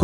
ค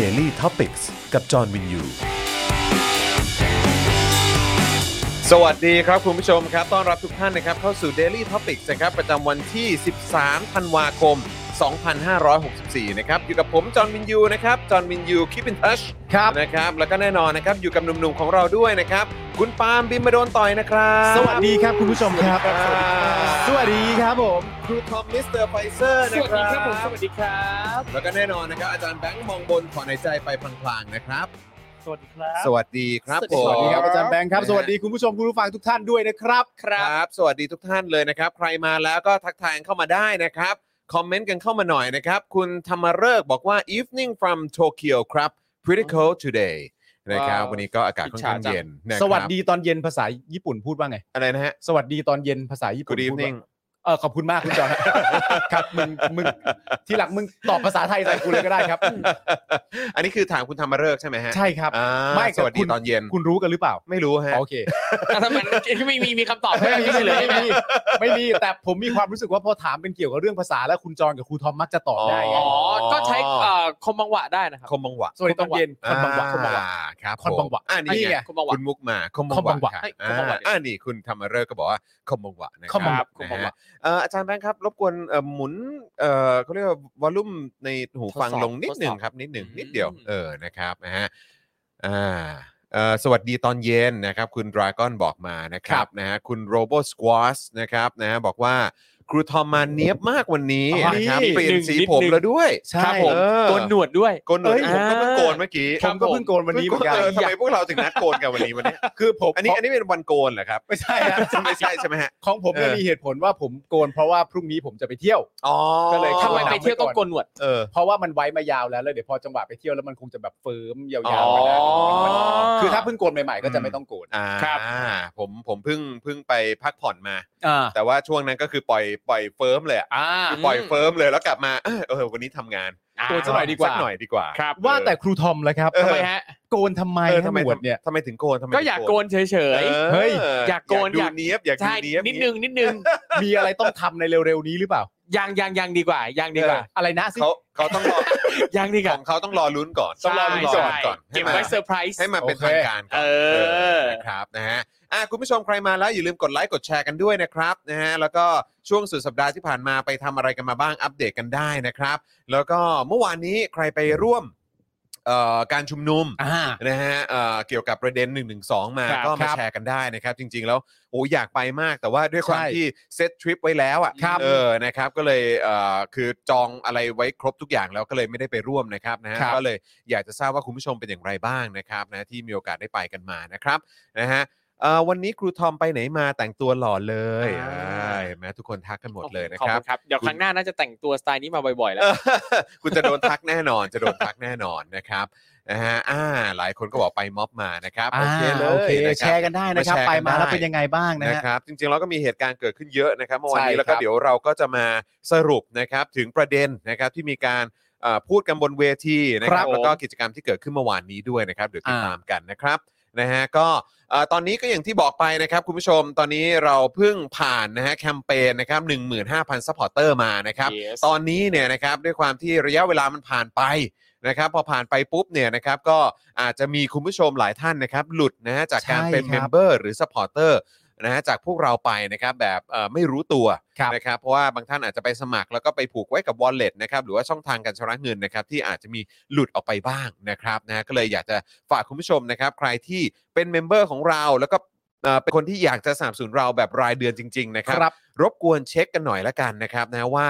Daily t o p i c กกับจอห์นวินยู สวัสดีครับคุณผู้ชมครับต้อนรับทุกท่านนะครับเข้าสู่ Daily Topics นะครับประจำวันที่ 13 ธันวาคม 2564 นะครับอยู่กับผมจอห์นวินยูนะครับจอห์นวินยู Keep in touch ครับ นะครับแล้วก็แน่นอนนะครับอยู่กับหนุ่มๆของเราด้วยนะครับคุณปาล์มบินมาโดนต่อยนะครับ สวัสดีครับคุณผู้ชมครับ สวัสดีครับผม ครูทอมมิสเตอร์ไฟเซอร์นะครับ สวัสดีครับ แล้วก็แน่นอนนะครับอาจารย์แบงค์มองบนถอนหายใจไปพลางๆนะครับ สวัสดีครับ สวัสดีครับผม สวัสดีครับอาจารย์แบงค์ครับ นะฮะ สวัสดีคุณผู้ชมคุณผู้ฟังทุกท่านด้วยนะครับ ครับ สวัสดีทุกท่านเลยนะครับ ใครมาแล้วก็ทักทายเข้ามาได้นะครับ คอมเมนต์กันเข้ามาหน่อยนะครับ คุณธรรมฤกษ์บอกว่า evening from Tokyo ครับ pretty cold today นะครับ ว้าว วันนี้ก็อากาศค่อนข้างเย็นนะครับ สวัสดีตอนเย็นภาษาญี่ปุ่นพูดว่าไง อะไรนะฮะ สวัสดีตอนเย็นภาษาญี่ปุ่น good พูดว่า evening เออขอบคุณมากคุณจอห์น ครับมึงมึงที่หลังมึงตอบภาษาไทยใส่กูเลยก็ได้ครับ อันนี้คือถามคุณธรรมฤกษ์ใช่ไหมฮะ ใช่ครับ อ่า ไม่ สวัสดี คุณ ตอนเย็น คุณรู้กันหรือเปล่า ไม่รู้ฮะ โอเค ทำไมไม่มีมีคำตอบ ไม่ ไม่ มี มีเลย ไม่มีไม่มีแต่ผมมีความรู้สึกว่าพอถามเป็นเกี่ยวกับเรื่องภาษาแล้วคุณจอห์นกับครูทอมมักจะตอบได้ไง อ๋อ ก็ใช้เอ่อคมบังหวะได้นะครับ คมบังหวะ สวัสดีตอนเย็นคอนบังวะคอนบังวะ อ่าครับ คอนบังหวะ ผมอ่านี่ นี่ ไง ไง คมบังหวะ คุณมุกมาคมบั คอง ม ห บั วะ งหวะ ครับ เฮ้ยคมบังหวะ อ่าอ่านี่คุณธรรมฤกษ์ก็บอกว่าคมบังหวะนะ คมบังหวะ นฮ เอ่ออาจารย์แบงค์ครับรบกวนเอ่อหมุนเอ่อเขาเรียกว่าวอลลุ่มในหูฟัง ทดสอบ ลงนิดหนึ่ง ทดสอบ ครับนิดหนึ่ง อืม นิดเดียวเออนะครับนะฮะอ่าเอ่อสวัสดีตอนเย็นนะครับ คุณดราก้อนบอกมานะค ค รั รั บบ นะฮะคุณโรโบสควอชนะครับนะฮะบอกว่าครูทอมมาเนียบมากวันนี้ อ๋อ นะครับ นี่ เปลี่ยนสี หนึ่ง ผม นิดหนึ่ง แล้วด้วย ใช่ ครับผม เออ โกนหนวดด้วย โกนหนวด เอ้ย ผมก็เพิ่งโกนเมื่อกี้ ผมก็เพิ่งโกนวันนี้เหมือนกัน ทำไมพวกเราถึงนัดโกนกันวันนี้วันนี้ คือผม อันนี้อันนี้เป็นวันโกนเหรอครับ ไม่ใช่นะ ไม่ใช่ใช่ไหมฮะ ของผมเนี่ย เออ มีเหตุผลว่าผมโกนเพราะว่าพรุ่งนี้ผมจะไปเที่ยว อ๋อ ก็เลย ทำ เข้า ไมไปเที่ยวต้องโกนหนวด เออ เพราะว่ามันไว้มายาวแล้วแล้วเดี๋ยวพอจังหวะไปเที่ยวแล้วมันคงจะแบบเฟิร์มยา อ๋ ว อ ๆไปได้คือถ้าเพิ่งโกนใหม่ๆก็จะไม่ต้องโกน อ่า ครับ ผมผมเพิ่งเพิ่งไปพักผ่อนมา อ่า แต่ว่าช่วงนั้นก็คือปล่อยปล่อยเฟิร์มเลยอะ อ่า คือปล่อยเฟิร์มเลยแล้วกลับมาเออเออวันนี้ทำงาน โกนซะหน่อยดีกว่า สัหน่อยดีกว่า ครับ ว่าแต่ครูทอมแล้วครับ ทำไมฮะ โกนทำไม เออ ฮะ ทำไม หนวดเนี่ย ทำไมถึงโกนทำไม ก็อยากโกนเฉย เฮ้ย อยากโกนออายยาก ก ดูเนี้ยบอยาก ๆ ใช่ ดูเนี้ยบ นิดนึงนิดนึง มีอะไรต้องทำในเร็วๆนี้หรือเปล่า ยังยังยังดีกว่ายังดีกว่า อะไรนะสิ เขาเขาต้องรอ ยังดีก ข ว่า องเขาต้องรอลุ้นก่อน ต้องรอลุ้นก่อน ใช่ ก่อนให้ เก็บ มัน ไว้เซอร์ไพรส์ ให้มันเป็น โอเค ทางการก่อน เออ นะครับนะฮะอ่ะคุณผู้ชมใครมาแล้วอย่าลืมกดไลค์กดแชร์กันด้วยนะครับนะฮะแล้วก็ช่วงสุดสัปดาห์ที่ผ่านมาไปทำอะไรกันมาบ้างอัปเดตกันได้นะครับ แล้วก็เมื่อวานนี้ใครไปร่วมเอ่อการชุมนุม อ่า นะฮะเอ่อเกี่ยวกับประเด็น1นึมา ครับ ก็มา ครับ แชร์กันได้นะครับ จริง ๆ แล้วโอ้อยากไปมากแต่ว่าด้วยความ ใช่ ที่เซตทริปไว้แล้วอ่ะ ครับ เออนะครับก็เลยเอ่อคือจองอะไรไว้ครบทุกอย่างแล้วก็เลยไม่ได้ไปร่วมนะครับนะฮะ ครับ ก็เลยอยากจะทราบว่าคุณผู้ชมเป็นอย่างไรบ้างนะครับนะที่มีโอกาสได้ไปกันมานะครับนะฮะเอ่อวันนี้ครูทอมไปไหนมาแต่งตัวหล่อเลย อ่า อ่าเห็นไหมทุกคนทักกันหมดเลยนะ ขอบ ครับ ณครับ เดี๋ยวครั้งหน้าน่าจะแต่งตัวสไตล์นี้มาบ่อยๆแล้ว เออ คุณจะโดนทักแน่นอน จะโดนทักแน่นอนนะครับนะฮะอ่า หลายคนก็บอกไปม็อบมานะครับ อ่า โอเคเลย โอเค นะครับ แชร์กันได้นะครับ มาแชร์กัน ไปมาแล้ว ได้ เป็นยังไงบ้างนะ นะ ฮะ ครับจริงๆเราก็มีเหตุการณ์เกิดขึ้นเยอะนะครับเมื่อวาน ใช่ นี้แล้วก็ ครับ เดี๋ยวเราก็จะมาสรุปนะครับถึงประเด็นนะครับที่มีการ อ่าพูดกันบนเวทีนะค ครั รับบ แล้วก็กิจกรรมที่เกิดขึ้นเมื่อวานนี้ด้วยนะครับเดี๋ยวติด อ่า ตามกันนะครับนะฮะก็เอ่อตอนนี้ก็อย่างที่บอกไปนะครับคุณผู้ชมตอนนี้เราเพิ่งผ่านนะฮะแคมเปญนะครับ15,000ซัพพอร์เตอร์มานะครับ Yes ตอนนี้เนี่ยนะครับด้วยความที่ระยะเวลามันผ่านไปนะครับพอผ่านไปปุ๊บเนี่ยนะครับก็อาจจะมีคุณผู้ชมหลายท่านนะครับหลุดนะฮะจากการ ใช่ เป็น ครับ เมมเบอร์หรือสปอร์เตอร์นะฮะจากพวกเราไปนะครับแบบเอ่อไม่รู้ตัว ครับ นะครับเพราะว่าบางท่านอาจจะไปสมัครแล้วก็ไปผูกไว้กับ Wallet นะครับหรือว่าช่องทางการชำระเงินนะครับที่อาจจะมีหลุดออกไปบ้างนะครับนะฮะก็เลยอยากจะฝากคุณผู้ชมนะครับใครที่เป็นเมมเบอร์ของเราแล้วก็เอ่อเป็นคนที่อยากจะสนับสนุนเราแบบรายเดือนจริงๆนะค ครับ รับ รบกวนเช็คกันหน่อยละกันนะครับนะว่า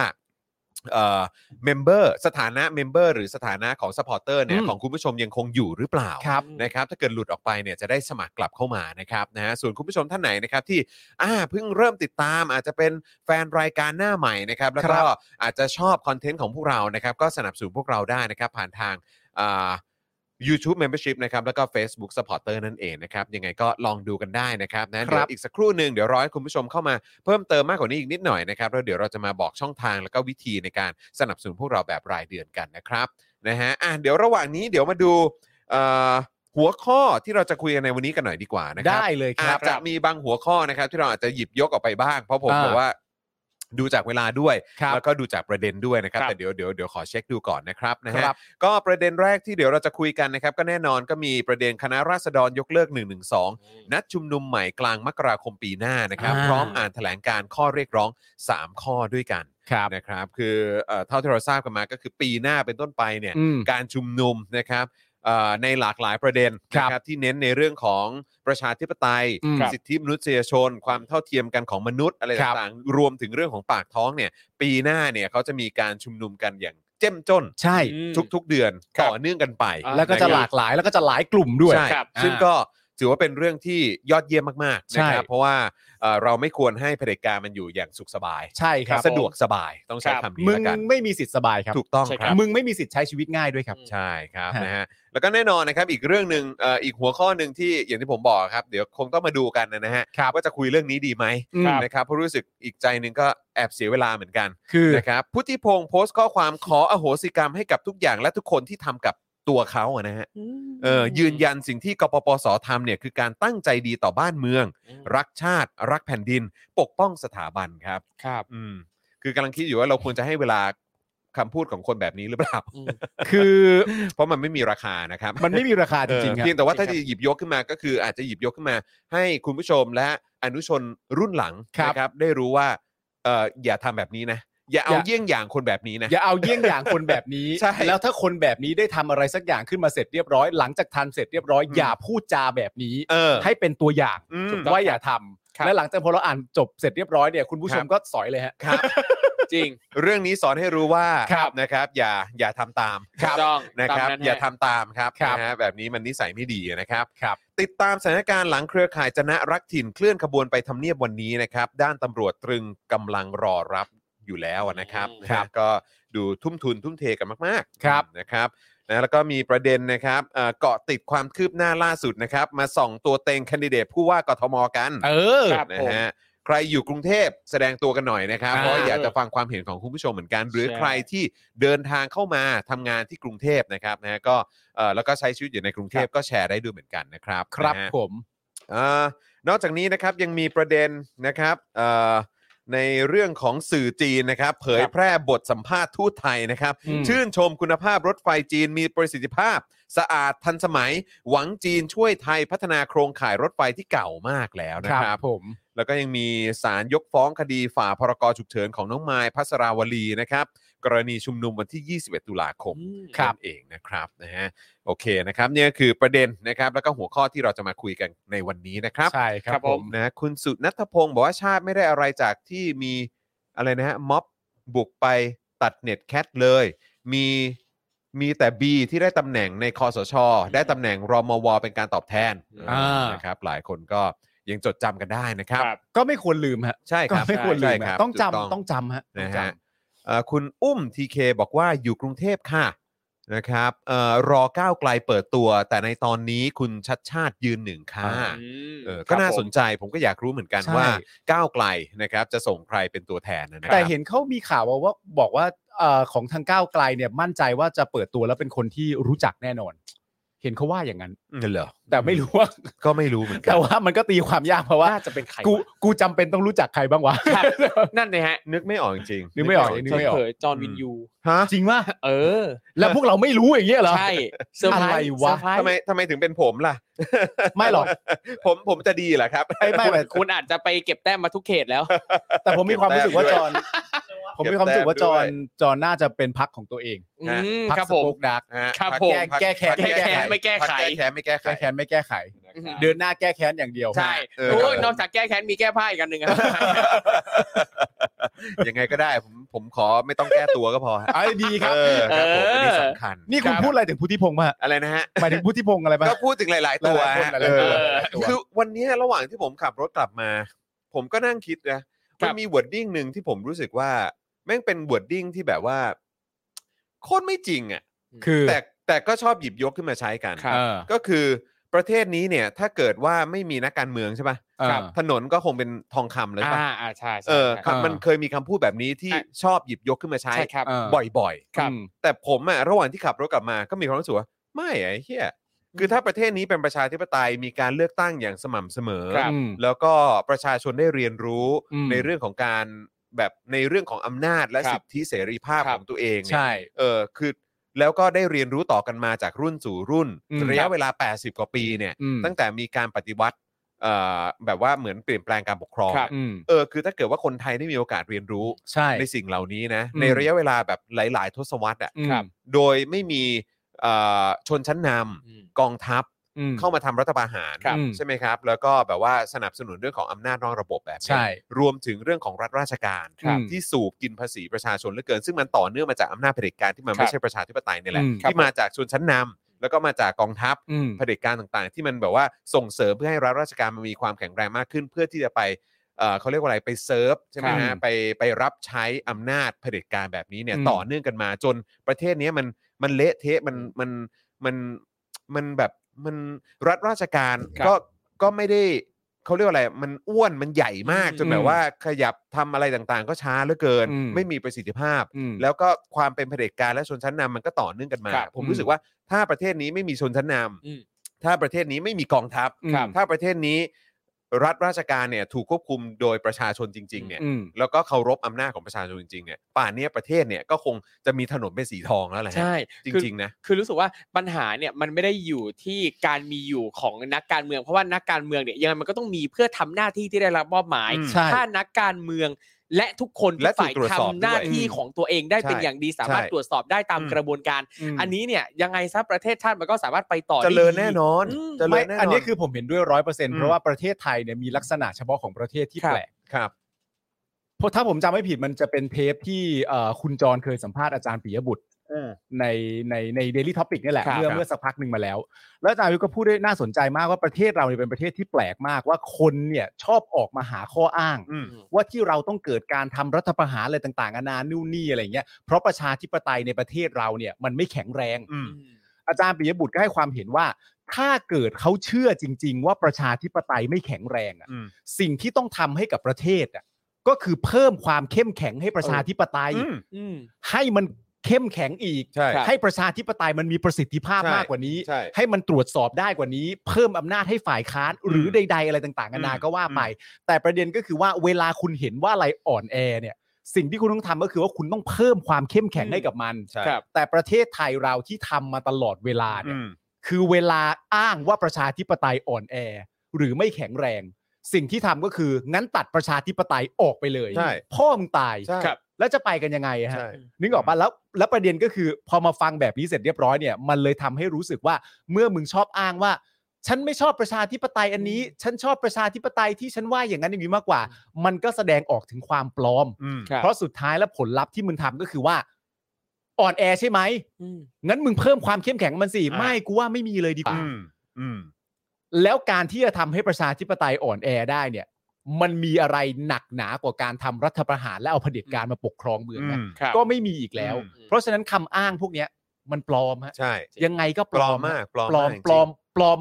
เมมเบอร์สถานะเมมเบอร์หรือสถานะของสปอร์เตอร์เนี่ย อืม ของคุณผู้ชมยังคงอยู่หรือเปล่า ครับ นะครับถ้าเกิดหลุดออกไปเนี่ยจะได้สมัครกลับเข้ามานะครับนะฮะส่วนคุณผู้ชมท่านไหนนะครับที่อ่าเพิ่งเริ่มติดตามอาจจะเป็นแฟนรายการหน้าใหม่นะครับแล้วก็อาจจะชอบคอนเทนต์ของพวกเรานะครับก็สนับสนุนพวกเราได้นะครับผ่านทางอ่า YouTube Membership นะครับแล้วก็ Facebook Supporter นั่นเองนะครับยังไงก็ลองดูกันได้นะครับนะ ค เดี๋ รั ยว บ อีกสักครู่หนึ่งเดี๋ยวรอให้คุณผู้ชมเข้ามาเพิ่มเติมมากกว่านี้อีกนิดหน่อยนะครับแล้วเดี๋ยวเราจะมาบอกช่องทางแล้วก็วิธีในการสนับสนุนพวกเราแบบรายเดือนกันนะครับนะฮะอ่ะเดี๋ยวระหว่างนี้เดี๋ยวมาดู เอ่อหัวข้อที่เราจะคุยกันในวันนี้กันหน่อยดีกว่านะครั ได้เลยค อา รับ จจะมีบางหัวข้อนะครับ ที่เราอาจจะหยิบยกออกไปบ้าง เพราะผม อ่า บอกว่าดูจากเวลาด้วย ครับ แล้วก็ดูจากประเด็นด้วยนะครับ ครับ แต่เดี๋ยวเดี๋ยวเดี๋ยวขอเช็คดูก่อนนะครับนะฮะ ครับ ก็ประเด็นแรกที่เดี๋ยวเราจะคุยกันนะครับ ก็แน่นอนก็มีประเด็นคณะราษฎรยกเลิก 1 1 2 นัดชุมนุมใหม่กลางมกราคมปีหน้านะครับ อ่า พร้อมอ่านแถลงการณ์ข้อเรียกร้อง 3 ข้อด้วยกัน ครับ นะครับคือเอ่อเท่าที่เราทราบกันมาก็คือปีหน้าเป็นต้นไปเนี่ย อืม การชุมนุมนะครับเอ่อในหลากหลายประเด็น ครับ นะครับที่เน้นในเรื่องของประชาธิปไตย อืม สิทธิมนุษยชน ความเท่าเทียมกันของมนุษย์อะไร ครับ ต่างๆ รวมถึงเรื่องของปากท้องเนี่ยปีหน้าเนี่ยเขาจะมีการชุมนุมกันอย่างเจ้มจน ใช่ อืม ทุกๆเดือน ครับ ต่อเนื่องกันไป อ่า แล้วก็จะหลากหลายแล้วก็จะหลายกลุ่มด้วย ใช่ ครับ ซึ่ง อ่า ก็ถือว่าเป็นเรื่องที่ยอดเยี่ยมมากๆนะครับ ใช่ เพราะว่าเอ่อเราไม่ควรให้เผด็จการมันอยู่อย่างสุขสบาย ใช่ครับ สะดวกสบายต้องใช้ ครับ คำนี้ มึง แล้วกัน ไม่มีสิทธิ์สบายครับ ถูกต้อง ใช่ ค ครั รับ บ มึงไม่มีสิทธิ์ใช้ชีวิตง่ายด้วยครับ ใช่ครับ ฮะ นะฮะแล้วก็แน่นอนนะครับอีกเรื่องหนึ่งเอ่ออีกหัวข้อหนึ่งที่อย่างที่ผมบอกครับเดี๋ยวคงต้องมาดูกันนะฮะว่าจะคุยเรื่องนี้ดีไหม อืม ครับ นะครับเพราะรู้สึกอีกใจหนึ่งก็แอบเสียเวลาเหมือนกัน คือ นะครับพุทธิพงศ์โพสต์ข้อความขออโหสิกรรมให้กับทุกอย่างและทุกคนที่ทำกับตัวเขาอะนะฮะเออยืนยันสิ่งที่กปปสทำเนี่ยคือการตั้งใจดีต่อบ้านเมือง รักชาติ รักแผ่นดิน ปกป้องสถาบันครับ ครับ อืมคือกำลังคิดอยู่ว่าเราควรจะให้เวลาคำพูดของคนแบบนี้หรือเปล่า คือ เพราะมันไม่มีราคานะครับ มันไม่มีราคาจริเอองๆครับ เพียงแต่ว่าถ้า จริ จะ งครับ หยิบยกขึ้นมาก็คืออาจจะหยิบยกขึ้นมา ให้คุณผู้ชมและอนุชนรุ่นหลัง ครับ นะครับ ได้รู้ว่าเอออย่าทำแบบนี้นะ อย่าเอา อย่า เยี่ยงอย่างคนแบบนี้นะ อย่าเอาเยี่ยงอย่างคนแบบนี้ ใช่ แล้วถ้าคนแบบนี้ได้ทำอะไรสักอย่างขึ้นมาเสร็จเรียบร้อย หลังจากทำเสร็จเรียบร้อย อืม อย่าพูดจาแบบนี้ เออ ให้เป็นตัวอย่าง อืม ว่าอย่าทำ ครับ และหลังจากพอเราอ่านจบเสร็จเรียบร้อยเนี่ยคุณผู้ช ค ม รับ ก็สอยเลยฮะ ครับ จริง เรื่องนี้สอนให้รู้ว่า ครับ นะครับ อย่าอย่าทำตาม ถูกต้อง นะครับ ตมฮ อย่าทำตามครับ ครับ นะฮะแบบนี้มันนิสัยไม่ดีนะครับ ครับ ติดตามสถานการณ์หลังเครือข่ายจนะรักถิ่นเคลื่อนขบวนไปทำเนียบวันนี้นะครับ ด้านตำรวจตรึงกำลังรอรับอยู่แล้วนะครับ อืม นะฮะก็ดูทุ่มทุนทุ่มเทกันมากๆ ครับ นะครับนะแล้วก็มีประเด็นนะครับเอ่อเกาะติดความคืบหน้าล่าสุดนะครับ มาส่องตัวเต็งแคนดิเดตผู้ว่ากทมกัน เออ ครับ นะ ผม ฮะใครอยู่กรุงเทพแสดงตัวกันหน่อยนะครับ อ่า เพราะอยากจะฟังความเห็นของคุณผู้ชมเหมือนกัน หรือ ใช่ ใครที่เดินทางเข้ามาทำงานที่กรุงเทพนะครับนะฮะก็เอ่อแล้วก็ใช้ชีวิตอยู่ในกรุงเทพก็แชร์ได้ด้วยเหมือนกันนะครับ ครับ นะฮะ ผม อานอกจากนี้นะครับยังมีประเด็นนะครับเอ่อในเรื่องของสื่อจีนนะครับ เผยแพร่บทสัมภาษณ์ทูตไทยนะครับ อืม ชื่นชมคุณภาพรถไฟจีนมีประสิทธิภาพ สะอาดทันสมัย หวังจีนช่วยไทยพัฒนาโครงข่ายรถไฟที่เก่ามากแล้วนะ ครั ครับ บผม แล้วก็ยังมีสารยกฟ้องคดีฝ่าพรกฉุกเฉินของน้องมายพัสราวลีนะครับ กรณีชุมนุมวันที่ 21 ตุลาคม อืม นั่นเองนะครับนะฮะโอเคนะครับเนี่ยคือประเด็นนะครับ แล้วก็หัวข้อที่เราจะมาคุยกันในวันนี้นะครับ ใช่ครั ครับ บ ผ ผม ม นะคุณสุนัทพงศ์บอกว่าชาติไม่ได้อะไรจากที่มีอะไรนะฮะม็อบบุกไปตัดเน็ตแคทเลย มีมีแต่บีที่ได้ตำแหน่งในคอสช ได้ตำแหน่งรมว เป็นการตอบแทน อ่าน นะครับหลายคนก็ยังจดจำกันได้นะครับ ครับ ก็ไม่ควรลืมฮะ ใช่ ก็ ครับ ไม่ควรลื ใช่ มฮะ ครับ ต้องจำ ถูก ต้องจำฮะ นะ ต้อง ฮะ จำ เอ่อคุณอุ้มทีเคบอกว่าอยู่กรุงเทพค่ะ นะครับเอ่อรอก้าวไกลเปิดตัว แต่ในตอนนี้คุณชัดชาติยืนหนึ่งค่ะ อืม เออก็น่าสนใจผมก็อยากรู้เหมือนกัน ใช่ ว่าก้าวไกลนะครับจะส่งใครเป็นตัวแทนนะครั แต่เห็นเขามีข่าวว่าว่าบอกว่าเอ่อของทางก้าวไกลเนี่ยมั่นใจว่าจะเปิดตัวแล้วเป็นคนที่รู้จักแน่นอน เห็นเขาว่าอย่างนั้น อืมเหรอ แต่ไม่รู้ว่า ก็ไม่รู้เหมือนกั แต่ว่ามันก็ตีความยากเพราะว่า น่าจะเป็นใคร กู วะ กูจำเป็นต้องรู้จักใครบ้างวะ ครับ นั่นเลยฮะ นึกไม่ออกจริงๆ นึกไม่ออกนึก จ ไม่ น ออก เผยจอห์นวินยู ฮะ จริงว่า เออ แล้วพวกเราไม่รู้อย่างเงี้ยเหรอ ใช่เซอร์ไพร อะไร ส์ วะ เซอร์พรส์ ทำไมทำไมถึงเป็นผมล่ะ ไม่หรอก ผมผมจะดีเหรอครับ ไม่ไม่แต่ คุณอาจจะไปเก็บแต้มมาทุกเขตแล้ว แต่ผมมีความรู้สึกว่า เก็บแต้จอ ม น ผมมีความรู้สึกว่า เก็ จ บ อ แต้ น มด้วย จอนน่าจะเป็นพักของตัวเอง อืม พัก ครับ ส ผม ปกดัก ฮะ ครับ พัก ผม พั แก้แก้แค้น พั ไม่แก้ไข พัแก้แค้นไม่แก้ไข แก้แค้นไม่แก้ไข อืม เดินหน้าแก้แค้นอย่างเดียว ใช่ เออ โอ้ยนอกจากแก้แค้นมีแก้ผ้าอีกอันหนึ่งครับ ยังไงก็ได้ผมผมขอไม่ต้องแก้ตัวก็พอฮะ ไอ้ดีครับ เออครับผม เออันออันี้สำคัญ นี่คุณ รับ พูดอะไรถึงพุทธิพงษ์มา อะไรนะฮะ หมายถึงพุทธิพงษ์อะไรบ้าง ก็พูดถึงหลาย ๆ ตัว หลายๆคน ฮะ หลายๆ เอ ตัอวหลายๆตัว คือวันเนี้ยระหว่างที่ผมขับรถกลับมา ผมก็นั่งคิดนะมันมีวอร์ดดิ้งหนึ่งที่ผมรู้สึกว่า แม่งเป็นวอร์ดดิ้งที่แบบว่าโคตรไม่จริงอ่ะ คือ แต่แต่ก็ชอบหยิบยกขึ้นมาใช้กัน ครับ เออ ก็คือประเทศนี้เนี่ย ถ้าเกิดว่าไม่มีนักการเมืองใช่ป่ะ เออ ครับถนนก็คงเป็นทองคำเลยป่ะ อ่าอ่าใช่ใช่ เออ ครับ คำมันเคยมีคำพูดแบบนี้ที่ ใช่ ชอบหยิบยกขึ้นมาใช้ ใช่ครับ เออ บ่อย ครับ อืม ๆ แต่ผมอะระหว่างที่ขับรถกลับมาก็มีความรู้สึกว่าไม่ไอ้เหี้ยคือถ้าประเทศนี้เป็นประชาธิปไตยมีการเลือกตั้งอย่างสม่ำเสมอ ครับ แล้วก็ประชาชนได้เรียนรู้ อืม ในเรื่องของการแบบในเรื่องของอำนาจและ ครัสิบทธิเสรีภาพ ครั ข บ องตัวเองเนี่ย ใช่ เออคือแล้วก็ได้เรียนรู้ต่อกันมาจากรุ่นสู่รุ่น อืม ระยะเวลา 80 กว่าปีเนี่ย อืม ตั้งแต่มีการปฏิวัติเอ่อแบบว่าเหมือนเปลี่ยนแปลงการปกครอง ครับ อืม เออคือถ้าเกิดว่าคนไทยได้มีโอกาสเรียนรู้ ใช่ ในสิ่งเหล่านี้นะ อืม ในระยะเวลาแบบหลาย ๆ ทศวรรษอ่ะ อืม โดยไม่มีเอ่อชนชั้นนำ อืม กองทัพ อืม เข้ามาทำรัฐประหาร ครับ ใช่ไหมครับ แล้วก็แบบว่าสนับสนุนเรื่องของอำนาจนอกระบบแบบเนี้ย ใช่ รวมถึงเรื่องของรัฐราชการ ครับ ที่สูบกินภาษีประชาชนเหลือเกิน ซึ่งมันต่อเนื่องมาจากอำนาจเผด็จการที่มันไม่ ครับ ใช่ประชาธิปไตยนี่แหละ อืมครับ ที่มาจากชนชั้นนำแล้วก็มาจากกองทัพ อืม เผด็จการต่างๆ ที่มันแบบว่าส่งเสริมเพื่อให้รัฐราชการมันมีความแข็งแรงมากขึ้น เพื่อที่จะไปเอ่อเขาเรียกว่าอะไรไปเซิร์ฟใช่ไหม ครั ฮะ บ ไปไปรับใช้อำนาจเผด็จการแบบนี้เนี่ย อืม ต่อเนื่องกันมาจนประเทศเนี้ยมันมันเละเทะมันมันมันมันแบบมันรัฐราชการ ครับ ก็ก็ไม่ได้เขาเรียกว่าอะไรมันอ้วนมันใหญ่มาก อืม จนแบบว่าขยับทำอะไรต่างๆ ก็ช้าเหลือเกิน อืม ไม่มีประสิทธิภาพ อืม แล้วก็ความเป็นเผด็จการและชนชั้นนำมันก็ต่อเนื่องกันมา ครับ ผม อืม รู้สึกว่าถ้าประเทศนี้ไม่มีชนชั้นนำ อืม ถ้าประเทศนี้ไม่มีกองทัพ ครับ ถ้าประเทศนี้ รัฐราชการเนี่ยถูกควบคุมโดยประชาชนจริง ๆ เนี่ย อืม แล้วก็เคารพอำนาจของประชาชนจริงๆเนี่ยป่านเนี้ยประเทศเนี่ยก็คงจะมีถนนเป็นสีทองแล้วแหละฮะ ใช่ จ คือ ริง ๆ นะ คือรู้สึกว่าปัญหาเนี่ยมันไม่ได้อยู่ที่การมีอยู่ของนักการเมือง เพราะว่านักการเมืองเนี่ยยังไงมันก็ต้องมีเพื่อทำหน้าที่ที่ได้รับมอบหมาย อืม ใช่ ถ้านักการเมืองและทุกคน และถูก ฝ่าย ตรวจสอบด้วย ทำหน้าที่ของตัวเองได้เป็น ใช่ อย่างดีสามารถ ใช่ ตรวจสอบได้ตาม อืม กระบวนการ ม อันนี้เนี่ยยังไงซะประเทศชาติมันก็สามารถไปต่อ เจ ได้ ริญ ดี แน่นอน อืม เจริ ไม่ ญแน่นอน อันนี้คือผมเห็นด้วยร้อยเปอร์เซ็นต์ ม เพราะว่าประเทศไทยเนี่ยมีลักษณะเฉพาะของประเทศที่ ครับ แปลก ครับ เพราะถ้าผมจำไม่ผิดมันจะเป็นเทปที่เอ่อคุณจรเคยสัมภาษณ์อาจารย์ปิยบุตรในในในเดลี่ท็อปิกนี่ยแหละ ครับ เมื่คอรับ เมื่อสักพักหนึ่งมาแล้ว แล้วอาจารย์วิวก็พูดได้น่าสนใจมากว่าประเทศเราเนี่ยเป็นประเทศที่แปลกมากว่าคนเนี่ยชอบออกมาหาข้ออ้าง อืม ว่าที่เราต้องเกิดการทำรัฐประหารอะไรต่างๆนานานู่นนี่อะไรเงี้ยเพราะประชาธิปไตยในประเทศเราเนี่ยมันไม่แข็งแรง อืม อาจารย์ปิยบุตรก็ให้ความเห็นว่า ถ้าเกิดเขาเชื่อจริง ๆ ว่าประชาธิปไตยไม่แข็งแรงอะ อืม สิ่งที่ต้องทำให้กับประเทศอ่ะก็คือเพิ่มความเข้มแข็งให้ประชาธิปไตย อืม อืม ให้มันเข้มแข็งอีก ใช่ ให้ประชาธิปไตยมันมีประสิทธิภาพ ใช่ มากกว่านี้ ใช่ ให้มันตรวจสอบได้กว่านี้ เพิ่มอำนาจให้ฝ่ายค้าน อืม หรือใด ๆ อะไรต่างๆนานา อืม ก็ว่าไป แต่ประเด็นก็คือว่าเวลาคุณเห็นว่าอะไรอ่อนแอเนี่ยสิ่งที่คุณต้องทำก็คือว่าคุณต้องเพิ่มความเข้มแข็ง อืม ให้กับมัน ใช่ ครับ แต่ประเทศไทยเราที่ทำมาตลอดเวลาเนี่ย อืม คือเวลาอ้างว่าประชาธิปไตยอ่อนแอ หรือไม่แข็งแรง สิ่งที่ทำก็คือ งั้นตัดประชาธิปไตยออกไปเลย ใช่ พ่อมึงตาย ใช่ ครับ แล้วจะไปกันยังไงฮะ ใช่ นึกออกปะแล้วแล้วประเด็นก็คือ พอมาฟังแบบนี้เสร็จเรียบร้อยเนี่ยมันเลยทำให้รู้สึกว่าเมื่อมึงชอบอ้างว่า ฉันไม่ชอบประชาธิปไตยอันนี้ ฉันชอบประชาธิปไตยที่ฉันว่าอย่างนั้นอย่างนี้มากกว่า มันก็แสดงออกถึงความปลอม อืม ครับ เพราะสุดท้ายแล้วผลลัพธ์ที่มึงทำก็คือว่าอ่อนแอใช่ไหม อืม งั้นมึงเพิ่มความเข้มแข็งมันสิ อ่า ไม่กูว่าไม่มีเลยดีกว่า อืมอืม แล้วการที่จะทำให้ประชาธิปไตยอ่อนแอได้เนี่ย มันมีอะไรหนักหนากว่าการทำรัฐประหารและเอาเผด็จการมาปกครองเมืองไหม อืม ครับ ก็ไม่มีอีกแล้ว อืม เพราะฉะนั้นคำอ้างพวกเนี้ย มันปลอมฮะ ใช่ ยังไงก็ป ป ล ล อ อ ม มมากปลอม ปลอามกจริง ปลอมปลอม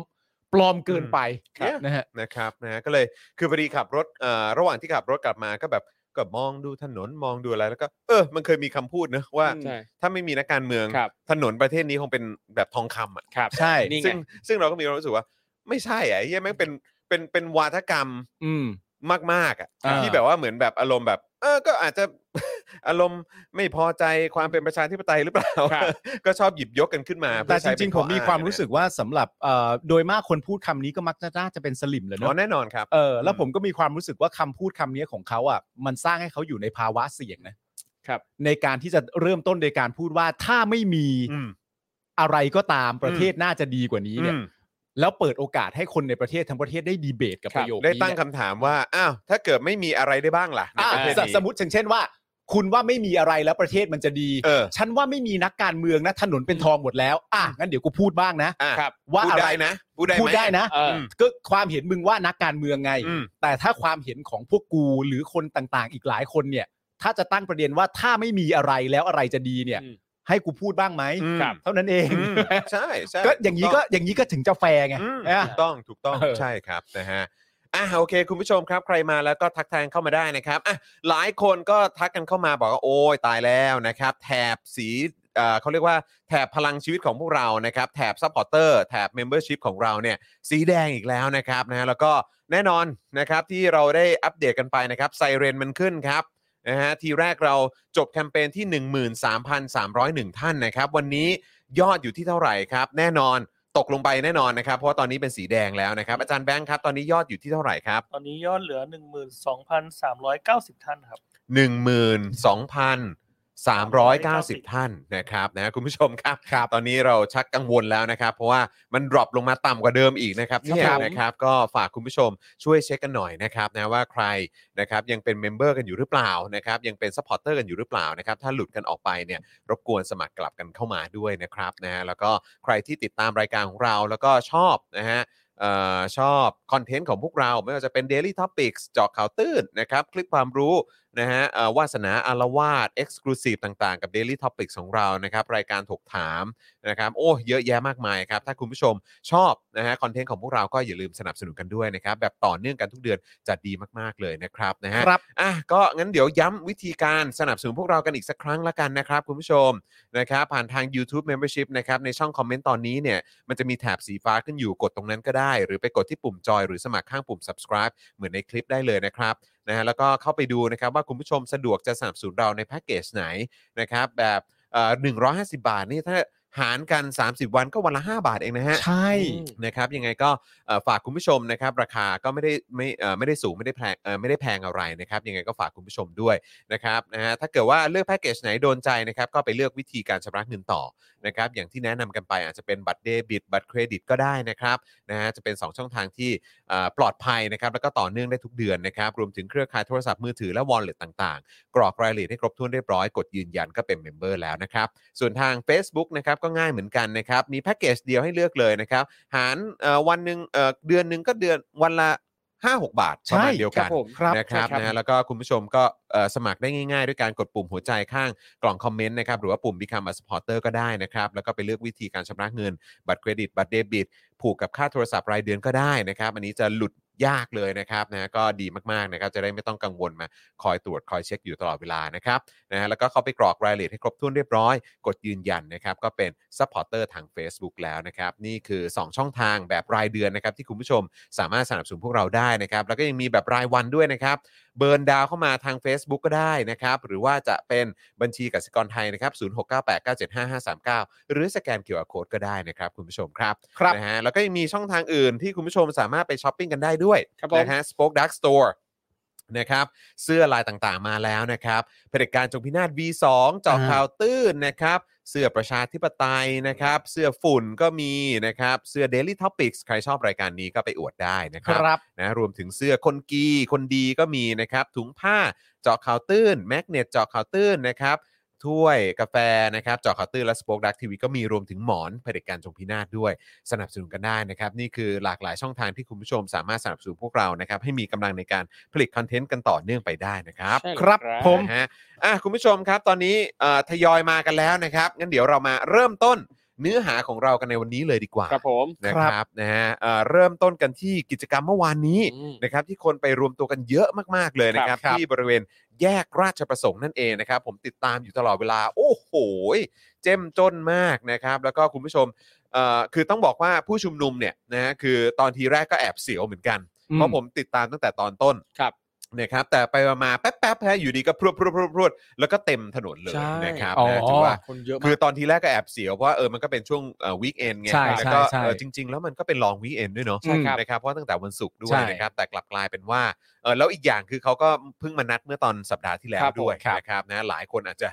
ปลอมเกินไป ครับ นะฮะ นะครับนะฮะก็เลยคือพอดีขับรถเอ่อระหว่างที่ขับรถกลับมาก็แบบก็มองดูถนนมองดูอะไรแล้วก็เออมันเคยมีคำพูดนะว่า ใช่ ถ้าไม่มีนักการเมือง ครับ ถนนประเทศนี้คงเป็นแบบทองคำอ่ะ ครับ ใช่ นี่ไง ซึ่งซึ่งเราก็มีความรู้สึกว่า ไม่ใช่อ่ะไอ้เหี้ยังแม่งเป็นเป็นเป็นวาทกรรม อืม มากๆอ่ะ อ่า ที่แบบว่าเหมือนแบบอารมณ์แบบ เออก็อาจจะ อารมณ์ไม่พอใจความเป็นประชาธิปไตยหรือเปล่า ครับ ก็ชอบหยิบยกกันขึ้นมาเพื่อ แต่จ ใช้เป็ ริ น งๆผ ข้อ มมี อ้ ความรู้ นะ สึกว่าสำหรับเอ่อโดยมากคนพูดคำนี้ก็มักจะน่าจะเป็นสลิมเลย อ๋อ เนาะ แน่นอนครับ เออแล้วผมก็มีความรู้สึกว่าคำพูดคำนี้ของเขาอ่ะมันสร้างให้เขาอยู่ในภาวะเสี่ยงนะครับ ในการที่จะเริ่มต้นโดยการพูดว่าถ้าไม่มี อืม อะไรก็ตามประเทศน่าจะดีกว่านี้เนี่ย อืม แล้วเปิดโอกาสให้คนในประเทศทั้งประเทศได้ดีเบตกับ ค ป รับ ระโยคนี้ ได้ตั้ง เนี่ย คำถามว่าอ้าวถ้าเกิดไม่มีอะไรได้บ้างล่ะใน อ่ะ ประเทศ ส นี้ สมมติอย่างเช่นว่า คุณว่าไม่มีอะไรแล้วประเทศมันจะดี เออ ฉันว่าไม่มีนักการเมืองนะถนนเป็นทองหมดแล้ว อ่ะงั้นเดี๋ยวกูพูดบ้างนะ อ่ะ ครับ ว่า พูด อะไร ได้นะพูดได้ พูด หม ได้นะ เออ ก็ความเห็นมึงว่านักการเมืองไง อืม แต่ถ้าความเห็นของพวกกูหรือคนต่างๆ อีกหลายคนเนี่ย ถ้าจะตั้งประเด็นว่าถ้าไม่มีอะไรแล้วอะไรจะดีเนี่ย อืม ให้กูพูดบ้างไหม อืม ครับ เท่านั้นเอง อืมใช่ใช่ ก็อย่างนี้ก็อย่างนี้ก็ถึงจะแฟร์ไง อืม อ่ะ ถูกต้องถูกต้อง เออ ใช่ครับนะฮะอ่ะโอเค คุณผู้ชมครับใครมาแล้วก็ทักทายเข้ามาได้นะครับอ่ะหลายคนก็ทักกันเข้ามาบอกว่าโอ้ยตายแล้วนะครับ แถบสีเอ่อเขาเรียกว่าแถบพลังชีวิตของพวกเรานะครับ แถบซัพพอร์เตอร์แถบเมมเบอร์ชิพของเราเนี่ย สีแดงอีกแล้วนะครับนะฮะแล้วก็แน่นอนนะครับที่เราได้อัปเดตกันไปนะครับไซเรนมันขึ้นครับนะฮะทีแรกเราจบแคมเปญที่ 13,301 ท่านนะครับ วันนี้ยอดอยู่ที่เท่าไหร่ครับ แน่นอนตกลงไปแน่นอนนะครับ เพราะว่าตอนนี้เป็นสีแดงแล้วนะครับ อาจารย์แบงค์ครับ ตอนนี้ยอดอยู่ที่เท่าไหร่ครับ ตอนนี้ยอดเหลือ 12,390 ท่านครับ 12,390 ท่านนะครับนะคุณผู้ชมครับ ตอนนี้เราชักกังวลแล้วนะครับ เพราะว่ามันดรอปลงมาต่ำกว่าเดิมอีกนะครับเนี่ย ครับผม นะครับก็ฝากคุณผู้ชมช่วยเช็คกันหน่อยนะครับนะว่าใครนะครับยังเป็นเมมเบอร์กันอยู่หรือเปล่านะครับยังเป็นซัพพอร์เตอร์กันอยู่หรือเปล่านะครับถ้าหลุดกันออกไปเนี่ยรบกวนสมัครกลับกันเข้ามาด้วยนะครับนะฮะแล้วก็ใครที่ติดตามรายการของเราแล้วก็ชอบนะฮะ เออชอบคอนเทนต์ของพวกเรา ไม่ว่าจะเป็น Daily Topics เจาะข่าวตื้นนะครับ คลิปความรู้นะฮะเอ่อวาสนาอารวาส Exclusive ต่างๆ กับ Daily Topics ของเรานะครับ รายการถกถามนะครับ โอ้ เยอะแยะมากมายครับ ถ้าคุณผู้ชมชอบนะฮะคอนเทนต์ของพวกเราก็อย่าลืมสนับสนุนกันด้วยนะครับ แบบต่อเนื่องกันทุกเดือนจะดีมากๆเลยนะครับนะฮะ ครับ อ่ะก็งั้นเดี๋ยวย้ำวิธีการสนับสนุนพวกเรากันอีกสักครั้งละกันนะครับ คุณผู้ชมนะครับผ่านทาง YouTube Membership นะครับในช่องคอมเมนต์ตอนนี้เนี่ยมันจะมีแถบสีฟ้าขึ้นอยู่กดตรงนั้นก็ได้ หรือไปกดที่ปุ่มจอยหรือสมัครข้างปุ่ม subscribe เหมือนในคลิปได้เลยนะครับนะฮะแล้วก็เข้าไปดูนะครับว่าคุณผู้ชมสะดวกจะสนับสนุนเราในแพ็กเกจไหนนะครับแบบเอ่อ150 บาทนี่ถ้าหารกัน 30 วันก็วันละ 5 บาทเองนะฮะ ใช่ อืม นะครับยังไงก็เอ่อฝากคุณผู้ชมนะครับ ราคาก็ไม่ได้ไม่เอ่อไม่ได้สูงไม่ได้แพงเอ่อไม่ได้แพงอะไรนะครับยังไงก็ฝากคุณผู้ชมด้วยนะครับนะฮะถ้าเกิดว่าเลือกแพ็กเกจไหนโดนใจนะครับก็ไปเลือกวิธีการชำระเงินต่อนะครับอย่างที่แนะนำกันไปอาจจะเป็นบัตรเดบิตบัตรเครดิตก็ได้นะครับนะฮะจะเป็น 2 ช่องทางที่เอ่อปลอดภัยนะครับแล้วก็ต่อเนื่องได้ทุกเดือนนะครับรวมถึงเครือข่ายโทรศัพท์มือถือและวอลเล็ตต่าง ๆ กรอกรายละเอียดให้ครบถ้วนเรียบร้อยกดยืนยันก็เป็นเมมเบอร์แล้วนะครับ ส่วนทาง Facebook นะครับก็ง่ายเหมือนกันนะครับ มีแพ็กเกจเดียวให้เลือกเลยนะครับ หารเอ่อวันหนึ่งเอ่อเดือนหนึ่งก็เดือนวันละ 5-6 บาทประมาณ ใช่ เดียว ครั กับ น ผม นะครับ ใช่ นะฮะแล้วก็คุณผู้ชมก็เอ่อสมัครได้ง่ายๆ ด้วยการกดปุ่มหัวใจข้างกล่องคอมเมนต์นะครับหรือว่าปุ่ม Become a supporter ก็ได้นะครับ แล้วก็ไปเลือกวิธีการชำระเงิน บัตรเครดิต บัตรเดบิต ผูกกับค่าโทรศัพท์รายเดือนก็ได้นะครับ อันนี้จะหลุดยากเลยนะครับนะฮะก็ดีมากๆนะครับจะได้ไม่ต้องกังวลมาคอยตรวจคอยเช็คอยู่ตลอดเวลานะครับนะฮะแล้วก็เข้าไปกรอกรายละเอียดให้ครบถ้วนเรียบร้อย กดยืนยันนะครับก็เป็นซัพพอร์เตอร์ทาง Facebook แล้วนะครับนี่คือ 2 ช่องทางแบบรายเดือนนะครับที่คุณผู้ชมสามารถสนับสนุนพวกเราได้นะครับแล้วก็ยังมีแบบรายวันด้วยนะครับ เบิร์นดาวเข้ามาทาง Facebook ก็ได้นะครับ หรือว่าจะเป็นบัญชีกสิกรไทยนะครับ 0698975539 หรือสแกน QR Code ก็ได้นะครับ คุณผู้ชมครับ ครับ นะฮะแล้วก็ยังมีช่องทางอื่นที่คุณผู้ชมสามารถไปช้อปปิ้งกันได้ด้วย ครับผม นะฮะ Spoke Dark Store นะครับเสื้อลายต่างๆมาแล้วนะครับเผด็จการจงพินาศ V2 เจอ อ่า ข่าวตื้นนะครับ เสื้อประชาธิปไตยนะครับ เสื้อฝุ่นก็มีนะครับเสื้อ Daily Topics ใครชอบรายการนี้ก็ไปอวดได้นะค ครับ รับ นะรวมถึงเสื้อคนกีคนดีก็มีนะครับ ถุงผ้าเจาะข่าวตื้นแมกเนตเจาะข่าวตื้นนะครับ ถ้วยกาแฟนะครับเจอข่าวตื้นและสป็อคดักทีวีก็มีรวมถึงหมอนเผด็จการจงพินาศด้วย สนับสนุนกันได้นะครับ นี่คือหลากหลายช่องทางที่คุณผู้ชมสามารถสนับสนุนพวกเรานะครับ ให้มีกำลังในการผลิตคอนเทนต์กันต่อเนื่องไปได้นะครับ ใช่ ครับ แล้ว ผม นะฮะอ่ะคุณผู้ชมครับ ตอนนี้เอ่อทยอยมากันแล้วนะครับ งั้นเดี๋ยวเรามาเริ่มต้นเนื้อหาของเรากันในวันนี้เลยดีกว่า ครับผม นะครับนะฮะเอ่อเริ่มต้นกันที่กิจกรรมเมื่อวานนี้ อืม นะครับ ที่คนไปรวมตัวกันเยอะมากๆเลยนะครับ ครับ ที่บริเวณแยกราชประสงค์นั่นเองนะครับ ผมติดตามอยู่ตลอดเวลา โอ้โหเจ้มจนมากนะครับ แล้วก็คุณผู้ชมเอ่อคือต้องบอกว่าผู้ชุมนุมเนี่ยนะฮะคือตอนทีแรกก็แอบเสียวเหมือนกัน เพราะผมติดตามตั้งแต่ตอนต้น ครับ นะครับแต่ไปมาๆแป๊บๆฮะอยู่ดีก็พรวดพรวดพรวดพรวดแล้วก็เต็มถนนเลย ใช่ นะครับ อ๋อ นะถือว่า คนเยอะ คื มา อก ตอนทีแรกก็แอบเสียวเพราะว่าเออมันก็เป็นช่วงวีคเอนไง ใช่ แล้วก็ ใช่ใช่ เออจริง ๆ แล้วมันก็เป็นลองวีคเอนด้วยเนาะ ใช่ครับ นะครับเพราะตั้งแต่วันศุกร์ด้ว ใช่ ยนะครับแต่กลับกลายเป็นว่าเออแล้วอีกอย่างคือเขาก็เพิ่งมานัดเมื่อตอนสัปดาห์ที่แล้ว ครับผม ด้วย ครับ นะครับนะหลายคนอาจจะ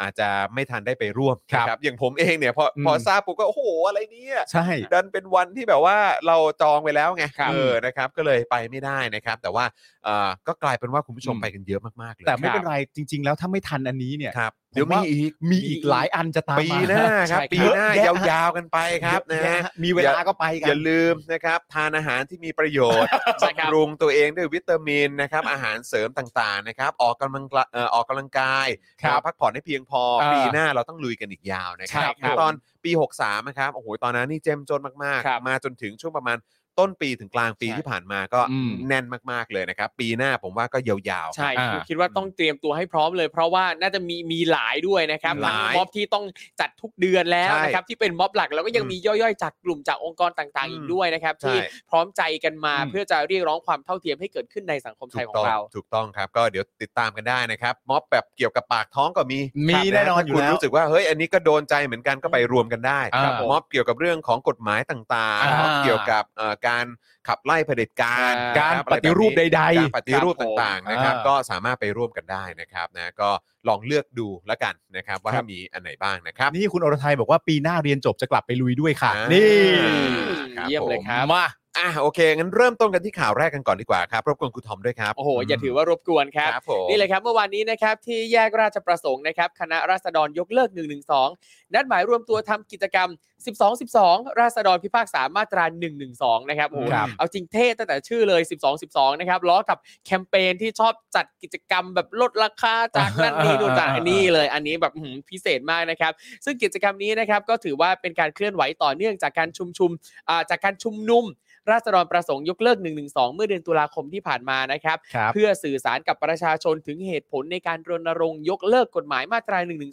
อาจจะไม่ทันได้ไปร่วม ครับ นะครับอย่างผมเองเนี่ยพอ อืม พอทราบปุ๊บก็โอ้โหอะไรเนี่ย ใช่ ดันเป็นวันที่แบบว่าเราจองไปแล้วไง ครับ เออนะครับ ก็เลยไปไม่ได้นะครับ แต่ว่าเอ่อก็กลายเป็นว่าคุณผู้ชม อืม ไปกันเยอะมากๆเลย แต่ไม่เป็นไรจริง ๆ แล้วถ้าไม่ทันอันนี้เนี่ย ครับ ผม เดี๋ยวมีอีก มีอีกหลายอันจะตาม ปี มา หน้าครับ ใช่ครับ ปีหน้ายาวๆกันไปครับนะฮะ มีเวลาก็ไปกั อน ย่าลืมนะครับ ทานอาหารที่มีประโยชน์ ใช่ครับ บำรุงตัวเองด้วยวิตามินนะครับ อาหารเสริมต่างๆนะครับ ออกกำลังกะเอ่อออกกำลังกาย ครับ นอนพักผ่อนให้เพียงพอ เออ ปีหน้าเราต้องลุยกันอีกยาวนะครั ใช่ บ ครับ แล้วตอนปี 63 นะครับโอ้โหตอนนั้นนี่เจมจนมาก ครับ ๆ มาจนถึงช่วงประมาณต้นปีถึงกลางปี ใช่ ที่ผ่านมาก็ อืม แน่นมากๆเลยนะครับ ปีหน้าผมว่าก็ยาวๆ ใช่ อ่า คือคิดว่าต้องเตรียมตัวให้พร้อมเลย เพราะว่าน่าจะมีมีหลายด้วยนะครับ หลาย ทั้งม็อบที่ต้องจัดทุกเดือนแล้ว ใช่ นะครับที่เป็นม็อบหลักแล้วก็ยังมีย่อยๆ จากกลุ่มจากองค์กรต่างๆ อีกด้วยนะครับ ใช่ ที่พร้อมใจกันมา อืม เพื่อจะเรียกร้องความเท่าเทียมให้เกิดขึ้นในสังคมไท ถู ย ก ขอ ต้องงเรา ถูกต้องครับ ก็เดี๋ยวติดตามกันได้นะครับ ม็อบแบบเกี่ยวกับปากท้องก็มีคมีรับ แน่นอน ถ้า อยู่ คุณ แล้ว รู้สึกว่าเฮ้ยอันนี้ก็โดนใจเหมือนกันก็ไปรวมกันได้ อ่า ครับผมม็อบเกี่ยวกับเรื่องของกฎหมายต่าง อ่า ๆม็อบเกี่ยวกับเอ่อการขับไล่เผด็จการ ใช่ นะค การ บอะไแบ ป บนี้ ฏิรูปใดๆ การปฏิรูปต่างๆนะครับ อ่า ก็สามารถไปร่วมกันได้นะครับนะก็ลองเลือกดูแล้วกันนะครับ ว่า ครับ มีอันไหนบ้างนะครับ นี่คุณอรทัยบอกว่าปีหน้าเรียนจบจะกลับไปลุยด้วยค่ะ อ่า นี่ ครับ เยี่ยมเลย ผ ครับ มา อ่ะโอเคงั้นเริ่มต้นกันที่ข่าวแรกกันก่อนดีกว่าครับรบกวนคุณทอมด้วยครับ โอ้โหอย่าถือว่ารบกวนครับ ครับผม นี่เลยครับเมื่อวานนี้นะครับที่แยกราชประสงค์นะครับคณะราษฎรยกเลิก 112 นัดหมายรวมตัวทำกิจกรรม 12 12 ราษฎรพิพากษามาตรา 112 นะครับโอ้โห ครับ เอาจริงเท่ตั้งแต่ชื่อเลย 12 12 นะครับล้อกับแคมเปญที่ชอบจัดกิจกรรมแบบลดราคาจากนั่นนี่นู่น จากอันนี้เลย อันนี้แบบอื้อหือพิเศษมากนะครับ ซึ่งกิจกรรมนี้นะครับก็ถือว่าเป็นการเคลื่อนไหวต่อเนื่องจากการชุมชุมอ่าจากการชุมนุม ราษฎรประสงค์ยกเลิก 112 เมื่อเดือนตุลาคมที่ผ่านมานะครับ ครับ เพื่อสื่อสารกับประชาชนถึงเหตุผลในการรณรงค์ยกเลิกกฎหมายมาตรา1นึ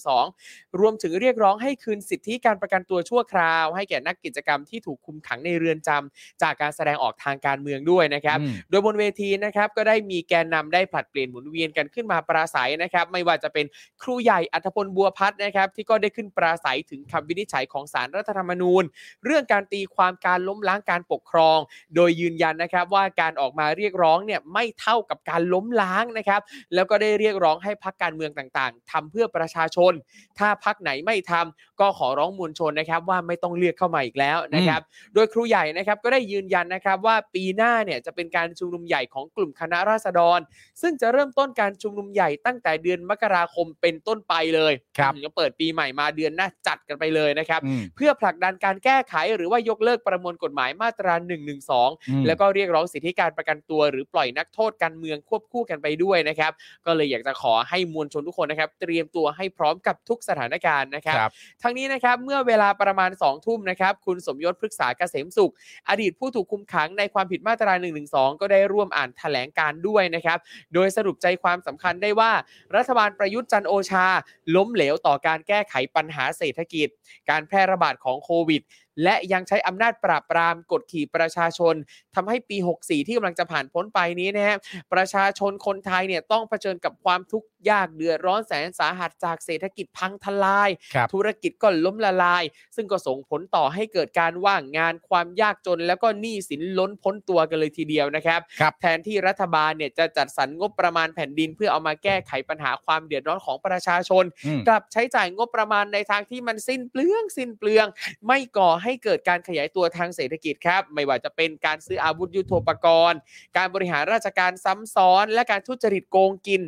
รวมถึงเรียกร้องให้คืนสิทธิการประกันตัวชั่วคราว ให้แก่นักกิจกรรมที่ถูกคุมขังในเรือนจำจากการแสดงออกทางการเมืองด้วยนะครับ อืม โดยบนเวทีนะครับก็ได้มีแกนนำได้ผลัดเปลี่ยนหมุนเวียนกันขึ้นมาปราศัยนะครับ ไม่ว่าจะเป็นครูใหญ่อัธพลบัวพัฒน์นะครับ ที่ก็ได้ขึ้นปราศัยถึงคำวินิจฉัยของสารรัฐธรรมนูญ เรื่องการตีความการล้มล้างการปกครอง โดยยืนยันนะครับว่าการออกมาเรียกร้องเนี่ยไม่เท่ากับการล้มล้างนะครับ แล้วก็ได้เรียกร้องให้พักการเมืองต่างๆทำเพื่อประชาชน ถ้าพักไหนไม่ทำก็ขอร้องมวลชนนะครับ ว่าไม่ต้องเลือกเข้ามาอีกแล้วนะครับ โดยครูใหญ่นะครับก็ได้ยืนยันนะครับว่าปีหน้าเนี่ยจะเป็นการชุมนุมใหญ่ของกลุ่มคณะราษฎร ซึ่งจะเริ่มต้นการชุมนุมใหญ่ตั้งแต่เดือนมกราคมเป็นต้นไปเลย ครับ อืมก็เปิดปีใหม่มาเดือนหน้าจัดกันไปเลยนะครับ อืม เพื่อผลักดันการแก้ไขหรือว่ายกเลิกประมวลกฎหมายมาตรา 112 อืม แล้วก็เรียกร้องสิทธิการประกันตัว หรือปล่อยนักโทษการเมืองควบคู่กันไปด้วยนะครับ ก็เลยอยากจะขอให้มวลชนทุกคนนะครับ เตรียมตัวให้พร้อมกับทุกสถานการณ์นะครับ ครับ ทั้งนี้นะครับเมื่อเวลาประมาณ 2 ทุ่มนะครับคุณสมยศพฤกษาเกษมสุข อดีตผู้ถูกคุมขังในความผิดมาตรา1นึก็ได้ร่วมอ่านแถลงการณ์ด้วยนะครับ โดยสรุปใจความสำคัญได้ว่า รัฐบาลประยุทธ์จันทร์โอชา ล้มเหลวต่อการแก้ไขปัญหาเศรษฐกิจ การแพร่ระบาดของโควิด และยังใช้อำนาจปราบปรามกดขี่ประชาชนทำให้ปี 64 ที่กำลังจะผ่านพ้นไปนี้นะฮะประชาชนคนไทยเนี่ยต้องเผชิญกับความทุกข์ยากเดือดร้อนแสนสาหัสจากเศรษฐกิจพังทลาย ครับ ธุรกิจก็ล้มละลาย ซึ่งก็ส่งผลต่อให้เกิดการว่างงานความยากจน แล้วก็หนี้สินล้นพ้นตัวกันเลยทีเดียวนะครับ ครับ แทนที่รัฐบาลเนี่ยจะจัดสรรงบประมาณแผ่นดิน เพื่อเอามาแก้ไขปัญหาความเดือดร้อนของประชาชน อืม กลับใช้จ่ายงบประมาณในทางที่มันสิ้นเปลืองสิ้นเปลือง ไม่ก่อให้เกิดการขยายตัวทางเศรษฐกิจครับ ไม่ว่าจะเป็นการซื้ออาวุธยุโทโธปกรณ์ การบริหารราชการซ้ำซ้อน และการทุจริตโกงกิน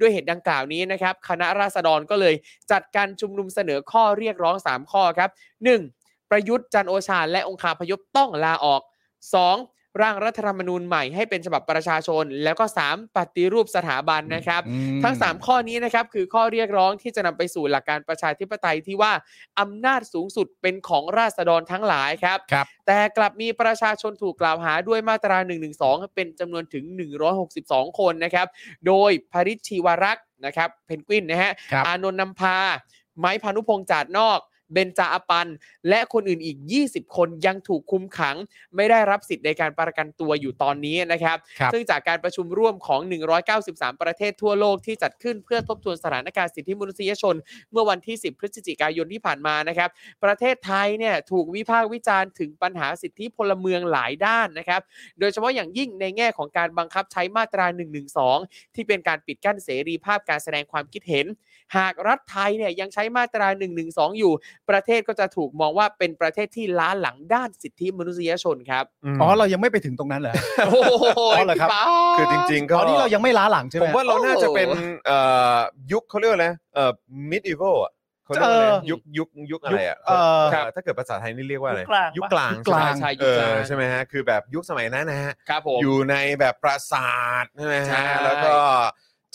ด้วยเหตุดังกล่าวนี้นะครับคณะราษฎรก็เลยจัดการชุมนุมเสนอข้อเรียกร้อง 3 ข้อครับ 1. ประยุทธ์จันทร์โอชาและองคาพยพต้องลาออก 2. ร่างรัฐธรรมนูญใหม่ให้เป็นฉบับประชาชน แล้วก็ 3. ปฏิรูปสถาบันนะครับ อืม ทั้ง 3 ข้อนี้นะครับคือข้อเรียกร้องที่จะนำไปสู่หลักการประชาธิปไตยที่ว่าอำนาจสูงสุดเป็นของราษฎรทั้งหลายครับ ครับ แต่กลับมีประชาชนถูกกล่าวหาด้วยมาตรา 112 เป็นจำนวนถึง 162 คนนะครับ โดยพริชชีวรักษ์นะครับเพนกวินนะฮะ ครับ อานนท์นำพา ไม้พานุพงษ์จาดนอก เบนจาอปัน และคนอื่นอีก 20 คนยังถูกคุมขัง ไม่ได้รับสิทธิ์ในการประกันตัวอยู่ตอนนี้นะครับ ครับ ซึ่งจากการประชุมร่วมของ 193 ประเทศทั่วโลกที่จัดขึ้นเพื่อทบทวนสถานการณ์สิทธิมนุษยชน เมื่อวันที่ 10 พฤศจิกายนที่ผ่านมานะครับ ประเทศไทยเนี่ยถูกวิพากษ์วิจารณ์ถึงปัญหาสิทธิพลเมืองหลายด้านนะครับ โดยเฉพาะอย่างยิ่งในแง่ของการบังคับใช้มาตรา 112 ที่เป็นการปิดกั้นเสรีภาพการแสดงความคิดเห็น หากรัฐไทยเนี่ยยังใช้มาตรา 112 อยู่ ประเทศก็จะถูกมองว่าเป็นประเทศที่ล้าหลังด้านสิทธิมนุษยชนครับ อ๋อเรายังไม่ไปถึงตรงนั้นเหรอ โอ้โห อ๋อเหรอครับ พี่ปา คือจริง ๆ ก็ ตอนนี้เรายังไม่ล้าหลังใช่ไห ผม มว่าเราน่าจะเป็น โอ้ เอ่อยุคเขาเรียกว่าอะไรเอ่อ medieval อ่ะเขาเรียกว่าอะไร เออ ยุคยุคยุคอะไรอ่ะ เอ่อ เถ้าเกิดภาษาไทยนี่เรียกว่าอะไร ยุ ค ค ก ก ลา ลาง ง ปะ ใช่ เอ ยุคกลาง อใช่ไหมฮะคือแบบยุคสมัยนั้นนะฮะ ครับผม อยู่ในแบบปราสาทใช่ไหม ใช่ ฮะแล้วก็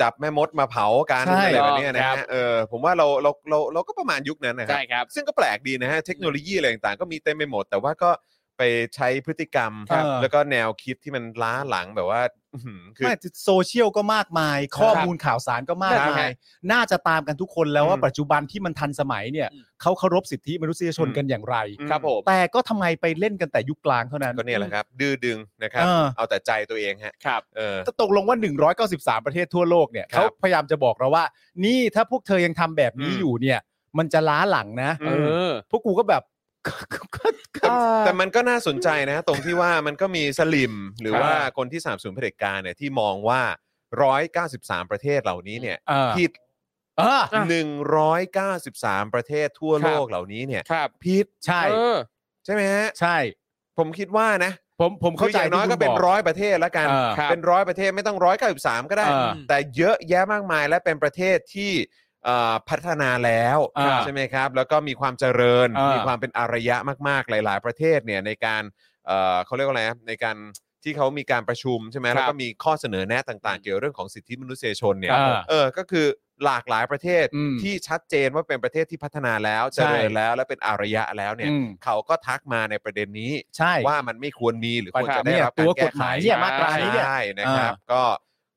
จับแม่มดมาเผากัน ใช่ อะไรแบบเนี้ยนะ ครั ฮะ บ เออผมว่าเราเราเราเราก็ประมาณยุคนั้นนะครั ใช่ครับ ซึ่งก็แปลกดีนะฮะเทคโนโลยีอะไรต่างๆก็มีเต็มไปหมด แต่ว่าก็ไปใช้พฤติกรรม ครับ แล้วก็แนวคิดที่มันล้าหลังแบบว่าอื้อหือคือ ไม่โซเชียลก็มากมาย ข้อมูลข่าวสารก็มาก ครับ มาย น่าจะตามกันทุกคนแล้ว อื ว่าม ปัจจุบันที่มันทันสมัยเนี่ย อืม เขาเคารพสิทธิมนุษยชน อืม กันอย่างไร อืม ครับผม แต่ก็ทำไมไปเล่นกันแต่ยุคกลางเท่านั้น ก็เนี่ยแหละครับ ดื้อดึงนะครับ เออ เอาแต่ใจตัวเองฮะ ครับ เออ ถ้าตกลงว่า 193 ประเทศทั่วโลกเนี่ย ครับ เขาพยายามจะบอกเราว่า นี่ถ้าพวกเธอยังทำแบบนี้ อืม อยู่เนี่ย มันจะล้าหลังนะ อื เอ ม อ พวกกูก็แบบ แต่แต่มันก็น่าสนใจนะ ตรงที่ว่ามันก็มีสลิม หรือ ครับ ว่าคนที่สามสูนเผด็จการเนี่ยที่มองว่า 193 ประเทศเหล่านี้เนี่ย เออ ผิด เออ อ่ะ 193 ประเทศทั่วโลก ครับ เหล่านี้เนี่ย ครับ ผิด ใช่ เออ ใช่ไหมฮะ ใช่ ผมคิดว่านะ ผมผมเข้าใจ คืออย่งน้อย ที่ ก็ คุณ เป็น บ ร้อยประเทศละกัน เออ ครับ เป็นร้อยประเทศไม่ต้องร้อยเก้าสิบสามก็ได้ เออ แต่เยอะแยะมากมายและเป็นประเทศที่เอ่อพัฒนาแล้ว เออ ใช่ไหมครับ แล้วก็มีความเจริญ เออ มีความเป็นอารยะมากๆหลาย ๆ ประเทศเนี่ยในการเอ่อเขาเรียกว่าอะไรนะในการที่เขามีการประชุมใช่ไหม ครับ แล้วก็มีข้อเสนอแนะต่าง ๆ เกี่ยวเรื่องของสิทธิมนุษยชนเนี่ย เออ เออ ก็คือหลากหลายประเทศ อืม ที่ชัดเจนว่าเป็นประเทศที่พัฒนาแล้วเจ ใช่ ริญแล้วและเป็นอารยะแล้วเนี่ย อืม เขาก็ทักมาในประเด็นนี้ ใช่ ว่ามันไม่ควรมีหรือ ปั ควรญหา จะได้ เนี่ย รับ ตัว การ ก แก้ ฎ ไข หมายเนี่ยมาตรานี้เนี่ย ใช่นะครับ ก็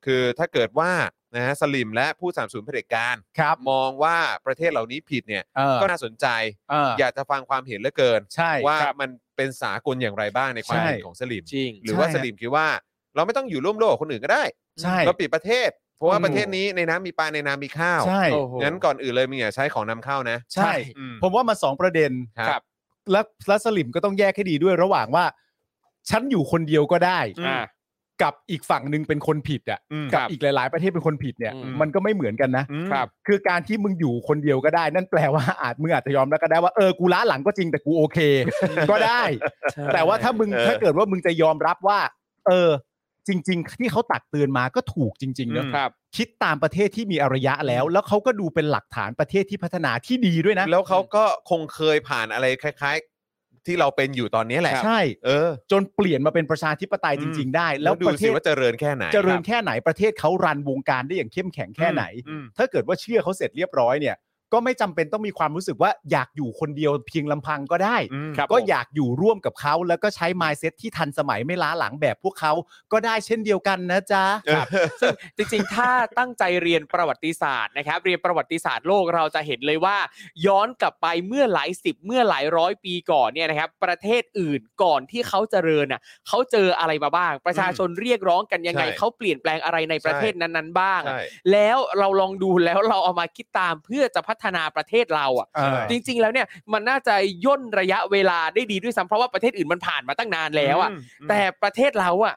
คือถ้าเกิดว่านะฮะสลิมและผู้สามสูนเผด็จการ ครับ มองว่าประเทศเหล่านี้ผิดเนี่ย เออ ก็น่าสนใจ เออ อยากจะฟังความเห็นเหลือเกิน ใช่ ว่ามันเป็นสากลอย่างไรบ้างในความ ใช่ เห็นของสลิม จริง หรือว่า ใช่ สลิมคิดว่า เราไม่ต้องอยู่ร่วมโลกกับคนอื่นก็ได้ ใช่ เราปิดประเทศ เพราะว่า อืม ประเทศนี้ในน้ำมีปลาในน้ำมีข้าว ใช่ โอ้โห งั้นก่อนอื่นเลยมึงอย่าใช้ของนำเข้านะ ใช่ อืม ผมว่ามันสองประเด็น ครับ และและสลิมก็ต้องแยกให้ดีด้วยระหว่างว่า ฉันอยู่คนเดียวก็ได้ อ่า กับอีกฝั่งหนึ่งเป็นคนผิดอ่ะ อืม กับ ครับ อีกหลาย ๆ ประเทศเป็นคนผิดเนี่ย อืม มันก็ไม่เหมือนกันนะ อืม ครับ คือการที่มึงอยู่คนเดียวก็ได้ นั่นแปลว่าอาจมึงอาจจะยอมแล้วก็ได้ว่าเออกูล้าหลังก็จริงแต่กูโอเค ก็ได้ แต่ว่าถ้ามึง เออ ถ้าเกิดว่ามึงจะยอมรับว่า เออ จริง ๆ ที่เขาตักเตือนมาก็ถูกจริงๆเนอะ ครับ คิดตามประเทศที่มีอารยะแล้ว แล้วเขาก็ดูเป็นหลักฐานประเทศที่พัฒนาที่ดีด้วยนะ แล้วเขาก็คงเคยผ่านอะไรคล้าย ๆ ที่เราเป็นอยู่ตอนนี้แหละ ใช่ เออ จนเปลี่ยนมาเป็นประชาธิปไตยจริง ๆ ได้ แล้ แล้ว ว ดู ประเท สิ ศ ว่าเจริญแค่ไหน เจริญแค่ไหนประเทศเขารันวงการได้อย่างเข้มแข็งแค่ไหน อืม ถ้าเกิดว่าเชื่อเขาเสร็จเรียบร้อยเนี่ย ก็ไม่จำเป็นต้องมีความรู้สึกว่าอยากอยู่คนเดียวเพียงลำพังก็ได้ อืม ก็อยากอยู่ร่วมกับเขาแล้วก็ใช้ mindset ที่ทันสมัยไม่ล้าหลังแบบพวกเขาก็ได้เช่นเดียวกันนะจ๊ะ ซึ่งจริงๆ ถ้าตั้งใจเรียนประวัติศาสตร์นะครับ เรียนประวัติศาสตร์โลกเราจะเห็นเลยว่า ย้อนกลับไปเมื่อหลายสิบเมื่อหลายร้อยปีก่อนเนี่ยนะครับ ประเทศอื่นก่อนที่เขาเจริญน่ะเขาเจออะไรมาบ้าง ประชาชนเรียกร้องกันยังไง ใช่ เขาเปลี่ยนแปลงอะไรในประเทศนั้นๆบ้าง ใช่ แล้วเราลองดูแล้วเราเอามาคิดตามเพื่อจะพัฒนาประเทศเราอ่ะ เออ จริงๆ แล้วเนี่ยมันน่าจะย่นระยะเวลาได้ดีด้วยซ้ำเพราะว่าประเทศอื่นมันผ่านมาตั้งนานแล้วอ่ะ ม แต่ประเทศเราอ่ะ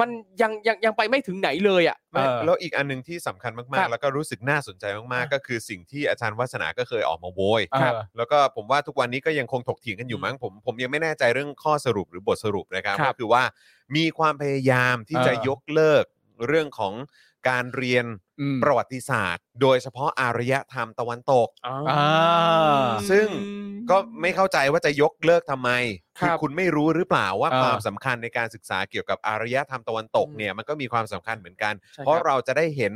มันยังยังยังไปไม่ถึงไหนเลยอ่ะ ไม่ เออ แล้วอีกอันหนึงที่สำคัญมา ครั กๆบแล้วก็รู้สึกน่าสนใจมากๆ ก็คือสิ่งที่อาจารย์วัฒนาก็เคยออกมาโวย ครับ แล้วก็ผมว่าทุกวันนี้ก็ยังคงถกเถียงกันอยู่มั้งผมผมยังไม่แน่ใจเรื่องข้อสรุปหรือบทสรุปนะครับ ครั ก็ บ คือว่ามีความพยายามที่จะ เออย กเลิกเรื่องของ การเรียน อืม ประวัติศาสตร์ โดยเฉพาะอารยธรรมตะวันตก อ่า ซึ่ง ก็ไม่เข้าใจว่าจะยกเลิกทำไม ครับ คุณไม่รู้หรือเปล่าว่า เออ ความสำคัญในการศึกษาเกี่ยวกับอารยธรรมตะวันตกเนี่ยมันก็มีความสำคัญเหมือนกัน ใช่ เพราะ ครับ เราจะได้เห็น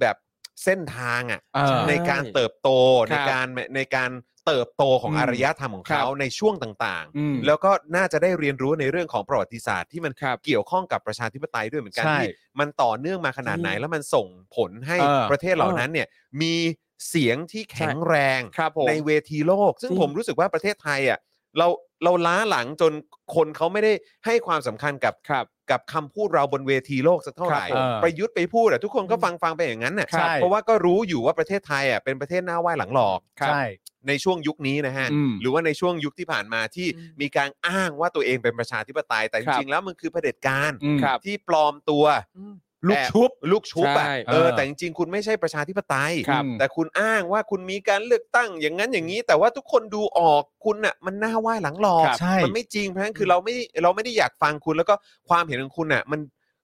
แบบเส้นทางอ่ะ เออ ในการเติบโต ค ใน รับ การในการเติบโตของ อืม อารยธรรมของ ครับ เขาในช่วงต่าง อืม ๆ แล้วก็น่าจะได้เรียนรู้ในเรื่องของประวัติศาสตร์ที่มัน ครับ เกี่ยวข้องกับประชาธิปไตยด้วยเหมือนกัน ใช่ ที่มันต่อเนื่องมาขนาดไหน แล้วมันส่งผลให้ เออ ประเทศเหล่านั้นเนี่ยมีเสียงที่แข็งแรง ครับผม ในเวทีโลก ซึ่ง จริง ผมรู้สึกว่าประเทศไทยอ่ะเราเราล้าหลังจนคนเขาไม่ได้ให้ความสำคัญกับ ครับ กับคำพูดเราบนเวทีโลกสักเท่าไหร่ ครับผม ประยุทธ์ไปพูดอ่ะทุกคนก็ อืม ฟังฟังไปอย่างนั้นน่ะ ใช่ เพราะว่าก็รู้อยู่ว่าประเทศไทยอ่ะเป็นประเทศหน้าไหว้หลังหลอก ใช่ ในช่วงยุคนี้นะฮะ อืม หรือว่าในช่วงยุคที่ผ่านมาที่ อืม มีการอ้างว่าตัวเองเป็นประชาธิปไตยแต่จ ครับ ริงๆแล้วมันคือเผด็จการ อืม ครับ ที่ปลอมตัว อืม ลูกชุบ ลูกชุบอ่ะ ใช่ เออ เออ แต่จริงๆคุณไม่ใช่ประชาธิปไตย ครับ แต่คุณอ้างว่าคุณมีการเลือกตั้งอย่างนั้นอย่างนี้ แต่ว่าทุกคนดูออกคุณน่ะมันหน้าไหว้หลังหลอก ครับใช่ มันไม่จริงเพราะฉะนั้นคือเราไม่เราไม่ได้อยากฟังคุณแล้วก็ความเห็นของคุณน่ะมัน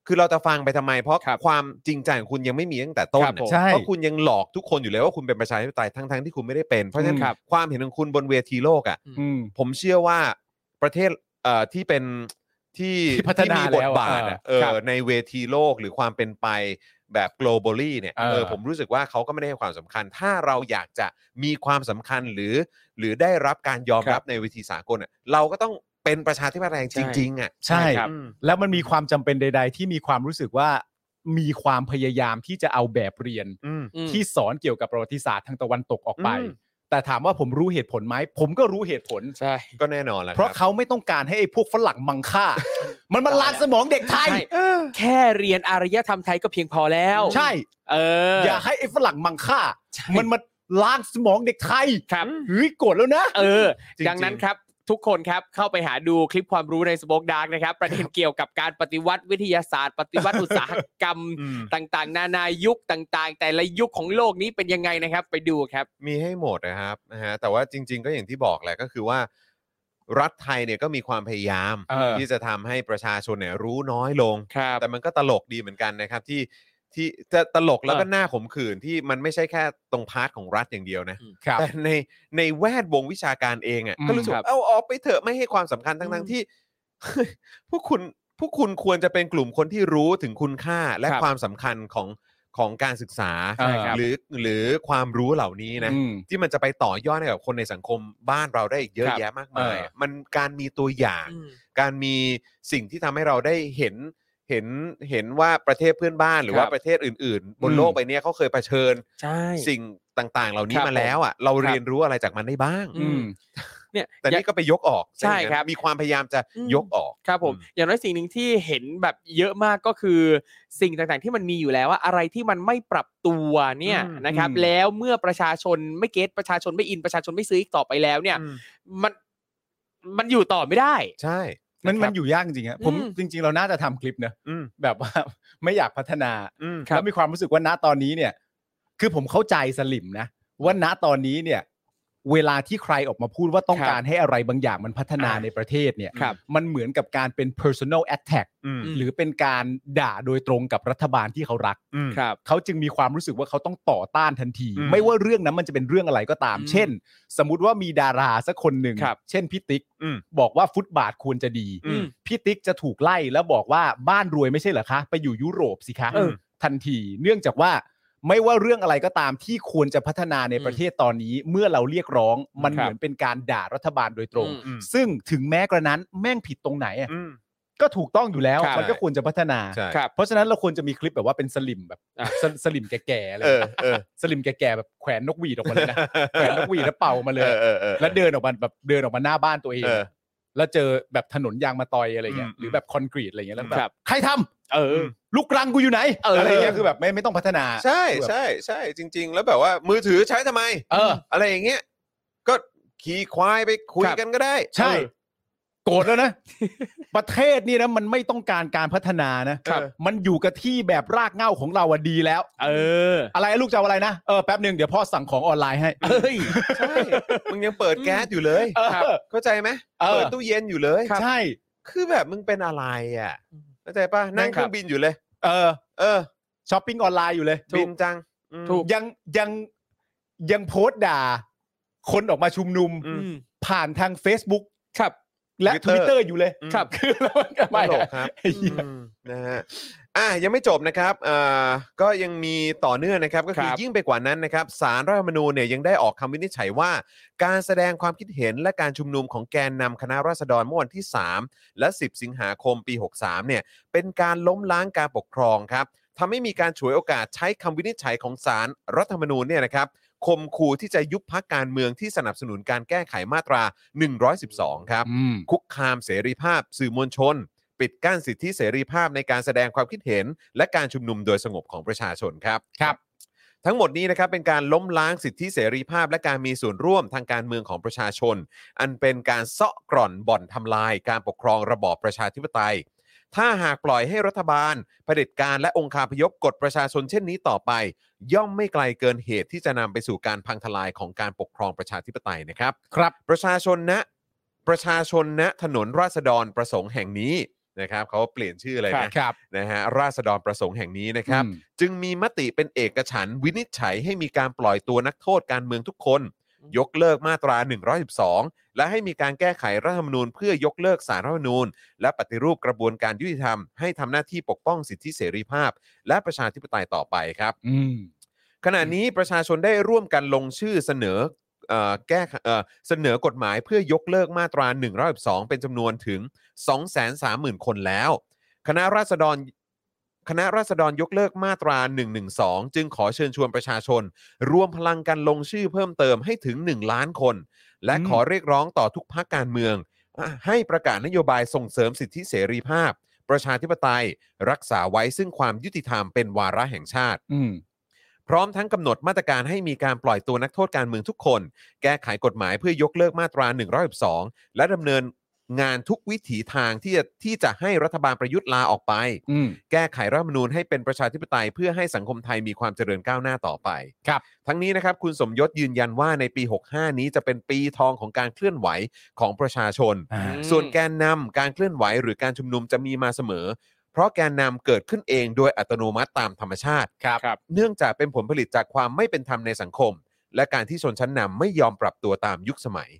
คือเราจะฟังไปทำไม เพราะ ครับ ความจริงใจของคุณยังไม่มีตั้งแต่ต้น ครับ น่ะ ผม ใช่ เพราะคุณยังหลอกทุกคนอยู่เลยว่าคุณเป็นประชาธิปไตยทั้งๆที่คุณไม่ได้เป็นเพราะฉะนั้น ครับ ความเห็นของคุณบนเวทีโลกอ่ะ อืม ผมเชื่อว่าประเทศเอ่อที่เป็นที่ ที่พัฒนา มีบทบาทอะ แล้วอะ เออในเวทีโลกหรือความเป็นไปแบบ globally เนี่ย เออ เออผมรู้สึกว่าเขาก็ไม่ได้ให้ความสำคัญ ถ้าเราอยากจะมีความสำคัญหรือ หรือได้รับการยอม ครับ รับในเวทีสากลอะเราก็ต้องเป็นประชาธิปไตยจริง ๆอ่ะ ใช่ ครับ แล้วมันมีความจำเป็นใด ๆ ที่มีความรู้สึกว่ามีความพยายามที่จะเอาแบบเรียน อืม อืม ที่สอนเกี่ยวกับประวัติศาสตร์ทางตะวันตกออกไป อืม แต่ถามว่าผมรู้เหตุผลไหม ผมก็รู้เหตุผล ใช่ ก็แน่นอนแหละ เพราะ คบ เขาไม่ต้องการให้ไอ้พวกฝรั่งมังค่า มันมาล้างสมองเด็กไทย ใช่ แค่เรียนอารยธรรมไทยก็เพียงพอแล้ว ใช่ เออ อ อ ย่าให้ไอ้ฝรั่งมังค่า ใช่ มันมาล้างสมองเด็กไทย ครับ เฮ้ยโกรธแล้วนะ เออ จริงๆ ดังนั้นครับ ทุกคนครับ เข้าไปหาดูคลิปความรู้ในส o ป e กดาร์กนะครับ ประเด็นเกี่ยวกับการปฏิวัติวิทยาศาสตร์ ปฏิวัติอุตสาหกรรม อืม ต่างๆ นานายุคต่างๆ แต่ละยุคของโลกนี้เป็นยังไงนะครับ ไปดูครับ มีให้หมดนะครับนะฮะแต่ว่าจริง ๆ ก็อย่างที่บอกแหละก็คือว่า รัฐไทยเนี่ยก็มีความพยายาม เออ ที่จะทำให้ประชาชนเนี่ยรู้น้อยลง ครับ แต่มันก็ตลกดีเหมือนกันนะครับที่ที่จะตลกแล้วก็ เออ หน้าขมขื่นที่มันไม่ใช่แค่ตรงพาร์ทของรัฐอย่างเดียวนะครับ แต่ในในแวดวงวิชาการเองอ่ะ อืม ก็รู้สึก ครับ เอาออกไปเถอะไม่ให้ความสำคัญทั้ง อื ทั้ง ม ที่ พวกคุณพวกคุณควรจะเป็นกลุ่มคนที่รู้ถึงคุณค่าและ ครับ ความสำคัญของของการศึกษา ใช่ครับ หรือหรือความรู้เหล่านี้นะ อืม ที่มันจะไปต่อยอดให้กับคนในสังคมบ้านเราได้อีกเยอะ ครับ แยะมากมาย เออ มันการมีตัวอย่าง อืม การมีสิ่งที่ทำให้เราได้เห็นเห็นเห็นว่าประเทศเพื่อนบ้านหรือ ครับ ว่าประเทศอื่น ๆ บน อืม โลกใบเนี้ยเขาเคยเผชิญ ใช่ สิ่งต่าง ๆ เหล่านี้ ครับ มาแล้วอ่ะเรา ครับ เรียนรู้อะไรจากมันได้บ้าง อื อืม เนี่ย แต่นี่ก็ไปยกออก ใช่ครับ มีความพยายามจะยกออก ครับผม อืม อย่างน้อยสิ่งหนึ่งที่เห็นแบบเยอะมากก็คือ สิ่งต่างๆที่มันมีอยู่แล้วว่าอะไรที่มันไม่ปรับตัวเนี่ย อืม นะครับ อืม แล้วเมื่อประชาชนไม่เก็ตประชาชนไม่อินประชาชนไม่ซื้ออีกต่อไปแล้วเนี่ย อืม มันมันอยู่ต่อไม่ได้ ใช่ มัน นะครับ มันอยู่ยากจริงๆฮะผม อืม จริง ๆ เราน่าจะทำคลิปเนอะ อืม แบบว่า ไม่อยากพัฒนา อืม ครับ แล้วมีความรู้สึกว่าณตอนนี้เนี่ย คือผมเข้าใจสลิมนะ ว่าณตอนนี้เนี่ย เวลาที่ใครออกมาพูดว่าต้อง ครับ การให้อะไรบางอย่างมันพัฒนา อ่า ในประเทศเนี่ย ครับ มันเหมือนกับการเป็น personal attack อืม อืม หรือเป็นการด่าโดยตรงกับรัฐบาลที่เขารัก อืม ครับ เขาจึงมีความรู้สึกว่าเขาต้องต่อต้านทันที อืม ไม่ว่าเรื่องนั้นมันจะเป็นเรื่องอะไรก็ตาม อืม เช่น สมมติว่ามีดาราสักคนหนึ่ง ครับ เช่นพี่ติ๊ก อืม บอกว่าฟุตบาทควรจะดี อืม พี่ติ๊กจะถูกไล่แล้วบอกว่าบ้านรวยไม่ใช่เหรอคะ ไปอยู่ยุโรปสิคะ เออ ทันที เนื่องจากว่าไม่ว่าเรื่องอะไรก็ตามที่ควรจะพัฒนาในประเทศตอนนี้ เมื่อเราเรียกร้องมัน ครับ เหมือนเป็นการด่ารัฐบาลโดยตรง อืม อืม ซึ่งถึงแม้กระนั้นแม่งผิดตรงไหนอะ อืม ก็ถูกต้องอยู่แล้ว ครับ มันก็ควรจะพัฒนา ใช่ ครับ เพราะฉะนั้นเราควรจะมีคลิปแบบว่าเป็นสลิมแบบ อ่ะ สสลิมแก่ๆอะไร เออเออ สลิมแก่ๆแบบแขวนนกหวีดออกมาเลยนะ แขวนนกหวีดแล้วเป่ามาเลอยอออออ แล้วเดินออกมาแบบเดินออกมาหน้าบ้านตัวเอง เออ แล้วเจอแบบถนนยางมาตอยอะไรเงี้ย อืม หรือแบบคอนกรีตอะไรเงี้ยแล้วแบ ครับ บใครทำ เออ ลูกรังกูอยู่ไหน เอออ อะไรเงี้ยคือแบบไม่ไม่ต้องพัฒนา ใช่ คือแบบ ใช่ใช่จริง ๆ แล้วแบบว่ามือถือใช้ทำไม เออ อะไรอย่างเงี้ย ก็ขี่ควายไปคุย ครับ กันก็ได้ ใช่ เออ โกรธแล้วนะ ประเทศนี่นะมันไม่ต้องการการพัฒนานะครับ มันอยู่กับที่แบบรากเหง้าของเราอะดีแล้ว เออ อะไรลูกจะเอาอะไรนะเออแป๊บหนึ่งเดี๋ยวพ่อสั่งของออนไลน์ให้ เอ้ย ใช่ มึงยังเปิดแก๊สอยู่เลย เออ ครับ เข้าใจไหม เออ เปิดตู้เย็นอยู่เลย ใช่ คือแบบมึงเป็นอะไรอ่ะ เข้าใจป่ะ นั่งเครื่องบินอยู่เลย เออ เออ ช้อปปิ้งออนไลน์อยู่เลย บินจังอืม ถูก ยังยังยังโพสต์ด่า คนออกมาชุมนุม อืม อืม ผ่านทาง Facebook ครับ และ Twitter Twitter อยู่เลย อืม ครับ คือแล้วมันก็ ต ไม่ ลกครับ ไอ้เหี้ย อืมนะฮะอ่ะยังไม่จบนะครับอ่าก็ยังมีต่อเนื่องนะครับ ก็คือ ครับ ยิ่งไปกว่านั้นนะครับสารรัฐธรรมนูญเนี่ยยังได้ออกคำวินิจฉัยว่า การแสดงความคิดเห็นและการชุมนุมของแกนนำคณะราษฎรเมื่อวันที่ 3 และ 10 สิงหาคมปี 63เนี่ยเป็นการล้มล้างการปกครองครับทำให้มีการฉวยโอกาสใช้คำวินิจฉัยของสารรัฐธรรมนูญเนี่ยนะครับคมคูที่จะยุบพักการเมืองที่สนับสนุนการแก้ไขมาตรา 112 ครับ คุกคามเสรีภาพ สื่อมวลชน ปิดกั้นสิทธิเสรีภาพในการแสดงความคิดเห็น และการชุมนุมโดยสงบของประชาชนครับ ครับ ทั้งหมดนี้นะครับเป็นการล้มล้างสิทธิเสรีภาพ และการมีส่วนร่วมทางการเมืองของประชาชน อันเป็นการเซาะกร่อนบ่อนทำลาย การปกครองระบอบประชาธิปไตย ถ้าหากปล่อยให้รัฐบาลเผด็จการและองคาพยพกดประชาชนเช่นนี้ต่อไป ย่อมไม่ไกลเกินเหตุที่จะนำไปสู่การพังทลายของการปกครองประชาธิปไตยนะครับ ครับ ประชาชนณประชาชนณถนนราษฎรประสงค์แห่งนี้นะครับเขาเปลี่ยนชื่อเลยนะครับ นะฮะราษฎรประสงค์แห่งนี้นะครับ อืม จึงมีมติเป็นเอกฉันท์วินิจฉัยให้มีการปล่อยตัวนักโทษการเมืองทุกคน อืม ยกเลิกมาตรา 112 และให้มีการแก้ไขรัฐธรรมนูญเพื่อยกเลิกสารรัฐธรรมนูญ และปฏิรูปกระบวนการยุติธรรม ให้ทำหน้าที่ปกป้องสิทธิเสรีภาพ และประชาธิปไตยต่อไปครับ อืม ขณะนี้ประชาชนได้ร่วมกันลงชื่อเสนอเอ่อแก้ไขเอ่อเสนอกฎหมายเพื่อยกเลิกมาตรา1นึเป็นจำนวนถึง 230,000 คนแล้ว คณะราษฎรคณะราษฎรยกเลิกมาตรา 112 จึงขอเชิญชวนประชาชน รวมพลังกันลงชื่อเพิ่มเติมให้ถึง 1 ล้านคน และ อืม ขอเรียกร้องต่อทุกพักการเมือง ให้ประกาศนโยบายส่งเสริมสิทธิเสรีภาพ ประชาธิปไตย รักษาไว้ซึ่งความยุติธรรมเป็นวาระแห่งชาติ อืม พร้อมทั้งกำหนดมาตรการให้มีการปล่อยตัวนักโทษการเมืองทุกคน แก้ไขกฎหมายเพื่อยกเลิกมาตรา 112 และดำเนินงานทุกวิถีทางที่จะที่จะให้รัฐบาลประยุทธ์ลาออกไป อืม แก้ไขรัฐธรรมนูญให้เป็นประชาธิปไตยเพื่อให้สังคมไทยมีความเจริญก้าวหน้าต่อไป ครับ ทั้งนี้นะครับคุณสมยศยืนยันว่าในปี 65 นี้จะเป็นปีทองของการเคลื่อนไหวของประชาชน อ่า ส่วนแกนนำการเคลื่อนไหวหรือการชุมนุมจะมีมาเสมอ เพราะแกนนำเกิดขึ้นเองโดยอัตโนมัติตามธรรมชาติ ครับครับ เนื่องจากเป็นผลผลิตจากความไม่เป็นธรรมในสังคม และการที่ชนชั้นนำไม่ยอมปรับตัวตามยุคสมัย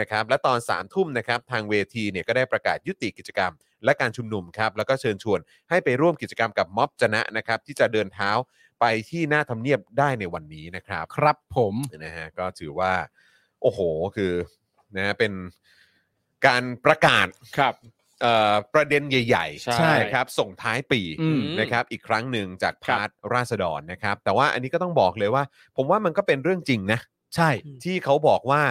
นะครับและตอน3ามทุ่มนะครับทางเวทีเนี่ยก็ได้ประกาศยุติกิจกรรม และการชุมนุมครับแล้วก็เชิญชวนให้ไปร่วมกิจกรรมกับม็อบจนะนะครับที่จะเดินเท้าไปที่หน้าทำเนียบได้ในวันนี้นะครับ ครับผม นะฮะก็ถือว่า โอ้โหคือนะฮะเป็นการประกาศ ครับ เอ่อประเด็นใหญ่ๆ ใช่ นะครับส่งท้ายปี อืม นะครับอีกครั้งหนึ่งจาก ครับ พาร์ทราษฎรนะครับ แต่ว่าอันนี้ก็ต้องบอกเลยว่า ผมว่ามันก็เป็นเรื่องจริงนะ ใช่ ที่เขาบอกว่า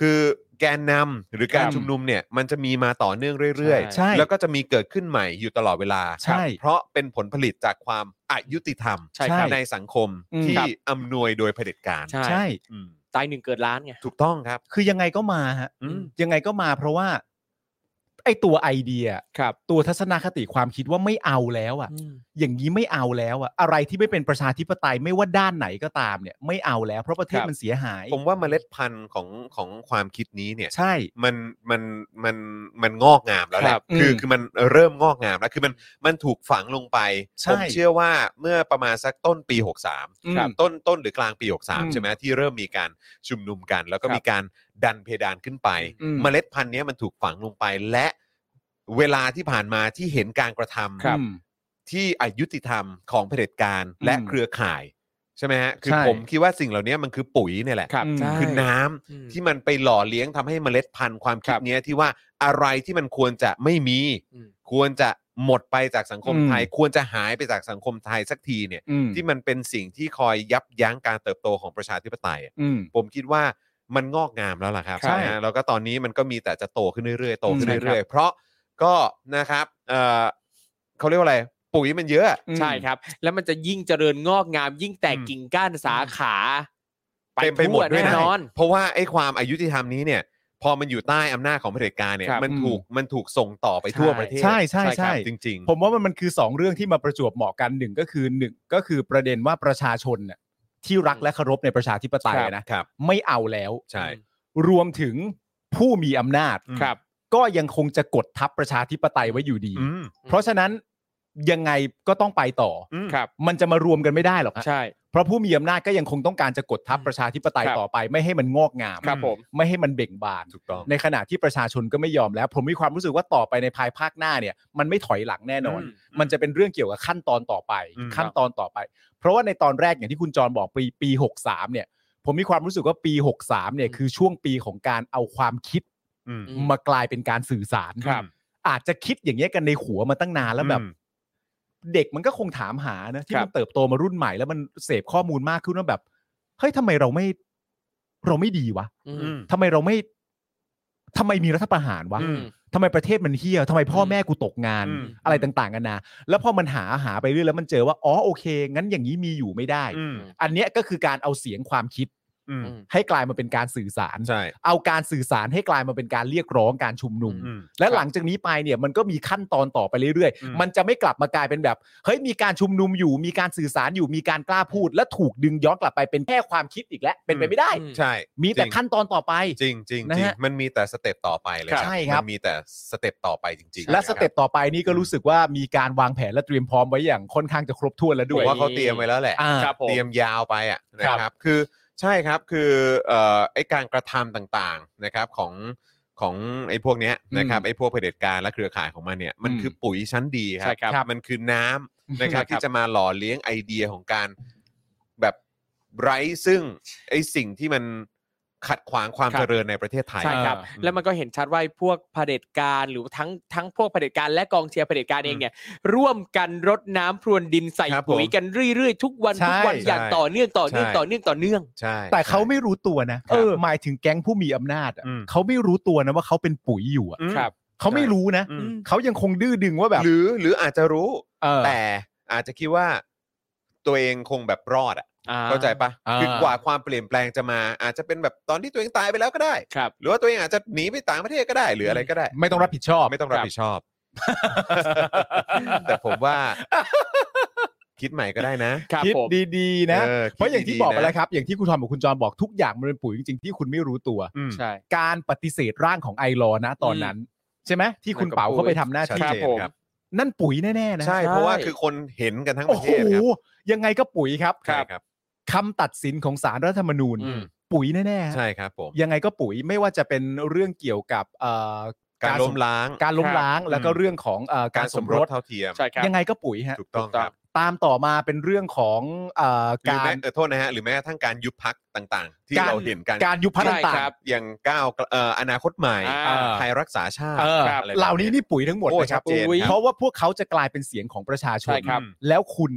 คือแกนนำหรือการ ครับ ชุมนุมเนี่ยมันจะมีมาต่อเนื่องเรื่อย ใช่ ๆ แล้วก็จะมีเกิดขึ้นใหม่อยู่ตลอดเวลา ใช่ เพราะเป็นผลผลิตจากความอายุติธรรม ใช่ครับ ในสังคม อืม ที่อำนวยโดยเผด็จการ ใช่ ใช่ อืม ตายหนึ่งเกิดล้านไง ถูกต้องครับ คือยังไงก็มาฮะ อืม ยังไงก็มาเพราะว่า ไอตัวไอเดีย ครับ ตัวทัศนคติความคิดว่าไม่เอาแล้วอะอย่างนี้ไม่เอาแล้วอะอะไรที่ไม่เป็นประชาธิปไตยไม่ว่าด้านไหนก็ตามเนี่ย ไม่เอาแล้ว เพราะประเทศ ครับ มันเสียหาย ผมว่าเมล็ดพันธุ์ของของความคิดนี้เนี่ย ใช่ มันมันมันมันงอกงามแล้วแห ครั ละ บ คือ อืม คือมันเริ่มงอกงามแล้วคือมันมันถูกฝังลงไปผใช่มเชื่อว่าเมื่อประมาณสักต้นปี อืม 63ครับต้นต้นหรือกลางปี อื 63 ม ใช่ไหมที่เริ่มมีการชุมนุมกัน แล้วก็ ครับ มีการดันเพดานขึ้นไป อืม เมล็ดพันธุ์เนี้ยมันถูกฝังลงไปและเวลาที่ผ่านมาที่เห็นการกระทำ ครับ ที่อายุติธรรมของเผด็จการและ อืม เครือข่ายใช่ไหมฮะคือ ใช่ ผมคิดว่าสิ่งเหล่านี้มันคือปุ๋ยเนี่ยแหละ ครับ อืม ใช่ คือน้ำ อืม ที่มันไปหล่อเลี้ยงทำให้เมล็ดพันธุ์ความคิดครับ เนี้ยที่ว่าอะไรที่มันควรจะไม่มี อืม ควรจะหมดไปจากสังคม อืม ไทย ควรจะหายไปจากสังคมไทยสักทีเนี่ย อืม ที่มันเป็นสิ่งที่คอยยับยั้งการเติบโตของประชาธิปไตยอะ อืม ผมคิดว่ามันงอกงามแล้วล่ะครับ ใช่ นะฮะแล้วก็ตอนนี้มันก็มีแต่จะโตขึ้นเรื่อยๆโตขึ้น ใช่ครับ เรื่อยๆเพราะก็นะครับเอ่อเขาเรียกว่าอะไร ปุ๋ยมันเยอะ ใช่ครับ แล้วมันจะยิ่งเจริญงอกงาม ยิ่งแตก อืม กิ่งก้านสาขา เต็มไปหมด ทั่ ด้วย แน่ นะ นอน เพราะว่าไอ้ความอายุติธรรมนี้เนี่ย พอมันอยู่ใต้อำนาจของเผด็จการเนี่ย ครับ มัน อืม ถูกมันถูกส่งต่อไปทั่วประเทศ ใช่ใช่ ค ใช่ รับจริง ๆ ผมว่ามันมันคือ 2 เรื่องที่มาประจวบเหมาะกันหนึ่งก็คือหนึ่งก็คือประเด็นว่าประชาชนน่ะที่รักและเคารพในประชาธิปไตย ครับ นะครับ ไม่เอาแล้ว ใช่ รวมถึงผู้มีอำนาจ อืม ครับ ก็ยังคงจะกดทับประชาธิปไตยไว้อยู่ดี อืม เพราะฉะนั้น ยังไงก็ต้องไปต่ออ ครับ มันจะมารวมกันไม่ได้หรอกฮะ ใช่ เพราะผู้มีอำนาจก็ยังคงต้องการจะกดทับประชาธิปไตย ครับ ต่อไป ไม่ให้มันงอกงาม ครับผม ไม่ให้มันเบ่งบาน ถูกต้อง ในขณะที่ประชาชนก็ไม่ยอมแล้ว ผมมีความรู้สึกว่าต่อไปในภายภาคหน้าเนี่ยมันไม่ถอยหลังแน่นอน อืม มันจะเป็นเรื่องเกี่ยวกับขั้นตอนต่อไป อืม ขั้นตอนต่อไป เพราะว่าในตอนแรกอย่างที่คุณจรบอกปีปี 63 เนี่ย ผมมีความรู้สึกว่าปี 63 เนี่ยคือช่วงปีของการเอาความคิด อืม อืม มากลายเป็นการสื่อสาร ครับ อาจจะคิดอย่างเงี้ยกันในหัวมาตั้งนานแล้วแบบ อืม เด็กมันก็คงถามหานะที่ ครับ มันเติบโตมารุ่นใหม่แล้วมันเสพข้อมูลมากขึ้นว่าแบบเฮ้ยทำไมเราไม่ เราไม่ดีวะ อืม อืม ทำไมเราไม่ทำไมมีรัฐประหารวะ อืม ทำไมประเทศมันเฮี้ยทำไมพ่อแม่กูตกงาน อืม อะไรต่างๆกันานาแล้วพอมันหาหาไปเรื่อยแล้วมันเจอว่าอ๋อโอเค งั้นอย่างนี้มีอยู่ไม่ได้ อืม อันเนี้ยก็คือการเอาเสียงความคิด อืม ให้กลายมาเป็นการสื่อสาร ใช่ เอาการสื่อสารให้กลายมาเป็นการเรียกร้องการชุมนุม อืม และหลังจากนี้ไปเนี่ยมันก็มีขั้นตอนต่อไปเรื่อย อืม ๆ มันจะไม่กลับมากลายเป็นแบบเฮ้ยมีการชุมนุมอยู่ มีการสื่อสารอยู่มีการกล้าพูด และถูกดึงย้อนกลับไปเป็นแค่ความคิดอีกแล้วเป็นไปไม่ได้ อืม ใช่ มีแต่ จริง ขั้นตอนต่อไป จริงจริง นะ จริง ฮะ มันมีแต่สเต็ปต่อไปเลย ครับใช่ครับ มันมีแต่สเต็ปต่อไปจริงๆ และ นค ส รับ เต็ปต่อไปนี่ก็รู้สึกว่ามีการวางแผนและเตรียมพร้อมไว้อย่างค่อนข้างจะครบถ้วนแล้ว ผ ด้ ม วย ว่าเขาเตรียมไว้แล้วแหละ อ่า ครับผม เตรียมยาวไปอ่ะนะค ครั รับบ คือใช่ครับคือเอ่อไอการกระทำต่างๆนะครับของของไอ้พวกเนี้ยนะครับไอ้พวกเผด็จการและเครือข่ายของมันเนี่ยมันคือปุ๋ยชั้นดีค ใช่ รับ ครับ มันคือน้ำนะครับ ใช่ครับ ที่จะมาหล่อเลี้ยงไอเดียของการแบบไร้ซึ่งไอสิ่งที่มันขัดขวางความเจริญในประเทศไทย ใช่ครับ อ่า แล้วมันก็เห็นชัดว่าพวกเผด็จการหรือทั้งทั้งพวกเผด็จการและกองเชียร์เผด็จการเองเนี่ย ร่วมกันรดน้ำพรวนดินใส่ ครับผม ปุ๋ยกันเรื่อยๆ ทุกวัน ใช่ ทุกวันอย่าง ใช่ ต่อเนื่องต่อเนื่อง ใช่ ต่อเนื่องต่อเนื่อง ใช่ แต่เขาไม่รู้ตัวนะ เออ หมายถึงแก๊งผู้มีอำนาจอะ อืม เขาไม่รู้ตัวนะว่าเขาเป็นปุ๋ยอยู่อะ อืม ครับ เขาไม่รู้นะ อืม เขายังคงดื้อดึงว่าแบบ หรือหรืออาจจะรู้ เออ แต่อาจจะคิดว่าตัวเองคงแบบรอดอ่ะ อ่ เข้าใจปะ อ่า คือกว่าความเปลี่ยนแปลงจะมา อาจจะเป็นแบบตอนที่ตัวเองตายไปแล้วก็ได้ ครับ หรือว่าตัวเองอาจจะหนีไปต่างประเทศก็ได้ หรืออะไรก็ได้ ไม่ต้องรับผิดชอบ ไม่ต้องรับผิดชอบ แต่ผมว่า คิดใหม่ก็ได้นะครับ คิด ผม ดีๆนะ ออ เพราะอย่างที่ คิดดีๆ บอกไป นะ แล้วครับ อย่างที่คุณทอมกับคุณจอนบอกทุกอย่างมันเป็นปุ๋ยจริงๆที่คุณไม่รู้ตัว อืม ใช่ การปฏิเสธร่างของไอรอนะตอนนั้น ใช่ไหมที่คุณ นั่นก็ เป๋าเข้าไป ปุ๋ย ทำหน้า ชัด ที่ เจน ผม ครับ นั่นปุ๋ยแน่ๆนะ ใช่ ใช่ เพราะว่าคือคนเห็นกันทั้งป โอ้ ระ โห เทศครับ ยังไงก็ปุ๋ยครับ ใช่ครับ คำตัดสินของสารรัฐธรรมนูญ อืม ปุ๋ยแน่ๆฮะ ใช่ครับผม ยังไงก็ปุ๋ยไม่ว่าจะเป็นเรื่องเกี่ยวกับเอ่อ การล้มล้าง การล้มล้างแล้วก็ อืม เรื่องของเอ่อ การสมรส กา เท่าเทียม ใช่ค ร รับ ยังไงก็ปุ๋ยฮะ ถูกต้องครับ ตามต่อมาเป็นเรื่องของเอ่อ หรือก า แม้ ร เออโทษนะฮะหรือแม้กระทั่งการยุบพักต่างๆ ที่ การ เราเห็นกัน การยุบพัก ใช่ ต่าง ครับ อย่างก้าวเอ่ออนาคตใหม่ อ่า ไทยรักษาชาติ เออ ครับะไรแบบ ๆเหล่านี้นี่ปุ๋ยทั้งหมด โอ้ นะค ชั รั ด บ เจน อุ้ย ค เพ รับ ราะว่าพวกเขาจะกลายเป็นเสียงของประชาช ใช่ น ครับ แล้วคุณ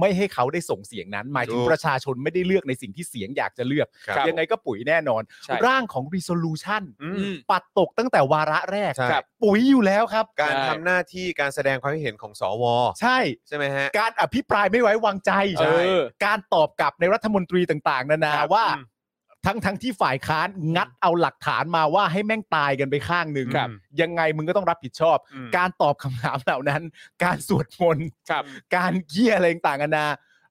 ไม่ให้เขาได้ส่งเสียงนั้น หมายถึง ถูก ประชาชนไม่ได้เลือกในสิ่งที่เสียงอยากจะเลือก ครับ ยังไงก็ปุ๋ยแน่นอน ใช่ ร่างของ resolution อืม อืม ปัดตกตั้งแต่วาระแรก ใช่ ครับปุ๋ยอยู่แล้วครับ การ ใช่ ทำหน้าที่การแสดงความคิดเห็นของสว ใช่ ใช่ไหมฮะ การอภิปรายไม่ไว้วางใจ ใช่ เออการตอบกลับในรัฐมนตรีต่าง ๆ นานา ครับ ว่า อืม ทั้งทั้งที่ฝ่ายค้านงัดเอาหลักฐานมาว่าให้แม่งตายกันไปข้างหนึ่ง ครับ ยังไงมึงก็ต้องรับผิดชอบ อืม การตอบคำถามเหล่านั้น การสวดมนต์ ครับ การเกี้ยอะไรต่างๆนานา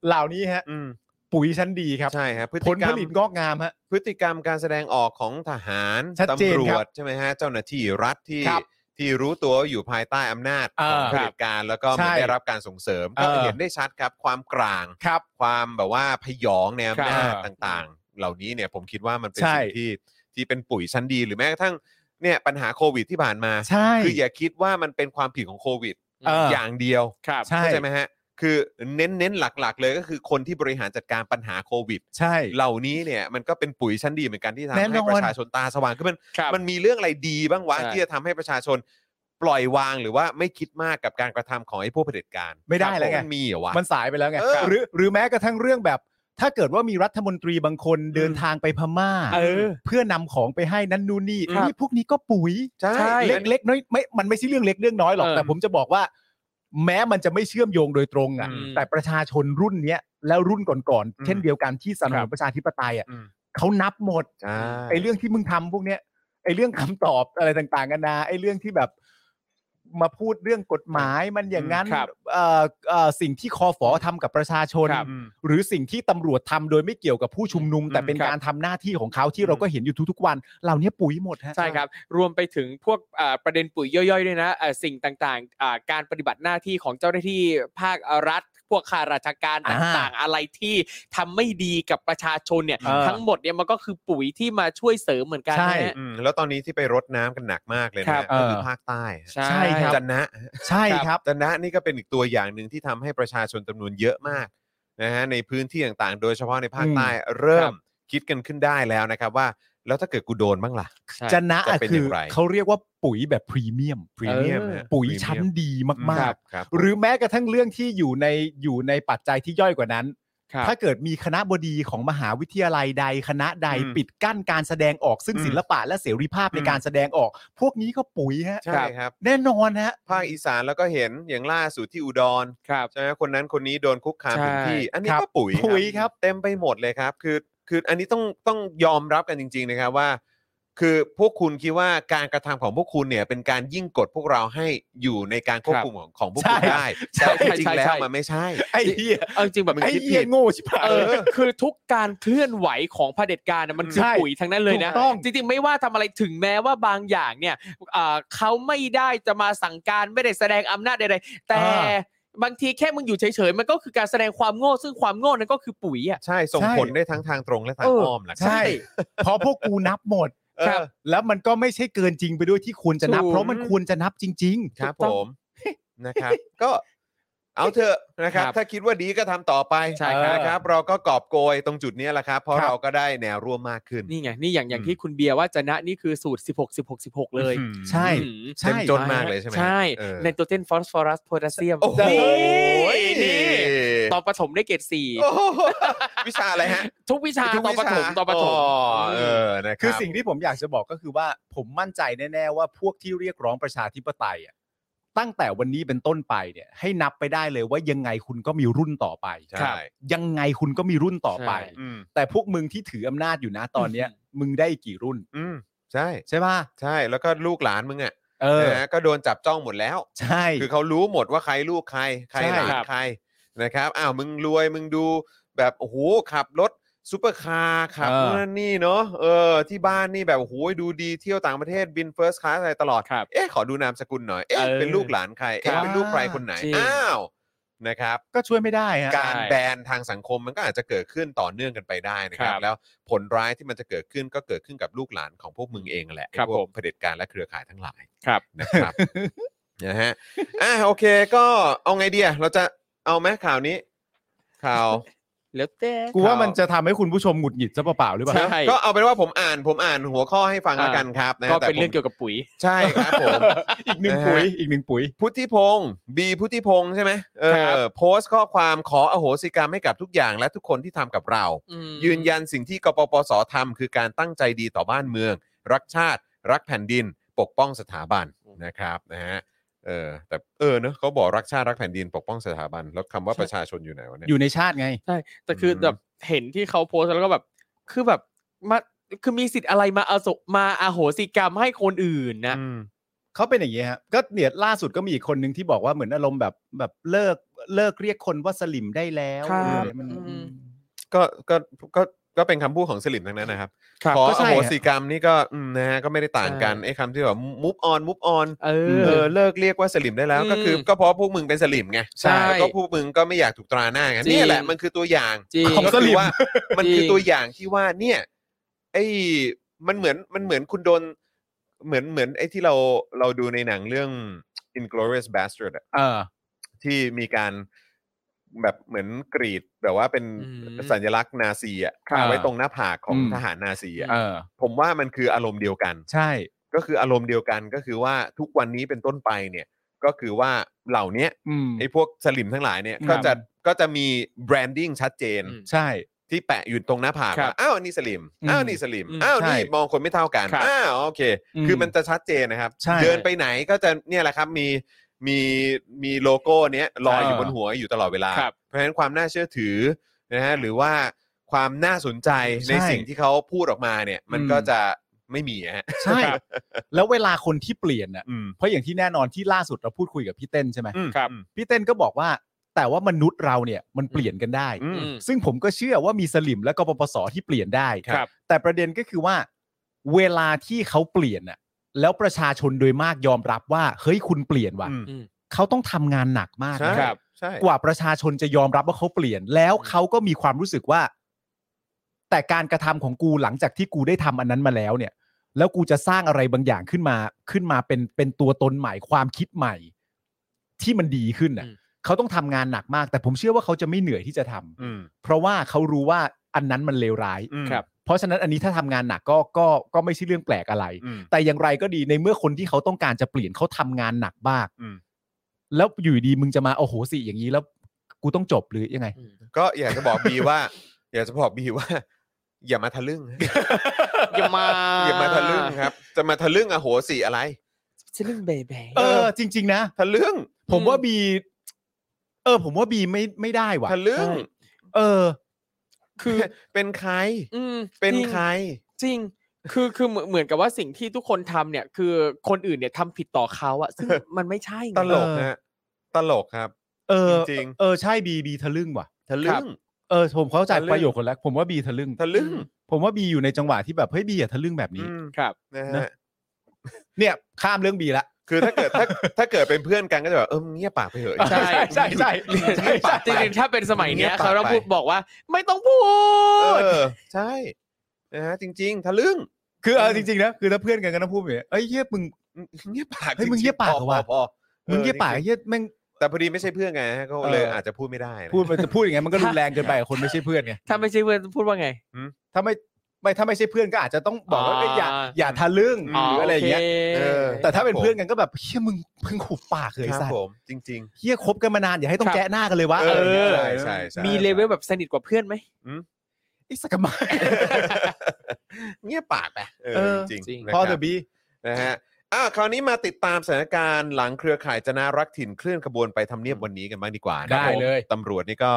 เหล่านี้ฮะ อืม ปุ๋ยชั้นดีครับ ใช่ฮะพฤ ผ ติ ล กร ผ รม ลิตงอกงามฮะ พฤติกรรมการแสดงออกของทหาร ชัดเจน ตำร ครั ว บ จใช่ไหมฮะเจ้าหน้าที่รัฐที่ ครับ ที่รู้ตัวว่าอยู่ภายใต้อำนาจ เออ ของเผ ครัด็บจการแล้วก็ไม่ ใช่ ได้รับการส่งเสริม ก็ เออ เห็นได้ชัดครับความกลาง ครับ ความแบบว่าพยองแนว ครับ หน้าจต่างๆ เหล่านี้เนี่ยผมคิดว่ามันเป็น ใช่ สิ่งที่ที่เป็นปุ๋ยชั้นดีหรือแม้กระทั่งเนี่ยปัญหาโควิดที่ผ่านมา ใช่ คืออย่าคิดว่ามันเป็นความผิดของโควิด เอออ อย่างเดียว ครับ ใช่ เข้าใจไหมฮะ คือเน้นเน้นๆหลักๆ เลยก็คือคนที่บริหารจัดการปัญหาโควิด ใช่ เหล่านี้เนี่ยมันก็เป็นปุ๋ยชั้นดีเหมือนกันที่ทำ แน่น ให้ อน ประชาชนตาสว่างคือมัน ครับ มันมีเรื่องอะไรดีบ้างวะ ใช่ ที่จะทำให้ประชาชนปล่อยวางหรือว่าไม่คิดมากกับการกระทำของไอ้พวกเผด็จการ ไม่ได้แล้วไง มันมีเหรอวะ มันสายไปแล้วไง เออ หรือหรือแม้กระทั่งเรื่องแบบ ถ้าเกิดว่ามีรัฐมนตรีบางคนเดินทางไปพม่า เออ เพื่อนำของไปให้นั้นนู่นนี่ ครับ นี่พวกนี้ก็ปุ๋ย ใช่ ใช่ เล็กเล็กน้อยไม่มันไม่ใช่เรื่องเล็กเรื่องน้อยหรอก เออ แต่ผมจะบอกว่า แม้มันจะไม่เชื่อมโยงโดยตรงอ่ะ อืม แต่ประชาชนรุ่นเนี้ยแล้วรุ่นก่อน อืม ๆเช่นเดียวกันที่สนับส ครั นุ บ นประชาธิปไตยอ่ะ อืม เขานับหมด ใช่ ไอ้เรื่องที่มึงทำพวกเนี้ยไอ้เรื่องคำตอบอะไรต่างๆกันานาไอ้เรื่องที่แบบ มาพูดเรื่องกฎหมายมันอย่างนั้น ครับ เอ่อเอ่อสิ่งที่คอฟอทำกับประชาชน ครับ หรือสิ่งที่ตำรวจทำโดยไม่เกี่ยวกับผู้ชุมนุม แต่เป็น ครับ การทำหน้าที่ของเขาที่เราก็เห็นอยู่ทุกๆวัน เหล่านี้ปุ๋ยหมดฮะ ใช่ครับ รวมไปถึงพวกเอ่อประเด็นปุ๋ยย่อยๆด้วยนะเอ่อสิ่งต่างๆอ่าการปฏิบัติหน้าที่ของเจ้าหน้าที่ภาครัฐ พวกข้าราชการต อ่า ่างๆ อะไรที่ทำไม่ดีกับประชาชนเนี่ย เออ ทั้งหมดเนี่ยมันก็คือปุ๋ยที่มาช่วยเสริมเหมือนกัน ใช่ นะฮะ อืมแล้วตอนนี้ที่ไปรดน้ำกันหนักมากเลย ครั นะ บ ก็คือภาคใต้ฮะ ใช่ ใช่ครับ จันนะ ใช่ครับ จันนะนี่ก็เป็นอีกตัวอย่างหนึ่งที่ทำให้ประชาชนจำนวนเยอะมากนะฮะในพื้นที่ต่างๆ โดยเฉพาะในภาคใต้เริ่มคิดกันขึ้นได้แล้วนะครับว่า แล้วถ้าเกิดกูโดนบ้างล่ะ ใช่ จะนะ จะ อะ เป็น คื อย่า อง ไร เขาเรียกว่าปุ๋ยแบบพรีเมียม พรีเมียม เออ ฮะ ปุ๋ย พรีเมี ชั้นดีมาก ครับ ๆ หรือแม้กระทั่งเรื่องที่อยู่ในอยู่ในปัจจัยที่ย่อยกว่านั้น ครับ ถ้าเกิดมีคณะบดีของมหาวิทยาลัยใดคณะใดปิดกั้นการแสดงออกซึ่งศิลปะและเสรีภาพในการแสดงออก พวกนี้ก็ปุ๋ยฮะ ใช่ครับ แน่นอนฮะ ภาคอีสานแล้วก็เห็นอย่างล่าสุดที่อุดร ครับ ใช่ไหมคนนั้นคนนี้โดนคุกคาม ใช่ ถึงที่ อันนี้ ครับ ก็ปุ๋ย ปุ๋ยครับ เต็มไปหมดเลยครับ คือคืออันนี้ต้องต้องยอมรับกันจริง ๆ นะครับว่า คือพวกคุณคิดว่าการกระทำของพวกคุณเนี่ย เป็นการยิ่งกดพวกเราให้อยู่ในการควบคุมของของพวกคุณได้แต่จริงๆแล้วมันไม่ใช่ ไอ้เหี้ย เอาจริงๆแบบ ไอ้ คิด เหี้ ผิ ย ด โง่ชิบหาย เออคือทุกการเคลื่อนไหวของเผด็จการน่ะมันคือ ใช่ ปุ๋ยทั้งนั้นเลยนะ ถูกต้อง จริงๆไม่ว่าทำอะไรถึงแม้ว่าบางอย่างเนี่ยอ่าเขาไม่ได้จะมาสั่งการไม่ได้แสดงอำนาจใดๆแต่บางทีแค่มึงอยู่เฉยๆมันก็คือการแสดงความโง่ซึ่งความโง่นั้นก็คือปุ๋ยอ่ะ ใช่ส่ง ใช่ ผลได้ทั้งทางตรงและทาง เอออ้ อ้อมแหละครับ ใช่เพราะพวกกูนับหมด เออ ครับ แล้วมันก็ไม่ใช่เกินจริงไปด้วยที่ควรจะนับ ถูก เพราะมันควรจะนับจริง ๆ ครับ ถูก ผ ต้อง ม นะครับ ก็เอาเถอะนะครับ ครับ ถ้าคิดว่าดีก็ทำต่อไป ใช่ครับ นะครับ เราก็กอบโกยตรงจุดเนี้ยแหละครับ เพราะ ครับ เราก็ได้แนวร่วมมากขึ้น นี่ไงนี่อย่างอย่าง อืม ที่คุณเบียร์ว่าจะนะนี่คือสูตร 16 16 16 เลย อื้อหือ ใช่ อืม เต็มจนมากเลยใช่ไหม ใช่ เออ ไนโตรเจนฟอสฟอรัสโพแทสเซียม โอ้โห นี่ ตอนประถมได้เกรดสี่ โอ้โหวิชาอะไรฮะ ทุกวิชา ทุก ตอน วิ ประ ชา ถมตอนประถม อ๋อเออนะรับ คือสิ่งที่ผมอยากจะบอกก็คือว่าผมมั่นใจแน่ๆว่าพวกที่เรียกร้องประชาธิปไตยอ่ะตั้งแต่วันนี้เป็นต้นไปเนี่ย ให้นับไปได้เลยว่ายังไงคุณก็มีรุ่นต่อไป ใช่ ยังไงคุณก็มีรุ่นต่อไป ใช่ อืม แต่พวกมึงที่ถืออำนาจอยู่นะตอนเนี้ย มึงได้กี่รุ่น อืมใช่ ใช่ป่ะ ใช่แล้วก็ลูกหลานมึงอ่ะ เออ นะก็โดนจับจ้องหมดแล้ว ใช่ คือเขารู้หมดว่าใครลูกใคร ใคร ใช่ หลาน ครับ ใครนะครับอ้าวมึงรวยมึงดูแบบโอ้โหขับรถซูเปอร์คาร์ขับ เออ นู่นนั่นนี่เนาะเออที่บ้านนี่แบบโอ้โหดูดีเที่ยวต่างประเทศบินเฟิร์สคลาสอะไรตลอด ครับ เอ๊ะขอดูนามสกุลหน่อย เอ๊ะ เออ เป็นลูกหลานใคร ค เอ๊ะ รับ เป็นลูกใครคนไหน จริง อ้าวนะครับ ก็ช่วยไม่ได้ฮะ การ ใช่ แบนทางสังคมมันก็อาจจะเกิดขึ้นต่อเนื่องกันไปได้นะครั ครับ บ แล้วผลร้ายที่มันจะเกิดขึ้นก็เกิดขึ้นกับลูกหลานของพวกมึงเองแหละ ครับ ไอ้พว ผ ก ม เผด็จการและเครือข่ายทั้งหลาย ครับ นะครับ นะฮะอ่ะโอเคก็เอาไงดีอะเราจะเอาไหมข่าวนี้ ข่าว แล้วแต่ กูว่ามันจะทำให้คุณผู้ชมหงุดหงิดซะเปล่าๆหรือเปล่า ใช่ ก็เอาเป็นว่าผมอ่าน ผมอ่านหัวข้อให้ฟังแล้วกันครับนะ ก็ ฮะแต่ เป็น ผม เรื่องเกี่ยวกับปุ๋ย ใช่ครับผม อีกหนึ่งปุ๋ยอีกหนึ่งปุ๋ย พุทธิพงศ์บีพุทธิพงศ์ใช่ไหมเอ ครับ อโพสต์ข้อความขออโหสิกรรมให้กับทุกอย่างและทุกคนที่ทำกับเรา อืม ยืนยันสิ่งที่กปปสทำคือการตั้งใจดีต่อบ้านเมือง รักชาติ รักแผ่นดิน ปกป้องสถาบันนะครับนะฮะเออแต่เออเนอะเขาบอกรักชาติรักแผ่นดินปกป้องสถาบัน แล้วคำว่า ใช่ ประชาชนอยู่ไหนวะเนี่ย อยู่ในชาติไง แต่คือ อืม แบบเห็นที่เขาโพสต์แล้วก็แบบ คือแบบมาคือมีสิทธิ์อะไรมาเอาศพมาอาโหสิกรรมให้คนอื่นนะ อืม เขาเป็นอย่างนี้ฮะก็เนี่ยล่าสุดก็มีอีกคนหนึ่งที่บอกว่าเหมือนอารมณ์แบบแบบเลิกเลิกเรียกคนว่าสลิมได้แล้ว ครับ อะไรมันอืม ก็ก็ก็ก็เป็นคำพูดของสลิมทั้งนั้นนะครับ ขอ ก็ อ ใช่ โห ฮะ สิกรรมนี่ก็อืมนะฮะก็ไม่ได้ต่างกันไอ้คำที่แบบมุฟออนมุฟออน เอ เอ อ อเลิกเรียกว่าสลิมได้แล้ว อืม ก็คือก็เพราะพวกมึงเป็นสลิมไง ใช่ แล้วก็พวกมึงก็ไม่อยากถูกตราหน้าไง จริง นี่แหละมันคือตัวอย่าง จริง ก็คืว่ามันคือ จริง ตัวอย่างที่ว่าเนี่ยไอ้มันเหมือนมันเหมือนคุณโดนเหมือนเหมือนไอ้ที่เราเราดูในหนังเรื่อง Inglorious Bastard อะ เออ ที่มีการแบบเหมือนกรีดแบบว่าเป็น อืม สัญลักษณ์นาซีอะ ครับ ไว้ตรงหน้าผากของ อืม ทหารนาซีอะ เออ ผมว่ามันคืออารมณ์เดียวกัน ใช่ ก็คืออารมณ์เดียวกันก็คือว่าทุกวันนี้เป็นต้นไปเนี่ยก็คือว่าเหล่าเนี้ย อืม ไอ้พวกสลิมทั้งหลายเนี่ย อืม ก็จะก็จะมีแบรนดิ้งชัดเจน อืม ใช่ ที่แปะอยู่ตรงหน้าผาก ครับ ว่าอ้าวอันนี่สลิม อืม อ้าวอันนี่สลิม อืม อ้าว ใช่ นี่มองคนไม่เท่ากัน ครับ อ้าวโอเค อืม คือมันจะชัดเจนนะครับ ใช่ เดินไปไหนก็จะเนี่ยแหละครับมีมีมีโลโก้เนี้ยลอย เออ อ อ ยู่บนหัวอยู่ตลอดเวลา ครับ เพราะฉะนั้นความน่าเชื่อถือนะฮะหรือว่าความน่าสนใจในสิ่งที่เขาพูดออกมาเนี่ยมันก็จะ ไม่มีฮะ ใช่ แล้วเวลาคนที่เปลี่ยนน่ะ อืม เพราะอย่างที่แน่นอนที่ล่าสุดเราพูดคุยกับพี่เต้นใช่ไหม อืม ครับ พี่เต้นก็บอกว่า แต่ว่ามนุษย์เราเนี่ยมันเปลี่ยนกันได้ อืม อืม ซึ่งผมก็เชื่อว่ามีสลิมและกปปสที่เปลี่ยนได้ ครับ แต่ประเด็นก็คือว่า เวลาที่เขาเปลี่ยนน่ะแล้วประชาชนโดยมากยอมรับว่า เฮ้ยคุณเปลี่ยนว่ะ อืม อืม เขาต้องทำงานหนักมาก ใช่ นะ ครับ ใช่ กว่าประชาชนจะยอมรับว่าเขาเปลี่ยน แล้วเขาก็มีความรู้สึกว่า แต่การกระทำของกูหลังจากที่กูได้ทำอันนั้นมาแล้วเนี่ย แล้วกูจะสร้างอะไรบางอย่างขึ้นมาขึ้นมาเป็นเป็นตัวตนใหม่ความคิดใหม่ ที่มันดีขึ้นน่ะ อืม เขาต้องทำงานหนักมาก แต่ผมเชื่อว่าเขาจะไม่เหนื่อยที่จะทำ อืม เพราะว่าเขารู้ว่าอันนั้นมันเลวร้าย อืม ครับ เพราะฉะนั้นอันนี้ถ้าทำงานหนักก็ก็ก็ไม่ใช่เรื่องแปลกอะไร อืม แต่อย่างไรก็ดีในเมื่อคนที่เขาต้องการจะเปลี่ยนเขาทำงานหนักมาก อืม แล้วอยู่ดีมึงจะมาโอ้โหสิอย่างนี้แล้วกูต้องจบหรือยังไง อืม ก็อยากจะบอกบีว่า อยากจะบอกบีว่า อย่ามาทะลึ่งฮะ อย่ามา อย่ามาทะลึ่งครับ จะมาทะลึ่งอะโหสิอะไร จะเรื่องเบเบ เออ จริง ๆ นะ ทะลึ่ง ผม อืม ว่าบี เออ ผมว่าบีไม่ไม่ได้ว่ะ ทะลึ่ง ใช่ เออ คือ เป็นใคร อืม เป็น จริง ใคร จริง คือคือเหมือนเหมือนกับว่าสิ่งที่ทุกคนทำเนี่ย คือคนอื่นเนี่ยทำผิดต่อเขาอะซึ่งมันไม่ใช่ไง ตลก เออ ฮะตลกครับ เออ จริง เออใช่บีบีทะลึ่งว่ะ ๆทะลึ่ง เออผมเข้าใจ ทะลึ่ง ประโยคคนแรกผมว่าบีทะลึ่ง ทะลึ่ง อืม ผมว่าบีอยู่ในจังหวะที่แบบเฮ้ยบีอย่าทะลึ่งแบบนี้ อืม ครับ นะ นะ ฮะ เนี่ย ข้ามเรื่องบีละ คือถ้าเกิดถ้าถ้าเกิดเป็นเพื่อนกันก็จะแบบเออมึงเงียบปากไปเถอะ ใช่ ใช่ใช่ใช่ใช่ จริงๆถ้าเป็นสมัยเนี้ย เงียบปาก เขาต้อง ไป พูดบอกว่า ไม่ต้องพู เอ ด อใช่นะฮะจริง ๆ ทะลึ่ง คือเออจริงๆนะคือถ้าเพื่อนกันก็ต้องพูดแบบนี้เอ้ยเฮียมึง เงียบปาก เฮ้ยมึง จริๆ เงียบปาก พอ เหรอวะ พอพอออ มึงเยี่ยป่า จริง เฮียแม่ง ๆแต่พอดีไม่ใช่เพื่อนไงฮะก็เลย เอออ อาจจะพูดไม่ได้นะ พูดมันจะพูดอย่างไงมันก็รุนแรงเกินไปกับคนไม่ใช่เพื่อนไง ถ้าไม่ใช่เพื่อนพูดว่าไง ถ้าไม่ไม่ถ้าไม่ใช่เพื่อนก็อาจจะต้องบอกว่า อ่า เอ้ยอย่าอย่าทะลึ่ง อ๋อ หรืออะไรอย่างเงี้ย โค เออ แต่ถ้าเป็คนรับผม เพื่อนกันก็แบบเฮียมึงเพิ่งหุบปากเลย ครับ สัต ผ ว์ มจริง เฮียคบกันมานานอย่าให้ต้องแจ้หน้ากันเลยวะ ๆ เอ เอ อ อ ใช่ใช่ใช่ มีเลเวลแบบสนิทกว่าเพื่อนไหม ไอ้สกกะไมา เงียบปากไปเออจริง จริง ๆนะ พอ ค เด รั อะ บ บี นะฮะอ่ะคราวนี้มาติดตามสถานการณ์หลังเครือข่ายจนารักถิ่นเคลื่อนขบวนไปทำเนียบวันนี้กันบ้างดีกว่านะ ได้ ครับ เลย ตำรวจนี่ก็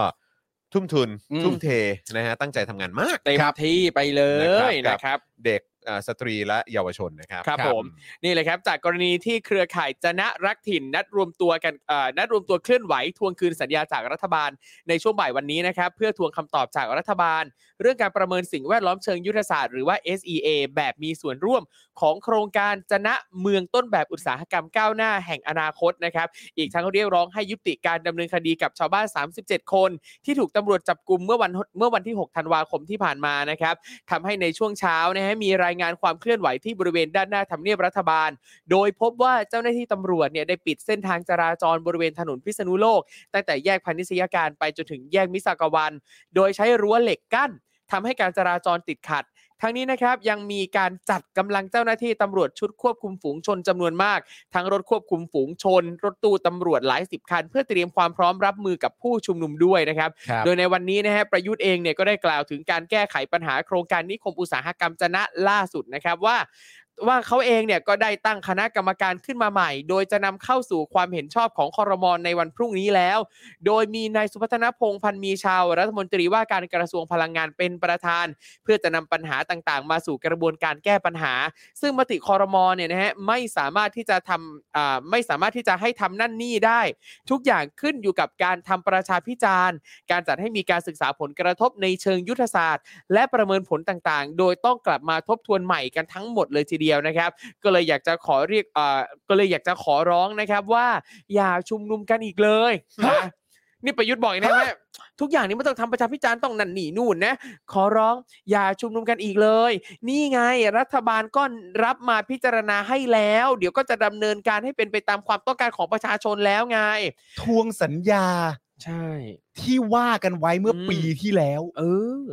ทุ่มทุน ทุ่มเทนะฮะตั้งใจทำงานมาก เต็มที่ไปเลย ครับ นะครับ เด็กเอ่อสตรีและเยาวชนนะครับ ครับผม นี่เลยครับจากกรณีที่เครือข่ายจนะรักถิ่น นัดรวมตัวกันเอ่อนัดรวมตัวเคลื่อนไหวทวงคืนสัญญาจากรัฐบาลในช่วงบ่ายวันนี้นะครับ เพื่อทวงคำตอบจากรัฐบาล เรื่องการประเมินสิ่งแวดล้อมเชิงยุทธศาสตร์หรือว่า SEA แบบมีส่วนร่วมของโครงการจนะเมืองต้นแบบอุตสาหกรรมก้าวหน้าแห่งอนาคตนะครับ อีกทั้งเรียกร้องให้ยุติการดำเนินคดีกับชาวบ้าน 37 คน ที่ถูกตำรวจจับกลุ่มเมื่อวันเมื่อวันที่ 6 ธันวาคมที่ผ่านมานะครับ ทำให้ในช่วงเช้านะฮะมีรายงานความเคลื่อนไหวที่บริเวณด้านหน้าทำเนียบรัฐบาล โดยพบว่าเจ้าหน้าที่ตำรวจเนี่ยได้ปิดเส้นทางจราจรบริเวณถนนพิษณุโลก ตั้งแต่แยกพันนิสยาการไปจนถึงแยกมิสากวัน โดยใช้รั้วเหล็กกั้นทำให้การจราจรติดขัด ทั้งนี้นะครับยังมีการจัดกำลังเจ้าหน้าที่ตำรวจชุดควบคุมฝูงชนจำนวนมาก ทั้งรถควบคุมฝูงชน รถตู้ตำรวจหลายสิบคัน เพื่อเตรียมความพร้อมรับมือกับผู้ชุมนุมด้วยนะครับ ครับ โดยในวันนี้นะฮะประยุทธ์เองเนี่ยก็ได้กล่าวถึงการแก้ไขปัญหาโครงการนิคมอุตสาหกรรมจะนะล่าสุดนะครับว่า ว่าเขาเองเนี่ยก็ได้ตั้งคณะกรรมการขึ้นมาใหม่ โดยจะนำเข้าสู่ความเห็นชอบของคอรมอนในวันพรุ่งนี้แล้ว โดยมีนายสุพัฒนพงษ์พันธ์มีชาวรัฐมนตรีว่าการกระทรวงพลังงานเป็นประธาน เพื่อจะนำปัญหาต่างๆ มาสู่กระบวนการแก้ปัญหา ซึ่งมติคอรมอนเนี่ยนะฮะไม่สามารถที่จะทำอ่าไม่สามารถที่จะให้ทำนั่นนี่ได้ ทุกอย่างขึ้นอยู่กับการทำประชาพิจารณ์ การจัดให้มีการศึกษาผลกระทบในเชิงยุทธศาสตร์ และประเมินผลต่างๆ โดยต้องกลับมาทบทวนใหม่กันทั้งหมดเลยทีเดียวนะครับ ก็เลยอยากจะขอเรียกเอ่อก็เลยอยากจะขอร้องนะครับว่า อย่าชุมนุมกันอีกเลยนะนี่ประยุทธ์บอกอีกนะว่าทุกอย่างนี้ไม่ต้องทำประชาพิจารณ์ต้องนั่นนี่นู่นนะ ขอร้องอย่าชุมนุมกันอีกเลย นี่ไงรัฐบาลก็รับมาพิจารณาให้แล้ว เดี๋ยวก็จะดำเนินการให้เป็นไปตามความต้องการของประชาชนแล้วไง ทวงสัญญา ใช่ ที่ว่ากันไว้เมื่ออ ม ปีที่แล้ว เออ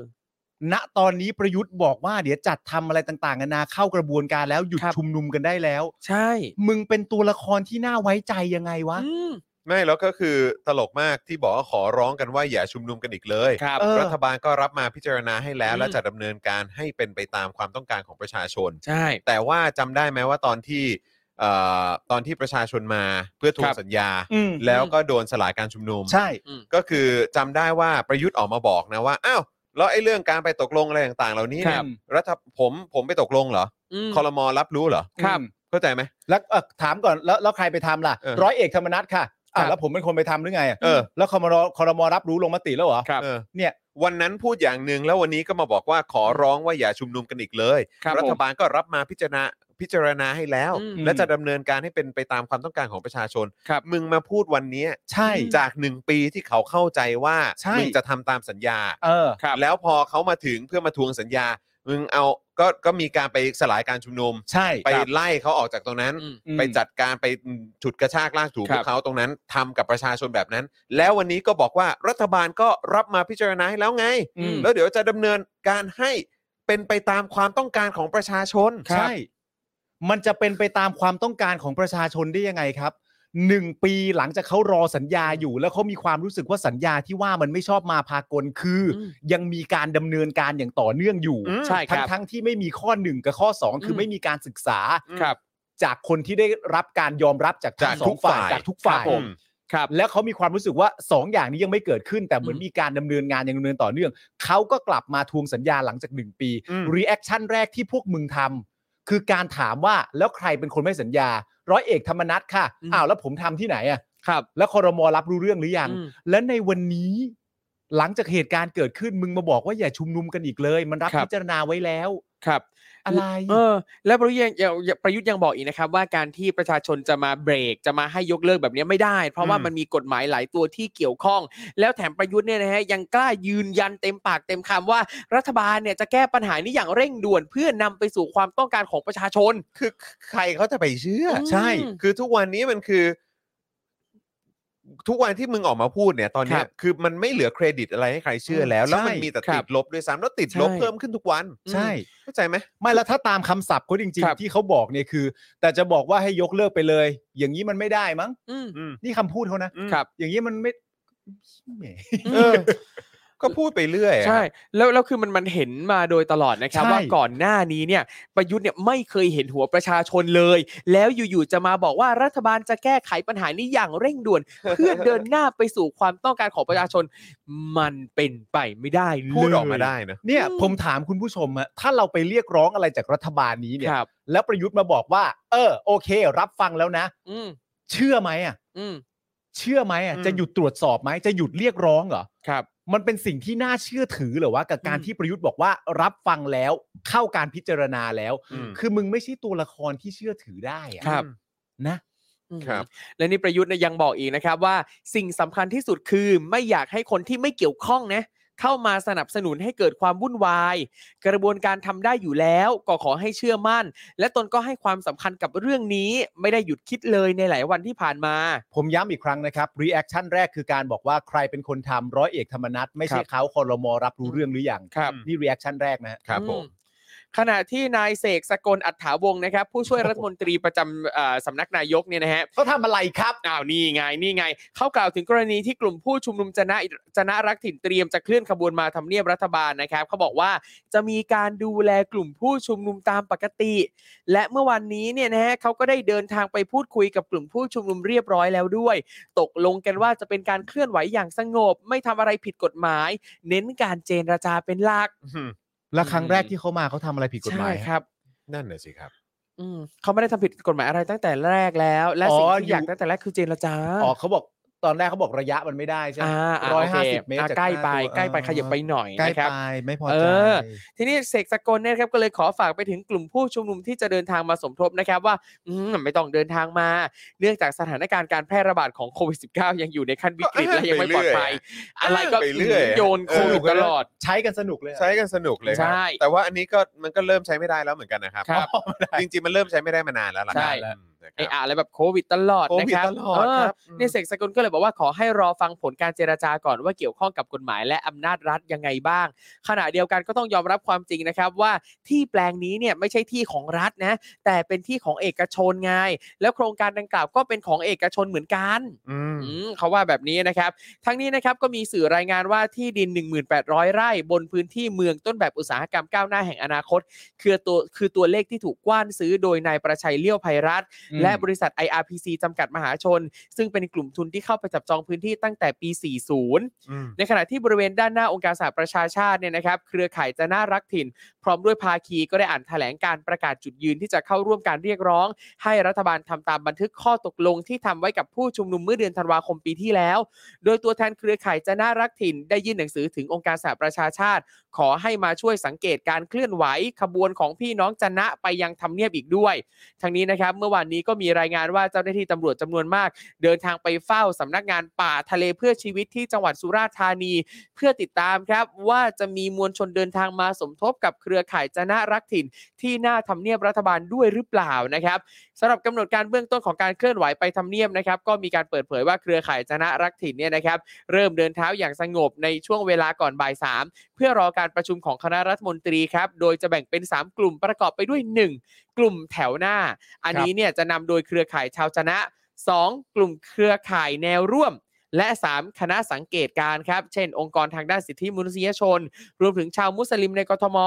ณตอนนี้ประยุทธ์บอกว่าเดี๋ยวจัดทำอะไรต่างๆนานาเข้ากระบวนการแล้วหยุด ครับ ชุมนุมกันได้แล้ว ใช่ มึงเป็นตัวละครที่น่าไว้ใจยังไงวะ อืม ไม่แล้วก็คือตลกมากที่บอกว่าขอร้องกันว่าอย่าชุมนุมกันอีกเลย ครับ เออ รัฐบาลก็รับมาพิจารณาให้แล้ว อืม และจะดำเนินการให้เป็นไปตามความต้องการของประชาชน ใช่ แต่ว่าจำได้ไหมว่าตอนที่เอ่อตอนที่ประชาชนมาเพื่อทวงครับ สัญญา อืม แล้วก็โดนสลายการชุมนุม ใช่ ก็คือจำได้ว่าประยุทธ์ออกมาบอกนะว่า อ้าว แล้วไอ้เรื่องการไปตกลงอะไรต่างๆ เหล่านี้เนี่ ครั ย บ รัฐผมผมไปตกลงเหรอ อืม คอรมอรับรู้เหรอ ครับ เข้าใจไหม แล้วเอ่อถามก่อนแล้วแล้วใครไปทำล่ะ เออ ร้อยเอกธรรมนัฐค่ะ ครั อ่ะ บ แล้วผมเป็นคนไปทำหรือไงอ่ะ เออ แล้วคอมรคอรมอรับรู้ลงมติแล้วเหรอ ครับ เออ เนี่ย วันนั้นพูดอย่างหนึ่งแล้ววันนี้ก็มาบอกว่าขอร้องว่าอย่าชุมนุมกันอีกเลย ครับ รั ผ ฐ ม บาลก็รับมาพิจารณาพิจารณาให้แล้ว อืม และจะดำเนินการให้เป็นไปตามความต้องการของประชาชน ครับ มึงมาพูดวันเนี้ย ใช่ จากหนึ่งปีที่เขาเข้าใจว่า ใช่ มึงจะทำตามสัญญา เออ ครับ แล้วพอเขามาถึงเพื่อมาทวงสัญญา มึงเอาก็ก็มีการไปสลายการชุมนุม ใช่ ไป ครับ ไล่เขาออกจากตรงนั้น อืม อืม ไปจัดการไปฉุดกระชากลากถู ครั พว บ กเขาตรงนั้นทำกับประชาชนแบบนั้น แล้ววันนี้ก็บอกว่ารัฐบาลก็รับมาพิจารณาให้แล้วไง อืม แล้วเดี๋ยวจะดำเนินการให้เป็นไปตามความต้องการของประชาชน ใช่ มันจะเป็นไปตามความต้องการของประชาชนได้ยังไงครับหนึ่งปีหลังจากเขารอสัญญาอยู่ แล้วเขามีความรู้สึกว่าสัญญาที่ว่ามันไม่ชอบมาพากลคืออ ม ยังมีการดำเนินการอย่างต่อเนื่องอยู่ อืม ใช่ค ทั้ง รับ ทั้งที่ไม่มีข้อหนึ่งกับข้อ 2 คืออ ม ไม่มีการศึกษา ครับ จากคนที่ได้รับการยอมรับจากจาทั้งก สอ ทุ ง ก ฝ่าย ฝ่าย จากทุกฝ่าย ครับผม ครับ แล้วเขามีความรู้สึกว่า 2 อย่างนี้ยังไม่เกิดขึ้น แต่เหมือน อืม มีการดำเนินงานอย่างดำเนินต่อเนื่อง เขาก็กลับมาทวงสัญญาหลังจาก 1 ปี อืม รีแอคชั่นแรกที่พวกมึงทำคือการถามว่าแล้วใครเป็นคนไม่สัญญา ร้อยเอกธรรมนัฐค่ะ อืม อ้าวแล้วผมทำที่ไหนอ่ะ ครับ แล้วคอรมอรับรู้เรื่องหรือยัง อืม และในวันนี้ หลังจากเหตุการณ์เกิดขึ้นมึงมาบอกว่าอย่าชุมนุมกันอีกเลย มันรับ ครับ พิจารณาไว้แล้ว ครับ อะไร เออแล้วประยุทธ์ยังยังยังประยุทธ์ยังบอกอีกนะครับว่าการที่ประชาชนจะมาเบรกจะมาให้ยกเลิกแบบนี้ไม่ได้ เพราะว่า อืม มันมีกฎหมายหลายตัวที่เกี่ยวข้อง แล้วแถมประยุทธ์เนี่ยนะฮะยังกล้ายืนยันเต็มปากเต็มคำว่ารัฐบาลเนี่ยจะแก้ปัญหานี้อย่างเร่งด่วนเพื่อนำไปสู่ความต้องการของประชาชน คือใครเขาจะไปเชื่ออ ม ใช่ คือทุกวันนี้มันคือ ทุกวันที่มึงออกมาพูดเนี่ย ตอนเนี้ย ครับ คือมันไม่เหลือเครดิตอะไรให้ใครเชื่อแล้ว แล้วมัน ใช่ มีแต่ ครั ติ บ ดลบด้วยซ้ำแล้วติดลบ ใช่ เพิ่มขึ้นทุกวัน ใช่ เข้าใจไหม ไม่แล้วถ้าตามคำศัพท์เขาจริง ครับ ๆ ที่เขาบอกเนี่ยคือ แต่จะบอกว่าให้ยกเลิกไปเลย อย่างนี้มันไม่ได้มั้ง อืม อืม นี่คำพูดเขานะ อืม ครับ อย่างนี้มันไม่แหม เออ ก็พูดไปเรื่อยอะ ใช่แล้วแล้วคือมันมันเห็นมาโดยตลอดนะครับ ใช่ ว่าก่อนหน้านี้เนี่ยประยุทธ์เนี่ยไม่เคยเห็นหัวประชาชนเลย แล้วอยู่ๆจะมาบอกว่ารัฐบาลจะแก้ไขปัญหานี้อย่างเร่ง ด่วน เพื่อเดินหน้าไปสู่ความต้องการของประชาชน มันเป็นไปไม่ได้เลย พูดออกมาได้นะ เนี่ยผมถามคุณผู้ชมอะถ้าเราไปเรียกร้องอะไรจากรัฐบาลนี้เนี่ย ครับ แล้วประยุทธ์มาบอกว่า เออ โอเค รับฟังแล้วนะ อืม เชื่อไหมอ่ะ อืม เชื่อไหมอ่ะ อืม จะหยุดตรวจสอบไหมจะหยุดเรียกร้องเหรอ ครับ มันเป็นสิ่งที่น่าเชื่อถือเหรอวะกับการ อืม ที่ประยุทธ์บอกว่า รับฟังแล้วเข้าการพิจารณาแล้ว อืม คือมึงไม่ใช่ตัวละครที่เชื่อถือได้อะ ครับ นะ อืม ครับ และนี่ประยุทธ์เนี่ยยังบอกอีกนะครับว่าสิ่งสำคัญที่สุดคือไม่อยากให้คนที่ไม่เกี่ยวข้องนะเข้ามาสนับสนุนให้เกิดความวุ่นวาย กระบวนการทำได้อยู่แล้วก็ขอให้เชื่อมั่น และตนก็ให้ความสำคัญกับเรื่องนี้ ไม่ได้หยุดคิดเลยในหลายวันที่ผ่านมา ผมย้ำอีกครั้งนะครับรีแอคชั่นแรกคือการบอกว่าใครเป็นคนทำร้อยเอกธรรมนัฐไม่ใช่ ครับ เขาคอรมอรับรู้เรื่องหรือยัง ครับ นี่รีแอคชั่นแรกนะฮะ ครับผม อืขณะที่นายเสกสกลอัฏฐาวงศ์นะครับ ผู้ช่วยรัฐมนตรีประจำเอ่อสำนักนายกเนี่ยนะฮะ เขาทำอะไรครับ อ้าวนี่ไงนี่ไง เขากล่าวถึงกรณีที่กลุ่มผู้ชุมนุมจะนะจะนะรักถิ่นเตรียมจะเคลื่อนขบวนมาทำเนียบรัฐบาลนะครับเขาบอกว่าจะมีการดูแลกลุ่มผู้ชุมนุมตามปกติ และเมื่อวันนี้เนี่ยนะฮะเขาก็ได้เดินทางไปพูดคุยกับกลุ่มผู้ชุมนุมเรียบร้อยแล้วด้วย ตกลงกันว่าจะเป็นการเคลื่อนไหวอย่างสงบ ไม่ทำอะไรผิดกฎหมาย เน้นการเจรจาเป็นหลัก อืม แล้วครั้งแรกที่เขามาเขาทำอะไรผิดกฎหมาย ใช่ ฮะ ครับ นั่นน่ะสิครับ อืมเขาไม่ได้ทำผิดกฎหมายอะไรตั้งแต่แรกแล้ว และสิ่ง อ๋ออยู่ ที่อยากตั้งแต่แรกคือเจรจา อ๋อเขาบอกตอนแรกเขาบอกระยะมันไม่ได้ใช่ไหม อ่าา ร้อย โค ห้าสิบเมตร อ่ะ จาก ใกล้ไป น้าตัว ใกล้ไปขยับไปหน่อย ใกล้ นะครับ ไปไม่พอ เอ ใจ อ ทีนี้เสกสกลเนี่ยนะครับก็เลยขอฝากไปถึงกลุ่มผู้ชุมนุมที่จะเดินทางมาสมทบนะครับว่าอืมไม่ต้องเดินทางมา เนื่องจากสถานการณ์การแพร่ระบาดของโควิด -19 ยังอยู่ในขั้นวิกฤต ก็อ้าง และยังไม่ปลอดภัย ไปเรื่อย อะไรก็ อ้างไปเรื่อย โยนโควิด เออ ตลอด ใช้กันสนุกเลยอะ ใช้กันสนุกเลยครั ใช่ แต่ว่าอันนี้ก็มันก็เริ่มใช้ไม่ได้แล้วเหมือนกันนะครับ ครับ อ๋อไม่ได้ จริงๆ มันเริ่มใช้ไม่ได้มานานแล้วล่ะ ใช่ ครับนะค ไอ้ รับ อะไรแบบโควิดตลอดนะครับ โควิดตลอด เ ครับม เนี่ยเสกสกลก็เลยบอกว่าขอให้รอฟังผลการเจรจาก่อนว่าเกี่ยวข้องกับกฎหมายและอำนาจรัฐยังไงบ้าง ขณะเดียวกันก็ต้องยอมรับความจริงนะครับว่าที่แปลงนี้เนี่ยไม่ใช่ที่ของรัฐนะ แต่เป็นที่ของเอกชนไงแล้วโครงการดังกล่าวก็เป็นของเอกชนเหมือนกัน อืม อืมเขาว่าแบบนี้นะครับ ทั้งนี้นะครับก็มีสื่อรายงานว่าที่ดิน 1,800 ไร่ บนพื้นที่เมืองต้นแบบอุตสาหกรรมก้าวหน้าแห่งอนาคต คือตัวคือตัวเลขที่ถูกกว้านซื้อโดยนายประชัยเลี้ยวภัยรัฐ อืม และบริษัท IRPC จำกัดมหาชน ซึ่งเป็นกลุ่มทุนที่เข้าไปจับจองพื้นที่ตั้งแต่ปี 40 ในขณะที่บริเวณด้านหน้าองค์การสหประชาชาติเนี่ยนะครับ เครือข่ายจะน่ารักถิ่น พร้อมด้วยภาคีก็ได้อ่านแถลงการประกาศจุดยืนที่จะเข้าร่วมการเรียกร้อง ให้รัฐบาลทำตามบันทึกข้อตกลงที่ทำไว้กับผู้ชุมนุมเมื่อเดือนธันวาคมปีที่แล้ว โดยตัวแทนเครือข่ายจะน่ารักถิ่น ได้ยื่นหนังสือถึงองค์การสหประชาชาติ ขอให้มาช่วยสังเกตการเคลื่อนไหวขบวนของพี่น้องจะนะไปยังทำเนียบอีกด้วย ทั้งนี้นะครับเมื่อวานนี้ก็มีรายงานว่าเจ้าหน้าที่ตำรวจจำนวนมาก เดินทางไปเฝ้าสำนักงานป่าทะเลเพื่อชีวิตที่จังหวัดสุราษฎร์ธานี เพื่อติดตามครับว่าจะมีมวลชนเดินทางมาสมทบกับเครือข่ายจะนะรักถิ่น ที่หน้าทำเนียบรัฐบาลด้วยหรือเปล่านะครับสำหรับกำหนดการเบื้องต้นของการเคลื่อนไหวไปทำเนียบนะครับ ก็มีการเปิดเผยว่าเครือข่ายจะนะรักถิ่นเนี่ยนะครับ เริ่มเดินเท้าอย่างสงบในช่วงเวลาก่อนบ่ายสามเพื่อรอการประชุมของคณะรัฐมนตรีครับ โดยจะแบ่งเป็น 3 กลุ่มประกอบไปด้วย 1 กลุ่มแถวหน้า อันนี้เนี่ยจะนำโดยเครือข่ายชาวชนะ 2 กลุ่มเครือข่ายแนวร่วม และ 3 คณะสังเกตการณ์ครับ เช่น องค์กรทางด้านสิทธิมนุษยชน รวมถึงชาวมุสลิมในกทม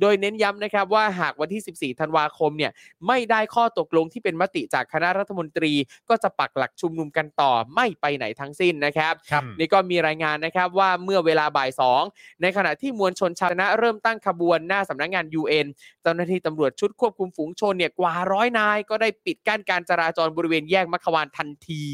โดยเน้นย้ำนะครับว่าหากวันที่ 14 ธันวาคมเนี่ย ไม่ได้ข้อตกลงที่เป็นมติจากคณะรัฐมนตรี ก็จะปักหลักชุมนุมกันต่อไม่ไปไหนทั้งสิ้นนะครับ ครับ นี่ก็มีรายงานนะครับว่าเมื่อเวลาบ่ายสองในขณะที่มวลชนชาวนะเริ่มตั้งขบวนหน้าสำนักงาน UN เจ้าหน้าที่ตำรวจชุดควบคุมฝูงชนเนี่ยกว่าร้อยนาย ก็ได้ปิดกั้นการจราจรบริเวณแยกมัควานทันที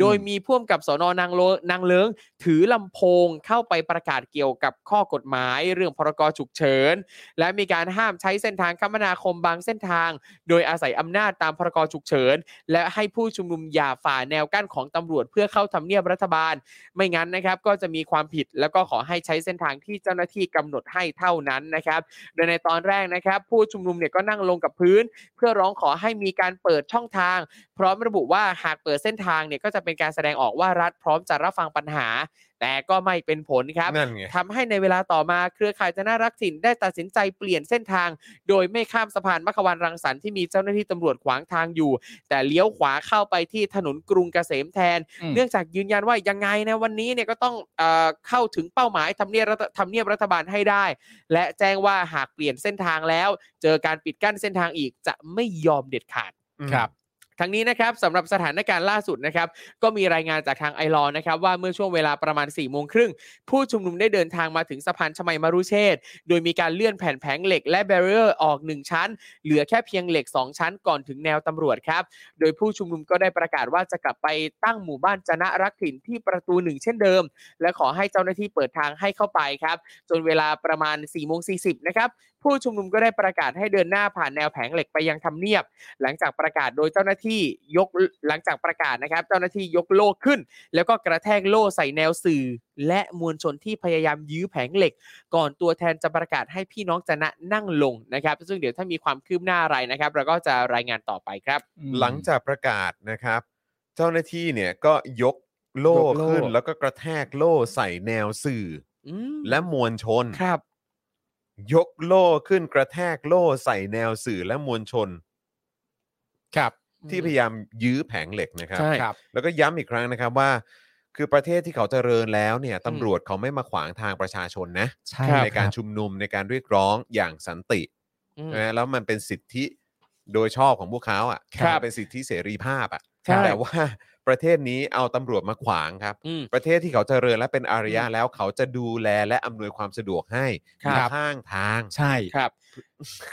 โดยมีพ่วมกับสนนางโลนางเลิงถือลำโพงเข้าไปประกาศเกี่ยวกับข้อกฎหมาย เรื่องพรกฉุกเฉิน และมีการห้ามใช้เส้นทางคมนาคมบางเส้นทาง โดยอาศัยอำนาจตามพรกฉุกเฉิน และให้ผู้ชุมนุมอย่าฝ่าแนวกั้นของตำรวจเพื่อเข้าทำเนียบรัฐบาล ไม่งั้นนะครับก็จะมีความผิดแล้วก็ขอให้ใช้เส้นทางที่เจ้าหน้าที่กำหนดให้เท่านั้นนะครับ โดยในตอนแรกนะครับ ผู้ชุมนุมเนี่ยก็นั่งลงกับพื้น เพื่อร้องขอให้มีการเปิดช่องทาง พร้อมระบุว่าหากเปิดเส้นทางเนี่ยก็จะเป็นการแสดงออกว่ารัฐพร้อมจะรับฟังปัญหา แต่ก็ไม่เป็นผลครับ นั่นไง ทำให้ในเวลาต่อมาเครือข่ายจะน่ารักถิ่นได้ตัดสินใจเปลี่ยนเส้นทาง โดยไม่ข้ามสะพานมัขวานรังสรรค์ที่มีเจ้าหน้าที่ตำรวจขวางทางอยู่ แต่เลี้ยวขวาเข้าไปที่ถนนกรุงเกษมแทน อืม เนื่องจากยืนยันว่ายังไงนะวันนี้เนี่ยก็ต้องเออเข้าถึงเป้าหมายทำเนียบรัฐทำเนียบรัฐบาลให้ได้ และแจ้งว่าหากเปลี่ยนเส้นทางแล้ว เจอการปิดกั้นเส้นทางอีกจะไม่ยอมเด็ดขาด ครับ ทั้งนี้นะครับสำหรับสถานการณ์ล่าสุดนะครับ ก็มีรายงานจากทางไอรอว์นะครับ ว่าเมื่อช่วงเวลาประมาณ4ี่โมงครึ่งผู้ชุมนุมได้เดินทางมาถึงสะพานชมัยมรุเชษฐ์โดยมีการเลื่อนแผ่นแผงเหล็กและแบรเออร์ออก 1 ชั้น เหลือแค่เพียงเหล็ก 2 ชั้นก่อนถึงแนวตำรวจครับ โดยผู้ชุมนุมก็ได้ประกาศว่าจะกลับไปตั้งหมู่บ้านจนะรักถิ่นที่ประตูหนึ่งเช่นเดิม และขอให้เจ้าหน้าที่เปิดทางให้เข้าไปครับ จนเวลาประมาณ4ี่โมงสีนะครับผู้ชุมนุมก็ได้ประกาศให้เดินหน้าผ่านแนวแผงเหล็กไปยังทำเนียบ หลังจากประกาศโดยเจ้าหน้าที่ยกหลังจากประกาศนะครับ เจ้าหน้าที่ยกโล่ขึ้น แล้วก็กระแทกโล่ใส่แนวสื่อ และมวลชนที่พยายามยื้อแผงเหล็ก ก่อนตัวแทนจะประกาศให้พี่น้องจะนะนั่งลงนะครับ ซึ่งเดี๋ยวถ้ามีความคืบหน้าอะไรนะครับ เราก็จะรายงานต่อไปครับ หลังจากประกาศนะครับ เจ้าหน้าที่เนี่ยก็ยกโล่ ยกโล่ ขึ้นแล้วก็กระแทกโล่ใส่แนวสื่อ อืม และมวลชน ครับ ยกโล่ขึ้นกระแทกโล่ใส่แนวสื่อและมวลชน ครับ ที่พยายามยื้อแผงเหล็กนะครับ ใช่ ครับ แล้วก็ย้ำอีกครั้งนะครับว่า คือประเทศที่เขาเจริญแล้วเนี่ยตำรวจเขาไม่มาขวางทางประชาชนนะ ใช่ ในการชุมนุมในการเรียกร้องอย่างสันติ อืม นะแล้วมันเป็นสิทธิโดยชอบของพวกเขาอ่ะ ครับ เป็นสิทธิเสรีภาพอ่ะ ใช่ แต่ว่าประเทศนี้เอาตำรวจมาขวางครับ อืม ประเทศที่เขาเจริญและเป็นอารยะแล้วเขาจะดูแลและอำนวยความสะดวกให้ ครับ ข้างทาง ใช่ ครับ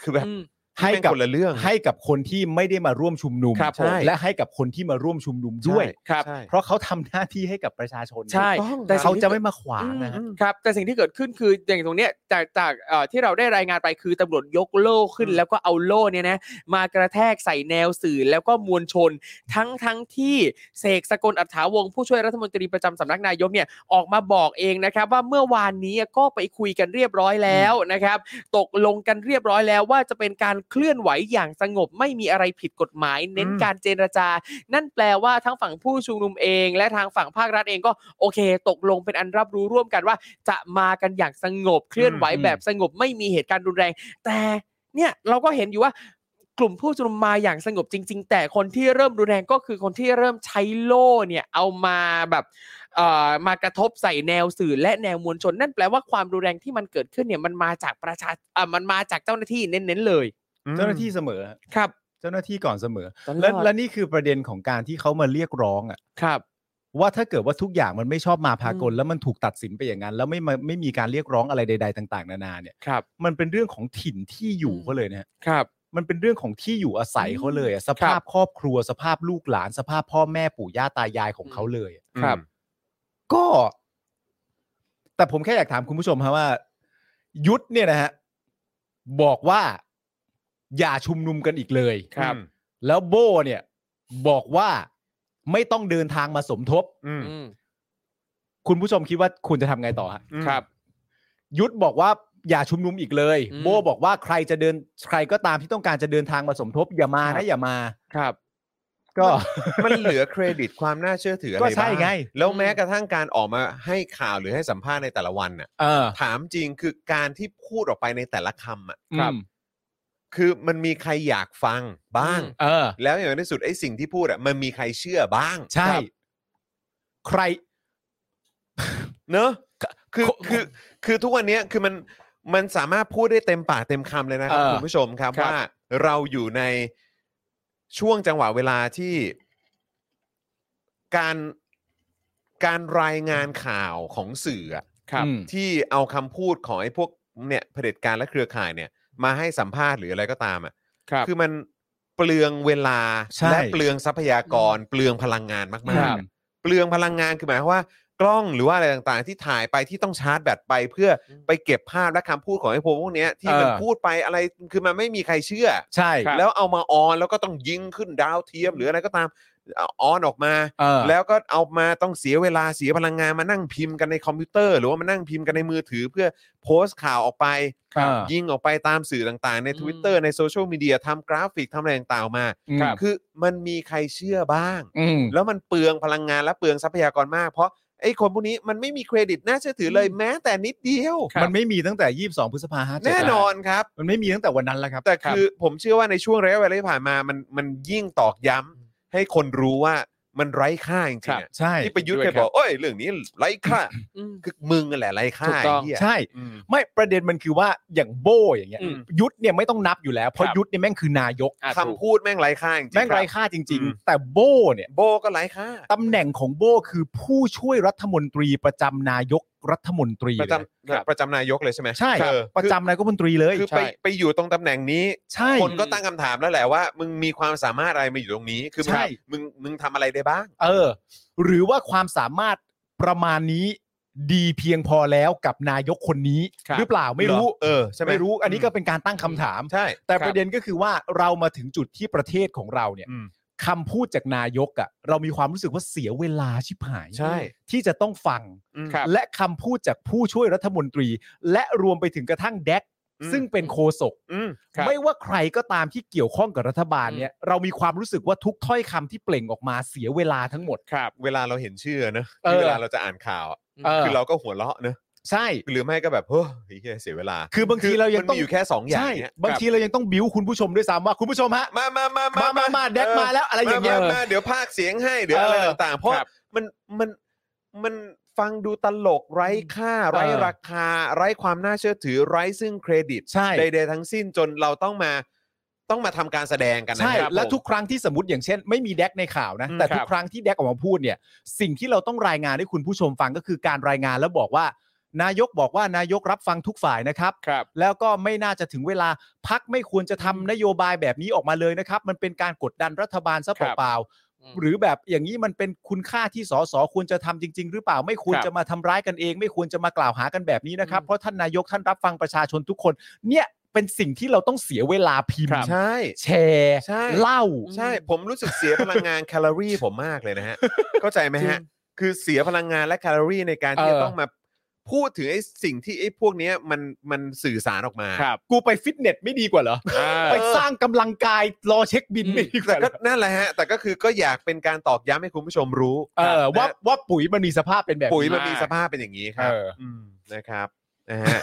คือแบบ อืม ให้ เป็น กับ คนละเรื่อง ให้กับคนที่ไม่ได้มาร่วมชุมนุม ครับผม และให้กับคนที่มาร่วมชุมนุมด้วย ครับ ใช่ เพราะเขาทำหน้าที่ให้กับประชาชน ใช่ ถูกต้อง แต่ ครับ เขา สิ่งที่ จะไม่มาขวางนะฮะ อืมครับ แต่สิ่งที่เกิดขึ้นคืออย่างตรงเนี้ยจากจากเอ่อที่เราได้รายงานไปคือตำรวจยกโล่ขึ้น แล้วก็เอาโล่เนี่ยนะมากระแทกใส่แนวสื่อแล้วก็มวลชน ทั้งทั้งที่เสกสกลอัฏฐาวงศ์ผู้ช่วยรัฐมนตรีประจำสำนักนายกเนี่ยออกมาบอกเองนะครับ ว่าเมื่อวานนี้ก็ไปคุยกันเรียบร้อยแล้วนะครับ ตกลงกันเรียบร้อยแล้วว่าจะเป็นการเคลื่อนไหวอย่างสงบไม่มีอะไรผิดกฎหมาย เน้น อืม การเจรจา นั่นแปลว่าทั้งฝั่งผู้ชุมนุมเอง และทางฝั่งภาครัฐเองก็โอเค ตกลงเป็นอันรับรู้ร่วมกันว่า จะมากันอย่างสงบเคลื่อนไหว อืม แบบสงบไม่มีเหตุการณ์รุนแรง แต่เนี่ยเราก็เห็นอยู่ว่ากลุ่มผู้ชุมนุมมาอย่างสงบจริง ๆ แต่คนที่เริ่มรุนแรงก็คือคนที่เริ่มใช้โล่เนี่ยเอามาแบบเอ่อมากระทบใส่แนวสื่อและแนวมวลชน นั่นแปลว่าความรุนแรงที่มันเกิดขึ้นเนี่ยมันมาจากประชาเอ่อมันมาจากเจ้าหน้าที่เน้นๆเลย อืม เจ้าหน้าที่เสมอ ครับ เจ้าหน้าที่ก่อนเสมอ ตลอด และและนี่คือประเด็นของการที่เขามาเรียกร้องอะ ครับ ว่าถ้าเกิดว่าทุกอย่างมันไม่ชอบมาพากล แล้วมันถูกตัดสินไปอย่างนั้น แล้วไม่มาไม่มีการเรียกร้องอะไรใด ๆ ต่าง ๆ นานาเนี่ย ครับ มันเป็นเรื่องของถิ่นที่อยู่เขาเลยนะฮะ ครับ มันเป็นเรื่องของที่อยู่อาศัยเขาเลยอะสภาพครอบครัวสภาพลูกหลาน สภาพพ่อแม่ปู่ย่าตายายของเขาเลยอะ ครับ ก็ แต่ผมแค่อยากถามคุณผู้ชมฮะว่า ยุทธเนี่ยนะฮะบอกว่าอย่าชุมนุมกันอีกเลย ครับ แล้วโบเนี่ยบอกว่าไม่ต้องเดินทางมาสมทบ อืม อืม คุณผู้ชมคิดว่าคุณจะทำไงต่อฮะ อืม ครับ ยุทธบอกว่าอย่าชุมนุมอีกเลย อืม โบบอกว่าใครจะเดินใครก็ตามที่ต้องการจะเดินทางมาสมทบ อย่ามา ครั นะ บ อย่ามา ครับ ก็ มันเหลือเครดิตความน่าเชื่อถืออะไร ก็ใช่ บ้าง ไง แล้ว อืม แม้กระทั่งการออกมาให้ข่าวหรือให้สัมภาษณ์ในแต่ละวันน่ะ เออ ถามจริงคือการที่พูดออกไปในแต่ละคำอ่ะ ครับ อืม คือมันมีใครอยากฟังบ้าง เออ แล้วอย่างที่สุดไอ้สิ่งที่พูดอ่ะมันมีใครเชื่อบ้าง ใช่ ครับ ใคร เนอะคือ โค คือคือทุกวันเนี้ยคือมันมันสามารถพูดได้เต็มปากเต็มคำเลยนะครับ เออ คุณผู้ชมครับ ครับ ว่าเราอยู่ในช่วงจังหวะเวลาที่การการรายงานข่าวของสื่ออะ ครับ อืม ที่เอาคำพูดของไอ้พวกเนี่ยเผด็จการและเครือข่ายเนี่ยมาให้สัมภาษณ์หรืออะไรก็ตามอ่ะ ครับ คือมันเปลืองเวลา ใช่ และเปลืองทรัพยากร เปลืองพลังงานมาก ครับ ๆ เปลืองพลังงานคือหมายความว่ากล้องหรือว่าอะไรต่างๆ ที่ถ่ายไปที่ต้องชาร์จแบตไป เพื่อไปเก็บภาพและคำพูดของไอ้พวกพวกเนี้ยที่มัน เออ พูดไปอะไรคือมันไม่มีใครเชื่อ ใช่ ครับ แล้วเอามาออนแล้วก็ต้องยิงขึ้นดาวเทียมหรืออะไรก็ตามเอาออนออกมา เออ แล้วก็เอามาต้องเสียเวลาเสียพลังงานมานั่งพิมพ์กันในคอมพิวเตอร์ หรือว่ามานั่งพิมพ์กันในมือถือเพื่อโพสต์ข่าวออกไป เออ ยิงออกไปตามสื่อต่างๆ ใน อืม Twitter ในโซเชียลมีเดียทำกราฟิกทำอะไรต่างๆออกมา ครับ คือมันมีใครเชื่อบ้าง อืม แล้วมันเปลืองพลังงานและเปลืองทรัพยากรมาก เพราะไอ้คนพวกนี้มันไม่มีเครดิตน่าเชื่อถือเลยแม้แต่นิดเดียว ครับ มันไม่มีตั้งแต่ 22 พฤษภาห้าเจ็ด แน่นอนครับ มันไม่มีตั้งแต่วันนั้นแล้วครับ แต่คือผมเชื่อว่าในช่วงระยะเวลาที่ผ่านมามันมันยิ่งตอกย้ำให้คนรู้ว่ามันไร้ค่าจริง ครับ ๆอะ ใช่ ที่ประยุทธ์เคยบอกโอ้ยเรื่องนี้ไร้ ค่า อืม คือมึงนั่นแหละไร้ค่า ถูกต้อง ไเหี้ย ใช่ อืม ไม่ประเด็นมันคือว่าอย่างโบอย่างเงี้ย อืม ยุทธเนี่ยไม่ต้องนับอยู่แล้วเพราะ ครับ ยุทธเนี่ยแม่งคือนายก อ่ะถูก คำพูดแม่งไร้ค่าจริงๆ แม่งไร้ คบ ค่าจริง อืม ๆ แต่โบเนี่ย โบก็ไร้ค่า ตำแหน่งของโบคือผู้ช่วยรัฐมนตรีประจำนายกรัฐมนตรี ประจำ ครับ ประจำนายกเลยใช่ไหม ใช่ เออ ประจำนายกรัฐมนตรีเลย คือคือ ใช่ ไปไปอยู่ตรงตำแหน่งนี้ ใช่ คนก็ตั้งคำถามแล้วแหละว่า มึงมีความสามารถอะไรมาอยู่ตรงนี้ คือมึง ใช่ มึงมึงทำอะไรได้บ้าง เออ หรือว่าความสามารถประมาณนี้ดีเพียงพอแล้วกับนายกคนนี้ ครับ หรือเปล่าไม่รู้ เหรอเออใช่ไหม ไม่รู้ อันนี้ก็เป็นการตั้งคำถาม ใช่ แต่ ครับ ประเด็นก็คือว่าเรามาถึงจุดที่ประเทศของเราเนี่ย อืม คำพูดจากนายกอะ่ะเรามีความรู้สึกว่าเสียเวลาชิบหาย ใช่ ที่จะต้องฟัง อืม ครับ และคำพูดจากผู้ช่วยรัฐมนตรี และรวมไปถึงกระทั่งแดก อืม ซึ่งเป็นโคศก อืม ครับ ไม่ว่าใครก็ตามที่เกี่ยวข้องกับรัฐบาลเนี่ยเรามีความรู้สึกว่าทุกถ้อยคำที่เปล่งออกมาเสียเวลาทั้งหมด ครับ เวลาเราเห็นชื่อเนอะ เออ เวลาเราจะอ่านข่าวอะ เออ คือเราก็หัวเราะเนอะ ใช่ หรือไม่ก็แบบเฮ้ยไอ้เหี้ยเสียเวลา คือบางทีเรายัง มั ต้ น อง มีอยู่แค่สองอย่าง ใช่ เนี้ย บางทีเรายังต้องบิ้วคุณผู้ชมด้วยซ้ำว่าคุณผู้ชมฮะ มามามา มา มา มามาแดก เออ มาแล้วอะไรอย่างเงี้ย มมมเดี๋ยวภาคเสียงให้เดี๋ยว เอออ อะไรต่างๆ เพราะ ครับ มันมันมันฟังดูตลกไร้ค่า ไร้ เออ ราคา ไร้ความน่าเชื่อถือไร้ซึ่งเครดิต ใช่ ใดๆทั้งสิ้นจนเราต้องมาต้องมาทำการแสดงกันนะ ใช่ ครับ และ ผม ทุกครั้งที่สมมติอย่างเช่น ไม่มีแดกในข่าวนะ อืม แต่ทุ ครั ก บ ครั้งที่แดกออกมาพูดเนี่ย สิ่งที่เราต้องรายงานให้คุณผู้ชมฟังก็คือการรายงานแล้วบอกว่า นายกบอกว่านายกรับฟังทุกฝ่ายนะครับ ครับ แล้วก็ไม่น่าจะถึงเวลาพักไม่ควรจะทำนโยบายแบบนี้ออกมาเลยนะครับ มันเป็นการกดดันรัฐบาลซะ ครับ เปล่าๆหรือแบบอย่างนี้มันเป็นคุณค่าที่สสควรจะทำจริง ๆ หรือเปล่าไม่ควร ครับ จะมาทำร้ายกันเอง ไม่ควรจะมากล่าวหากันแบบนี้นะครับ อืม เพราะท่านนายกท่านรับฟังประชาชนทุกคน เนี่ยเป็นสิ่งที่เราต้องเสียเวลาพิม ครั พ์ บ ใช่ แชร์ ใช่ เล่า ใช่ผมรู้สึกเสียพลังงานแคลอรี่ผมมากเลยนะ ฮะ เข้าใจไหมฮะ คือเสียพลังงานและแคลอรี่ในการที่ เออ จะต้องมาพูดถึงไอ้สิ่งที่ไอ้พวกเนี้ยมันมันสื่อสารออกมา ครับ กูไปฟิตเนสไม่ดีกว่าเหรอ อ่า ไปสร้างกำลังกายรอเช็คบิน อืม ไม่ดีก แต่ ว่าเหร ก็ อ นั่นแหละฮะ แต่ก็คือก็อยากเป็นการตอกย้ำให้คุณผู้ชมรู้ เออว่า นะ ว่าปุ๋ยมันมีสภาพเป็นแบบ ปุ๋ย นี้ มันมีสภาพเป็นอย่างนี้ครับ เอออื มนะครับนะฮะ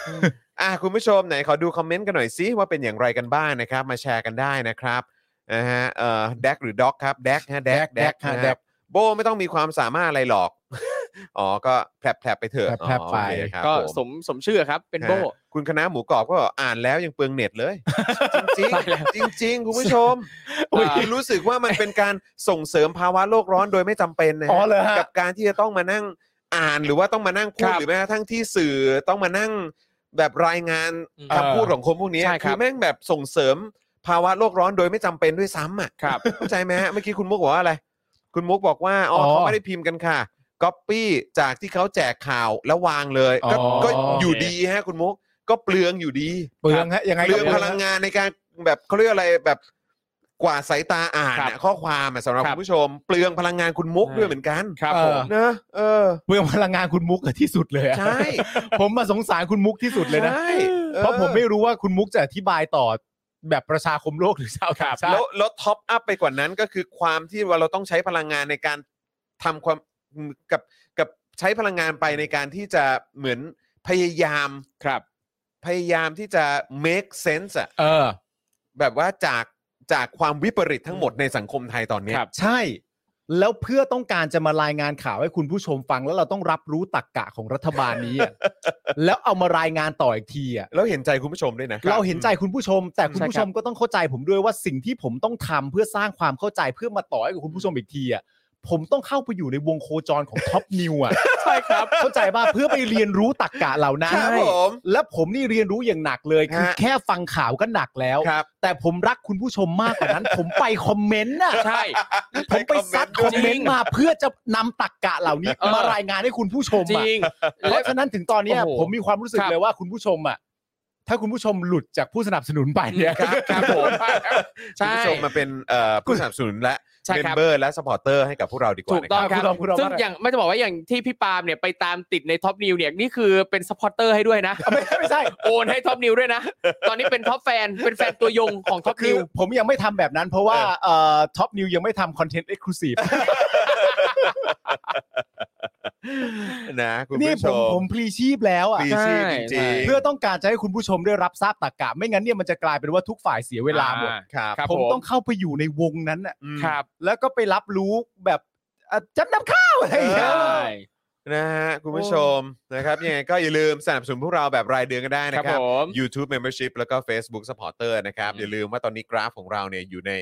อ่ะคุณผู้ชมไหนขอดูคอมเมนต์กันหน่อยซิว่าเป็นอย่างไรกันบ้างนะครับ มาแชร์กันได้นะครับนะฮะเอ่อแดกหรือด็อกครับแดกฮะแดกแดก ฮะ นะ แด ฮะ ก โบไม่ต้องมีความสามารถอะไรหรอก อ๋อ ก็แผลบๆไปเถอะ แผลบๆไป อ๋อโอเคครับ ก็ ผม สมสมชื่อครับ เป็นโบ ฮะคุณคณะหมูกรอบก็อ่านแล้วยังเปลืองเน็ตเลย จริง ตายแล้ว ๆจริงๆคุณผู้ชม อุ๊ย คุณรู้สึกว่ามันเป็นการส่งเสริมภาวะโลกร้อนโดยไม่จำเป็นนะ อ๋อเหรอฮะ กับการที่จะต้องมานั่งอ่านหรือว่าต้องมานั่งพูดครับ หรือแม้กระทั่งที่สื่อต้องมานั่งแบบรายงาน อืม คำพูดของคนพวกนี้ ใช่ครับ อแม่งแบบส่งเสริมภาวะโลกร้อนโดยไม่จำเป็นด้วยซ้ำอ่ะ ครับ เข้าใจไหมฮะเมื่อกี้คุณมุกบอกว่าอะไร คุณมุกบอกว่าอ๋อ อ เขาไม่ได้พิมพ์กันค่ะก๊อปปี้จากที่เขาแจกข่าวแล้ววางเลยก็ อ๋อ ก็อยู่ดีฮะ คุณมุกก็เปลืองอยู่ดี เปลืองฮะยังไง เป ก็ ลืองพลังงานในการแบบเขาเรียกอะไรแบบกว่าดสายตาอ่าน ครับ น่ะข้อความอ่ะสำหรับ ครั คุ บ ณผู้ชม เปลืองพลังงานคุณมุก ใช่ ด้วยเหมือนกัน ครับผม นะเออ เปลืองพลังงานคุณมุกอะที่สุดเลยอะ ใช่ ผมมาสงสารคุณมุกที่สุดเลยนะ ใช่ออ เพราะผมไม่รู้ว่าคุณมุกจะอธิบายต่อแบบประชาคมโลกหรือชาวต่างชา แล้ ติ วแล้วท็อปอัพไปกว่านั้นก็คือความที่ว่าเราต้องใช้พลังงานในการทำความกับกับใช้พลังงานไปในการที่จะเหมือนพยายาม ครับ พยายามที่จะ make sense อะ เออ แบบว่าจากจากความวิปริตทั้งหมดในสังคมไทยตอนเนี้ย ครับ ใช่ แล้วเพื่อต้องการจะมารายงานข่าวให้คุณผู้ชมฟัง แล้วเราต้องรับรู้ตักกะของรัฐบาลนี้ อะ แล้วเอามารายงานต่ออีกทีอะ แล้วเห็นใจคุณผู้ชมด้วยนะ เราเห็นใจคุณผู้ชม แต่คุณ ใช่ครับ ผู้ชมก็ต้องเข้าใจผมด้วยว่าสิ่งที่ผมต้องทำเพื่อสร้างความเข้าใจเพื่อมาต่อให้กับคุณผู้ชมอีกทีอะผมต้องเข้าไปอยู่ในวงโคจรของท็อปนิวอะ ใช่ครับ เข้าใจป่ะเพื่อไปเรียนรู้ตักกะเหล่านั้น ครับผม และผมนี่เรียนรู้อย่างหนักเลยคือ ฮะ แค่ฟังข่าวก็หนักแล้ว ครับ แต่ผมรักคุณผู้ชมมากกว่านั้น ผมไปคอมเมนต์น่ะ ใช่ ผมไปซัด ค ค อ อ ม ม เม เม น น ต์ ต์ ด้วย มาเพื่อจะนำตักกะเหล่านี้ เออ มารายงานให้คุณผู้ชม จ อะ ริง เพราะฉะนั้นถึงตอนเนี้ย โอ้โห ผมมีความรู้สึก ครับ เลยว่าคุณผู้ชมอะถ้าคุณผู้ชมหลุดจากผู้สนับสนุนไปเนี่ย ครับครับผม คุณ ใช่ ผู้ชมมาเป็นเอ่อผู้สนับสนุนและ ใช่ เมมครับ เบอร์และสปอร์เตอร์ให้กับพวกเราดีกว่า ถูกต้อง นะ คคุรับณดอมคุณดอม ซึ่ง ว่าไง อย่างไม่จะบอกว่าอย่างที่พี่ปาล์มเนี่ยไปตามติดในท็อปนิวเนี่ยนี่คือเป็นสปอร์เตอร์ให้ด้วยนะ ไม่ไม่ใช่ โอนให้ท็อปนิวด้วยนะ ตอนนี้เป็นท็อปแฟน เป็นแฟนตัวยงของท็อป คื นิ อ ว ผมยังไม่ทำแบบนั้น เพราะว่าเอ่อท็อปนิวยังไม่ทำคอนเทนต์เอ็กซ์คลูซีฟ นะคุณ นี่ ผู้ ผ ช ม ม ผมพลีชีพแล้วอ่ะ ปีชีพ ใช่ จ ใช่ ริงๆ เพื่อต้องการจะให้คุณผู้ชมได้รับทราบตรรกะ ไม่งั้นเนี่ยมันจะกลายเป็นว่าทุกฝ่ายเสียเวลาหมด อ่ ครับ ครับ ผ ผมม ต้องเข้าไปอยู่ในวงนั้นอ่ะ อืม ครับ แล้วก็ไปรับรู้แบบเอ่อจำนำข้าวอะไรอย่าง ใช เงี้ย่ นะฮะคุณผู้ชมนะครับยังไงก็อย่าลืมสนับสนุนพวกเราแบบรายเดือนกันได้นะค ครั รับ บผม YouTube Membership แล้วก็ Facebook Supporter นะครับ อย่าลืมว่าตอนนี้กราฟของเราเนี่ยอยู่ใน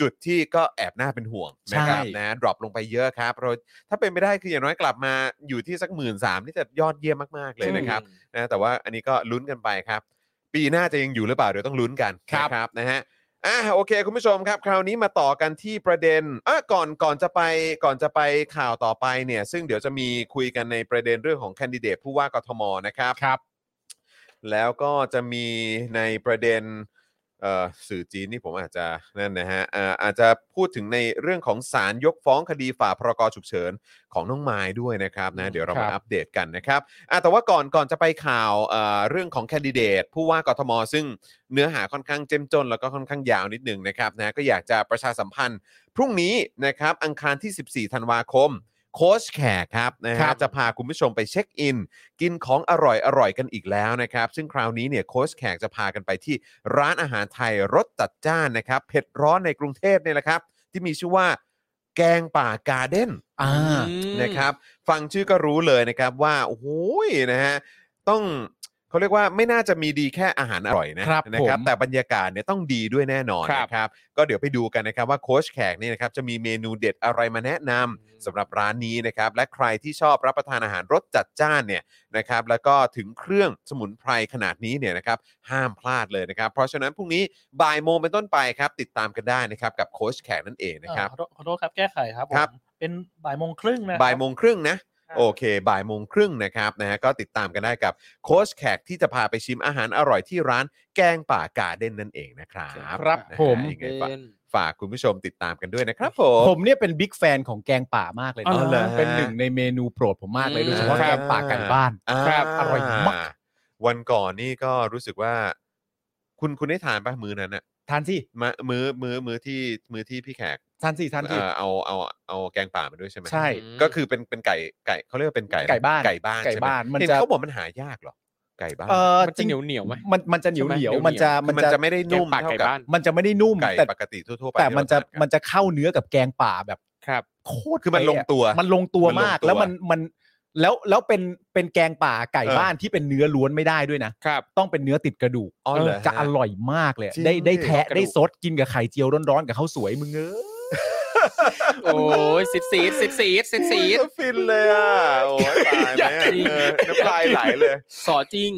จุดที่ก็แอบน่าเป็นห่วงนะครับนะดรอปลงไปเยอะครับเราถ้าเป็นไปได้คืออย่างน้อยกลับมาอยู่ที่สักหมื่นสามนี่จะยอดเยี่ยมมาก ๆ เลยนะครับ นะแต่ว่าอันนี้ก็ลุ้นกันไปครับ ปีหน้าจะยังอยู่หรือเปล่า เดี๋ยวต้องลุ้นกัน ครับ นะนะฮะอ่ะโอเค คุณผู้ชมครับ คราวนี้มาต่อกันที่ประเด็นอ่ะก่อนก่อนจะไปก่อนจะไปข่าวต่อไปเนี่ย ซึ่งเดี๋ยวจะมีคุยกันในประเด็นเรื่องของแคนดิเดตผู้ว่ากทมนะครับ ครับ แล้วก็จะมีในประเด็นเอ่อสื่อจีนนี่ผมอาจจะนั่นนะฮะเอ่ออาจจะพูดถึงในเรื่องของศาลยกฟ้องคดีฝ่าพรกฉุกเฉิน ของน้องไม้ด้วยนะครับนะเดี๋ยวเรามาอัปเดตกันนะครับอ่ะแต่ว่าก่อนก่อนจะไปข่าวเอ่อเรื่องของแคนดิเดตผู้ว่ากทม ซึ่งเนื้อหาค่อนข้างเจ้มจน แล้วก็ค่อนข้างยาวนิดหนึ่งนะครับนะก็อยากจะประชาสัมพันธ์ พรุ่งนี้นะครับอังคารที่ 14 ธันวาคม โค้ชแขกครับนะ ครั ฮะ บ จะพาคุณผู้ชมไปเช็คอิน กินของอร่อยอร่อยกันอีกแล้วนะครับ ซึ่งคราวนี้เนี่ยโค้ชแขกจะพากันไปที่ร้านอาหารไทยรสจัดจ้านนะครับเผ็ดร้อนในกรุงเทพเนี่ยแหละครับ ที่มีชื่อว่าแกงป่าการ์เด้น อ่า นะครับฟังชื่อก็รู้เลยนะครับว่าโอ้โหนะฮะต้องเขาเรียกว่าไม่น่าจะมีดีแค่อาหารอร่อยนะครับ นะครับ ผม แต่บรรยากาศเนี่ยต้องดีด้วยแน่นอน ครับ นะครับ ก็เดี๋ยวไปดูกันนะครับว่าโค้ชแขกเนี่ยนะครับจะมีเมนูเด็ดอะไรมาแนะนำสำหรับร้านนี้นะครับ และใครที่ชอบรับประทานอาหารรสจัดจ้านเนี่ยนะครับ แล้วก็ถึงเครื่องสมุนไพรขนาดนี้เนี่ยนะครับ ห้ามพลาดเลยนะครับ เพราะฉะนั้นพรุ่งนี้บ่ายโมงเป็นต้นไปครับ ติดตามกันได้นะครับกับโค้ชแขกนั่นเองนะครับ เอ่อขอโทษขอโทษครับแก้ไขครับผม ครับ เป็นบ่ายโมงครึ่งนะครั บ่ายโมงครึ่งนะ โอเคบ่ายโมงครึ่งนะครับนะฮะก็ติดตามกันได้กับโค้ชแขกที่จะพาไปชิมอาหารอร่อยที่ร้านแกงป่าการ์เด้นนั่นเองนะครับ ครับ นะฮะ ผม ยังไงฝากฝากคุณผู้ชมติดตามกันด้วยนะครับผม ผมเนี่ยเป็นบิ๊กแฟนของแกงป่ามากเลย อ๋อ นะ เหรอ เป็นหนึ่งในเมนูโปรดผมมากเลย อืม โดยเฉพาะ ครับ แกงป่ากันบ้าน ครับ อร่อยมาก วันก่อนนี่ก็รู้สึกว่า คุณคุณได้ทานป่ะมื้อนั้นอะ ทานสิ มามื้อมื้อมื้อที่มื้อที่พี่แขก ทานสิทานสิ เอ่อเอาเอาเอาแกงป่ามาด้วยใช่ไหม ใช่ ก็คือเป็นเป็นไก่ไก่เขาเรียกว่าเป็นไก่ ไก่บ้าน ไก่บ้าน ไก่ ใช่หม บ้านมัน เห็น จะ เขาบอกมันหายากเหรอไก่บ้าน เออ มันจะเหนียวเหนียวๆไหม มันมันจะเหนียวเหนียว ใช่ไหม มันจะ คือ มัน มัน จะ จะไม่ได้นุ่ม ปาก เท่า ไก่ กับ บ้าน มันจะไม่ได้นุ่ม ไก่ แต่ ปกติทั่วๆไป แต่มันจะ ที่เราทากั มันจะเข้าเนื้อกับแกงป่าแบบ ครับ โคตร คือมัน เป๊ะ ลงตัว มันลงตัว มันลง มาก ตัว แล้วมันมัน แล้วแล้วเป็นเป็นแกงป่าไก่ เออ บ้านที่เป็นเนื้อล้วนไม่ได้ด้วยนะ ครับ ต้องเป็นเนื้อติดกระดูก อ๋อเหรอ จะ ฮะ อร่อยมากเลย จริง ได้ได้ ดิ แทะ กระดูก ได้ซดกินกับไข่เจียวร้อนๆกับข้าวสวยมึงเอ้ย โอ้ยสิบสีสิบสีสิบสี โอ้ยฟินเลยอ่ะโอ้ยตายไหมอะเออน้ำลายไหลเลย สอจริง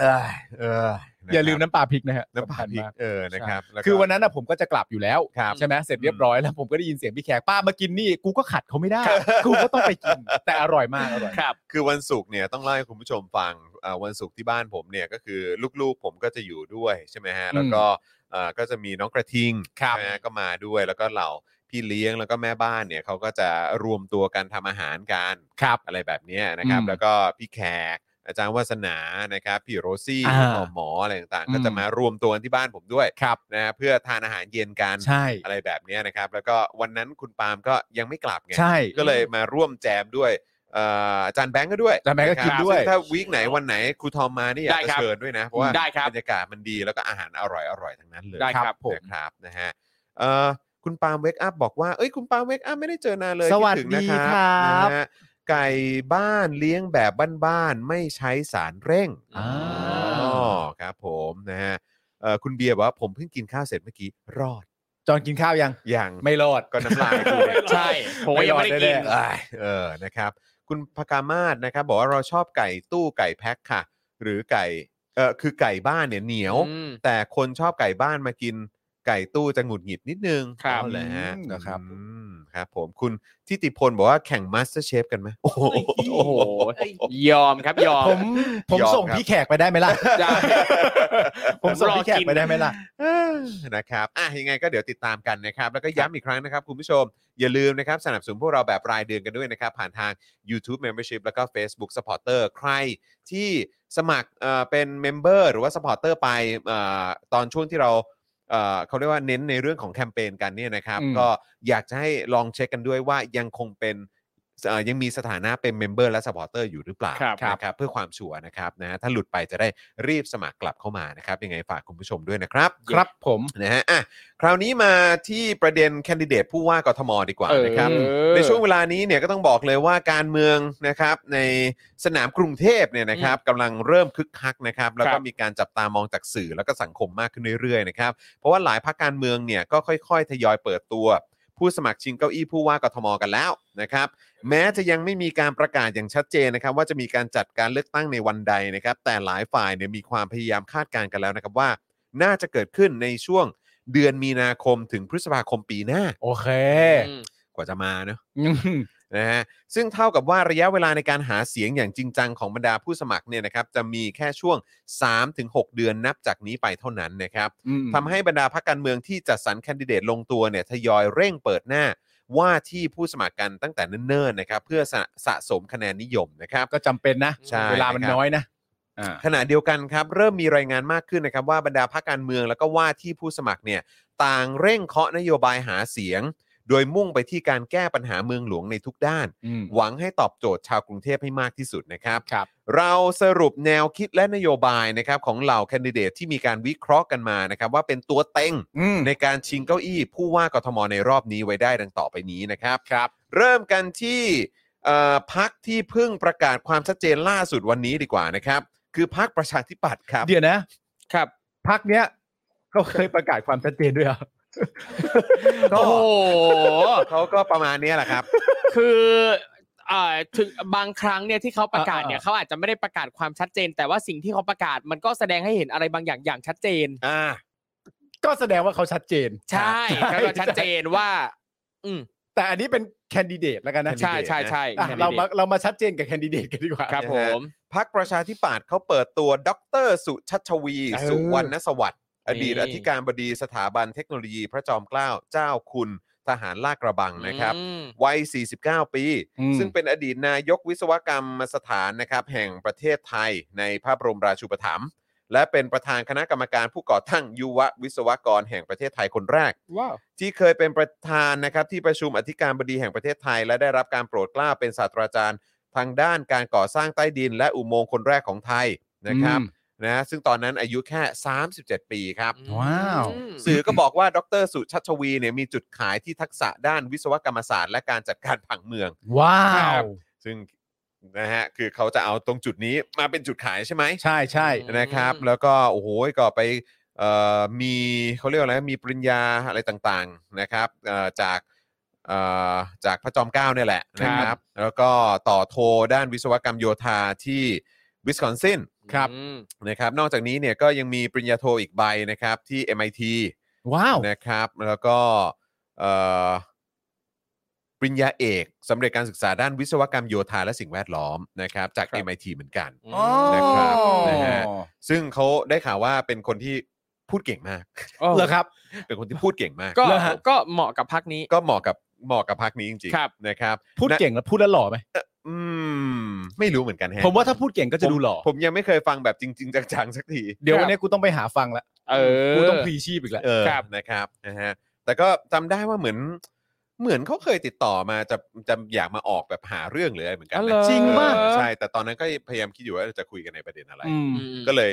เออเออ อย่าลืม นะ น้ำปลาพริกนะฮะ น้ำปลาพริก สำคัญม เออนะครับแล้ าก ก็ คือวันนั้นนะผมก็จะกลับอยู่แล้ว ครับ ใช่ไหมเสร็จเรียบร้อยแล้วผมก็ได้ยินเสียงพี่แขกป้ามากินนี่ กูก็ขัดเขาไม่ได้ กูก็ต้องไปกิน แต่อร่อยมากอร่อย ครับ คือวันศุกร์เนี่ยต้องเล่าให้คุณผู้ชมฟังเอ่อวันศุกร์ที่บ้านผมเนี่ยก็คือลูกๆผมก็จะอยู่ด้วยใช่ไหมฮะ อืม แล้วก็เอ่อก็จะมีน้องกระทิง ครับ ใช่ไหมฮะก็มาด้วยแล้วก็เหล่าพี่เลี้ยงแล้วก็แม่บ้านเนี่ยเขาก็จะรวมตัวกันทำอาหารกัน ครับ อะไรแบบเนี้ยนะครับ อืม แล้วก็พี่แขกอาจารย์วาสนานะครับพี่โรซี่ อ่า พี่หมอหมออะไรต่างๆอืม ก็จะมารวมตัวกันที่บ้านผมด้วย ครับ นะฮะเพื่อทานอาหารเย็นกัน ใช่ อะไรแบบเนี้ยนะครับ แล้วก็วันนั้นคุณปาล์มก็ยังไม่กลับไง ใช่ ก็เลยมาร่วมแจมด้วยเอ่ออาจารย์แบงค์ก็ด้วย อาจารย์แบงค์ก็ ะ กินด้วย ซึ่งถ้าวีคไหนวันไหนครูทอมมานี่อยากจะได้ครับ เชิญด้วยนะ เพราะว่า ได้ครับ รรยากาศมันดีแล้วก็อาหารอร่อยอร่อยๆทั้งนั้นเลย ได้ครับผม นะครับนะฮะเอ่อคุณปาล์มเวกอัพบอกว่า เอ้ยคุณปาล์มเวกอัพไม่ได้เจอนานเลย สวัส คิถึง ดี นะ ค ค ร รั ับ นะฮะไก่บ้านเลี้ยงแบบบ้านๆไม่ใช้สารเร่ง อ่า อ๋อครับผมนะฮะเอ่อคุณเบียร์บอกว่าผมเพิ่งกินข้าวเสร็จเมื่อกี้รอด จอนกินข้าวยัง อย่าง ไม่รอด ก็น้ำลายกูเนี่ย ใช่ผมก็ยังไม่ได้กิน เอ้ยเออ นะครับ คุณพกามาศนะครับ บอกว่าเราชอบไก่ตู้ไก่แพ็คค่ะ หรือไก่ เออคือไก่บ้านเนี่ยเหนียว อืม แต่คนชอบไก่บ้านมากินไก่ตู้จะหงุดหงิดนิดนึง ครับ เอาแหละฮะ อืมนะครับ อืมครับผม คุณทิติพลบอกว่าแข่งมาสเตอร์เชฟกันไหมโอ้โห โอ้โห ยอมครับยอม ผมผม ยอม ส่ง ครับ พี่แขกไปได้ไหมล่ะ ได้ ผมส่ง รอพี่กินแขกไปได้ไหมล่ะ เออนะครับ อ่ะ ยังไงก็เดี๋ยวติดตามกันนะครับ แล้วก็ย้ำอีกครั้งนะครับ คุณผู้ชม อย่าลืมนะครับ สนับสนุนพวกเราแบบรายเดือนกันด้วยนะครับ ผ่านทาง YouTube Membership แล้วก็ Facebook Supporter ใครที่สมัครเอ่อเป็นเมมเบอร์หรือว่า Supporter ไปเอ่อตอนช่วงที่เราเอ่อเขาเรียกว่าเน้นในเรื่องของแคมเปญกันเนี่ยนะครับ อืม ก็อยากจะให้ลองเช็คกันด้วยว่ายังคงเป็นเอ่อยังมีสถานะเป็นเมมเบอร์และสปอร์เตอร์อยู่หรือเปล่า ครับ นะครับเพื่อความชัวร์นะครับนะฮะถ้าหลุดไปจะได้รีบสมัครกลับเข้ามานะครับ ยังไงฝากคุณผู้ชมด้วยนะครับ ครับผม นะฮะอ่ะคราวนี้มาที่ประเด็นแคนดิเดตผู้ว่ากทมดีกว่า เออ นะครับ ในช่วงเวลานี้เนี่ยก็ต้องบอกเลยว่าการเมืองนะครับในสนามกรุงเทพเนี่ยนะครับกำลังเริ่มคึกคักนะครับ แล้วก็ ครับ มีการจับตามองจากสื่อแล้วก็สังคมมากขึ้นเรื่อยๆนะครับเพราะว่าหลายพรรคการเมืองเนี่ยก็ค่อยๆ ทยอยเปิดตัว ผู้สมัครชิงเก้าอี้ผู้ว่ากทมกันแล้วนะครับ แม้จะยังไม่มีการประกาศอย่างชัดเจนนะครับ ว่าจะมีการจัดการเลือกตั้งในวันใดนะครับ แต่หลายฝ่ายเนี่ยมีความพยายามคาดการณ์กันแล้วนะครับว่า น่าจะเกิดขึ้นในช่วงเดือนมีนาคมถึงพฤษภาคมปีหน้า โอเค อืม กว่าจะมาเนอะ ม นะฮะซึ่งเท่ากับว่าระยะเวลาในการหาเสียงอย่างจริงจังของบรรดาผู้สมัครเนี่ยนะครับจะมีแค่ช่วง 3-6 เดือนนับจากนี้ไปเท่านั้นนะครับทำให้บรรดาพรรคการเมืองที่จัดสรรแคนดิเดตลงตัวเนี่ยทยอยเร่งเปิดหน้าว่าที่ผู้สมัครกันตั้งแต่เนิ่นๆนะครับเพื่อสะสะสมคะแนนนิยมนะครับ ก็จำเป็นนะ ใช่ เวลามัน นะครับ น้อยนะอ่า ขณะเดียวกันครับเริ่มมีรายงานมากขึ้นนะครับว่าบรรดาพรรคการเมืองแล้วก็ว่าที่ผู้สมัครเนี่ยต่างเร่งเคาะนโยบายหาเสียง โดยมุ่งไปที่การแก้ปัญหาเมืองหลวงในทุกด้าน อืม หวังให้ตอบโจทย์ชาวกรุงเทพให้มากที่สุดนะครับ ครับ เราสรุปแนวคิดและนโยบายนะครับของเหล่าแคนดิเดตที่มีการวิเคราะห์กันมานะครับว่าเป็นตัวเต็ง อืม ในการชิงเก้าอี้ ผู้ว่ากทมในรอบนี้ไว้ได้ดังต่อไปนี้นะครับครับ เริ่มกันที่เอ่อพักที่เพิ่งประกาศความชัดเจนล่าสุดวันนี้ดีกว่านะครับ คือพักประชาธิปัตย์ครับ เดี๋ยวนะครับ พักเนี้ยก็เคยประกาศความชัดเจนด้วยเหรอ ก็ โอ้โห เขาก็ประมาณเนี้ยแหละครับ คืออ่าถึงบางครั้งเนี่ยที่เขาประกาศเนี่ย อ่า เขาอาจจะไม่ได้ประกาศความชัดเจน แต่ว่าสิ่งที่เขาประกาศมันก็แสดงให้เห็นอะไรบางอย่างอย่างชัดเจน อ่า ก็แสดงว่าเขาชัดเจน ใช่เขาก็ชัดเจนว่า อืม แต่อันนี้เป็นแคนดิเดตแล้วกันนะ ใช่ใช่ใช่ อ่ะ แคนดิดต เรามาเรามาชัดเจนกับแคนดิเดตกันดีกว่า ครับผม พักประชาธิปัตย์เขาเปิดตัวดร สุชัชวี เออ สุวรรณสวัสดิ์ นี่ อดีตอธิการบดีสถาบันเทคโนโลยีพระจอมเกล้าเจ้าคุณทหารลากระบังนะครับ อืม วัย 49 ปี อืม ซึ่งเป็นอดีตนายกวิศวกรรมสถานนะครับแห่งประเทศไทยในพระบรมราชูปถัมภ์และเป็นประธานคณะกรรมการผู้ก่อตั้งยุววิศวกรแห่งประเทศไทยคนแรก ที่เคยเป็นประธานนะครับที่ประชุมอธิการบดีแห่งประเทศไทย และได้รับการโปรดเกล้าเป็นศาสตราจารย์ ทางด้านการก่อสร้างใต้ดิน และอุโมงค์คนแรกของไทยนะครับ อืม นะฮะซึ่งตอนนั้นอายุแค่ 37 ปีครับ ว้าว สื่อก็บอกว่าดรสุชัชวีเนี่ยมีจุดขายที่ทักษะด้านวิศวกรรมศาสตร์ และการจัดการผังเมือง ว้า ครั ว บ ซึ่ง นะฮะคือเขาจะเอาตรงจุดนี้มาเป็นจุดขายใช่ไหม ใช่ใช่ นะครับ อืม แล้วก็โอ้โหก็ไปเอ่อมีเขาเรียกว่าอะไรมีปริญญาอะไรต่างๆนะครับเอ่อจากเอ่อจากพระจอมเกล้าเนี่ยแหละนะค ครั รับ บ แล้วก็ต่อโทด้านวิศวกรรมโยธาที่วิสคอนซิน อืม นะครับนอกจากนี้เนี่ยก็ยังมีปริญญาโทอีกใบนะครับที่ MIT ว้าว นะครับแล้วก็เอ่อปริญญาเอกสำเร็จการศึกษาด้านวิศวกรรมโยธาและสิ่งแวดล้อมนะครับจาก ครับ MIT เหมือนกัน อ๋อ นะครับนะฮะ ซึ่งเขาได้ข่าวว่าเป็นคนที่พูดเก่งมาก เหรอครับ เป็นคนที่พูดเก่งมาก ก็ เหรอฮะ ก็เหมาะกับพักนี้ ก็เหมาะกับเหมาะกับพักนี้จริง ครับ ๆนะครับ พูดเก่งแล้วพูดแล้วหล่อไหม อืมไม่รู้เหมือนกันแฮะ ผมว่าถ้าพูดเก่งก็จะดูหล่อ ผมผมยังไม่เคยฟังแบบจริง ๆจังๆสักที เดี๋ยววันนี้กูต้องไปหาฟังละ เออ กูต้องพรีชีพอีกแล้ว เออ ครับ นะครับนะฮะแต่ก็จำได้ว่าเหมือน เหมือนเขาเคยติดต่อมาจะจะอยากมาออกแบบหาเรื่องหรืออะไรเหมือนกัน อ๋อ นะ เหอ จริงป่ะ เออใช่ แต่ตอนนั้นก็พยายามคิดอยู่ว่าจะคุยกันในประเด็นอะไร อืม อืม ก็เลย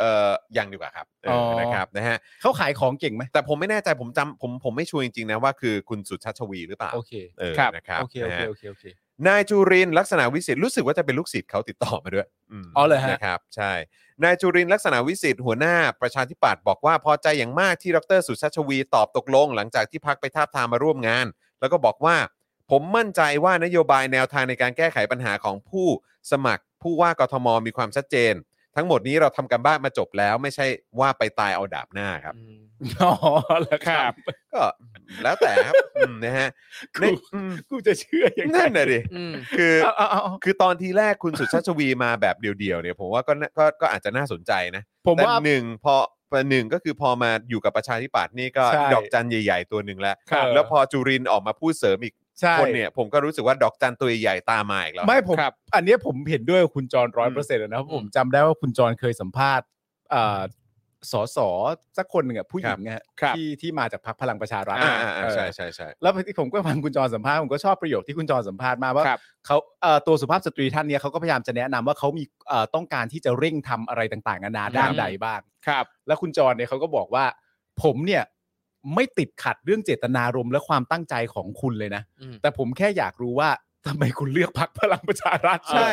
เออยังดีกว่าครับเอออ อ นะครับนะฮะ เขาขายของเก่งไหม แต่ผมไม่แน่ใจผมจำผมผมไม่ชัวร์จริงๆนะว่าคือคุณสุชาติชวีหรือเปล่า โอเค เออ ครับ นะครับ โอเคโอ นะ เค ฮะ โอเคโอเค นายจุรินทร์ลักษณะวิสิทธิ์รู้สึกว่าจะเป็นลูกศิษย์เขาติดต่อมาด้วยม อ๋อเหรอฮะ นะครับใช่นายจุรินทร์ลักษณะวิสิทธิ์หัวหน้าประชาธิปัตย์บอกว่าพอใจอย่างมากที่ดรสุชาติชวีตอบตกลง หลังจากที่พักไปทาบทามมาร่วมงาน แล้วก็บอกว่า ผมมั่นใจว่านโยบายแนวทางในการแก้ไขปัญหาของผู้สมัคร ผู้ว่ากทมมีความชัดเจน ทั้งหมดนี้เราทำกันบ้านมาจบแล้ว ไม่ใช่ว่าไปตายเอาดาบหน้าครับ อืม อ๋อเหรอครับ ก็แล้วแต่ครับอืมนะ ฮะในอืม กูจะเชื่อยังไง นั่นน่ะดิ อืม คือ เอาเอาเอา คือตอนทีแรกคุณสุชาติชวีมาแบบเดียวๆเนี่ยผมว่าก็น่าก็ก็อาจจะน่าสนใจนะ ผม แต่ ว่า หนึ่งพอหนึ่งก็คือพอมาอยู่กับประชาธิปัตย์นี่ก็ ใช่ ดอกจันใหญ่ ๆ ตัวหนึ่งแล้ว ครับ แล้วพอจุรินทร์ออกมาพูดเสริมอีก ใช่ คนเนี่ยผมก็รู้สึกว่าดอกจันตัวใหญ่ๆตามมาอีกแล้ว ไม่ผม ครับ อันเนี้ยผมเห็นด้วยกับคุณจรร้อยเปอร์เซ็นต์นะเพ อื ราะ ม ผมจำได้ว่าคุณจรเคยสัมภาษณ์เอ่อสอสอสักคนหนึ่งอะผู้หญิงอะฮะ ครับ ที่ที่มาจากพรรคพลังประชารัฐ อ่าอ่าอ่า เออ ใช่ใช่ใช่ แล้วที่ผมก็ฟังคุณจรสัมภาษณ์ผมก็ชอบประโยคที่คุณจรสัมภาษณ์มาว่า ครับ เขาเอ่อตัวสุภาพสตรีท่านเนี้ยเขาก็พยายามจะแนะนำว่าเขามีเอ่อต้องการที่จะเร่งทำอะไรต่างๆนานาด้านใดบ้าง ครับ แล้วคุณจรเนี่ยเขาก็บอกว่า ผมเนี่ยไม่ติดขัดเรื่องเจตนารมณ์และความตั้งใจของคุณเลยนะ อืม แต่ผมแค่อยากรู้ว่าทำไมคุณเลือกพักพลังประชารัฐ ใช่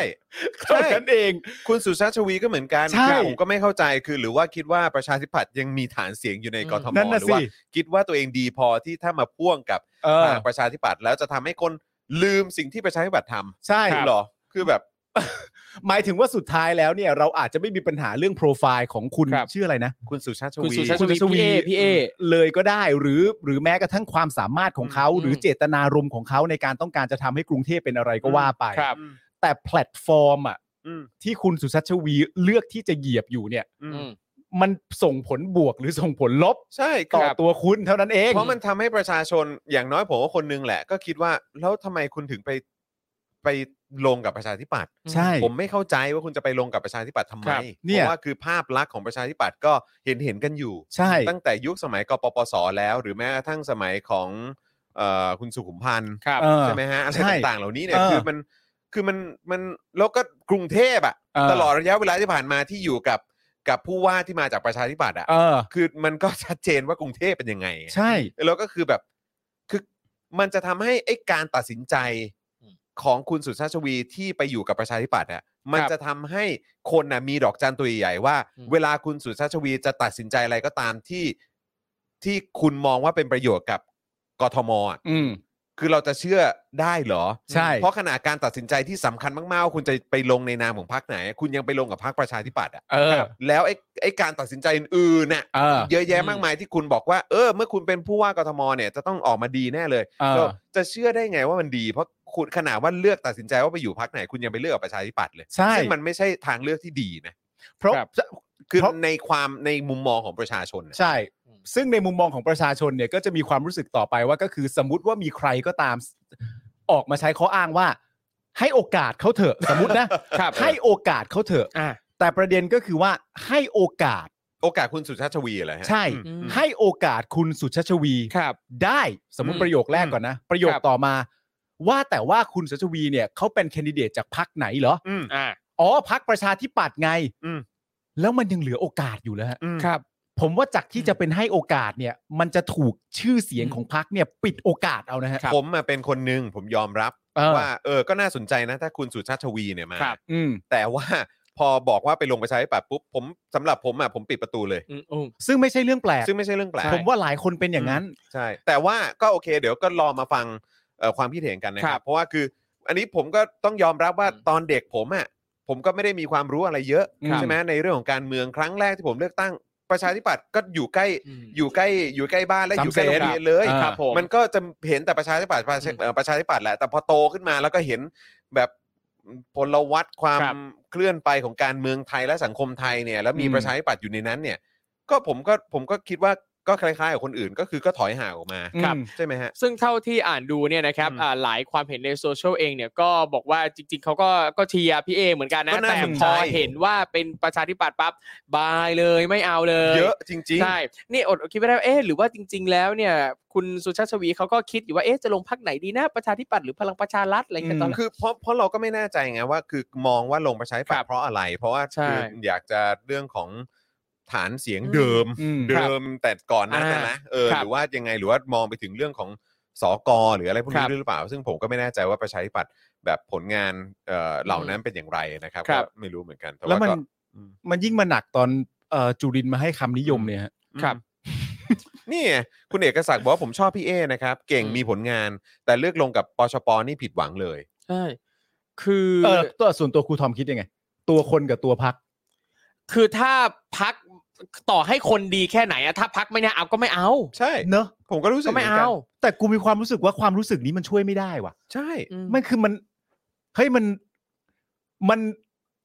เท่านั้นเอง คุณสุชาติชวีก็เหมือนกัน ใช่ ผมก็ไม่เข้าใจคือหรือว่าคิดว่าประชาธิปัตย์ยังมีฐานเสียงอยู่ใน อืม กทม นั่น ห น่ะ รือ สิ ว่าคิดว่าตัวเองดีพอที่ถ้ามาพ่วงกับ เออ ทางประชาธิปัตย์แล้วจะทำให้คนลืมสิ่งที่ประชาธิปัตย์ท ใช่ ำหรอคือแบบ หมายถึงว่าสุดท้ายแล้วเนี่ยเราอาจจะไม่มีปัญหาเรื่องโปรไฟล์ของคุณ ครับ ชื่ออะไรนะ คุณสุชาติช คุณ วี สุชาติ คุณ พี่เอพี่เอ เลยก็ได้หรือหรือแม้กระทั่งความสามารถของเขา อืม หรือเจตนารมณ์ของเขาในการต้องการจะทำให้กรุงเทพเป็นอะไรก็ว่าไป ครับ แต่แพลตฟอร์มอ่ะ อืม ที่คุณสุชัชวีเลือกที่จะเหยียบอยู่เนี่ย อืม อืม มันส่งผลบวกหรือส่งผลลบ ใช่ค ต่อ รับ ตัวคุณเท่านั้นเอง เพราะมันทำให้ประชาชนอย่างน้อยผมว่าคนนึงแหละ ก็คิดว่าแล้วทำไมคุณถึงไปไปลงกับประชาธิปัตย์ ใช่ ผมไม่เข้าใจว่าคุณจะไปลงกับประชาธิปัตย์ทำไม ครับ เพ เนี่ย ราะว่าคือภาพลักษณ์ของประชาธิปัตย์ก็เห็นเห็นๆกันอยู่ ใช่ ตั้งแต่ยุคสมัยกปปสแล้ว หรือแม้กระทั่งสมัยของเอ่อคุณสุขุมพันธ์ ครับ เออ ใช่ไหมฮะอะไร ใช่ ต่างๆเหล่านี้เนี่ย เออ คือมันคือมันมันแล้วก็กรุงเทพอะ เออ ตลอดระยะเวลาที่ผ่านมาที่อยู่กับกับผู้ว่าที่มาจากประชาธิปัตย์อะ เออ คือมันก็ ชัดเจนว่ากรุงเทพเป็นยังไง ใช่ แล้วก็คือแบบคือมันจะทำให้ไอ้การตัดสินใจของคุณสุชาติชวีที่ไปอยู่กับประชาธิปัตย์อะมันจะทำให้คนนะมีดอกจันตัวใหญ่ๆว่า อืม เวลาคุณสุชาติชวีจะตัดสินใจอะไรก็ตามที่ที่คุณมองว่าเป็นประโยชน์กับกทมอะ อืม คือเราจะเชื่อได้เหรอ ใช่ เพราะขณะการตัดสินใจที่สำคัญมากๆว่าคุณจะไปลงในนามของพรรคไหน คุณยังไปลงกับพรรคประชาธิปัตย์อะ เออ แล้วไอ้ไอ้การตัดสินใจอื่นๆน่ะ เออ เยอะแยะ อืม มากมายที่คุณบอกว่าเออเมื่อคุณเป็นผู้ว่ากทมเนี่ยจะต้องออกมาดีแน่เลย เอ ก็ อ จะเชื่อได้ไงว่ามันดี เพราะคุณขนาดว่าเลือกตัดสินใจว่าไปอยู่พักไหน คุณยังไปเลือกกับประชาธิปัตย์เลย ใช่ ซึ่งมันไม่ใช่ทางเลือกที่ดีนะ เพราะ ครับ คือ เพราะ ในความในมุมมองของประชาชนน่ะ ใช่ ซึ่งในมุมมองของประชาชนเนี่ยก็จะมีความรู้สึกต่อไปว่าก็คือสมมติว่ามีใครก็ตามออกมาใช้ข้ออ้างว่า ให้โอกาสเขาเถอะสมมตินะ ครับ ให้โอกาสเขาเถอะ อ่า แต่ประเด็นก็คือว่าให้โอกาส โอกาสคุณสุชาติชวีเหรอฮะ ใช่ อืม อืม ให้โอกาสคุณสุชาชวี ครับ ได้สมม อื ติ ม ประโยคแรกก่อนนะ ประโยค ครับ ต่อมา ว่าแต่ว่าคุณสุชาชวีเนี่ยเขาเป็นแคนดิเดตจากพักไหนเหรอ อืม อ่า อ๋อพักประชาธิปัตย์ไง อืม แล้วมันยังเหลือโอกาสอยู่แล้วฮะ อืม ครับ ผมว่าจากที่จะเป็นให้โอกาสเนี่ย มันจะถูกชื่อเสียงของพักเนี่ย ปิดโอกาสเอานะฮะ ผมอะเป็นคนหนึ่งผมยอมรับ เออ ว่าเออก็น่าสนใจนะ ถ้าคุณสุชาติชวีเนี่ยมา ครับ อืม แต่ว่าพอบอกว่าไปลงประชาธิปัตย์ปุ๊บผมสำหรับผมอ่ะผมปิดประตูเลย อืมอืม ซึ่งไม่ใช่เรื่องแปลก ซึ่งไม่ใช่เรื่องแปลก ผมว่าหลายคนเป็นอย่างนั้น ใช่ แต่ว่าก็โอเค เดี๋ยวก็รอมาฟังเอ่อความคิดเห็นกันนะค ค รั รับ บ เพราะว่าคืออันนี้ผมก็ต้องยอมรับว่า อืม ตอนเด็กผมอ่ะผมก็ไม่ได้มีความรู้อะไรเยอะ ครับ ใช่ไหมในเรื่องของการเมืองครั้งแรกที่ผมเลือกตั้งประชาธิปัตย์ก็อยู่ใกล้อยู่ใกล้อยู่ใกล้บ้านและอยู่ใกล้โรงเรียนเลย อ่า ครับผม มันก็จะเห็นแต่ประชาธิปัตย์ประชา อืม เอ่อประชาธิปัตย์แหละแต่พอโตขึ้นมาแล้วก็เห็นแบบพลวัตความ ครับ เคลื่อนไปของการเมืองไทยและสังคมไทยเนี่ย แล้วมี อืม ประชาธิปัตย์อยู่ในนั้นเนี่ย ก็ผมก็ผมก็คิดว่าก็คล้ายๆกับคนอื่น ก็คือก็ถอยห่างออกมา ครับ อืม ใช่ไหมฮะ ซึ่งเท่าที่อ่านดูเนี่ยนะครับ อืม อ่าหลายความเห็นในโซเชียลเองเนี่ยก็บอกว่าจริง ๆเขาก็ก็เชียร์พี่เอเหมือนกัน ก็ นะ น่า แต่ สน พ ใจ อเห็นว่าเป็นประชาธิปัตย์ปั๊บบายเลยไม่เอาเลย เยอะจริง ใช่ นี่อดคิดไม่ได้ว่าเอ๊ะหรือว่าจริง ๆ แล้วเนี่ย คุณสุชาติชวีเขาก็คิดอยู่ว่าเอ๊ะจะลงพักไหนดีนะประชาธิปัตย์หรือพลังประชารัฐอะไรกันตอๆนนั้น คือเพราะเพราะเราก็ไม่แน่ใจไงว่า คือมองว่าลงประชาธิปัต ครั ย์ บ เพราะอะไร เพราะว่า ใช่ คืออยากจะเรื่องของฐานเสียง อืม เดิม อืม เดิมแต่ก่อนหนั้าน อ่า นะนะเออ ครั ห บ รือว่ายังไงหรือว่ามองไปถึงเรื่องของสกหรืออะไรพวก ค นี้ รับ ด้วยหรือเปล่า ซึ่งผมก็ไม่แน่ใจว่าประชาธิปัตย์แบบผลงานเอ่อเหล่านั้นเป็นอย่างไรนะครับ ครับ ก็ไม่รู้เหมือนกันต่า แล้วมัน ก็อืม มันยิ่งมาหนักตอนเอ่อจุรินทร์มาให้คำนิยมเนี่ยฮะ ครับ นี่ไงคุณเอกศักดิ์บอกว่าผมชอบพี่เอนะครับ เก่ง อืม มีผลงาน แต่เลือกลงกับปชปนี่ผิดหวังเลย ใช่คือ เออตัวส่วนตัวครูทอมคิดยังไง ตัวคนกับตัวพัก คือถ้าพักต่อให้คนดีแค่ไหนอะถ้าพักไม่น่าเอาก็ไม่เอา ใช่ เนอะ ผมก็รู้สึก ก็ไม่ หนน เอา แต่กูมีความรู้สึกว่าความรู้สึกนี้มันช่วยไม่ได้ว่ะ ใช่ อื มันคือมันเฮ้ยมันมัน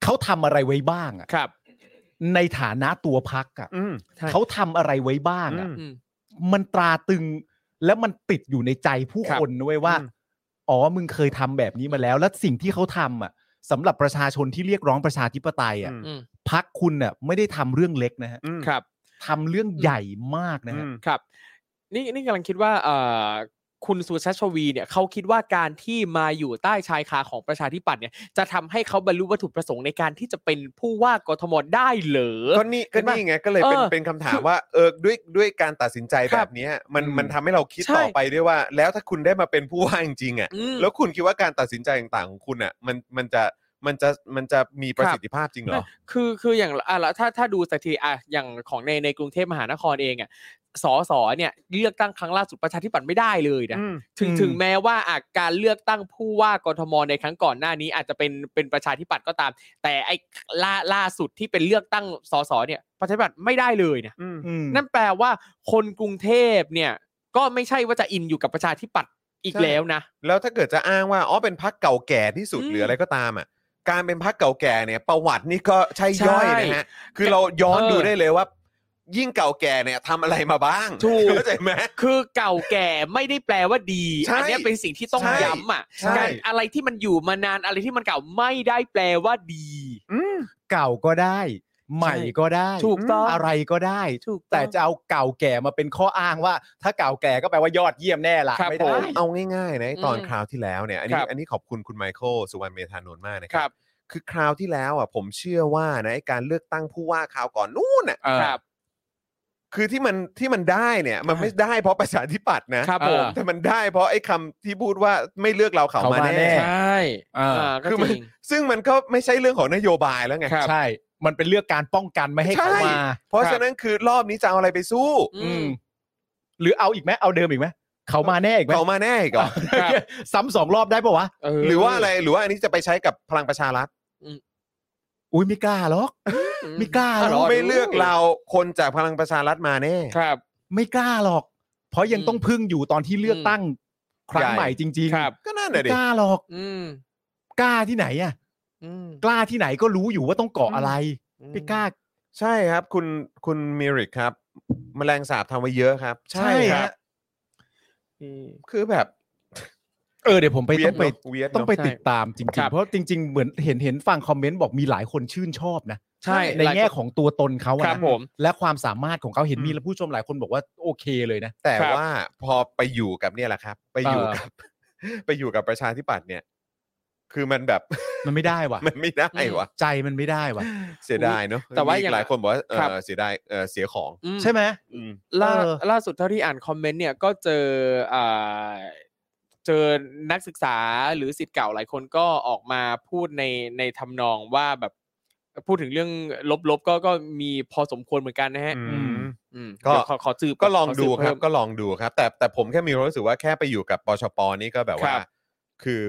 เขาทำอะไรไว้บ้างอะ ครับ ในฐานะตัวพักอะ อืม ใช่ เขาทำอะไรไว้บ้างอะ อืม อืม มันตราตรึงแล้วมันติดอยู่ในใจผู้ ครับ คนนะเว้ยว่า อืม อ๋อมึงเคยทำแบบนี้มาแล้ว และสิ่งที่เขาทำอะสำหรับประชาชนที่เรียกร้องประชาธิปไตยอะ อืม พักคุณน่ะไม่ได้ทำเรื่องเล็กนะฮะ อืม ครับ ทำเรื่องใหญ่มากนะฮะ อืม ครับนี่นี่กำลังคิดว่าเอ่อคุณสุชาติชวีเนี่ยเขาคิดว่าการที่มาอยู่ใต้ชายคาของประชาธิปัตย์เนี่ยจะทำให้เขาบรรลุวัตถุประสงค์ในการที่จะเป็นผู้ว่ากทมได้เหรอ ก็นี่ก็นี่ไงก็เลยเป็น เออ เป็นคำถามว่าเออด้วยด้วยการตัดสินใจ ค แบ รับบ เนี้ยมัน อืม มันทำให้เราคิด ใช่ ต่อไปด้วยว่า แล้วถ้าคุณได้มาเป็นผู้ว่าจริงๆอ่ะ อืม แล้วคุณคิดว่าการตัดสินใจต่างๆของคุณอ่ะมันมันจะมันจะมันจะมีประ ครับ สิทธิภาพจริงเหรอ คือคืออย่างอ่ะแล้วถ้าถ้าดูสถิติอ่ะอย่างของในในกรุงเทพมหานครเองอ่ะสอสอเนี่ยเลือกตั้งครั้งล่าสุดประชาธิปัตย์ไม่ได้เลยนะ ถึง อืม ถึงแม้ว่าอาการเลือกตั้งผู้ว่ากทมในครั้งก่อนหน้านี้ อาจจะเป็นเป็นประชาธิปัตย์ก็ตาม แต่ไอ้ล่าล่าสุดที่เป็นเลือกตั้งสสเนี่ยประชาธิปัตย์ไม่ได้เลยนะ อืม นั่นแปลว่าคนกรุงเทพเนี่ยก็ไม่ใช่ว่าจะอินอยู่กับประชาธิปัตย์อีก ใช่ แล้วนะ แล้วถ้าเกิดจะอ้างว่าอ๋อเป็นพักเก่าแก่ที่สุด อืม หรืออะไรก็ตามอ่ะการเป็นพักเก่าแก่เนี่ย ประวัตินี่ก็ใช่ย่อย ใช่ นะฮะคือเราย้อน เออ ดูได้เลยว่า ยิ่งเก่าแก่เนี่ยทำอะไรมาบ้าง ถูก เข้าใจไหม คือเก่าแก่ไม่ได้แปลว่าดี ใช่ อัเนี้ยเป็นสิ่งที่ต้อง ใช่ ย้ำอ่ะ ใช่ การอะไรที่มันอยู่มานานอะไรที่มันเก่าไม่ได้แปลว่าดี อืม เก่าก็ได้ ใหม่ก็ได้ ถูกต้อง อะไรก็ได้ ถูกต้อง แต่จะเอาเก่าแก่มาเป็นข้ออ้างว่า ถ้าเก่าแก่ก็แปลว่ายอดเยี่ยมแน่ละ ครับ ไม่ ผ ได้ ม เอาง่ายๆนะไอ้ตอน อืม คราวที่แล้วเนี่ยอันนี้ ครับ อันนี้ขอบคุณคุณไมเคิลสุวรรณเมธานนท์มากนะค ครั รับ บ คือคราวที่แล้วอ่ะผมเชื่อว่านะไอ้การเลือกตั้งผู้ว่าคราวก่อนนู่นน่ะ ครับ คือที่มันที่มันได้เนี่ยมันไม่ได้เพราะประชาธิปัตย์นะครับ ผม แต่มันได้เพราะไอ้คำที่พูดว่าไม่เลือกเราเขามา เขามาแน่ แน่ ใช่ อ่า อ่าก็ คือ จ มัน ริง ซึ่งมันก็ไม่ใช่เรื่องของนโยบายแล้วไง ครับ ใช่ มันเป็นเรื่องการป้องกันไม่ให้ ใช่ เขามา เพราะ ครับ ฉะนั้นคือรอบนี้จะเอาอะไรไปสู้ อื อื ม มหรือเอาอีกไหมเอาเดิมอีกไหมเขามาแน่อีกไหม เขามาแน่อีก่อน ครับ ซ้ำสองรอบได้ปะวะ เห รือว่าอะไรหรือว่าอันนี้จะไปใช้กับพลังประชารัฐ อุ้ยไม่กล้าหรอก อืม ไม่กล้าหร ร อก ดู ไม่เลือกเราคนจากพลังประชารัฐมาแน่ ครับ ไม่กล้าหรอก เพราะยัง อืม ต้องพึ่งอยู่ตอนที่เลือก อืม ตั้งครั้ง ใหญ่ ใหม่จริง ครับ ก็นั่นแห ไม่ ละดิ กล้าหรอก อืม กล้าที่ไหนอ่ะ อืม กล้าที่ไหนก็รู้อยู่ว่าต้องเกาะ อืม อะไรไม่กล้า ใช่ครับ คุณคุณมิริกครับ แมลงสาบทำไว้เยอะครับ ฮะ อืม คือแบบ เออเดี๋ยวผมไป เวีย ต้ น องไป เนอะเวียน ต้อง เนะ ไป ใช่ ติดตามจริง ครั ๆ บ เพราะจริง ๆ เหมือนเห็นเห็นฟังคอมเมนต์บอกมีหลายคนชื่นชอบนะ ใช่ ใน หลายคน แง่ของตัวตนเขาอะ ครั นะ บผม และความสามารถของเขาเห็นมี อืม และผู้ชมหลายคนบอกว่าโอเคเลยนะ แต่ ครับ ว่าพอไปอยู่กับเนี่ยแหละครับ ไปอยู่ เออ กับ ไปอยู่กับประชาธิปัตย์เนี่ย คือมันแบบ มันไม่ได้ว่ะ มันไม่ได้ อืม วะ ใจมันไม่ได้ว่ะ เสียดายเนอะ แต่ว่า มีอีก อย่าง หลายคนบอกว่าเออ ครับ เสียดายเออเสียของ อืม ใช่ไหม อืม ล่า เออ ล่าสุดเท่าที่อ่านคอมเมนต์เนี่ยก็เจออ่า เจอนักศึกษาหรือสิทธิ์เก่าหลายคนก็ออกมาพูดในในทำนองว่าแบบพูดถึงเรื่องลบๆก็ก็มีพอสมควรเหมือนกันนะฮะ อืม อืม ก็ เดี๋ยวขอขอสืบ ก็ลอง ขสื ดู บ ครับ เพิ่ม ก็ลองดูครับ แต่แต่ผมแค่มีความรู้สึกว่าแค่ไปอยู่กับปชปนี่ก็แบบว่า ครับ คือ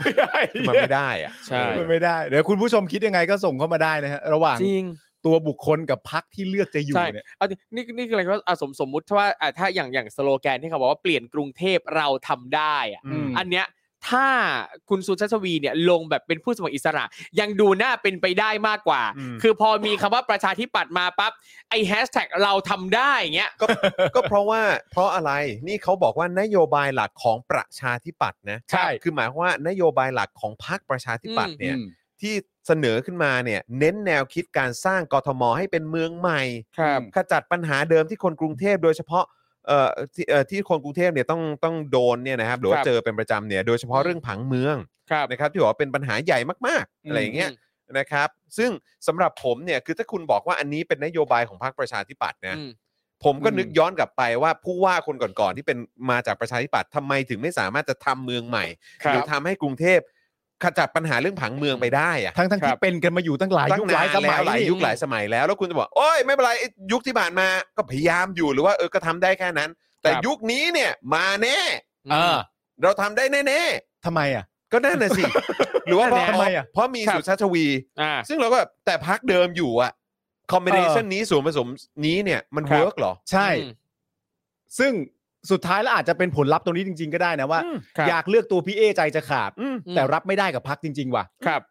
ไม่ได้ มันไม่ได้อะ ใช่ มันไม่ได้เดี๋ยวคุณผู้ชมคิดยังไงก็ส่งเข้ามาได้นะฮะระหว่าง จริง ตัวบุคคลกับพักที่เลือกจะอยู่ ใช่ เนี่ย เอาจริงนี่นี่คืออะไรก็อ่ะสมสมมุติถ้าว่าอ่ะถ้าอย่างอย่างสโลแกนที่เขาบอกว่าเปลี่ยนกรุงเทพเราทำได้อ่ะ อืม อันเนี้ยถ้าคุณสุชาติชวีเนี่ยลงแบบเป็นผู้สมัครอิสระ ยังดูน่าเป็นไปได้มากกว่า คือพอมีคำว่าประชาธิปัตย์มาปั๊บไอแฮชแท็กเราทำได้อย่างเงี้ย ก็ ก็เพราะว่าเพราะอะไรนี่เขาบอกว่านโยบายหลักของประชาธิปัตย์นะ ใช่ คือหมายความว่านโยบายหลักของพรรคประชาธิปัตย์เนี่ย อืม ที่เสนอขึ้นมาเนี่ยเน้นแนวคิดการสร้างกทมให้เป็นเมืองใหม่ ครับ ขจัดปัญหาเดิมที่คนกรุงเทพโดยเฉพาะเอ่อที่เอ่อที่คนกรุงเทพเนี่ยต้องต้องโดนเนี่ยนะครับหรือว่าเจอเป็นประจำเนี่ยโดยเฉพาะเรื่องผังเมือง ครับ นะครับที่บอกว่าเป็นปัญหาใหญ่มากๆ อืม อะไรอย่างเงี้ยนะครับ ซึ่งสำหรับผมเนี่ยคือถ้าคุณบอกว่าอันนี้เป็นนโยบายของพรรคประชาธิปัตย์นะ อืม ผมก็นึกย้อนกลับไปว่าผู้ว่าคนก่อนๆที่เป็นมาจากประชาธิปัตย์ทำไมถึงไม่สามารถจะทำเมืองใหม่ ค หรื รั อบ ทำให้กรุงเทพขจัดปัญหาเรื่องผังเมืองไปได้อะ ทั้งทั้ง ครั ที่ บ เป็นกันมาอยู่ตั้งหลายยุคหลายสมัย ตั้งนนแวหลายยุคหลายสมัยแล้วแล้วคุณจะบอกโอ้ยไม่เป็นไรไอ้ยุคที่ผ่านมาก็พยายามอยู่หรือว่าเออก็ทำได้แค่นั้น แต่ยุคนี้เนี่ยมาแน่ เออ เราทำได้แน่ ทำไมอ่ะ ๆก็นั่นน่ะสิ หรือว่าเพราะ ทำไมอ่ะ เพราะมี ครับ สุชาติชวี อ่า ซึ่งเราก็แบบแต่พักเดิมอยู่อะคอมบิเนชันนี้ส่วนผสมนี้เนี่ยมัน ครับ เวิร์กเหรอ ใช่ ซึ่งสุดท้ายแล้วอาจจะเป็นผลลัพธ์ตรงนี้จริง ๆ ก็ได้นะว่า อืม ครับ อยากเลือกตัวพี่เอใจจะขาด อืม แต่รับไม่ได้กับพักจริง ๆ ว่ะ ครับ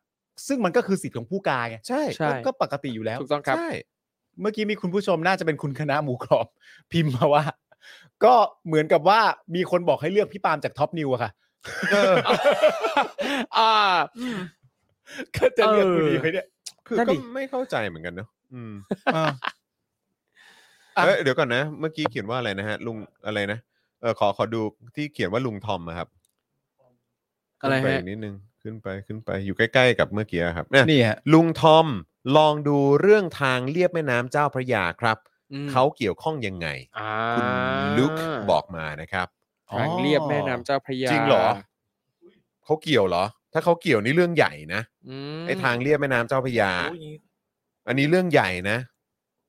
ซึ่งมันก็คือสิทธิ์ของผู้กายไง ใช่ ใช่ ก็ก็ปกติอยู่แล้ว ถูกต้องครับ ใช่ เมื่อกี้มีคุณผู้ชมน่าจะเป็นคุณคณะหมูกรอบ พิมพ์มาว่า ก็เหมือนกับว่ามีคนบอกให้เลือกพี่ปาล์มจากท็อปนิวอะค่ะ อ่า ก็จะเลือกคุณ เออ ดีไหมเนี่ย คือ นั่น ก็ ดิ ไม่เข้าใจเหมือนกันเนอะอืมเอ้ยเดี๋ยวก่อนนะ เมื่อกี้เขียนว่าอะไรนะฮะลุงอะไรนะเออขอขอดูที่เขียนว่าลุงทอมอะครับ อะไร ขึ้นไป ฮะ อีกนิดนึงขึ้นไปขึ้นไปอยู่ใกล้ ๆ กับเมื่อกี้ครับเนี่ย นี่ฮะ ลุงทอมลองดูเรื่องทางเลียบแม่น้ำเจ้าพระยาครับ อืม เขาเกี่ยวข้องยังไง อ่า คุณลุคบอกมานะครับ ทางเรียบแม่น้ำเจ้าพระยา จริงเหรอเขาเกี่ยวเหรอ ถ้าเขาเกี่ยวนี่เรื่องใหญ่นะ ม ไอ้ทางเลียบแม่น้ำเจ้าพระยา โอ้ยอย่างงี้ อันนี้เรื่องใหญ่นะ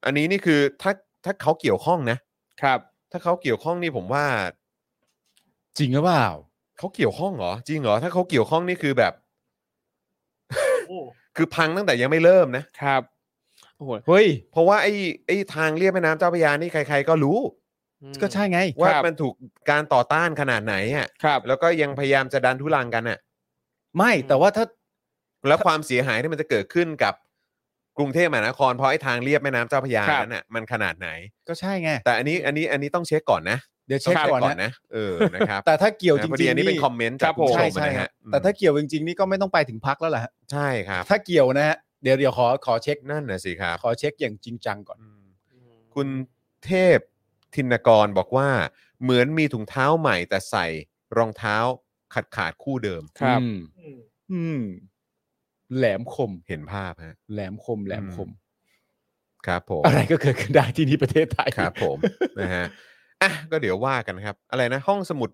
อันนี้นี่คือถ้าถ้าเขาเกี่ยวข้องนะ ครับ ถ้าเขาเกี่ยวข้องนี่ผมว่า จริงหรือเปล่า เขาเกี่ยวข้องเหรอจริงเหรอถ้าเขาเกี่ยวข้องนี่คือแบบ โอ้ คือพังตั้งแต่ยังไม่เริ่มนะ ครับโอ้โห เฮ้ย เพราะว่าไอ้ไอ้ทางเลียบแม่น้ำเจ้าพระยานี่ใคร ๆ ก็รู้ อืม ก็ใช่ไง ว่า ครับ มันถูกการต่อต้านขนาดไหนอ่ะ ครับ แล้วก็ยังพยายามจะดันทุลังกันอ่ะ ไม่แต่ว่าถ้า แล้วความเสียหายที่มันจะเกิดขึ้นกับกรุงเทพมหานครเพราะไอ้ทางเลียบแม่น้ำเจ้าพระยา ครับ นั้นอ่ะมันขนาดไหน ก็ใช่ไง แต่อันนี้อันนี้อันนี้ต้องเช็คก่อนนะ เดี๋ยวเช็ค ต้ง ก่อนนะ นะเอ อนะครับ แต่ถ้าเกี่ยวจริ นะ ง พอ ๆ ดีอันนี้เป็นคอมเมนต์จาก ครับ คุณผู้ช ใช่ ม ใช่ นะ ฮะ ฮะ แต่ถ้าเกี่ยวจริงๆนี่ก็ไม่ต้องไปถึงพักแล้วแหละฮะ ใช่ครับ ถ้าเกี่ยวนะฮะเดี๋ยวเดี๋ยวขอขอเช็ค นั่นน่ะสิครับ ขอเช็คอย่างจริงจังก่อน อืมคุณเทพธินกรบอกว่า เหมือนมีถุงเท้าใหม่แต่ใส่รองเท้าขาดขาดๆคู่เดิม ครับ อืม อืม อืม แหลมคม เห็นภาพฮะ แหลมคม แหลมคม ครับผม อะไรก็เกิดขึ้นได้ที่นี่ประเทศไทย ครับผม นะฮะอ่ะก็เดี๋ยวว่ากันครับ อะไรนะ ห้องสมุด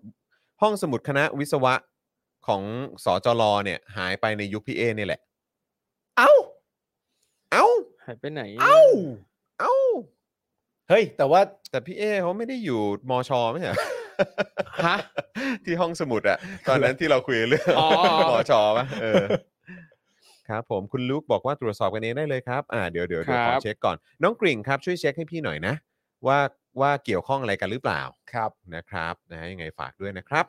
ห้องสมุดคณะวิศวะของสจลเนี่ย หายไปในยุคพี่เอนี่แหละ เอ้า เอ้า หายไปไหน เอ้า เอ้า เฮ้ย แต่ว่า แต่พี่เอเขาไม่ได้อยู่มชไม่ใช่เหรอ ฮะ ที่ห้องสมุดอะตอนนั้นที่เราคุยเรื่อง อ๋อ มชป่ะเออ ครับผมคุณลูกบอกว่าตรวจสอบกันเองได้เลยครับ อ่าเดี๋ยวเดี๋ยวเดี๋ยวขอเช็คก่อน น้องกริ่งครับช่วยเช็คให้พี่หน่อยนะ ว่าว่าเกี่ยวข้องอะไรกันหรือเปล่า ครับ นะครับนะฮะยังไงฝากด้วยนะครับ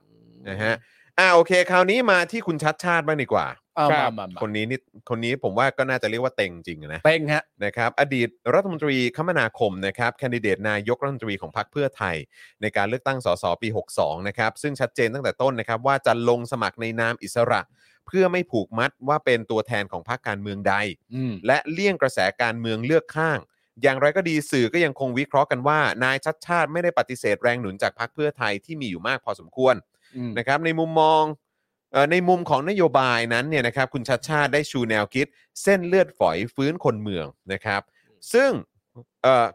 นะฮะ อ่าโอเค คราวนี้มาที่คุณชัดชาติบ้างดีกว่า เอา ครั มา บ มามา คนนี้นี่คนนี้ผมว่าก็น่าจะเรียกว่าเต็งจริงอะนะ เป้งฮะ นะครับ อดีตรัฐมนตรีคมนาคมนะครับแคนดิเดตนายกรัฐมนตรีของพรรคเพื่อไทย ในการเลือกตั้งสสปี 62 นะครับ ซึ่งชัดเจนตั้งแต่ต้นนะครับ ว่าจะลงสมัครในนามอิสระ เพื่อไม่ผูกมัดว่าเป็นตัวแทนของพรรคการเมืองใด อืม และเลี่ยงกระแสการเมืองเลือกข้าง อย่างไรก็ดีสื่อก็ยังคงวิเคราะห์กันว่านายชัดชาติไม่ได้ปฏิเสธแรงหนุนจากพรรคเพื่อไทยที่มีอยู่มากพอสมควร นะครับในมุมมองเอ่อในมุมของนโยบายนั้นเนี่ยนะครับคุณชัดชาติได้ชูแนวคิด เส้นเลือดฝอยฟื้นคนเมืองนะครับ ซึ่งเอ่อ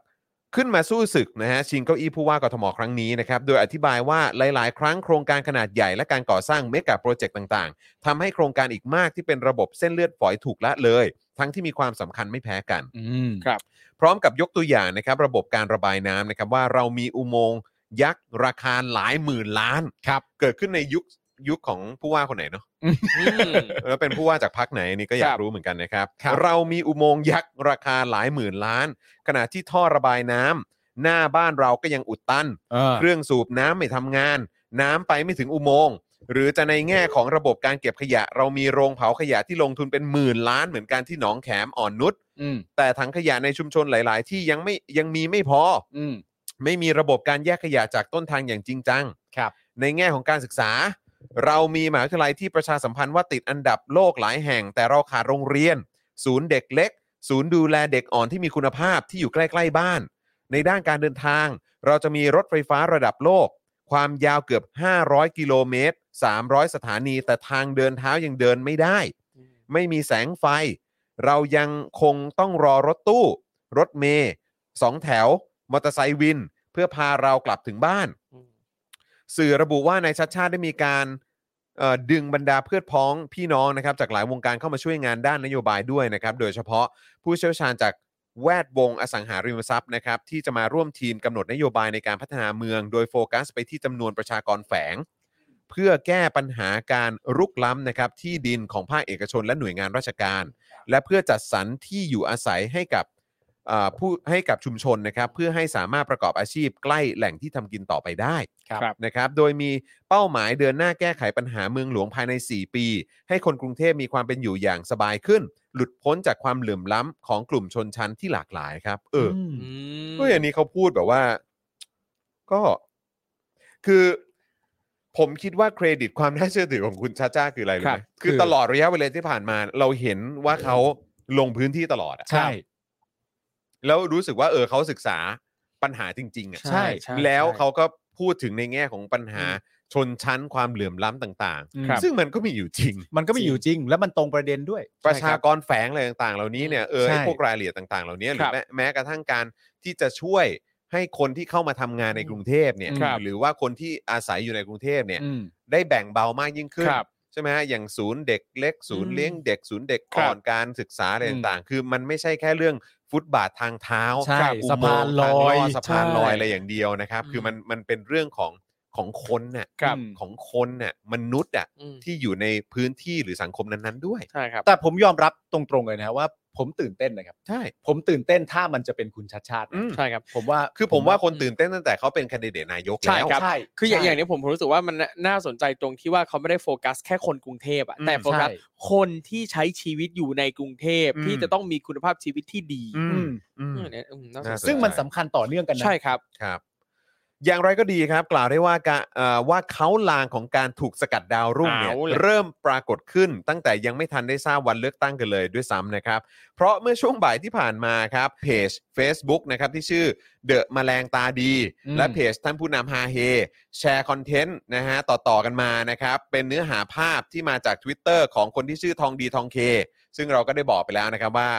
ขึ้นมาสู้ศึกนะฮะชิงเก้าอี้ผู้ว่ากทมครั้งนี้นะครับโดยอธิบายว่าหลาย ๆ ครั้งโครงการขนาดใหญ่และการก่อสร้างเมกะโปรเจกต์ต่าง ๆทำให้โครงการอีกมากที่เป็นระบบเส้นเลือดฝอยถูกละเลย ทั้งที่มีความสำคัญไม่แพ้กัน อืม พร้อมกับยกตัวอย่างนะครับระบบการระบายน้ำนะครับว่าเรามีอุโมงค์ยักษ์ราคาหลายหมื่นล้าน ครับ เกิดขึ้นในยุคยุคของผู้ว่าคนไหนเนาะ อืม แล้วเป็นผู้ว่าจากพรรคไหนอันนี่ก็อยา ค ก รับ รู้เหมือนกันนะครับ ครับ เรามีอุโมงค์ยักษ์ราคาหลายหมื่นล้าน ขณะที่ท่อระบายน้ำหน้าบ้านเราก็ยังอุดตัน เออ เครื่องสูบน้ำไม่ทำงาน น้ำไปไม่ถึงอุโมงค์หรือจะในแง่ของระบบการเก็บขยะ เรามีโรงเผาขยะที่ลงทุนเป็นหมื่นล้านเหมือนกันที่หนองแขมอ่อนนุช อืม แต่ถังขยะในชุมชนหลาย ๆ ที่ยังไม่ยังมีไม่พอ อืม ไม่มีระบบการแยกขยะจากต้นทางอย่างจริงจัง ครับ ในแง่ของการศึกษา เรามีมหาวิทยาลัยที่ประชาสัมพันธ์ว่าติดอันดับโลกหลายแห่ง แต่เราขาดโรงเรียน ศูนย์เด็กเล็ก ศูนย์ดูแลเด็กอ่อนที่มีคุณภาพที่อยู่ใกล้ ๆ บ้าน ในด้านการเดินทาง เราจะมีรถไฟฟ้าระดับโลก ความยาวเกือบ 500 กิโลเมตร 300 สถานี แต่ทางเดินเท้ายังเดินไม่ได้ ไม่มีแสงไฟ เรายังคงต้องรอรถตู้ รถเมย์สองแถว มอเตอร์ไซค์วิน เพื่อพาเรากลับถึงบ้าน อืม สื่อระบุว่านายชัดชาติได้มีการเอ่อดึงบรรดาเพื่อนพ้องพี่น้องนะครับจากหลายวงการเข้ามาช่วยงานด้านนโยบายด้วยนะครับ โดยเฉพาะผู้เชี่ยวชาญจากแวดวงอสังหาริมทรัพย์นะครับที่จะมาร่วมทีมกำหนดนโยบายในการพัฒนาเมือง โดยโฟกัสไปที่จำนวนประชากรแฝง เพื่อแก้ปัญหาการรุกล้ำนะครับที่ดินของภาคเอกชนและหน่วยงานราชการ และเพื่อจัดสรรที่อยู่อาศัยให้กับเอ่อผู้ให้กับชุมชนนะครับ เพื่อให้สามารถประกอบอาชีพใกล้แหล่งที่ทำกินต่อไปได้ ครับ นะครับ โดยมีเป้าหมายเดินหน้าแก้ไขปัญหาเมืองหลวงภายใน 4 ปี ให้คนกรุงเทพมีความเป็นอยู่อย่างสบายขึ้น หลุดพ้นจากความเหลื่อมล้ำของกลุ่มชนชั้นที่หลากหลายครับ เออ ม อืม เฮ้ยอันนี้เขาพูดแบบว่า ก็คือ ผมคิดว่าเครดิตความน่าเชื่อถือของคุณชาจ้าคืออะไรรู้ ครั ไหม บ คือ คือ ตลอดระยะเวลาที่ผ่านมา เราเห็นว่าเขาลงพื้นที่ตลอดอะ ใช่ แล้วรู้สึกว่าเออเขาศึกษาปัญหาจริงๆอ่ะ ใช่ แล้วเขาก็พูดถึงในแง่ของปัญหาชนชั้นความเหลื่อมล้ำต่าง อืม ๆ ซึ่งมันก็มีอยู่จริง มันก็มีอยู่จริง แล้วมันตรงประเด็นด้วย ประชากรแฝงอะไรต่างๆ เหล่านี้เนี่ยเออ ใช่ ไอ้พวกรายละเอียดต่างๆ เหล่านี้หรื ค อ รับ แม้แม้กระทั่งการที่จะช่วยให้คนที่เข้ามาทำงานในกรุงเทพเนี่ย ครับ หรือว่าคนที่อาศัยอยู่ในกรุงเทพเนี่ย อืม ได้แบ่งเบามากยิ่งขึ้น ครับ ใช่ไหมฮะอย่างศูนย์เด็กเล็ก ศูนย์ อืม เลี้ยงเด็กศูนย์เด็กก่อนการศึกษาอะไรต่างๆ คือมันไม่ใช่แค่เรื่องฟุตบาททางเท้า ใช่ ครับอุ สะ โม พาง น ค์ ลอย ทางดสะพานลอย ใช่ อะไรอย่างเดียวนะครับ อืม คือมันมันเป็นเรื่องของของคนน่ะ ครับ ของคนน่ะมนุษย์อ่ะ อืม ที่อยู่ในพื้นที่หรือสังคมนั้นๆด้วย ใช่ครับ แต่ผมยอมรับตรงๆเลยนะว่า ผมตื่นเต้นนะครับ ใช่ ผมตื่นเต้นถ้ามันจะเป็นคุณชาติชาตินะ อืม ใช่ครับ ผมว่า คือผมว่าคนตื่นเต้นตั้งแต่เขาเป็นแคนดิเดตนายก ใช่ แล้ว ครับ ใช่ คืออย่างอย่างนี้ผมผมรู้สึกว่ามันน่าน่าสนใจตรงที่ว่าเขาไม่ได้โฟกัสแค่คนกรุงเทพอะ อืม แต่โฟกัส ใช่ คนที่ใช้ชีวิตอยู่ในกรุงเทพ อืม ที่จะต้องมีคุณภาพชีวิตที่ดี อื อื ม ม อืม อืมเนี่ยอืมน่าสนใจ ซึ่งมันสำคัญต่อเนื่องกันนะ ใช่ครับ ครับอย่างไรก็ดีครับ กล่าวได้ว่าการเอ่อว่าเขาลางของการถูกสกัดดาวรุ่งเนี่ย เอาแหละ เริ่มปรากฏขึ้น ตั้งแต่ยังไม่ทันได้ทราบวันเลือกตั้งกันเลยด้วยซ้ำนะครับ เพราะเมื่อช่วงบ่ายที่ผ่านมาครับเพจ Facebook นะครับที่ชื่อเดอะแมลงตาดี อืม และเพจท่านผู้นำฮาเฮแชร์คอนเทนต์นะฮะต่อ ๆ กันมานะครับ เป็นเนื้อหาภาพที่มาจาก Twitter ของคนที่ชื่อทองดีทองเค ซึ่งเราก็ได้บอกไปแล้วนะครับว่า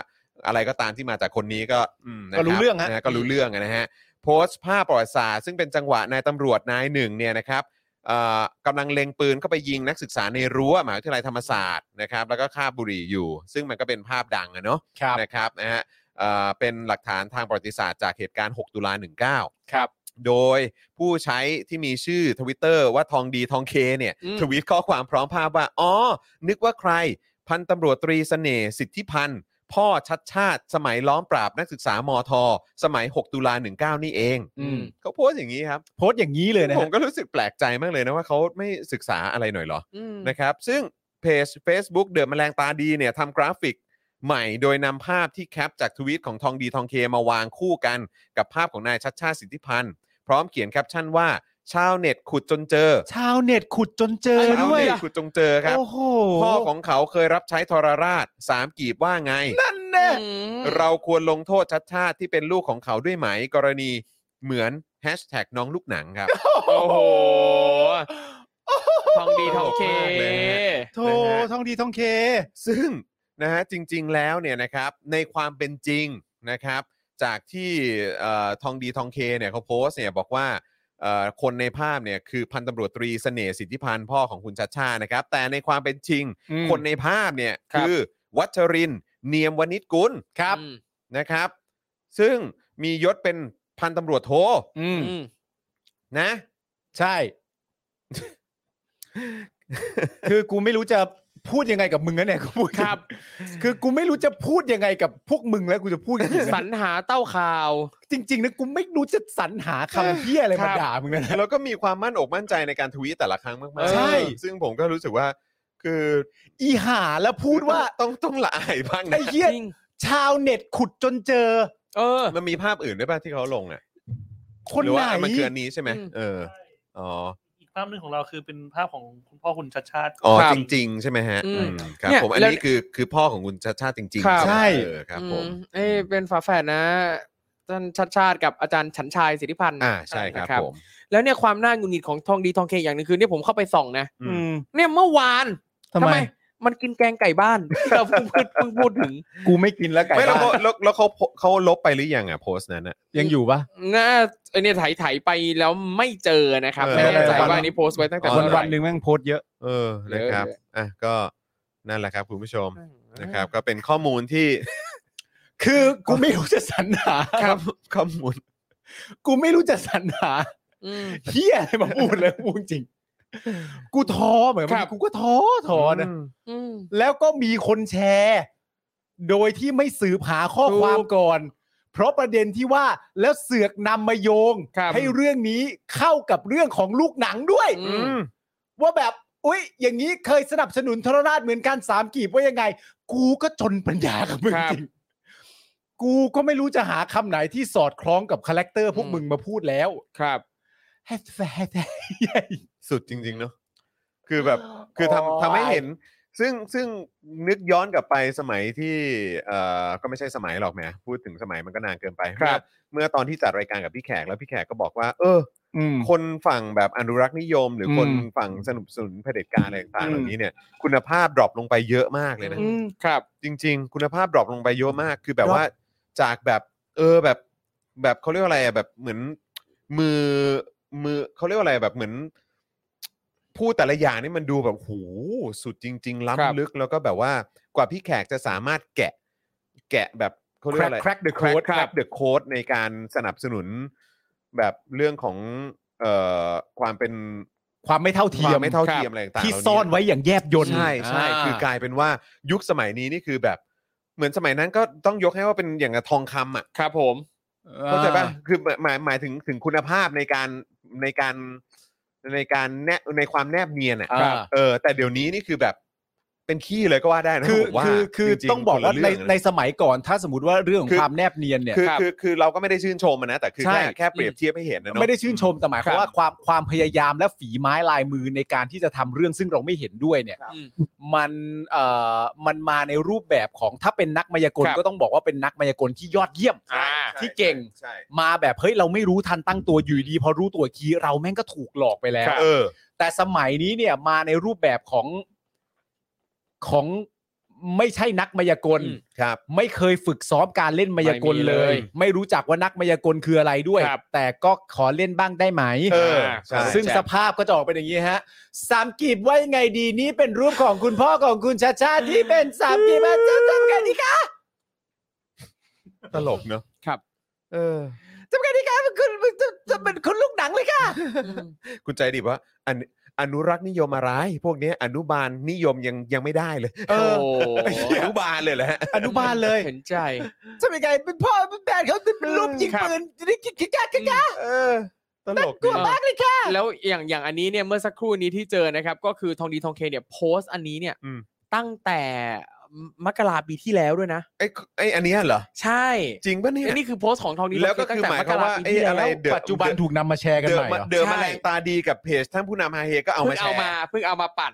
อะไรก็ตามที่มาจากคนนี้ก็อืมนะคบ ก็รู้เรื่องฮะ นะก็รู้เรื่องนะฮะ โพสต์ภาพประวัติศาสตร์ซึ่งเป็นจังหวะนายตำรวจนายหนึ่งเนี่ยนะครับเอ่อกำลังเล็งปืนเข้าไปยิงนักศึกษาในรั้วมหาวิทยาลัยธรรมศาสตร์นะครับแล้วก็คาบบุหรี่อยู่ ซึ่งมันก็เป็นภาพดังอะเนาะ ครับ นะครับนะฮะเอ่อเป็นหลักฐานทางประวัติศาสตร์จากเหตุการณ์ 6 ตุลา19 ครับ โดยผู้ใช้ที่มีชื่อทวิตเตอร์ว่าทองดีทองเคเนี่ย อืม ทวีตข้อความพร้อมภาพว่า อ๋อ นึกว่าใคร พันตำรวจตรีเสน่ห์สิทธิพันธ์ พ่อชัดชาติ สมัยล้อมปราบนักศึกษามอทอสมัย 6 ตุลา19 นี่เอง อืม เขาโพสต์อย่างนี้ครับ โพสต์อย่างนี้เลยนะ ผ ฮะ มก็รู้สึกแปลกใจมากเลยนะว่าเขาไม่ศึกษาอะไรหน่อยเหรอ อืม นะครับ ซึ่งเพจ Facebook เดือดแมลงตาดีเนี่ยทำกราฟิกใหม่โดยนำภาพที่แคปจากทวีตของทองดีทองเคมาวางคู่กันกับภาพของนายชัดชาติสิทธิพันธ์ พร้อมเขียนแคปชั่นว่า ชาวเน็ตขุดจนเจอ ชาวเน็ตขุดจนเจอ ชาว ด้วย เน็ตขุดจงเจอครับ โอ้โห พ่อของเขาเคยรับใช้ทรราชสามกีบว่าไง นั่นแน่ เราควรลงโทษชัดชาติที่เป็นลูกของเขาด้วยไหม กรณีเหมือนแฮชแท็กน้องลูกหนังครับ โอ้โห ทองดีทองเค มากเลยฮะ โธ่ทองดีทองเค ซึ่งนะฮะจริงๆแล้วเนี่ยนะครับในความเป็นจริงนะครับ จากที่เอ่อทองดีทองเคเนี่ยเขาโพสต์เนี่ยบอกว่าเอ่อคนในภาพเนี่ยคือพันตำรวจตรีเสน่ห์สิทธิพันธ์พ่อของคุณชัดชาตินะครับ แต่ในความเป็นจริง คนในภาพเนี่ย ครับ คือวัชรินทร์เนียมวณิชกุล อืม นะครับ ซึ่งมียศเป็นพันตำรวจโท อืม อืม นะ ใช่ คือกูไม่รู้จะพูดยังไงกับมึงนะเนี่ยกูพูด ครับ คือกูไม่รู้จะพูดยังไงกับพวกมึงแล้วกูจะพูดยังไง สร นะ รหาเต้าข่าว จริง ๆนะกูไม่รู้จะสรรหาคำเพี้ยอะไรมา ครับ ด่ามึงนะ แล้วก็มีความมั่นอกมั่นใจในการทวีตแต่ละครั้งมากๆ ใช่ ซึ่งผมก็รู้สึกว่า คือ อีหาแล้วพูดว่า ต้องต้องละอายบ้าง ไอ้ นะ เหี้ย จริง ชาวเน็ตขุดจนเจอ เออ มันมีภาพอื่นด้วยป่ะที่เขาลงอ่ะ คน หรือ ไหน ว่ามันคืออันนี้ใช่ไหม อืม เอออ๋อ อีกภาพหนึ่งของเราคือเป็นภาพของคุณพ่อคุณชัดชาติ อ๋อ ครับ จริง ๆ ใช่ไหมฮะ อืม อืมครับ เนี่ย ผมอัน แล้ว นี้คือคือพ่อของคุณชาติชาติจริง ครับ ๆไหม ใช่ เออครับผม อืมเอ้ยเป็นฝาแฝดนะท่านชัดชาติกับอาจารย์ฉันชายสิทธิพันธ์ อ่าใช่ครับ นะครับ ผม แล้วเนี่ยความน่าหงุดหงิดของทองดีทองเคอย่างหนึงคือเนี่ยผมเข้าไปส่องนะ อืม เนี่ยเมื่อวาน ทำไม มันกินแกงไก่บ้านเราเพิ่งพูดเพิ่งพูดถึง กูไม่กินแล้วไก่ ไม่แล้ว บ้า เขา น แล้วแล้วเขาโพเขาลบไปหรือยังอ่ะโพสต์นั้นอ่ะ ยังอยู่ปะ น่าไอเนี่ยไถ่ไถไปแล้วไม่เจอนะครับ เออ ไม่แน่ใจ วัน ว่าอันนี้โพสต์ไว้ตั้งแต่ อ๋อวัน เมื่อไห วันๆร่หนึ่งแม่งโพสต์เยอะ เออนะครับ เดี๋ยว อ่ะก็นั่นแหละครับคุณผู้ชมนะครับ ก็เป็นข้อมูลที่ คือกูไม่รู้จะสรรหา ครับ ข้อมูล กูไม่รู้จะสรรหา อืม เฮียอะไรมาพูดเลยพูดจริง กูท้อเหมือน ค กั รั น บ กูก็ท้อท้อนะ อืม แล้วก็มีคนแชร์ โดยที่ไม่สืบหาข้อความ ถูก ก่อน เพราะประเด็นที่ว่าแล้วเสือกนำมาโยง ครับ ให้เรื่องนี้เข้ากับเรื่องของลูกหนังด้วย อืม ว่าแบบ อุ๊ย อย่างนี้เคยสนับสนุนทรราชเหมือนกันสามกีบว่ายังไง กูก็จนปัญญากับมึง ครับ จริงกูก็ไม่รู้จะหาคำไหนที่สอดคล้องกับคาแรคเตอร์พวก อืม มึงมาพูดแล้ว ครับ แฮชแท็ก สุดจริง ๆ เนอะคือแบบคือทำทำให้เห็น ซึ่งซึ่งนึกย้อนกลับไปสมัยที่เอ่อก็ไม่ใช่สมัยหรอกแหมพูดถึงสมัยมันก็นานเกินไป ครับ เมื่อเมื่อตอนที่จัดรายการกับพี่แขกแล้วพี่แขกก็บอกว่า เออ อืม คนฝั่งแบบอนุรักษ์นิยม หรืออ ม คนฝั่งสนับสนุนเผด็จการอะไรต่างๆ อืม เหล่านี้เนี่ย คุณภาพดรอปลงไปเยอะมากเลยนะ อืมครับ จริง ๆ คุณภาพดรอปลงไปเยอะมาก คือแบบ drop ว่าจากแบบ เออแบบ แบบเขาเรียกว่าอะไรอะแบบเหมือนมือมือเขาเรียกว่าอะไรอะแบบเหมือนพูดแต่ละอย่างนี่มันดูแบบโหสุดจริง ๆ ครับ ล้ำลึกแล้วก็แบบว่ากว่าพี่แขกจะสามารถแกะ แกะแบบเขาเรียกว่าอะไร crack the crack code ครับ crack the code ในการสนับสนุนแบบเรื่องของเอ่อความเป็น ความไม่เท่า ค เที วายม ม ไม่เท่าเทียมอะไรต่างๆ ที่ เหล่านี้ ซ่อนไว้อย่างแยบยล ใช่ใช่ า คือกลายเป็นว่ายุคสมัยนี้นี่คือแบบ เหมือนสมัยนั้นก็ต้องยกให้ว่าเป็นอย่างกับทองคำอ่ะ ครับผม เข้าใจป่ะคือหมายหมายหมายถึงถึงคุณภาพในการในการในการแนบในความแนบเนียนอ่ะ ครับ เออ แต่เดี๋ยวนี้นี่คือแบบเป็นขี้เลยก็ว่าได้นะ คือ ผมว่า คือคือ จริๆ ต้องบอกว่า คนละ ใน เรื่งะ ในสมัยก่อนถ้าสมมติว่าเรื่องขอ คื ง อ ความแนบเนียนเนี่ย คือ ครับ คือคือเราก็ไม่ได้ชื่นชมอะนะแต่คือ ใช่ แค่แค่เปรียบเทียบให้เห็นนะเนาะ ไม่ได้ชื่นชมแต่หมายค ครั วาม บ ว่าความความพยายามและฝีไม้ลายมือในการที่จะทำเรื่องซึ่งเราไม่เห็นด้วยเนี่ย อืม มันเอ่อมันมาในรูปแบบของถ้าเป็นนักมายากล ครับ ก็ต้องบอกว่าเป็นนักมายากลที่ยอดเยี่ยม อ่า ที่เก่ง ใช่ มาแบบเฮ้ยเราไม่รู้ทันตั้งตัวอยู่ดี พอรู้ตัวอีกทีเราแม่งก็ถูกหลอกไปแล้ว เออ แต่สมัยนี้เนี่ยมาในรูปแบบของของไม่ใช่นักมายากล อืม ครับ ไม่เคยฝึกซ้อมการเล่นมายากล ไม่มี เล เลย ย ไม่รู้จักว่านักมายากลคืออะไรด้วย ครับ แต่ก็ขอเล่นบ้างได้ไหม เออ อ่า ใช่ ซึ่งสภาพก็จะออกเป็นอย่างนี้ฮะ สามกีบว่ายังไงดีนี่เป็นรูปของคุณพ่อของคุณชาชาที่เป็นสามกีบอาจารย์ทำไงดีครับ ตลกเนาะ ครับ เออ ทำไงดีครับคุณจะเป็นคุณลูกหนังเลยค่ะ คุณใจดีบอกว่าอนุอนุรักษ์นิยมอะไร พวกเนี้ยอนุบาลนิยมยังยังไม่ได้เลย โอ้ อนุบาลเลยแหละ อนุบาลเลย เห็นใจ ทำยังไงเป็นพ่อเป็นแฟนเขาเป็นรูปยิงปืนนี่คิดคิดกันคิดกัน เออตลก กลั ดี วมากเลยค่ะ แล้วอย่างอย่างอันนี้เนี่ยเมื่อสักครู่นี้ที่เจอนะครับ ก็คือทองดีทองเคเนี่ยโพสต์อันนี้เนี่ย อืม ตั้งแต่มกราปีที่แล้วด้วยนะ ไอ้ไอ้อันเนี้ยเหรอ ใช่ จริงป่ะเนี่ย อันนี้คือโพสต์ของทองดีทงเ แล้วก็คือ ตั้งแต่ หมาย ม ค ก วาม รา ว่า ปี ไอ้ ที่ อะไร แล้ว เดอะ ปัจจุบันถูกนำมาแชร์กัน เด ให อะมาม่เหรอ เดอะ ใช่ แมลงตาดีกับเพจท่านผู้นำฮาเฮก็เอา เพิ่ มาง แช เอามา ร์ เพิ่งเอามา ปั่น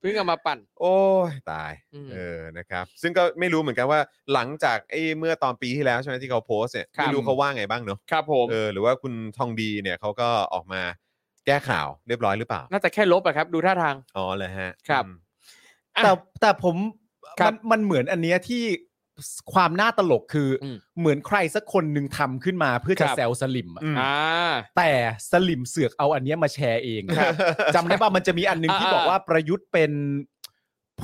เพิ่งเอามาปั่น โอ้ยตาย อืม เออนะครับ ซึ่งก็ไม่รู้เหมือนกันว่าหลังจากไอ้เมื่อตอนปีที่แล้วใช่ไหมที่เขาโพสต์เนี่ย ครับ ไม่รู้เขาว่าไงบ้างเนาะ ครับผม เออหรือว่าคุณทองดีเนี่ยเขาก็ออกมาแก้ข่าวเรียบร้อยหรือเปล่า น่าจะแค่ลบอะครับ ดูท่าทาง อ๋อเลยฮะ ครับ อืม อ่ะ แต่แต่ผม คมัรับ นมันเหมือนอันเนี้ยที่ ความน่าตลกคืออ ม เหมือนใครสักคนหนึ่งทำขึ้นมาเพื่อจะ ครับ แซวสลิมอะ อืม อ่า แต่สลิมเสือกเอาอันเนี้ยมาแชร์เอง ครับ จำได้ป่ะมันจะมีอันหนึงที่ อ่า บอกว่าประยุทธ์เป็น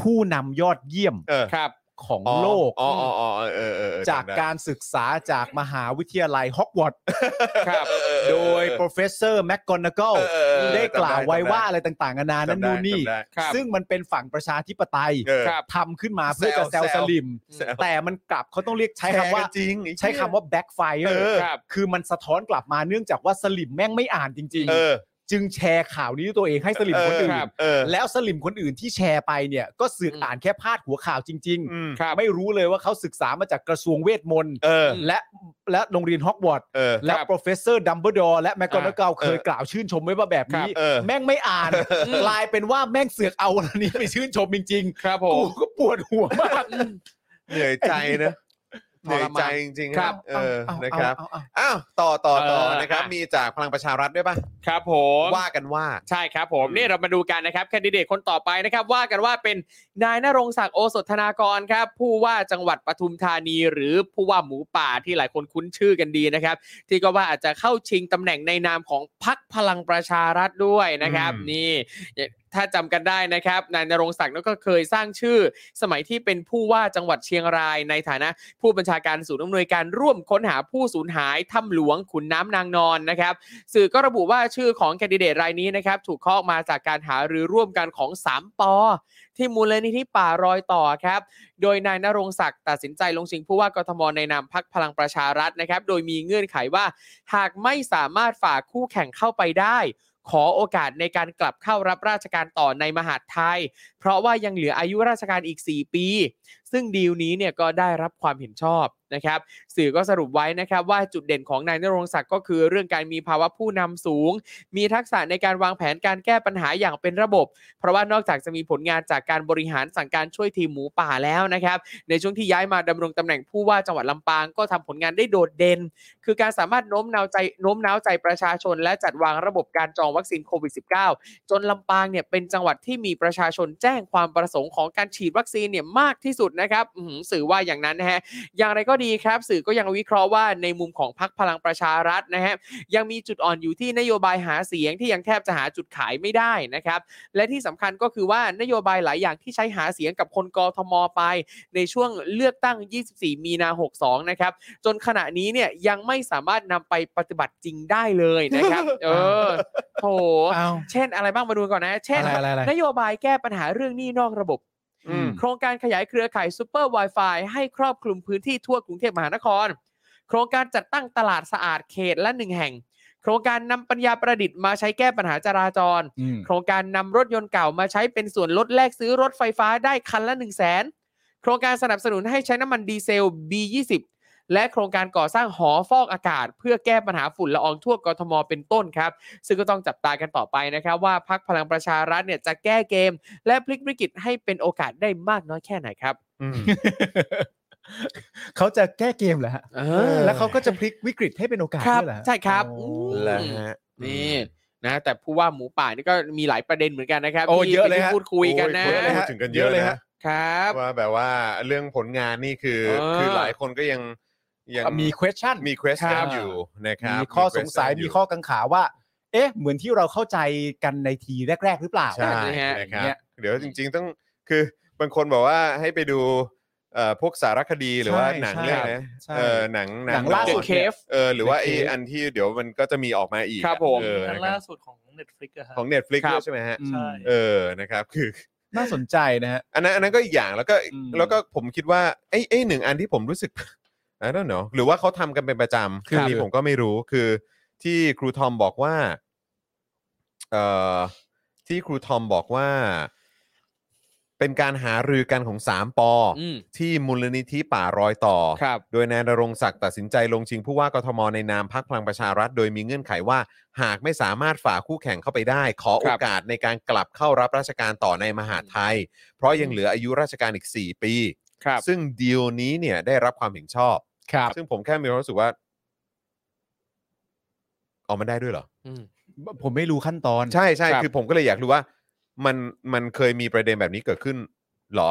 ผู้นำยอดเยี่ยม เออ ครับ ของ อ๋อ โลก อ๋ออ๋ออ๋อเออเออเออ จาก จำได้ การศึกษาจากมหาวิทยาลัยฮอกวอตส์ ครับ เออเออเออ โดย professor McGonagall เออเออเออ ได้กล่าวไว้ จำด้ ว่าอะไรต่างๆนานานั่น จำได้ นู่นนี่ จำได้ ครับ ซึ่งมันเป็นฝั่งประชาธิปไตย เออ ครับ ทำขึ้นมาเพื่อจะแซว แซว สลิม อืม แซว แต่มันกลับเขาต้องเรียกใช้คำว่า แชร์กันจริงไอ้เหี้ย ใช้คำว่า เอ backfire อ ครับ คือมันสะท้อนกลับมาเนื่องจากว่าสลิมแม่งไม่อ่านจริง เออ ๆ จึงแชร์ข่าวนี้ด้วยตัวเองให้สลิมคนอื่น ครับ เออ แล้วสลิมคนอื่นที่แชร์ไปเนี่ย ก็เสือก อืม อ่านแค่พาดหัวข่าวจริง อืม ครับ ๆ ไม่รู้เลยว่าเขาศึกษามาจากกระทรวงเวทมนต์ เออ และและโรงเรียนฮอกวอตส์ เออ และ professor Dumbledore และ McGonagall อ่า เคยกล่าวชื่นชมไว้ว่าแบบนี้ ครับเออ แม่งไม่อ่านกลายเป็นว่าแม่งเสือกเอาอันนี้ไปชื่นชมจริง ครับผ ๆกู ม ก็ปวดหัวมาก เหนื่อยใจนะเห ท นื่อ ร ย มา ใจ น จริงๆ ครับ เออ เอาเอา นะครับ เอาเอา อ้าวต่อต่อต่อ เออ นะครับ อ่ะ มีจากพลังประชารัฐด้วยป่ะ ครับผม ว่ากันว่า ใช่ครับผมนี่เรามาดูกันนะครับแคนดิเดตคนต่อไปนะครับ ว่ากันว่าเป็นนายนรงศักดิ์โอสถนากรครับ ผู้ว่าจังหวัดปทุมธานี หรือผู้ว่าหมูป่าที่หลายคนคุ้นชื่อกันดีนะครับ ที่ก็ว่าอาจจะเข้าชิงตำแหน่งในนามของพักพลังประชารัฐด้วยนะครับ อืม นี่ถ้าจำกันได้นะครับนายนรงศักดิ์นั่นก็เคยสร้างชื่อ สมัยที่เป็นผู้ว่าจังหวัดเชียงรายในฐานะ ผู้บัญชาการศูนย์อำนวยการร่วมค้นหาผู้สูญหายถ้ำหลวงขุนน้ำนางนอนนะครับ สื่อก็ระบุว่าชื่อของแคนดิเดตรายนี้นะครับ ถูกเคาะมาจากการหารือร่วมกันของ 3ปอที่มูลนิธิป่ารอยต่อครับ โดยนายนรงศักดิ์ตัดสินใจลงชิงผู้ว่ากทมในนามพักพลังประชารัฐนะครับ โดยมีเงื่อนไขว่า หากไม่สามารถฝ่าคู่แข่งเข้าไปได้ ขอโอกาสในการกลับเข้ารับราชการต่อในมหาดไทย เพราะว่ายังเหลืออายุราชการอีก 4 ปี ซึ่งดีลนี้เนี่ยก็ได้รับความเห็นชอบนะครับ สื่อก็สรุปไว้นะครับว่าจุดเด่นของนายนรงศักดิ์ก็คือเรื่องการมีภาวะผู้นำสูง มีทักษะในการวางแผนการแก้ปัญหาอย่างเป็นระบบ เพราะว่านอกจากจะมีผลงานจากการบริหารสั่งการช่วยทีมหมูป่าแล้วนะครับ ในช่วงที่ย้ายมาดำรงตำแหน่งผู้ว่าจังหวัดลำปางก็ทำผลงานได้โดดเด่น คือการสามารถโน้มน้าวใจโน้มน้าวใจประชาชน และจัดวางระบบการจองวัคซีนโควิด -19 จนลำปางเนี่ยเป็นจังหวัดที่มีประชาชนแจ้งความประสงค์ของการฉีดวัคซีนเนี่ยมากที่สุดนะครับอื้อหือสื่อว่าอย่างนั้นนะฮะ อย่างไรก็ดีครับ สื่อก็ยังวิเคราะห์ว่าในมุมของพักพลังประชารัฐนะฮะยังมีจุดอ่อนอยู่ที่นโยบายหาเสียงที่ยังแทบจะหาจุดขายไม่ได้นะครับ และที่สำคัญก็คือว่านโยบายหลายอย่างที่ใช้หาเสียงกับคนกทมไป ในช่วงเลือกตั้ง 24 มีนา 62 นะครับ จนขณะนี้เนี่ยยังไม่สามารถนำไปปฏิบัติจริงได้เลยนะครับ เออโถ เอา เช่นอะไรบ้างมาดูก่อนนะ เช่น อะไรอะไรอะไร นโยบายแก้ปัญหาเรื่องหนี้นอกระบบ อืม โครงการขยายเครือข่ายซูเปอร์ Wi-Fi ให้ครอบคลุมพื้นที่ทั่วกรุงเทพมหานคร โครงการจัดตั้งตลาดสะอาดเขตละหนึ่งแห่ง โครงการนำปัญญาประดิษฐ์มาใช้แก้ปัญหาจราจร อืม โครงการนำรถยนต์เก่ามาใช้เป็นส่วนลดแลกซื้อรถไฟฟ้าได้คันละ 1 0 0 0 0แสนโครงการสนับสนุนให้ใช้น้ำมันดีเซล B20 และโครงการก่อสร้างหอฟอกอากาศ เพื่อแก้ปัญหาฝุ่นละอองทั่วกทมเป็นต้นครับ ซึ่งก็ต้องจับตากันต่อไปนะครับ ว่าพักพลังประชารัฐเนี่ยจะแก้เกม และพลิกวิกฤตให้เป็นโอกาสได้มากน้อยแค่ไหนครับ อืม เขาจะแก้เกมเหรอฮะ เอ อ แล้วเขาก็จะพลิกวิกฤตให้เป็นโอกาส ครับ ด้วยเหรอฮะ ใช่ครับ โอ้ อืม แล้วฮะ นี่นะแต่ผู้ว่าหมูป่านี่ก็มีหลายประเด็นเหมือนกันนะครับ โอ้ ที่ เยอะเลยฮะ ที่พูดคุยกันนะ โอ้ยเยอะเลยฮะ พูดถึงกันเยอะเลยฮะ ครับ ว่าแบบว่าเรื่องผลงานนี่คือ เออ คือหลายคนก็ยังยัง มี question มี question ครับ อยู่นะครับ มีข้อสงสัมีย question มีข้อกังขาว่า เอ๊ะ เหมือนที่เราเข้าใจกันในทีแรก ๆ หรือเปล่า ใช่ ใช่ไหมฮะ นะครับ เนี่ย เดี๋ยวจริงๆต้องคือบางคนบอกว่าให้ไปดูเอ่อพวกสารคดีหรือว่า ใช่ หนัง ใช่ เรื่องนะ ใช่ เออหนัง หนังล่าสุด เคฟ เออหรือว่าไอ The Cave อันที่เดี๋ยวมันก็จะมีออกมาอีก ครับผม เออ ครั้ นะ ง ครั ล่า บ สุดของ Netflix อะฮะ ของ Netflix ครับ ด้วยใช่ไหมฮะ อืม ใช่ เออนะครับคือ น่าสนใจนะฮะ อันนั้นอันนั้นก็อีกอย่างแล้วก็ อืม แล้วก็ผมคิดว่าไอ้ไอ้หนึ่งอันที่ผมรู้สึก I don't know หรือว่าเขาทำกันเป็นประจำ ครับ นี้ผมก็ไม่รู้คือที่ครูทอมบอกว่าเอ่อที่ครูทอมบอกว่า เป็นการหารือกันของสามปอ อืม ที่มูลนิธิป่ารอยต่อ ครับ โดยนายนรงศักดิ์ตัดสินใจลงชิงผู้ว่ากทมในนามพักพลังประชารัฐ โดยมีเงื่อนไขว่า หากไม่สามารถฝ่าคู่แข่งเข้าไปได้ ขอโอ ครับ กาสในการกลับเข้ารับราชการต่อในมหาดไทย เพราะยังเหลืออายุราชการอีก 4 ปี ครับ ซึ่งดีลนี้เนี่ยได้รับความเห็นชอบ ครับ ซึ่งผมแค่มีความรู้สึกว่าเอามันได้ด้วยเหรอ อืม ผมไม่รู้ขั้นตอน ใช่ใช่ ครับ คือผมก็เลยอยากรู้ว่า มันมันเคยมีประเด็นแบบนี้เกิดขึ้นเหรอ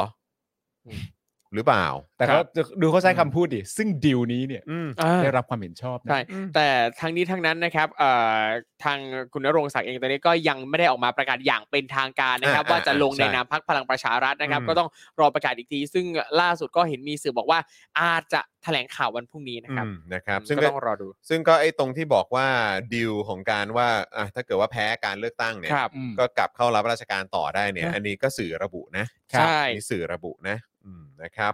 หรือเปล่า แต่ ครั ก็ บ ดูเขาใช้คำพูดดิ ซึ่งดีลนี้เนี่ย อืม ได้รับความเห็นชอบนะ ใช่แต่ทั้งนี้ทั้งนั้นนะครับเอ่อทางคุณณรงค์ศักดิ์เองตอนนี้ก็ยังไม่ได้ออกมาประกาศอย่างเป็นทางการนะครับ อ่า ว่าจะลงใน ใช่ นามพักพลังประชารัฐนะครับ อืม ก็ต้องรอประกาศอีกที ซึ่งล่าสุดก็เห็นมีสื่อบอกว่า อาจจะแถลงข่าววันพรุ่งนี้นะครับ อืมนะครับ อืม ซึ่ง ก็ ก็ ต้องรอดู ซึ่งก็ไอ้ตรงที่บอกว่าดีลของการว่าอ่ะถ้าเกิดว่าแพ้การเลือกตั้งเนี่ย ครับ อืม ก็กลับเข้ารับราชการต่อได้เนี่ย นะ อันนี้ก็สื่อระบุนะครับ ใช่ นี่สื่อระบุนะอืมนะครับ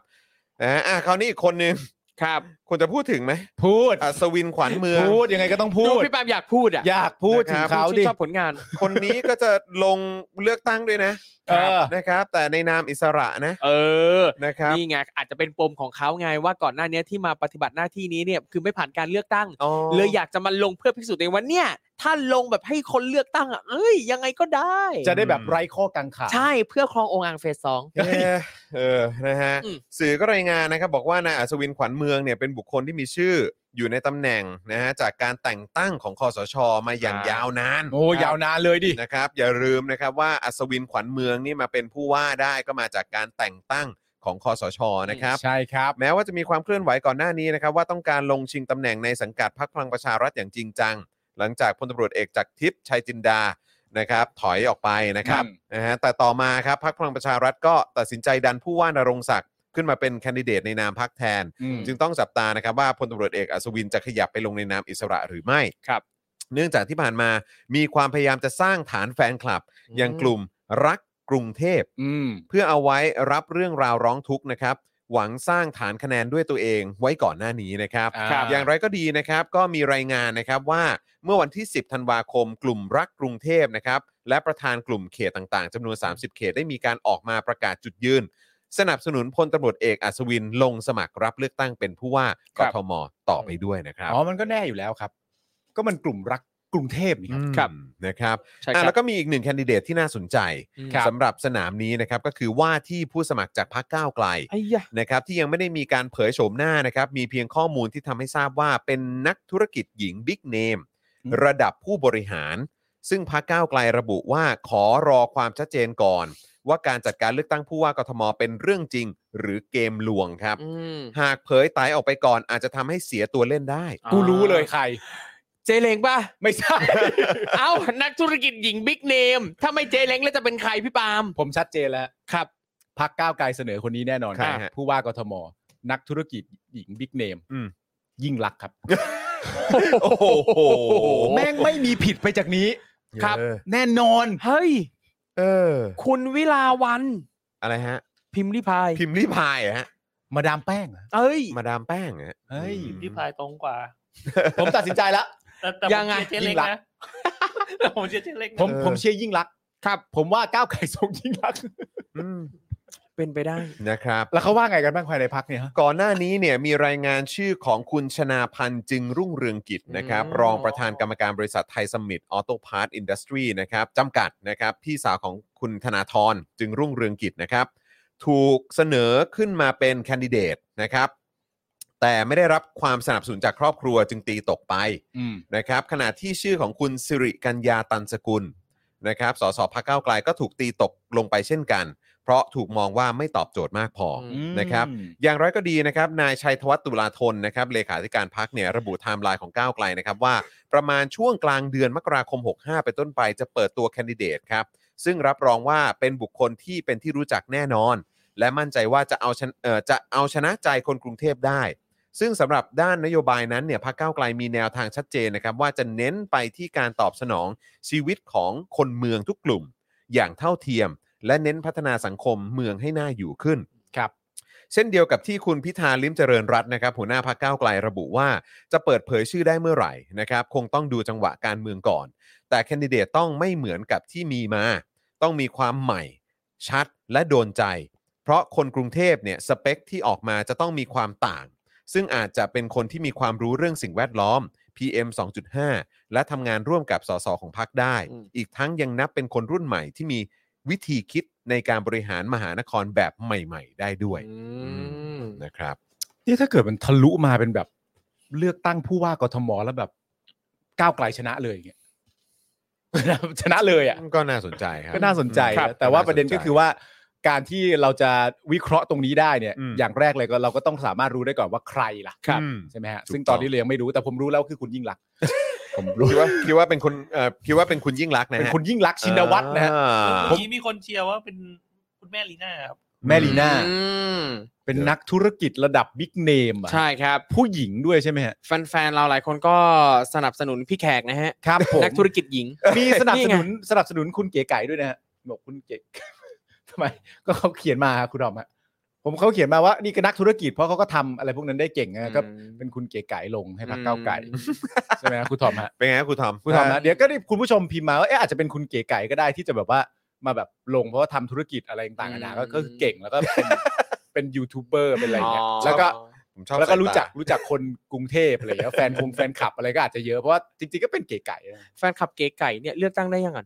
นะฮะอ่ะคราวนี้อีกคนนึง ครับ ควรจะพูดถึงไหม พูด อัศวินขวัญเมือง พูดยังไงก็ต้องพู ดู ด พี่ปาล์มอยากพูดอ่ะ อยากพูดถึง นะครับ เขา ชื่ ดิ นชอบผลงาน คนนี้ก็จะลงเลือกตั้งด้วยนะ เออ นะครับ แต่ในนามอิสระนะ เออ นะครับ นี่ไงอาจจะเป็นปมของเขาไงว่าก่อนหน้านี้ที่มาปฏิบัติหน้าที่นี้เนี่ยคือไม่ผ่านการเลือกตั้ง อ๋อ เลยอยากจะมาลงเพื่อพิสูจน์ตัวเองว่าเนี่ย ถ้าลงแบบให้คนเลือกตั้งอ่ะเอ้ยยังไงก็ได้ จะได้แบบไร้ข้อกังขา ใช่เพื่อครององค์อ่างเฟสสอง เอ๊ะเออนะฮะ อืม สื่อก็รายงานนะครับ บอกว่านายอัศวินขวัญเมืองเนี่ยเป็นบุคคลที่มีชื่ออยู่ในตำแหน่งนะฮะจากการแต่งตั้งของคอสชมาอย่างยาวนาน โอ้ยาวนานเลยดิ นะครับอย่าลืมนะครับว่าอัศวินขวัญเมืองนี่มาเป็นผู้ว่าได้ก็มาจากการแต่งตั้งของคอสชนะครับ ใช่ครับ แม้ว่าจะมีความเคลื่อนไหวก่อนหน้านี้นะครับ ว่าต้องการลงชิงตำแหน่งในสังกัดพรรคพลังประชารัฐอย่างจริงจัง หลังจากพลตำรวจเอกจากทิพย์ชัยจินดานะครับ ถอยออกไปนะครับ อืม นะฮะแต่ต่อมาครับพรรคพลังประชารัฐก็ตัดสินใจดันผู้ว่านรงศักดิ์ขึ้นมาเป็นแคนดิเดตในนามพรรคแทน อืม จึงต้องจับตานะครับว่าพลตำรวจเอกอัศวินจะขยับไปลงในนามอิสระหรือไม่ ครับ เนื่องจากที่ผ่านมามีความพยายามจะสร้างฐานแฟนคลับ อย่างกลุ่มรักกรุงเทพ อืม เพื่อเอาไว้รับเรื่องราวร้องทุกข์นะครับ หวังสร้างฐานคะแนนด้วยตัวเองไว้ก่อนหน้านี้นะครับ อ่าครับ อย่างไรก็ดีนะครับ ก็มีรายงานนะครับว่าเมื่อวันที่ 10 ธันวาคม กลุ่มรักกรุงเทพนะครับ และประธานกลุ่มเขตต่างๆจำนวน 30 เขตได้มีการออกมาประกาศจุดยืน สนับสนุนพลตำรวจเอกอัศวินลงสมัครรับเลือกตั้งเป็นผู้ว่า ค ก รับ ทมต่อไปด้วยนะครับ อ๋อ มันก็แน่อยู่แล้วครับ ก็มันกลุ่มรักกรุงเทพนี่ครับ มนะครับ ใช่ อ่ะ ครั แล้ บ วก็มีอีกหนึ่งแคนดิเดตที่น่าสนใจ ครับ สำหรับสนามนี้นะครับก็คือว่าที่ผู้สมัครจากพรรคก้าวไกล ไอ้ยะ นะครับที่ยังไม่ได้มีการเผยโฉมหน้านะครับมีเพียงข้อมูลที่ทำให้ทราบว่าเป็นนักธุรกิจหญิงบิ๊กเนม อืม ระดับผู้บริหาร ซึ่งพรรคก้าวไกลระบุว่าขอรอความชัดเจนก่อน ว่าการจัดการเลือกตั้งผู้ว่ากทมเป็นเรื่องจริง หรือเกมลวงครับ อืม หากเผยไตายออกไปก่อนอาจจะทำให้เสียตัวเล่นได้ กูรู้เลยใคร เจเลงป่ะ ไม่ใช่ เอ้า นักธุรกิจหญิงบิ๊กเนม ถ้าไม่เจเลงแล้วจะเป็นใครพี่ปาล์ม ผมชัดเจนแล้ว ครับ พักก้าวไกลเสนอคนนี้แน่นอน ใครฮะ ผู้ว่ากทม นักธุรกิจหญิงบิ๊กเนม อืม ยิ่งรักษณ์ครับ โอ้โห แม่งไม่มีผิดไปจากนี้ ครับ เออ แน่นอน เฮ้ย เออ คุณวิลาวัน อะไรฮะ พิมพ์ริพาย พิมพ์รีพายเหรอฮะ มาดามแป้งเหรอ เอ้ย มาดามแป้งเหรอฮะ เฮ้ย อืม ที่พายตรงกว่า ผมตัดสินใจแล้ว แต่แต่ ยังไง ผมเชียร์เจเล็กนะแต่ผมเชียร์เจเล็กนะ ผม เออ ผมเชียร์ยิ่งรักษณ์ ครับ ผมว่าก้าวไกลทรงยิ่งรักษณ์ อืม เป็นไปได้ นะครับ แล้วเขาว่าไงกันบ้างภายในพักเนี่ยฮะ ก่อนหน้านี้เนี่ยมีรายงานชื่อของคุณชนาพันธ์จึงรุ่งเรืองกิจนะครับ อืม รองประธานกรรมการบริษัทไทยสมิธออโตพาร์ตอินดัสทรีนะครับจำกัดนะครับ พี่สาวของคุณธนาธรจึงรุ่งเรืองกิจนะครับ ถูกเสนอขึ้นมาเป็นแคนดิเดตนะครับ แต่ไม่ได้รับความสนับสนุนจากครอบครัวจึงตีตกไป อืม นะครับขณะที่ชื่อของคุณสิริกัญญาตันสกุลนะครับสสพักเก้าวไกลก็ถูกตีตกลงไปเช่นกัน เพราะถูกมองว่าไม่ตอบโจทย์มากพออ ม นะครับ อย่างไรก็ดีนะครับนายชัยธวัฒน์ตุลาธนนะครับเลขาธิการพักเนี่ยระบุไทม์ไลน์ของก้าวไกลนะครับว่าประมาณช่วงกลางเดือนมกราคม 65 เป็นต้นไปจะเปิดตัวแคนดิเดตครับ ซึ่งรับรองว่าเป็นบุคคลที่เป็นที่รู้จักแน่นอน และมั่นใจว่าจะเอาชนะเอ่อจะเอาชนะใจคนกรุงเทพได้ ซึ่งสำหรับด้านนโยบายนั้นเนี่ยพรรคก้าวไกลมีแนวทางชัดเจนนะครับ ว่าจะเน้นไปที่การตอบสนองชีวิตของคนเมืองทุกกลุ่ม อย่างเท่าเทียม และเน้นพัฒนาสังคมเมืองให้น่าอยู่ขึ้น ครับ เช่นเดียวกับที่คุณพิธาลิมเจริญรัตน์นะครับ หัวหน้าพักก้าวไกลระบุว่า จะเปิดเผยชื่อได้เมื่อไหร่นะครับ คงต้องดูจังหวะการเมืองก่อน แต่แคนดิเดตต้องไม่เหมือนกับที่มีมา ต้องมีความใหม่ ชัดและโดนใจ เพราะคนกรุงเทพเนี่ยสเปคที่ออกมาจะต้องมีความต่าง ซึ่งอาจจะเป็นคนที่มีความรู้เรื่องสิ่งแวดล้อม PM 2.5 และทำงานร่วมกับสสของพรรคได้ อืม อีกทั้งยังนับเป็นคนรุ่นใหม่ที่มีวิธีคิดในการบริหารมหานครแบบใหม่ ๆ ได้ด้วย อืม นะครับ นี่ถ้าเกิดมันทะลุมาเป็นแบบเลือกตั้งผู้ว่ากทมแล้วแบบก้าวไกลชนะเลยอย่างเงี้ย ชนะเลยอ่ะ ก็น่าสนใจครับ ก็น่าสนใจ ครับ นะแต่ว่าประเด็นก็คือว่า การที่เราจะวิเคราะห์ตรงนี้ได้เนี่ย อืม อย่างแรกเลยก็เราก็ต้องสามารถรู้ได้ก่อนว่าใครล่ะ ครับ ใช่ไหมฮะ ถูกต้อง ซึ่งตอนนี้เรายังไม่รู้แต่ผมรู้แล้วคือคุณยิ่งลักษณ์ ผมรู้ คิดว่าคิดว่าเป็นคุณเอ่อคิดว่าเป็นคุณยิ่งรักษณ์นะ เป็น ฮะ คุณยิ่งลักษณ์ชินวัตรนะฮะ อ่า เมื่อกี้มีคนเชียร์ว่าเป็นคุณแม่ลีน่าครับ แม่ลีน่า อืม เป็นนักธุรกิจระดับบิ๊กเนมอะ ใช่ครับ ผู้หญิงด้วยใช่ไหมฮะ แฟนๆเราหลายคนก็สนับสนุนพี่แขกนะฮะ ครับผม นักธุรกิจหญิง มีสนับส นี่ นุน ไง สนับสนุนคุณเก๋ไก่ด้วยนะฮะบอกคุณเก๋ ทำไม ก็เขาเขียนมาครับคุณดอมฮะผมเขาเขียนมาว่านี่ก็นักธุรกิจเพราะเขาก็ทำอะไรพวกนั้นได้เก่งนะก็เป็นคุณเก๋ไก่ลงให้พรรคก้าวไก่ใช่ไหมฮะคุณทอมฮะ เป็นไงครับครูทอม คุณทอมฮะเดี๋ยวก็ได้คุณผู้ชมพิมพ์มาว่าเอ๊ะอาจจะเป็นคุณเก๋ไก่ก็ได้ที่จะแบบว่ามาแบบลงเพราะว่าทำธุรกิจอะไรต่างๆนานาก็ก็คือเก่งแล้วก็เป็น เป็นยูทูบเบอร์เป็นอะไรอย่างเงี้ยแล้วก็ ผมชอบ แล้วก็ สายตา รู้จักรู้จักคนกรุงเทพอะไรอย่างเงี้ยแฟนคงแฟนคลับอะไรก็อาจจะเยอะเพราะว่าจริงๆก็เป็นเก๋ไก่นะ แฟนคลับเก๋ไก่เนี่ยเลือกตั้งได้ยังไง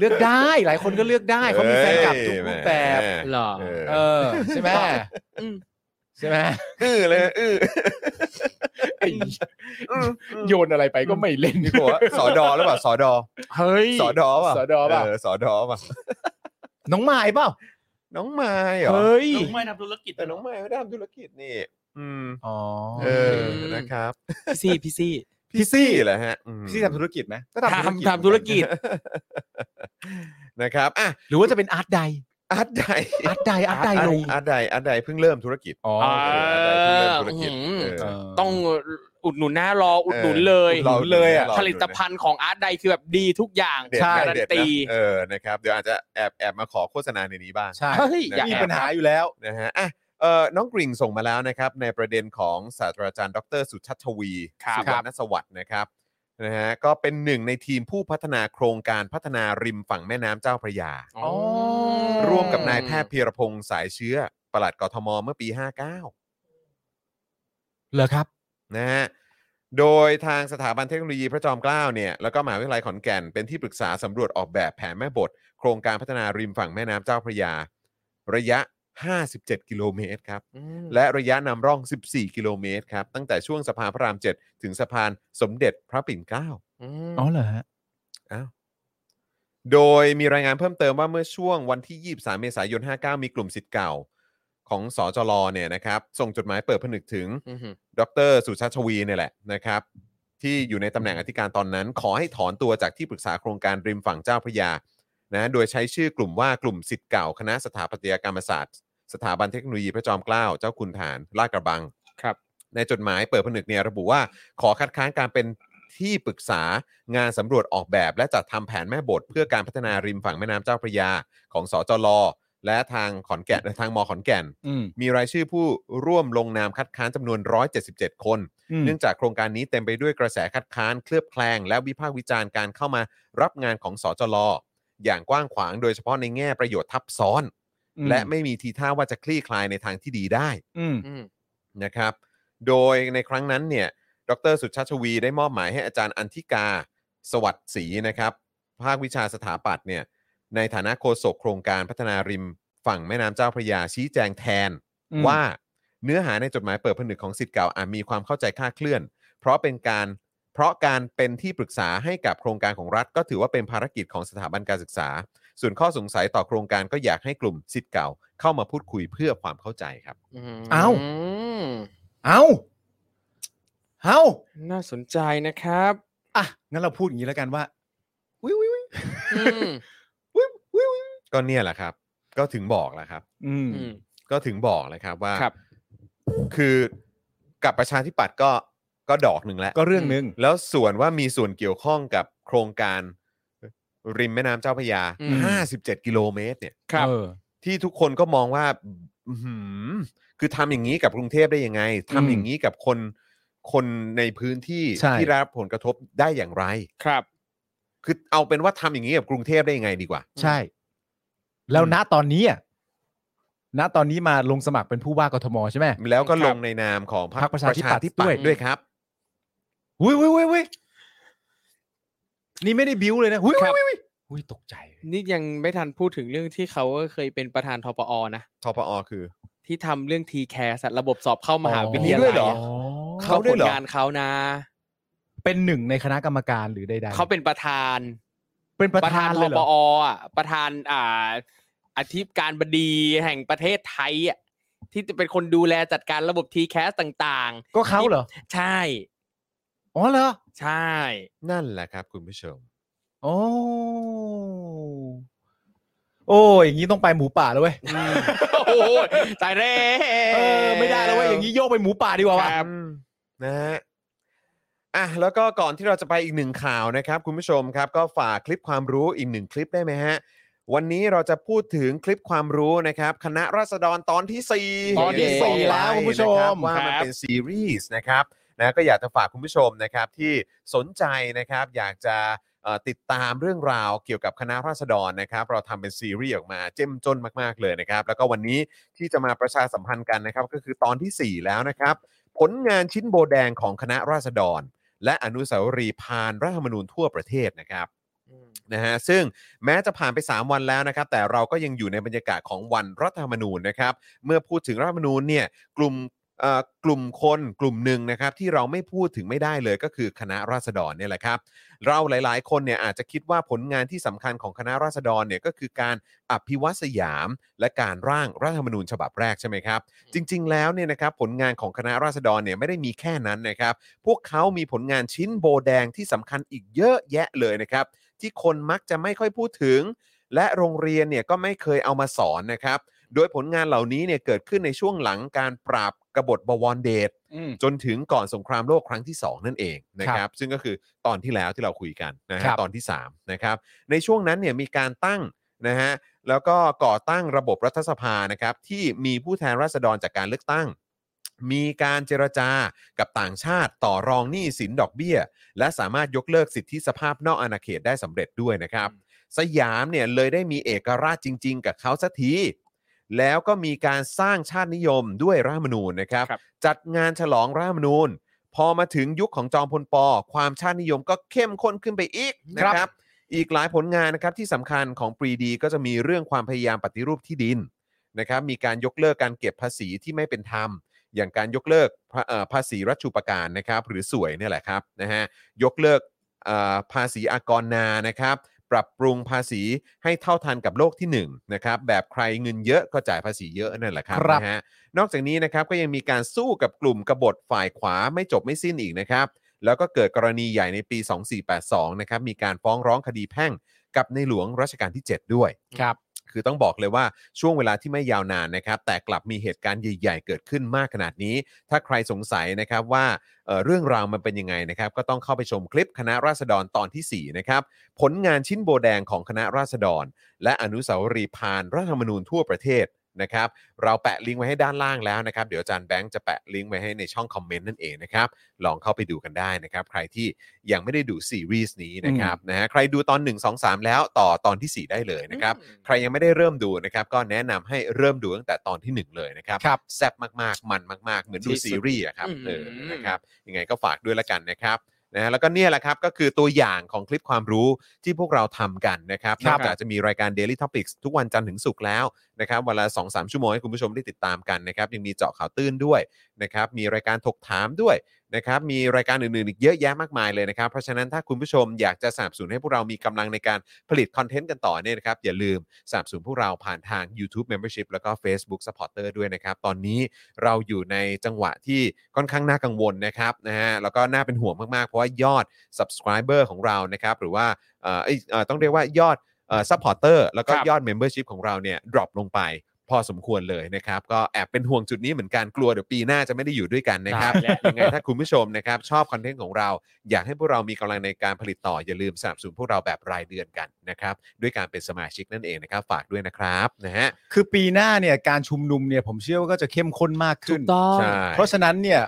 เลือกได้หลายคนก็เลือกได้เขามีแฟนคลับทุกรูปแบบ เอ้ย หรอ แหมเอ เอ อ อใช่ไหม อืม ใช่ไหม อื้อเลยอื้อ ไอ้โยนอะไรไปก็ไม่เล่น นี่ผมว่าสอดอหรือเปล่าสอดอ เฮ้ย สอดอป่ะ สอดอเปล่า เออสอดอป่ะ น้องไม้เปล่า น้องไม้เหรอ เฮ้ย น้องไม่ทำธุรกิจ แต่น้องไม้ไม่ได้ทำธุรกิจนี่ อืม อ๋อ เอออ ม นะครับ พี่ซี่พี่ซี่ พี่ซี่เหรอฮะอืม พี่ซี่ทำธุรกิจไหมก็ ทำทำธุรกิจ นะครับอ่ะ หรือว่าจะเป็นอาร์ตใด อาร์ตได อาร์ตใดอาร์ตใดลง อาร์ตไดอาร์ตไดเพิ่งเริ่มธุรกิจ อ๋อ เอออาร์ตไดเพิ่งเริ่มธุรกิจ อืม เออ ต้องอุดหนุนนะรออุดหนุนเลย ออ อุดหนุนเลยอะ ร ผลิตภัณฑ์ของอาร์ตใดคือแบบดีทุกอย่าง เด็ดนะ ใช่ การัน เด็ดนะ ตี เออนะครับเดี๋ยวอาจจะแอบแอบมาขอโฆษณาในนี้บ้าง ใช่ เฮ้ยอย่า มี แอบ ปัญหาอยู่แล้ว นะฮะอ่ะเอ่อน้องกริ่งส่งมาแล้วนะครับ ในประเด็นของศาสตราจารย์ดร สุชัชวี ครับ สุวรรณสวัสดิ์นะครับนะฮะก็เป็นหนึ่งในทีมผู้พัฒนาโครงการพัฒนาริมฝั่งแม่น้ำเจ้าพระยา อ๋อ ร่วมกับนายแพทย์พีรพงศ์สายเชื้อปลัดกทมเมื่อปี 59 เหรอครับ นะฮะ โดยทางสถาบันเทคโนโลยีพระจอมเกล้าเนี่ย แล้วก็มหาวิทยาลัยขอนแก่น เป็นที่ปรึกษาสำรวจออกแบบแผนแม่บท โครงการพัฒนาริมฝั่งแม่น้ำเจ้าพระยา ระยะ 57 กิโลเมตรครับ อืม และระยะนำร่อง 14 กิโลเมตรครับ ตั้งแต่ช่วงสะพานพระราม 7 ถึงสะพานสมเด็จพระปิ่นเกล้า อืม อ๋อเหรอฮะ อ้าวโดยมีรายงานเพิ่มเติมว่าเมื่อช่วงวันที่ 23 เมษายน 59 มีกลุ่มสิทธิ์เก่า ของสจลเนี่ยนะครับ ส่งจดหมายเปิดผนึกถึง อือหือ ดรสุชาติชวีเนี่ยแหละนะครับ ที่อยู่ในตำแหน่งอธิการตอนนั้น ขอให้ถอนตัวจากที่ปรึกษาโครงการริมฝั่งเจ้าพระยานะโดยใช้ชื่อกลุ่มว่ากลุ่มสิทธิ์เก่า คณะสถาปัตยกรรมศาสตร์ สถาบันเทคโนโลยีพระจอมเกล้าเจ้าคุณฐานลาดกระบัง ครับ ในจดหมายเปิดผนึกเนี่ยระบุว่าขอคัดค้านการเป็นที่ปรึกษางานสำรวจออกแบบ และจัดทำแผนแม่บท เพื่อการพัฒนาริมฝั่งแม่น้ำเจ้าพระยา ของสจลและทางขอนแก่นทางมขอนแก่น อืม มีรายชื่อผู้ร่วมลงนามคัดค้านจำนวน 177 คน อืม เนื่องจากโครงการนี้เต็มไปด้วยกระแสคัดค้าน เคลือบแคลง และวิพากษ์วิจารณ์การเข้ามารับงานของสจลอย่างกว้างขวางโดยเฉพาะในแง่ประโยชน์ทับซ้อน อืม และไม่มีทีท่าว่าจะคลี่คลายในทางที่ดีได้ อืม อืม นะครับ โดยในครั้งนั้นเนี่ยดรสุชาติชวีได้มอบหมายให้อาจารย์อันธิกา สวัสดิ์ศรีนะครับ ภาควิชาสถาปัตย์เนี่ย ในฐานะโฆษกโครงการพัฒนาริมฝั่งแม่น้ำเจ้าพระยาชี้แจงแทน อืม ว่าเนื้อหาในจดหมายเปิดผนึกของสิทธิ์เก่าอาจมีความเข้าใจคลาดเคลื่อน เพราะเป็นการเพราะการเป็นที่ปรึกษาให้กับโครงการของรัฐ ก็ถือว่าเป็นภารกิจของสถาบันการศึกษา ส่วนข้อสงสัยต่อโครงการก็อยากให้กลุ่มสิทธิ์เก่า เข้ามาพูดคุยเพื่อความเข้าใจครับ เอ้า เอาเอา น่าสนใจนะครับ อ่ะงั้นเราพูดอย่างนี้แล้วกันว่าวิววิววิว อืม วิววิว ก็เนี่ยแหละครับ ก็ถึงบอกแหละครับ อืม อืม ก็ถึงบอกเลยครับว่า ครับ คือกับประชาธิปัตย์ก็ก็ดอกหนึ่งแล้ว ก็เรื่องหนึ่ง แล้วส่วนว่ามีส่วนเกี่ยวข้องกับโครงการริมแม่น้ำเจ้าพระยา อืม 57 กิโลเมตรเนี่ย ครับ เออ ที่ทุกคนก็มองว่าอื้อหือคือทำอย่างนี้กับกรุงเทพได้ยังไงทำอย่างนี้กับคนคนในพื้นที่ ใช่ ที่ได้รับผลกระทบได้อย่างไร ครับ คือเอาเป็นว่าทำอย่างนี้กับกรุงเทพได้ยังไงดีกว่า ใช่ แล้วณตอนนี้อะณตอนนี้มาลงสมัครเป็นผู้ว่ากทมใช่ไหม แล้วก็ ครับ ลงในนามของพรร พ ค รรปคประ ระ ชา ชาธิ ธิปัปัต ตย์ ย์ ด้วย ด้วยครับ วิววิววิววิวนี่ไม่ได้บิ้วเลยนะวิว ครับ วิววิวอุ้ยตกใจ นี่ยังไม่ทันพูดถึงเรื่องที่เขาเคยเป็นประธานทปอนะ ทปอคือ ที่ทำเรื่องทีแคร์ระบบสอบเข้ามหาวิทอ๋ยาอนี่ด้วยลัย เหรอ อะ เขาด้วยเหรอ ผลงานเขานะ เป็นหนึ่งในคณะกรรมการหรือใดๆ เขาเป็นประธาน เป็นประธาน ท เลยเหร ป อ ออ่ะประธานอ่า อธิการบดีแห่งประเทศไทยอ่ะที่จะเป็นคนดูแลจัดการระบบทีแคสต่าง ก็เขาเหรอ ๆ ใช่ อ๋อเหรอ ใช่ นั่นแหละครับคุณผู้ชม โอ้ โอ้ยอย่างนี้ต้องไปหมูป่าแล้วเว้ย โอ้โหตายแล้ เออ ไม่ได้แล้วเว้ย อย่างนี้โยกไปหมูป่าดีกว่าว่ะ ครับ นะฮะอ่ะแล้วก็ก่อนที่เราจะไปอีกหนึ่งข่าวนะครับ คุณผู้ชมครับ ก็ฝากคลิปความรู้อีกหนึ่งคลิปได้ไหมฮะ วันนี้เราจะพูดถึงคลิปความรู้นะครับ คณะราษฎรตอนที่ 4 ตอนที่สี่ แล้วคุณผู้ชม นะครับว่า ครับ มันเป็นซีรีส์นะครับนะก็อยากจะฝากคุณผู้ชมนะครับที่สนใจนะครับ อยากจะเอ่อติดตามเรื่องราวเกี่ยวกับคณะราษฎรนะครับ เราทำเป็นซีรีส์ออกมาเจ้มจนมากๆเลยนะครับ แล้วก็วันนี้ที่จะมาประชาสัมพันธ์กันนะครับ ก็คือตอนทีสี่ 4 แล้วนะครับ ผลงานชิ้นโบแดงของคณะราษฎร และอนุสาวรีย์ผ่านรัฐธรรมนูญทั่วประเทศนะครับนะฮะซึ่งแม้จะผ่านไป 3 วันแล้วนะครับ แต่เราก็ยังอยู่ในบรรยากาศของวันรัฐธรรมนูญนะครับ เมื่อพูดถึงรัฐธรรมนูญเนี่ยกลุ่มเอ่อกลุ่มคนกลุ่มหนึ่งนะครับ ที่เราไม่พูดถึงไม่ได้เลยก็คือคณะราษฎรเนี่ยแหละครับ เราหลาย ๆ คนเนี่ยอาจจะคิดว่าผลงานที่สำคัญของคณะราษฎรเนี่ยก็คือการอภิวัตสยาม และการร่างรัฐธรรมนูญฉบับแรกใช่ไหมครับ จริง ๆ แล้วเนี่ยนะครับผลงานของคณะราษฎรเนี่ยไม่ได้มีแค่นั้นนะครับ พวกเขามีผลงานชิ้นโบแดงที่สำคัญอีกเยอะแยะเลยนะครับ ที่คนมักจะไม่ค่อยพูดถึง และโรงเรียนเนี่ยก็ไม่เคยเอามาสอนนะครับ โดยผลงานเหล่านี้เนี่ยเกิดขึ้นในช่วงหลังการปราบกบฏบวรเดชจนถึงก่อนสงครามโลกครั้งที่ 2 นั่นเองนะครับ ซึ่งก็คือตอนที่แล้วที่เราคุยกันนะฮะ ครับ ตอนที่3นะครับในช่วงนั้นเนี่ยมีการตั้งนะฮะแล้วก็ก่อตั้งระบบรัฐสภานะครับที่มีผู้แทนราษฎรจากการเลือกตั้ง มีการเจรจากับต่างชาติต่อรองหนี้สินดอกเบี้ย และสามารถยกเลิกสิทธิสภาพนอกอาณาเขตได้สำเร็จด้วยนะครับ สยามเนี่ยเลยได้มีเอกราชจริง ๆ กับเขาสักที แล้วก็มีการสร้างชาตินิยมด้วยรัฐธรรมนูญนะครับ ครับ จัดงานฉลองรัฐธรรมนูญ พอมาถึงยุคของจอมพลปอ ความชาตินิยมก็เข้มข้นขึ้นไปอีกนะค ครั รับ บ อีกหลายผลงานนะครับที่สำคัญของปรีดีก็จะมีเรื่องความพยายามปฏิรูปที่ดินนะครับ มีการยกเลิกการเก็บภาษีที่ไม่เป็นธรรม อย่างการยกเลิกภาเอ่อภาษีรัฐูปการนะครับ หรือสวยเนี่ยแหละครับนะฮะยกเลิก เอ่อภาษีอากรนานะครับ ปรับปรุงภาษีให้เท่าทันกับโลกที่1นะครับแบบใครเงินเยอะก็จ่ายภาษีเยอะนั่นแหละครับ ครับ นะฮะนอกจากนี้นะครับก็ยังมีการสู้กับกลุ่มกบฏฝ่ายขวาไม่จบไม่สิ้นอีกนะครับ แล้วก็เกิดกรณีใหญ่ในปี 2482นะครับมีการฟ้องร้องคดีแพ่งกับในหลวงรัชกาลที่ 7 ด้วย ครับ คือต้องบอกเลยว่าช่วงเวลาที่ไม่ยาวนานนะครับ แต่กลับมีเหตุการณ์ใหญ่ ๆ เกิดขึ้นมากขนาดนี้ ถ้าใครสงสัยนะครับว่าเอ่อเรื่องราวมันเป็นยังไงนะครับ ก็ต้องเข้าไปชมคลิปคณะราษฎรตอนทีสี่4 นะครับ ผลงานชิ้นโบแดงของคณะราษฎร และอนุสาวรีย์พานรัฐธรรมนูญทั่วประเทศนะครับ เราแปะลิงก์ไว้ให้ด้านล่างแล้วนะครับ เดี๋ยวอาจารย์แบงค์จะแปะลิงก์ไว้ให้ในช่องคอมเมนต์นั่นเองนะครับ ลองเข้าไปดูกันได้นะครับ ใครที่ยังไม่ได้ดูซีรีส์นี้นะครับนะฮะใครดูตอน 1 2 3 แล้วต่อตอนทีสี่4 ได้เลยนะครับ ใครยังไม่ได้เริ่มดูนะครับ ก็แนะนำให้เริ่มดูตั้งแต่ตอนที่ 1 เลยนะครับ ครับ แซ่บมากๆ มันมากๆ เหมือนดูซีรีส์อะครับ อืม เออนะครับยังไงก็ฝากด้วยละกันนะครับนะฮะแล้วก็เนี่ยแหละครับ ก็คือตัวอย่างของคลิปความรู้ที่พวกเราทำกันนะครับ คน รั อบ กจากจะมีรายการ Daily Topics ทุกวันจันทร์ถึงศุกร์แล้วนะครับเวลา 2-3 ชั่วโมงให้คุณผู้ชมได้ติดตามกันนะครับยังมีเจาะข่าวตื้นด้วยนะครับมีรายการถกถามด้วย นะครับมีรายการอื่นๆอีกเยอะแยะมากมายเลยนะครับ เพราะฉะนั้นถ้าคุณผู้ชมอยากจะสนับสนุนให้พวกเรามีกำลังในการผลิตคอนเทนต์กันต่อเนี่ยนะครับ อย่าลืมสนับสนุนพวกเราผ่านทาง YouTube Membership แล้วก็ Facebook Supporter ด้วยนะครับ ตอนนี้เราอยู่ในจังหวะที่ค่อนข้างน่ากังวลนะครับนะฮะแล้วก็น่าเป็นห่วงมาก ๆ เพราะว่ายอด Subscriber ของเรานะครับ หรือว่าเอ่อเอ้ยเอ่อต้องเรียกว่ายอดเอ่อ supporter แล้วก็ ครับ ยอด membership ของเราเนี่ยดรอปลงไป พอสมควรเลยนะครับ ก็แอบเป็นห่วงจุดนี้เหมือนกันกลัวเดี๋ยวปีหน้าจะไม่ได้อยู่ด้วยกันนะครับ ได้แล้ว ยังไงถ้าคุณผู้ชมนะครับ ชอบคอนเทนต์ของเรา อยากให้พวกเรามีกำลังในการผลิตต่อ อย่าลืมสนับสนุนพวกเราแบบรายเดือนกันนะครับ ด้วยการเป็นสมาชิกนั่นเองนะครับ ฝากด้วยนะครับนะฮะ คือปีหน้าเนี่ยการชุมนุมเนี่ยผมเชื่อว่าก็จะเข้มข้นมากขึ้น ใช่ เพราะฉะนั้นเนี่ย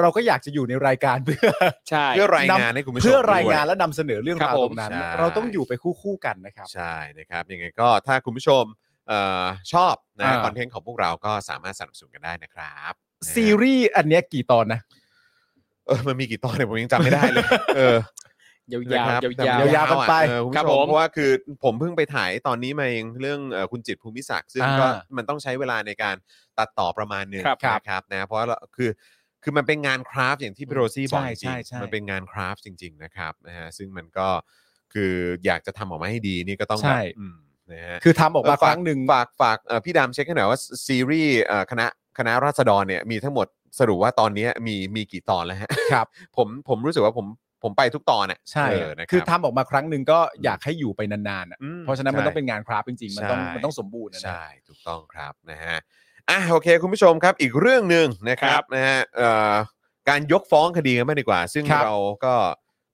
เราก็อยากจะอยู่ในรายการเพื่อ ใช่ เพื่อรายงานให้คุณผู้ชม เพื่อรายงาน ด้วย และนำเสนอเรื่อง ครั รา บ ว ผตมรงนั้น ใช่ เราต้องอยู่ไปคู่ๆกันนะครับ ใช่นะครับยังไงก็ถ้าคุณผู้ชมเอ่อชอบนะ อ่า คอนเทนต์ของพวกเราก็สามารถสนับสนุนกันได้นะครับนะฮะ ซีรีส์อันเนี้ยกี่ตอนนะ เออมันมีกี่ตอนเนี่ยผมยังจำไม่ได้ เลยเออ ยาวๆ นะ ยา คว รับแต่มั ยาวๆๆกันไป เออคุณ ครั ผู้ชเพบผมมราะว่าคือผมเพิ่งไปถ่ายตอนนี้มาเองเรื่องเอ่อคุณจิตรภูมิศักดิ์ซึ่งก็ อ่า มันต้องใช้เวลาในการตัดต่อประมาณหนึง ครับครับ นะครับนะเพราะเราคือคือมันเป็นงานคราฟต์อย่างที่พี่โรซี่บอก ใช่ จริ ใช่ ง ใช่ ๆมันเป็นงานคราฟต์จริง ๆ นะครับนะฮะซึ่งมันก็คืออยากจะทำออกมาให้ดีนี่ก็ต้องแบบ ใช่ อืม นะฮะ คือทำออกมา เฝ ครั้งหนึ่ง ฝากฝากเอ่อพี่ดำเช็คให้หน่อยว่าซีรีส์เอ่อคณะคณะราษฎรเนี่ยมีทั้งหมดสรุปว่าตอนนี้มีมีกี่ตอนแล้วฮะ ครับ ผมผมรู้สึกว่าผมผมไปทุกตอนอ่ะ ใช่ เออนะรับ คือทำออกมาครั้งหนึ่งก็อยากให้อยู่ไปนานๆอะ อื เพราะฉะนั้นมัน ใช่ ต้องเป็นงานคราฟต์จริงๆมันต้อง ใช่ มันต้องสมบูรณ์อะนะ ใช่ถูกต้องครับนะฮะอ่ะโอเค คุณผู้ชมครับอีกเรื่องหนึ่งนะครับนะฮะเอ่อการยกฟ้องคดีกันบ้างดีกว่า ซึ่ง ครับ เราก็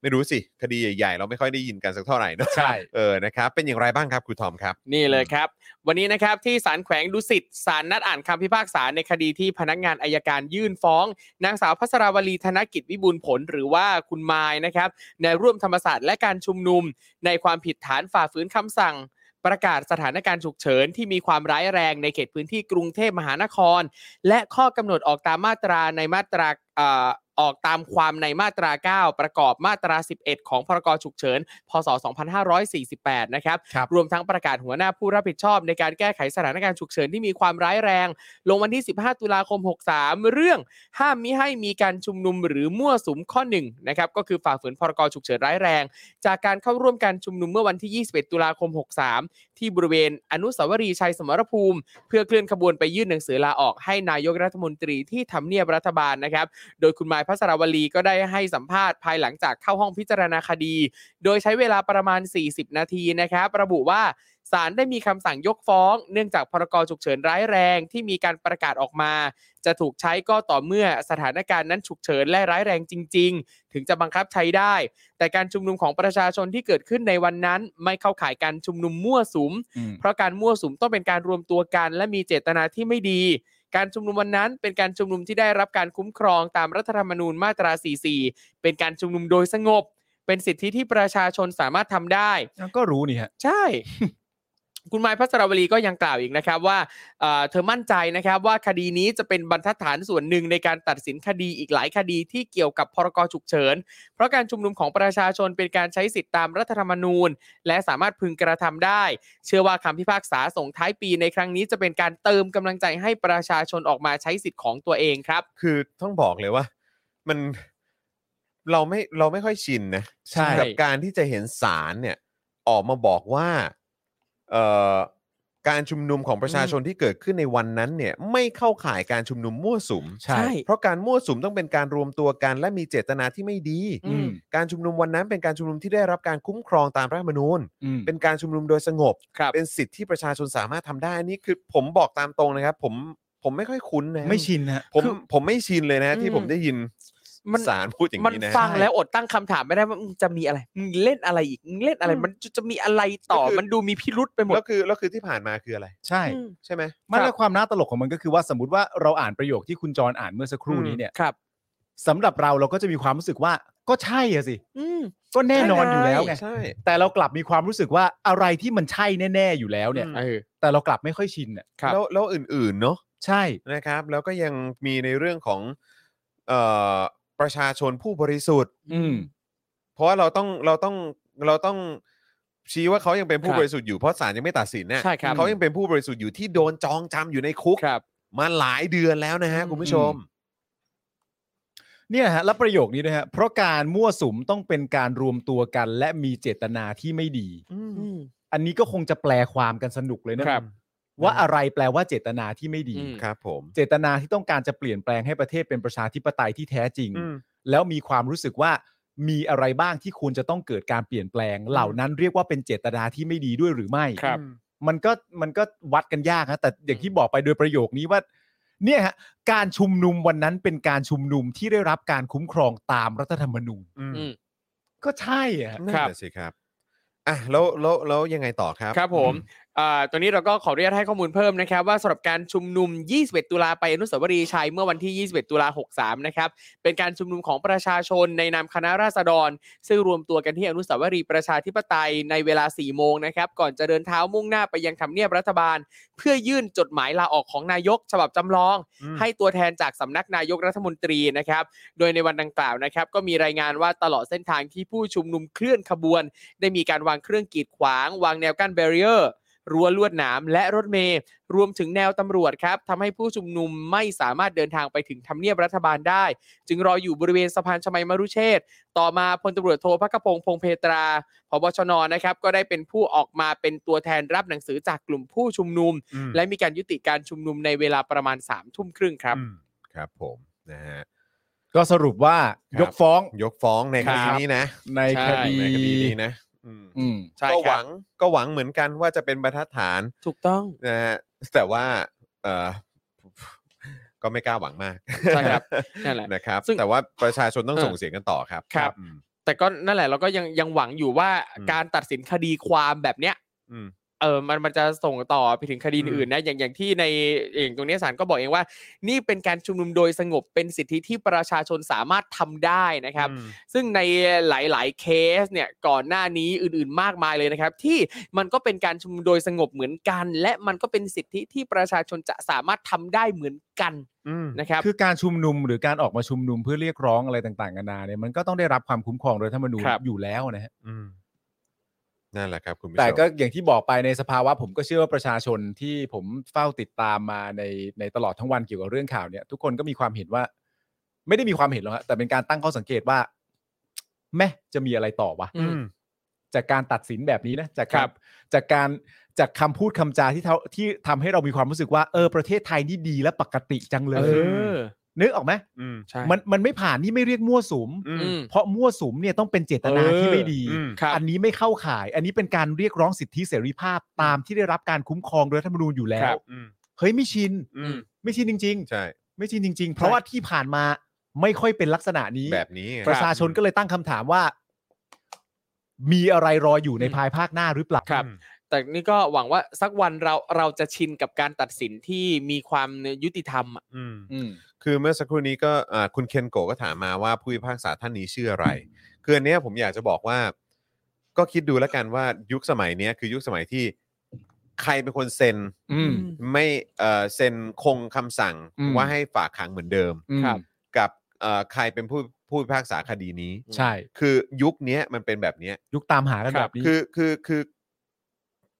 ไม่รู้สิคดีใหญ่ๆ เราไม่ค่อยได้ยินกันสักเท่าไหร่เนอะ ใช่ เออนะครับเป็นอย่างไรบ้างครับครูทอมครับ นี่เลยครับ วันนี้นะครับที่ศาลแขวงดุสิตศาลนัดอ่านคำพิพากษาในคดีที่พนักงานอายการยื่นฟ้อง นางสาวพัสราวลีธนกิจวิบูลย์ผลหรือว่าคุณมายนะครับ ในร่วมธรรมศาสตร์และการชุมนุม ในความผิดฐานฝ่าฝืนคำสั่ง ประกาศสถานการณ์ฉุกเฉินที่มีความร้ายแรงในเขตพื้นที่กรุงเทพมหานคร และข้อกำหนดออกตามมาตราในมาตราเอ่อออกตามความในมาตรา 9 ประกอบมาตรา 11 ของพรกฉุกเฉิน พศ 2548 นะครับ ครับ รวมทั้งประกาศหัวหน้าผู้รับผิดชอบ ในการแก้ไขสถานการณ์ฉุกเฉินที่มีความร้ายแรง ลงวันที่ 15 ตุลาคม 63 เรื่องห้ามมิให้มีการชุมนุมหรือมั่วสุมข้อ1นะครับก็คือฝ่าฝืนพรกฉุกเฉินร้ายแรง จากการเข้าร่วมการชุมนุมเมื่อวันที่ 21 ตุลาคม 63 ที่บริเวณอนุสาวรีย์ชัยสมรภูมิ เพื่อเคลื่อนขบวนไปยื่นหนังสือลาออกให้นายกรัฐมนตรีที่ทำเนียบรัฐบาลนะครับ โดยคุณมายพัสราวลีก็ได้ให้สัมภาษณ์ภายหลังจากเข้าห้องพิจารณาคดี โดยใช้เวลาประมาณ 40 นาทีนะครับ ระบุว่าศาลได้มีคำสั่งยกฟ้อง เนื่องจากพรกฉุกเฉินร้ายแรงที่มีการประกาศออกมา จะถูกใช้ก็ต่อเมื่อสถานการณ์นั้นฉุกเฉินและร้ายแรงจริง ๆ ถึงจะบังคับใช้ได้ แต่การชุมนุมของประชาชนที่เกิดขึ้นในวันนั้น ไม่เข้าข่ายการชุมนุมมั่วสุม อืม เพราะการมั่วสุมต้องเป็นการรวมตัวกันและมีเจตนาที่ไม่ดี การชุมนุมวันนั้นเป็นการชุมนุมที่ได้รับการคุ้มครองตามรัฐธรรมนูญมาตรา 44 เป็นการชุมนุมโดยสงบ เป็นสิทธิที่ประชาชนสามารถทำได้ ก็รู้นี่ฮะ ใช่ คุณไมายพัสราวลีก็ยังกล่าวอีกนะครับว่าเอ่อเธอมั่นใจนะครับว่าคดีนี้จะเป็นบรรทัดฐานส่วนหนึ่งในการตัดสินคดีอีกหลายคดีที่เกี่ยวกับพรกฉุกเฉิน เพราะการชุมนุมของประชาชนเป็นการใช้สิทธิตามรัฐธรรมนูญ และสามารถพึงกระทำได้ เชื่อว่าคำพิพากษาส่งท้ายปีในครั้งนี้จะเป็นการเติมกำลังใจให้ประชาชนออกมาใช้สิทธิ์ของตัวเองครับ คือต้องบอกเลยว่ามันเราไม่เราไม่ค่อยชินนะ ใช่ กับการที่จะเห็นสารเนี่ยออกมาบอกว่าเอ่อการชุมนุมของประชาชนที่เกิดขึ้นในวันนั้นเนี่ยไม่เข้าข่ายการชุมนุมมั่วสุม ใช่ เพราะการมั่วสุมต้องเป็นการรวมตัวกันและมีเจตนาที่ไม่ดี อืม การชุมนุมวันนั้นเป็นการชุมนุมที่ได้รับการคุ้มครองตามรัฐธรรมนูญ อืม เป็นการชุมนุมโดยสงบ ครับ เป็นสิทธิที่ประชาชนสามารถทำได้อันนี่คือผมบอกตามตรงนะครับ ผมผมไม่ค่อยคุ้นนะ ไม่ชินฮะ ผมผมไม่ชินเลยนะ อืม ที่ผมได้ยิน มัน สารพูดอย่าง มัน นี้นะ ฟังแล้วอดตั้งคำถามไม่ได้ว่ามึงจะมีอะไรมึงเล่นอะไรอีกมึงเล่นอะไร อืม มันจะมีอะไรต่อ ก็คือ มันดูมีพิรุษไปหมด แล้วคือแล้วคือที่ผ่านมาคืออะไร ใช่ อืม ใช่ไหม ไม่แล้วความน่าตลกของมันก็คือว่าสมมติว่าเราอ่านประโยคที่คุณจรอ่านเมื่อสักครู่ อืม นี้เนี่ย ครับ สำหรับเราเราก็จะมีความรู้สึกว่าก็ใช่อะสิ อืม ก็แน่นอนอยู่แล้วไง ใช่ แต่เรากลับมีความรู้สึกว่าอะไรที่มันใช่แน่ ๆ อยู่แล้วเนี่ย อืม เออ แต่เรากลับไม่ค่อยชินอ่ะ ครับ แล้วแล้วอื่นๆเนาะ ใช่ นะครับแล้วก็ยังมีในเรื่องของเอ่อประชาชนผู้บริสุทธิ์ อืม เพราะว่าเราต้องเราต้องเราต้องชี้ว่าเขายังเป็นผู้ ครับ บริสุทธิ์อยู่เพราะศาลยังไม่ตัดสินเนี่ย ใช่ครับ เขายังเป็นผู้บริสุทธิ์อยู่ที่โดนจองจำอยู่ในคุก ครับ มาหลายเดือนแล้วนะฮะ คุณผู้ชม เนี่ยฮะแล้วประโยคนี้ด้วยฮะเพราะการมั่วสุมต้องเป็นการรวมตัวกัน และมีเจตนาที่ไม่ดี อืม อันนี้ก็คงจะแปลความกันสนุกเลยนะครับ ว่าอะไรแปลว่าเจตนาที่ไม่ดี อืม ครับผม เจตนาที่ต้องการจะเปลี่ยนแปลงให้ประเทศเป็นประชาธิปไตยที่แท้จริง อืม แล้วมีความรู้สึกว่ามีอะไรบ้างที่ควรจะต้องเกิดการเปลี่ยนแปลง เหล่านั้นเรียกว่าเป็นเจตนาที่ไม่ดีด้วยหรือไม่ ครับ มันก็มันก็วัดกันยากนะแต่อย่างที่บอกไปโดยประโยคนี้ว่า เนี่ยฮะการชุมนุมวันนั้นเป็นการชุมนุมที่ได้รับการคุ้มครองตามรัฐธรรมนูญ อืม อืม ก็ใช่อะฮะ นั่น ครับ แหละสิครับอ่ะแล้วแล้วแล้วยังไงต่อครับ ครับผมอ่าตัวนี้เราก็ขออนุญาตให้ข้อมูลเพิ่มนะครับ ว่าสำหรับการชุมนุม 21 ตุลาไปอนุสาวรีย์ชัยเมื่อวันที่ 21 ตุลา 63 นะครับ เป็นการชุมนุมของประชาชนในนามคณะราษฎร ซึ่งรวมตัวกันที่อนุสาวรีย์ประชาธิปไตยในเวลา 4 โมงนะครับ ก่อนจะเดินเท้ามุ่งหน้าไปยังทำเนียบรัฐบาล เพื่อยื่นจดหมายลาออกของนายก ฉบับจำลอง อืม ให้ตัวแทนจากสำนักนายกรัฐมนตรีนะครับ โดยในวันดังกล่าวนะครับ ก็มีรายงานว่าตลอดเส้นทางที่ผู้ชุมนุมเคลื่อนขบวน ได้มีการวางเครื่องกีดขวาง วางแนวกั้นเบรียร์ รั้วลวดหนามและรถเมล์รวมถึงแนวตำรวจครับทำให้ผู้ชุมนุมไม่สามารถเดินทางไปถึงทำเนียบรัฐบาลได้ จึงรออยู่บริเวณสะพานชมัยมรุเชษฐ์ต่อมาพลตำรวจโทพักพงษ์พงเพตราพบชนนะครับ ก็ได้เป็นผู้ออกมาเป็นตัวแทนรับหนังสือจากกลุ่มผู้ชุมนุม อืม และมีการยุติการชุมนุมในเวลาประมาณ3ามทุ่มครึ่งครับ อืมครับผมนะฮะ ก็สรุปว่า ครับ ยกฟ้อง ยกฟ้องในคดี ครับ นี้นะ ในคดี ในคดีนี้นะอืม อืม ใช่ ก็หครั วั บ งก็หวังเหมือนกันว่าจะเป็นบรรทัดฐาน ถูกต้อง นะฮะแต่ว่าเออก็ไม่กล้าหวังมาก ใช่ครับนั่นแหละ นะครับ ซึ่ง แต่ว่าประชาชนต้อง เออ ส่งเสียงกันต่อครับ ครับ อืม แต่ก็นั่นแหละเราก็ยังยังหวังอยู่ว่า อืม การตัดสินคดีความแบบเนี้ย อืม เออมันมันจะส่งต่อไปถึงคดีอื่นๆนะอย่างอย่างที่ในอย่างตรงเนี้ยศาลก็บอกเองว่า นี่เป็นการชุมนุมโดยสงบเป็นสิทธิที่ประชาชนสามารถทำได้นะครับ ซึ่งในหลาย ๆ เคสเนี่ยก่อนหน้านี้อื่น ๆ มากมายเลยนะครับ ที่มันก็เป็นการชุมนุมโดยสงบเหมือนกัน และมันก็เป็นสิทธิที่ประชาชนจะสามารถทำได้เหมือนกัน อืม นะครับ คือการชุมนุมหรือการออกมาชุมนุมเพื่อเรียกร้องอะไรต่างๆกันานาเนี่ยมันก็ต้องได้รับความคุ้มครองโดยธรรมนูญ ครับ อยู่แล้วนะฮะ อืมนั่นแหละครับคุณผู้ชม แต่ก็อย่างที่บอกไปในสภาวะผมก็เชื่อว่าประชาชนที่ผมเฝ้าติดตามมาในในตลอดทั้งวันเกี่ยวกับเรื่องข่าวเนี่ย ทุกคนก็มีความเห็นว่า ไม่ได้มีความเห็นหรอกฮะแต่เป็นการตั้งข้อสังเกตว่าแม่จะมีอะไรต่อวะ อืม จากการตัดสินแบบนี้นะจากการคั ร บ จากการจากคำพูดคำจาที่เท่าที่ทำให้เรามีความรู้สึกว่าเออประเทศไทยนี่ดีและปกติจังเล เอย อ นึกออกไหม อืม ใช่ มันมันไม่ผ่านนี่ไม่เรียกมั่วสุม อืม อืม เพราะมั่วสุมเนี่ยต้องเป็นเจตนาที่ไม่ดี อืม ครับ อันนี้ไม่เข้าข่าย อันนี้เป็นการเรียกร้องสิทธิเสรีภาพตามที่ได้รับการคุ้มครองโดยรัฐธรรมนูญอยู่แล้ ครั ว บ อืม เฮ้ยไม่ชิน อืม ไม่ชินจริง ใช่ ๆ ไม่ชินจริง ๆ เพราะว่าที่ผ่านมาไม่ค่อยเป็นลักษณะนี้ แบบนี้ไง ประชาชนก็เลยตั้งคำถามว่า มีอะไรรออยู่ในภายภาคหน้าหรือเปล่า ครับ แต่นี่ก็หวังว่าสักวันเราเราจะชินกับการตัดสินที่มีความยุติธรรมอะ อืม อืม คือเมื่อสักครู่นี้ก็อ่าคุณเคนโกะก็ถามมาว่าผู้พิพากษาท่านนี้ชื่ออะไร คืออันเนี้ยผมอยากจะบอกว่า ก็คิดดูแล้วกันว่ายุคสมัยเนี้ยคือยุคสมัยที่ใครเป็นคนเซ็น อืม ไม่เอ่อเซ็นคงคำสั่ง อืม ว่าให้ฝากขังเหมือนเดิม ครับ กับเอ่อใครเป็นผู้ผู้พิพากษาคดีนี้ ใช่ คือยุคเนี้ยมันเป็นแบบเนี้ย ยุคตามหากันแบบนี้ คือคือคือ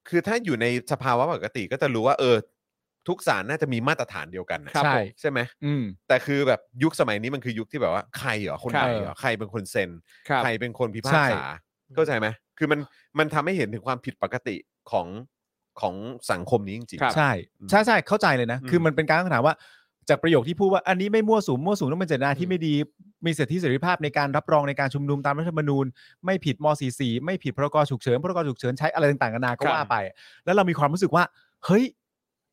คือถ้าอยู่ในสภาวะปกติก็จะรู้ว่า เออ ทุกศาลน่าจะมีมาตรฐานเดียวกันนะครับ ใช่ ผมใช่ไหม ม แต่คือแบบยุคสมัยนี้มันคือยุคที่แบบว่าใครเหรอคน ครับ ไหนเหรอใครเป็นคนเซ็น ครับ ใครเป็นคนพิพาก ใช่ ษาเข้าใจไหมคือมันมันทำให้เห็นถึงความผิดปกติของของสังคมนี้จริง ครับ ใช่ใช่ใช่เข้าใจเลยนะ อืม คือมันเป็นการตั้งคำถามว่า จากประโยคที่พูดว่าอันนี้ไม่มั่วสุมมั่วสุมต้องเป็นเจตนาที่ไม่ดี มีสิทธิเสรีภาพในการรับรองในการชุมนุมตามรัฐธรรมนูญ ไม่ผิดม .44 ไม่ผิดพรกฉุกเฉินพรกฉุกเฉินใช้อะไรต่างๆกันานาก็ ครับ ว่าไป แล้วเรามีความรู้สึกว่า เฮ้ย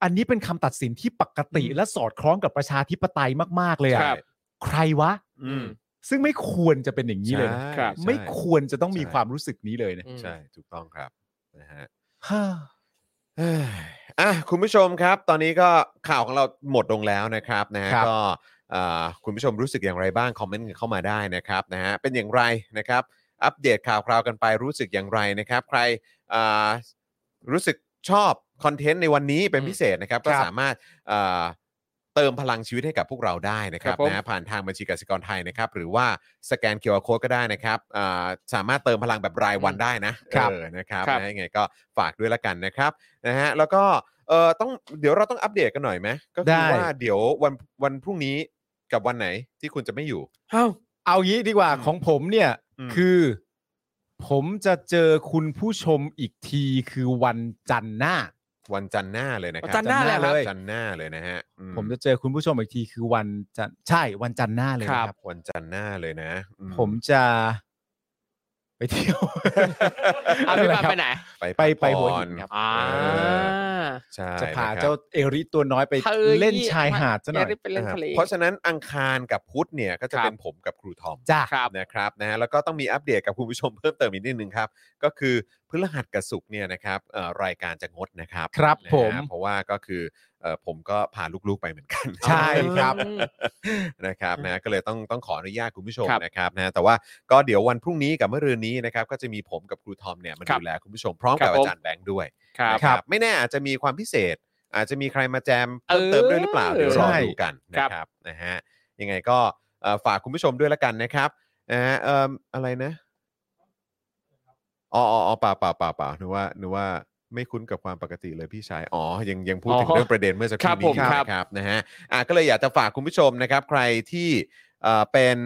อันนี้เป็นคำตัดสินที่ปกติ อืม และสอดคล้องกับประชาธิปไตยมาก ๆ เลยอะ ครับ ใครวะ ๆอืม ซึ่งไม่ควรจะเป็นอย่างนี้เลยนะ ใช่ ครับ ใช่ ไม่ควรจะต้องมี ใช่ ความรู้สึกนี้เลยนะ อืม ใช่ ถูกต้องครับนะฮะ ฮ่า เอ้ยอ่ะคุณผู้ชมครับ ตอนนี้ก็ข่าวของเราหมดลงแล้วนะครับนะฮะ ครับ ก็อ่าคุณผู้ชมรู้สึกอย่างไรบ้างคอมเมนต์กันเข้ามาได้นะครับนะฮะเป็นอย่างไรนะครับ อัปเดตข่าวคราวกันไปรู้สึกอย่างไรนะครับ ใครอ่ารู้สึกชอบคอนเทนต์ในวันนี้เป็นพิเศษนะครับ ก็สามารถอ่าเติมพลังชีวิตให้กับพวกเราได้นะครับ ครับผม นะฮะผ่านทางบัญชีกสิกรไทยนะครับ หรือว่าสแกนเคอร์โค้ดก็ได้นะครับอ่าสามารถเติมพลังแบบรายวันได้นะครับ เออนะครับ ครับ นะฮะยังไงก็ฝากด้วยละกันนะครับนะฮะแล้วก็เออต้องเดี๋ยวเราต้องอัปเดตกันหน่อยไหมก็คือว่าเดี๋ยววันวันพรุ่งนี้กับวันไหนที่คุณจะไม่อยู่ เอ้า เอางี้ดีกว่า อืม ของผมเนี่ย อืม คือ ผมจะเจอคุณผู้ชมอีกทีคือวันจันทร์หน้า วันจันทร์หน้าเลยนะครับ จันทร์หน้าเลยครับ จันทร์หน้าเลยนะฮะอื ผมจะเจอคุณผู้ชมอีกทีคือวันจันทร์ใช่ วันจันทร์หน้าเลยนะครับ วันจันทร์หน้าเลยนะอื ผมจะไปเที่ยว เอาพี่ปาล์มไปไหน ไป ไป พัก ไปหัวหิน ผ่อ ครับ อ่า ใช่ จะพา ครับ เจ้าเอริตัวน้อยไป เฮ้ย เล่นชายหาดซะหน่อย ได้ไปเล่นทะเล เพราะฉะนั้นอังคารกับพุธเนี่ยก็จะ ครับ เป็นผมกับครูทอม จ้า ครับ นะครับนะฮะแล้วก็ต้องมีอัปเดตกับคุณผู้ชมเพิ่มเติมอีกนิดนึงครับ ก็คือพฤหัสกับศุกร์เนี่ยนะครับเอ่อรายการจะงดนะครับ ครับ นะฮะ ผม เพราะว่าก็คือเอ่อผมก็พาลูกๆไปเหมือนกัน ใช่ครับ นะครับนะก็เลยต้องต้องขออนุญาตคุณผู้ชม ครับ นะครับนะแต่ว่าก็เดี๋ยววันพรุ่งนี้กับเมื่อรืนนี้นะครับก็จะมีผมกับครูทอมเนี่ยมา ครับ ดูแลคุณผู้ชมพร้อมกั ครับ บ อา ผม จารย์แบงค์ด้วย ครับ นะไม่แน่อาจจะมีความพิเศษ อาจจะมีใครมาแจมเพิ่ม เออ เติมด้วยหรือเปล่าเดี๋ยวรอ ใช่ ดูกันนะ ค ค รั รับบ นะฮะยังไงก็เอ่อฝากคุณผู้ชมด้วยละกันนะครับนะฮะเอ่มอะไรนะอ๋ออ๋ออ๋อเปล่าเปล่าเปล่าเปล่านึกว่านึกว่า ไม่คุ้นกับความปกติเลยพี่ชาย อ๋อ ยังยังพูด อ๋อ ถึงเรื่องประเด็นเมื่อสักค ครั รู่ บ นี้ ผมครับ นะครับนะฮะอ่ะก็เลยอยากจะฝากคุณผู้ชมนะครับ ใครที่เอ่อเป็น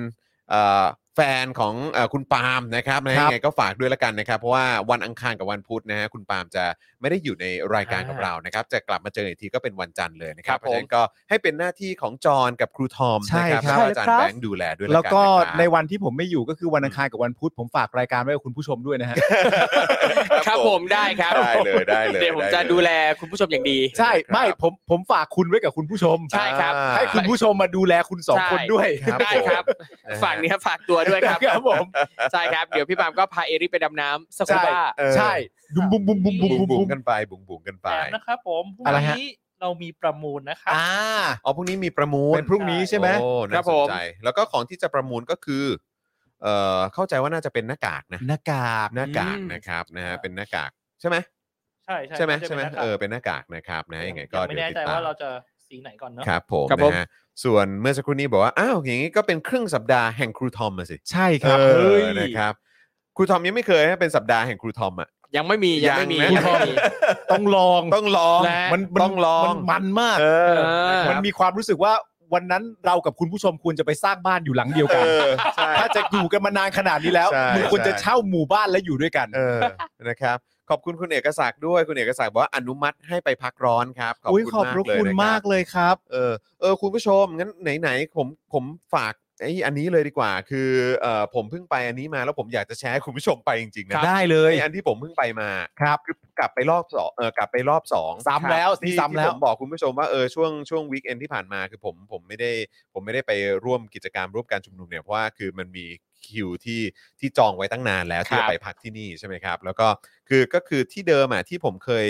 เอ่อแฟนของเอ่อคุณปาล์มนะครับนะฮะ ครับ ยังไงก็ฝากด้วยละกันนะครับ เพราะว่าวันอังคารกับวันพุธนะฮะคุณปาล์มจะไม่ได้อยู่ในรายการกับเรานะครับ จะกลับมาเจออีกทีก็เป็นวันจันทร์เลยนะครับ คเพรับผมราะฉะนั้นก็ให้เป็นหน้าที่ของจอห์นกับครูทอม ใช่ นะครับ ครับ แล้วก็อาจารย์แบงค์ดูแลด้วแล้วยะน ก็ นะครับ ในวันที่ผมไม่อยู่ก็คือวันอังคารกับวันพุธผมฝากรายการไว้กับคุณผู้ชมด้วยนะฮะ ครับผมได้ครับ ได้เลยได้เลย เดี๋ยวผม ไ จะดูแลคุณผู้ชมอย่างดี ใช่ ครับ ไม่ผมผมฝากคุณไว้กับคุณผู้ชม ใช่ครับ อ่า ให้คุณผู้ชมมาดูแลคุณสอง ใช่ คนด้วย ครับ ได้ครับ ผม ฝากเนี้ยฝากตัวด้วยครับ ครับผม ใช่ครับเดี๋ยวพี่ปาล์มก็พาเอริไปดำน้ำสกูบ้า เออ ใช่ดุมบุมบุมบุมบุ บุ๋ ม งบุ๋ บุ ง ม กันไปบุ๋งบุ๋งกันไป แต่นะครับผมพรุ่ง อะไรฮะ นี้เรามีประมูลนะครับ อ่า อ๋อพรุ่งนี้มีประมูล เป็นพรุ่งนี้ใช่ไหม โอ้ ครั น่า บ ส ผ น ม ใจแล้วก็ของที่จะประมูลก็คือเอ่อเข้าใจว่าน่าจะเป็นหน้ากากนะ หน้ากาก หน้ากาก อืม นะครับนะ ครั ฮะ บ เป็นหน้ากากใช่ไหม ใช่ ใช่ไหม จะ ใช่ไหม ป็นน้ากาก เออเป็นหน้ากากนะครับนะยังไงก็ ไม่ เดี๋ยว แน่ ติด ใจ ตา ว่าม เราจะสีไหนก่อนเนาะ ครับผม ครับผม นะฮะส่วนเมื่อสักครู่นี้บอกว่าอ้าวอย่างนี้ก็เป็นครึ่งสัปดาห์แห่งครูทอมมาสิ ใช่ครับ เอ เฮ้ อย นะครับครูทอมยังไม่เคยให้เป็นสัปดาห์แห่งครูทอมอ่ะ ยังไม่มียังไม่มี ยังนะ ยังไม่มี ต้องลอง ต้องลอง และ มันมัน ต้องลอง มันมันมาก เออ เออ มันมีความรู้สึกว่าวันนั้นเรากับคุณผู้ชมควรจะไปสร้างบ้านอยู่หลังเดียวกัน เออใช่ ถ้าจะอยู่กันมานานขนาดนี้แล้ว ใช่ มึงควรจะ ใช่ เช่าหมู่บ้านและอยู่ด้วยกัน เออ นะครับ ขอบคุณคุณเอกศักดิ์ด้วย คุณเอกศักดิ์บอกว่าอนุมัติให้ไปพักร้อนครับ ขอบ อุ้ย คุณ ขอบ มาก พระ เลย คุณ นะ มา รั ก บ เลยครับ เออ เออ คุณผู้ชม งั้นไหนๆ ผมผมฝากไอ้อันนี้เลยดีกว่า คือเออผมเพิ่งไปอันนี้มาแล้วผมอยากจะแชร์ให้คุณผู้ชมไปจริงๆนะ ได้เลย ไอ้อันที่ผมเพิ่งไปมา ครับ คือกลับไปรอบสองเออกลับไปรอบสอง ซ้ำแล้วนี่ ที่ ซ้ำแล้ ที่ ว ผมบอกคุณผู้ชมว่าเออช่วงช่วงวีคเอนที่ผ่านมาคือผมผมไม่ได้ผมไม่ได้ไปร่วมกิจกรรมร่วมการชุมนุมเนี่ยเพราะว่าคือมันมีคิวที่ที่จองไว้ตั้งนานแล้วที่ ครั จะ บ ไปพักที่นี่ใช่ไหมครับ แล้วก็คือก็คือที่เดิมอ่ะที่ผมเคย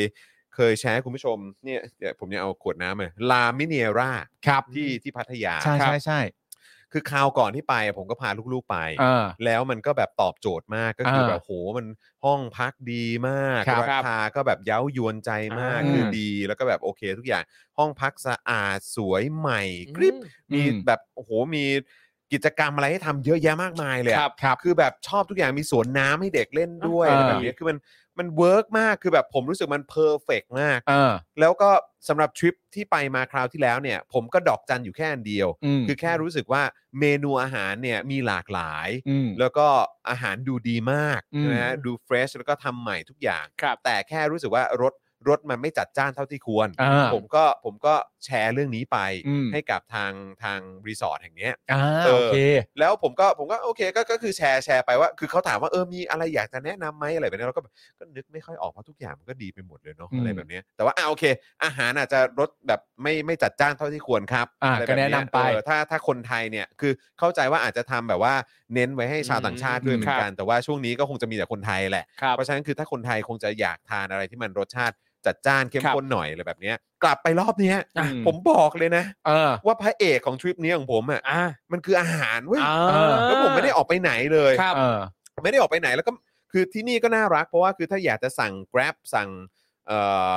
เคยแชร์ให้คุณผู้ชมเนี่ยเดี๋ยวผมจะเอาขวดน้ำเลยลามิเนรา ครับ ที่ที่พัทยา ใช่ ครับ ใช่ใช่ คือคราวก่อนที่ไปอ่ะผมก็พาลูกๆไป เออ แล้วมันก็แบบตอบโจทย์มากก็คือ เออ แบบโหมันห้องพักดีมาก ครับ คาก็แบบเย้ายวนใจมาก อ่า คือดีแล้วก็แบบโอเค ทุกอย่างห้องพักสะอาดสวยใหม่กริบมี อืม แบบโอ้โหมีกิจกรรมอะไรให้ทำเยอะแยะมากมายเลยอะ ครับครับ คือแบบชอบทุกอย่างมีสวนน้ำให้เด็กเล่นด้วย อ่า อะไรแบบเนี้ยคือมันมันเวิร์กมากคือแบบผมรู้สึกมันเพอร์เฟกมาก เออ แล้วก็สำหรับทริปที่ไปมาคราวที่แล้วเนี่ย ผมก็ดอกจันอยู่แค่อันเดียว อืม คือแค่รู้สึกว่าเมนูอาหารเนี่ยมีหลากหลาย อืม แล้วก็อาหารดูดีมาก อืม นะฮะดูเฟรชแล้วก็ทำใหม่ทุกอย่าง ครับ แต่แค่รู้สึกว่ารสรสมันไม่จัดจ้านเท่าที่ควร อ่า ผมก็ผมก็แชร์เรื่องนี้ไป อืม ให้กับทางทางรีสอร์ทแห่งเนี้ย อ่า เออ โอเค แล้วผมก็ผมก็โอเคก็ก็คือแชร์แชร์ไปว่า คือเขาถามว่าเออมีอะไรอยากจะแนะนำไหมอะไรแบบนี้เราก็แบบก็นึกไม่ค่อยออกเพราะทุกอย่างมันก็ดีไปหมดเลยเนาะ อืม อะไรแบบเนี้ยแต่ว่าอ่าโอเค อาหารอาจจะรสแบบไม่ไม่จัดจ้านเท่าที่ควรครับ อ่า ไร ก็ บบ แนะ เย นำไป เออถ้าถ้าคนไทยเนี่ยคือเข้าใจว่าอาจจะทำแบบว่าเน้นไว้ให้ชาวต่างชาติด้วยเหมือนกันแต่ว่าช่วงนี้ก็คงจะมีแต่คนไทยแหละ ครับ เพราะฉะนั้นคือถ้าคนไทยคงจะอยากทานอะไรที่มันรสชาติจัดจ้านเข้ม ครับ ข้นหน่อยอะไรแบบเนี้ยกลับไปรอบเนี้ย อ่ะ ผมบอกเลยนะ เออ ว่าพระเอกของทริปนี้ของผมอ่ะ อ่า มันคืออาหารเว้ย อ่า แล้วผมไม่ได้ออกไปไหนเลย ครับ เออ ไม่ได้ออกไปไหนแล้วก็คือที่นี่ก็น่ารัก เพราะว่าคือถ้าอยากจะสั่ง Grab สั่งเอ่อ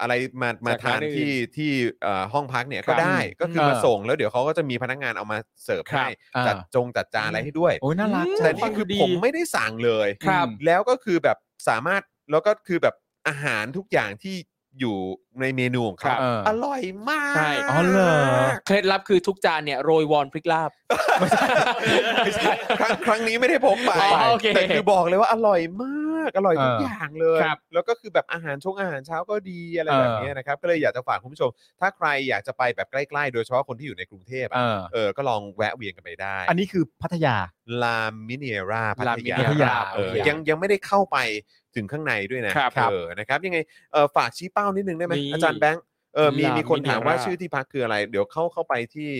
อะไรมามา จาก ทา ร้าน นอื่น ที่ที่เอ่อห้องพักเนี่ยก็ ครับ ได้ก็คือ เออ มาส่งแล้วเดี๋ยวเขาก็จะมีพนักงานเอามาเสิร์ฟ ครับ ให้ อ่า จัดจงจัดจานอะไรให้ด้วย โอ้ยน่ารัก อืม แต่นี่คือ ดี ผมไม่ได้สั่งเลย ครับ แล้วก็คือแบบสามารถแล้วก็คือแบบอาหารทุกอย่างที่อยู่ในเมนูของเขา ครับเออ อร่อยมาก ใช่ อ๋อเหรอ เคล็ดลับคือทุกจานเนี่ยโรยวอนพริกลาบ ไม่ใช่ครั้งครั้งนี้ไม่ได้พกไป อ๋อโอเค แต่คือบอกเลยว่าอร่อยมากอร่อยทุก เออ อ อย่าง เลย ครับ แล้วก็คือแบบอาหารช่วงอาหารเช้าก็ดีอะไร เออ แบบเนี้ยนะครับ ก็เลยอยากจะฝากคุณผู้ชม ถ้าใครอยากจะไปแบบใกล้ๆ โดยเฉพาะคนที่อยู่ในกรุงเทพ เอ อะ อ เออก็ลองแวะเวียนกันไปได้ อันนี้คือพัทยา ลามิเนราพัทยา พัทยา เออ โอเค ยังยังไม่ได้เข้าไปถึงข้างในด้วยนะครับ เออนะครับยังไงเออฝากชี้เป้านิดนึงได้ไหม นี่ อาจารย์แบงค์เออมี ลามิเนรามี มีคนถามว่าชื่อที่พักคืออะไร เดี๋ยวเข้าเข้าไปที่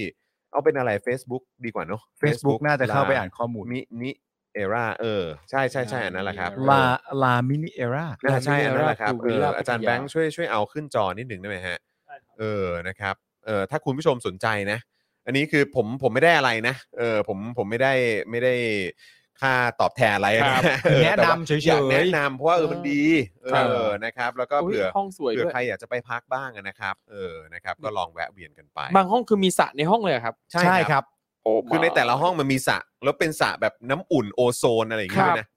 เอาเป็นอะไร Facebook ดีกว่าเนาะ Facebook น่าจะเข้าไปอ่านข้อมูล มินิเอราเออ ใช่ใช่ใช่อันนั้นแหละครับ ลาลามินิเอรา น่าใช่อันนั้นแหละครับ ดู เอ วิล อ ล่า อาจารย์ พัทยา แบงค์ช่วยช่วยเอาขึ้นจอนิดหนึ่งได้ไหมฮะ ได้ครับ เออนะครับเออถ้าคุณผู้ชมสนใจนะ อันนี้คือผมผมไม่ได้อะไรนะเออผมผมไม่ได้ไม่ได้ค่าตอบแทนอะไรนะครับ เออ แนะนำเฉยๆ อยากแนะนำเพราะว่าเออมันดีเอ ครับ อนะครับ แล้วก็ อุ๊ย เผื่อ ห้องสวย เผื่ ด้ อ วย ใครอยากจะไปพักบ้างนะครับเออนะครับก็ลองแวะเวียนกันไป บางห้องคือมีสระในห้องเลยเหรอครับ ใช่ครับ คือในแต่ละห้องมันมีสระแล้วเป็นสระแบบน้ำอุ่นโอโซนอะไรอย่างเงี้ย ครับ ด้วยนะ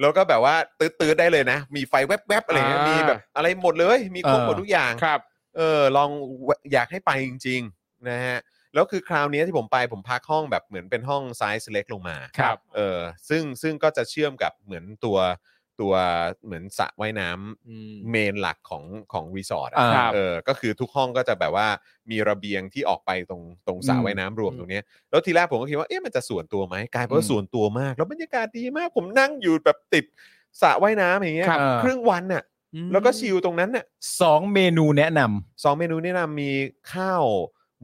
แล้วก็แบบว่าตื้อๆได้เลยนะ มีไฟแวบๆอะไรเงี้ย อ่ามี มีแบบอะไรหมดเลยมีครบหมด เออ ทุกอย่าง ครับ เออลองแวะอยากให้ไปจริง ๆ นะฮะ แล้วคือคราวนี้ที่ผมไปผมพักห้องแบบเหมือนเป็นห้องไซส์เล็กลงมา ครับ เออซึ่งซึ่งก็จะเชื่อมกับเหมือนตัวตัวเหมือนสระว่ายน้ำเมนหลักของของรีสอร์ทอะ อ่า เออก็คือทุกห้องก็จะแบบว่ามีระเบียงที่ออกไปตรงตรงสระ อืม ว่ายน้ำรวมตรงเนี้ยแล้วทีแรกผมก็คิดว่าเอ๊ะมันจะส่วนตัวไหมกลายเป็นว่า อืม ส่วนตัวมาก แล้วบรรยากาศดีมากผมนั่งอยู่แบบติดสระว่ายน้ำอย่างเงี้ย ครับ ครึ่งวันน่ะแล้วก็ชิลตรงนั้นน่ะ สองเมนูแนะนำ สองเมนูแนะนำมีข้าว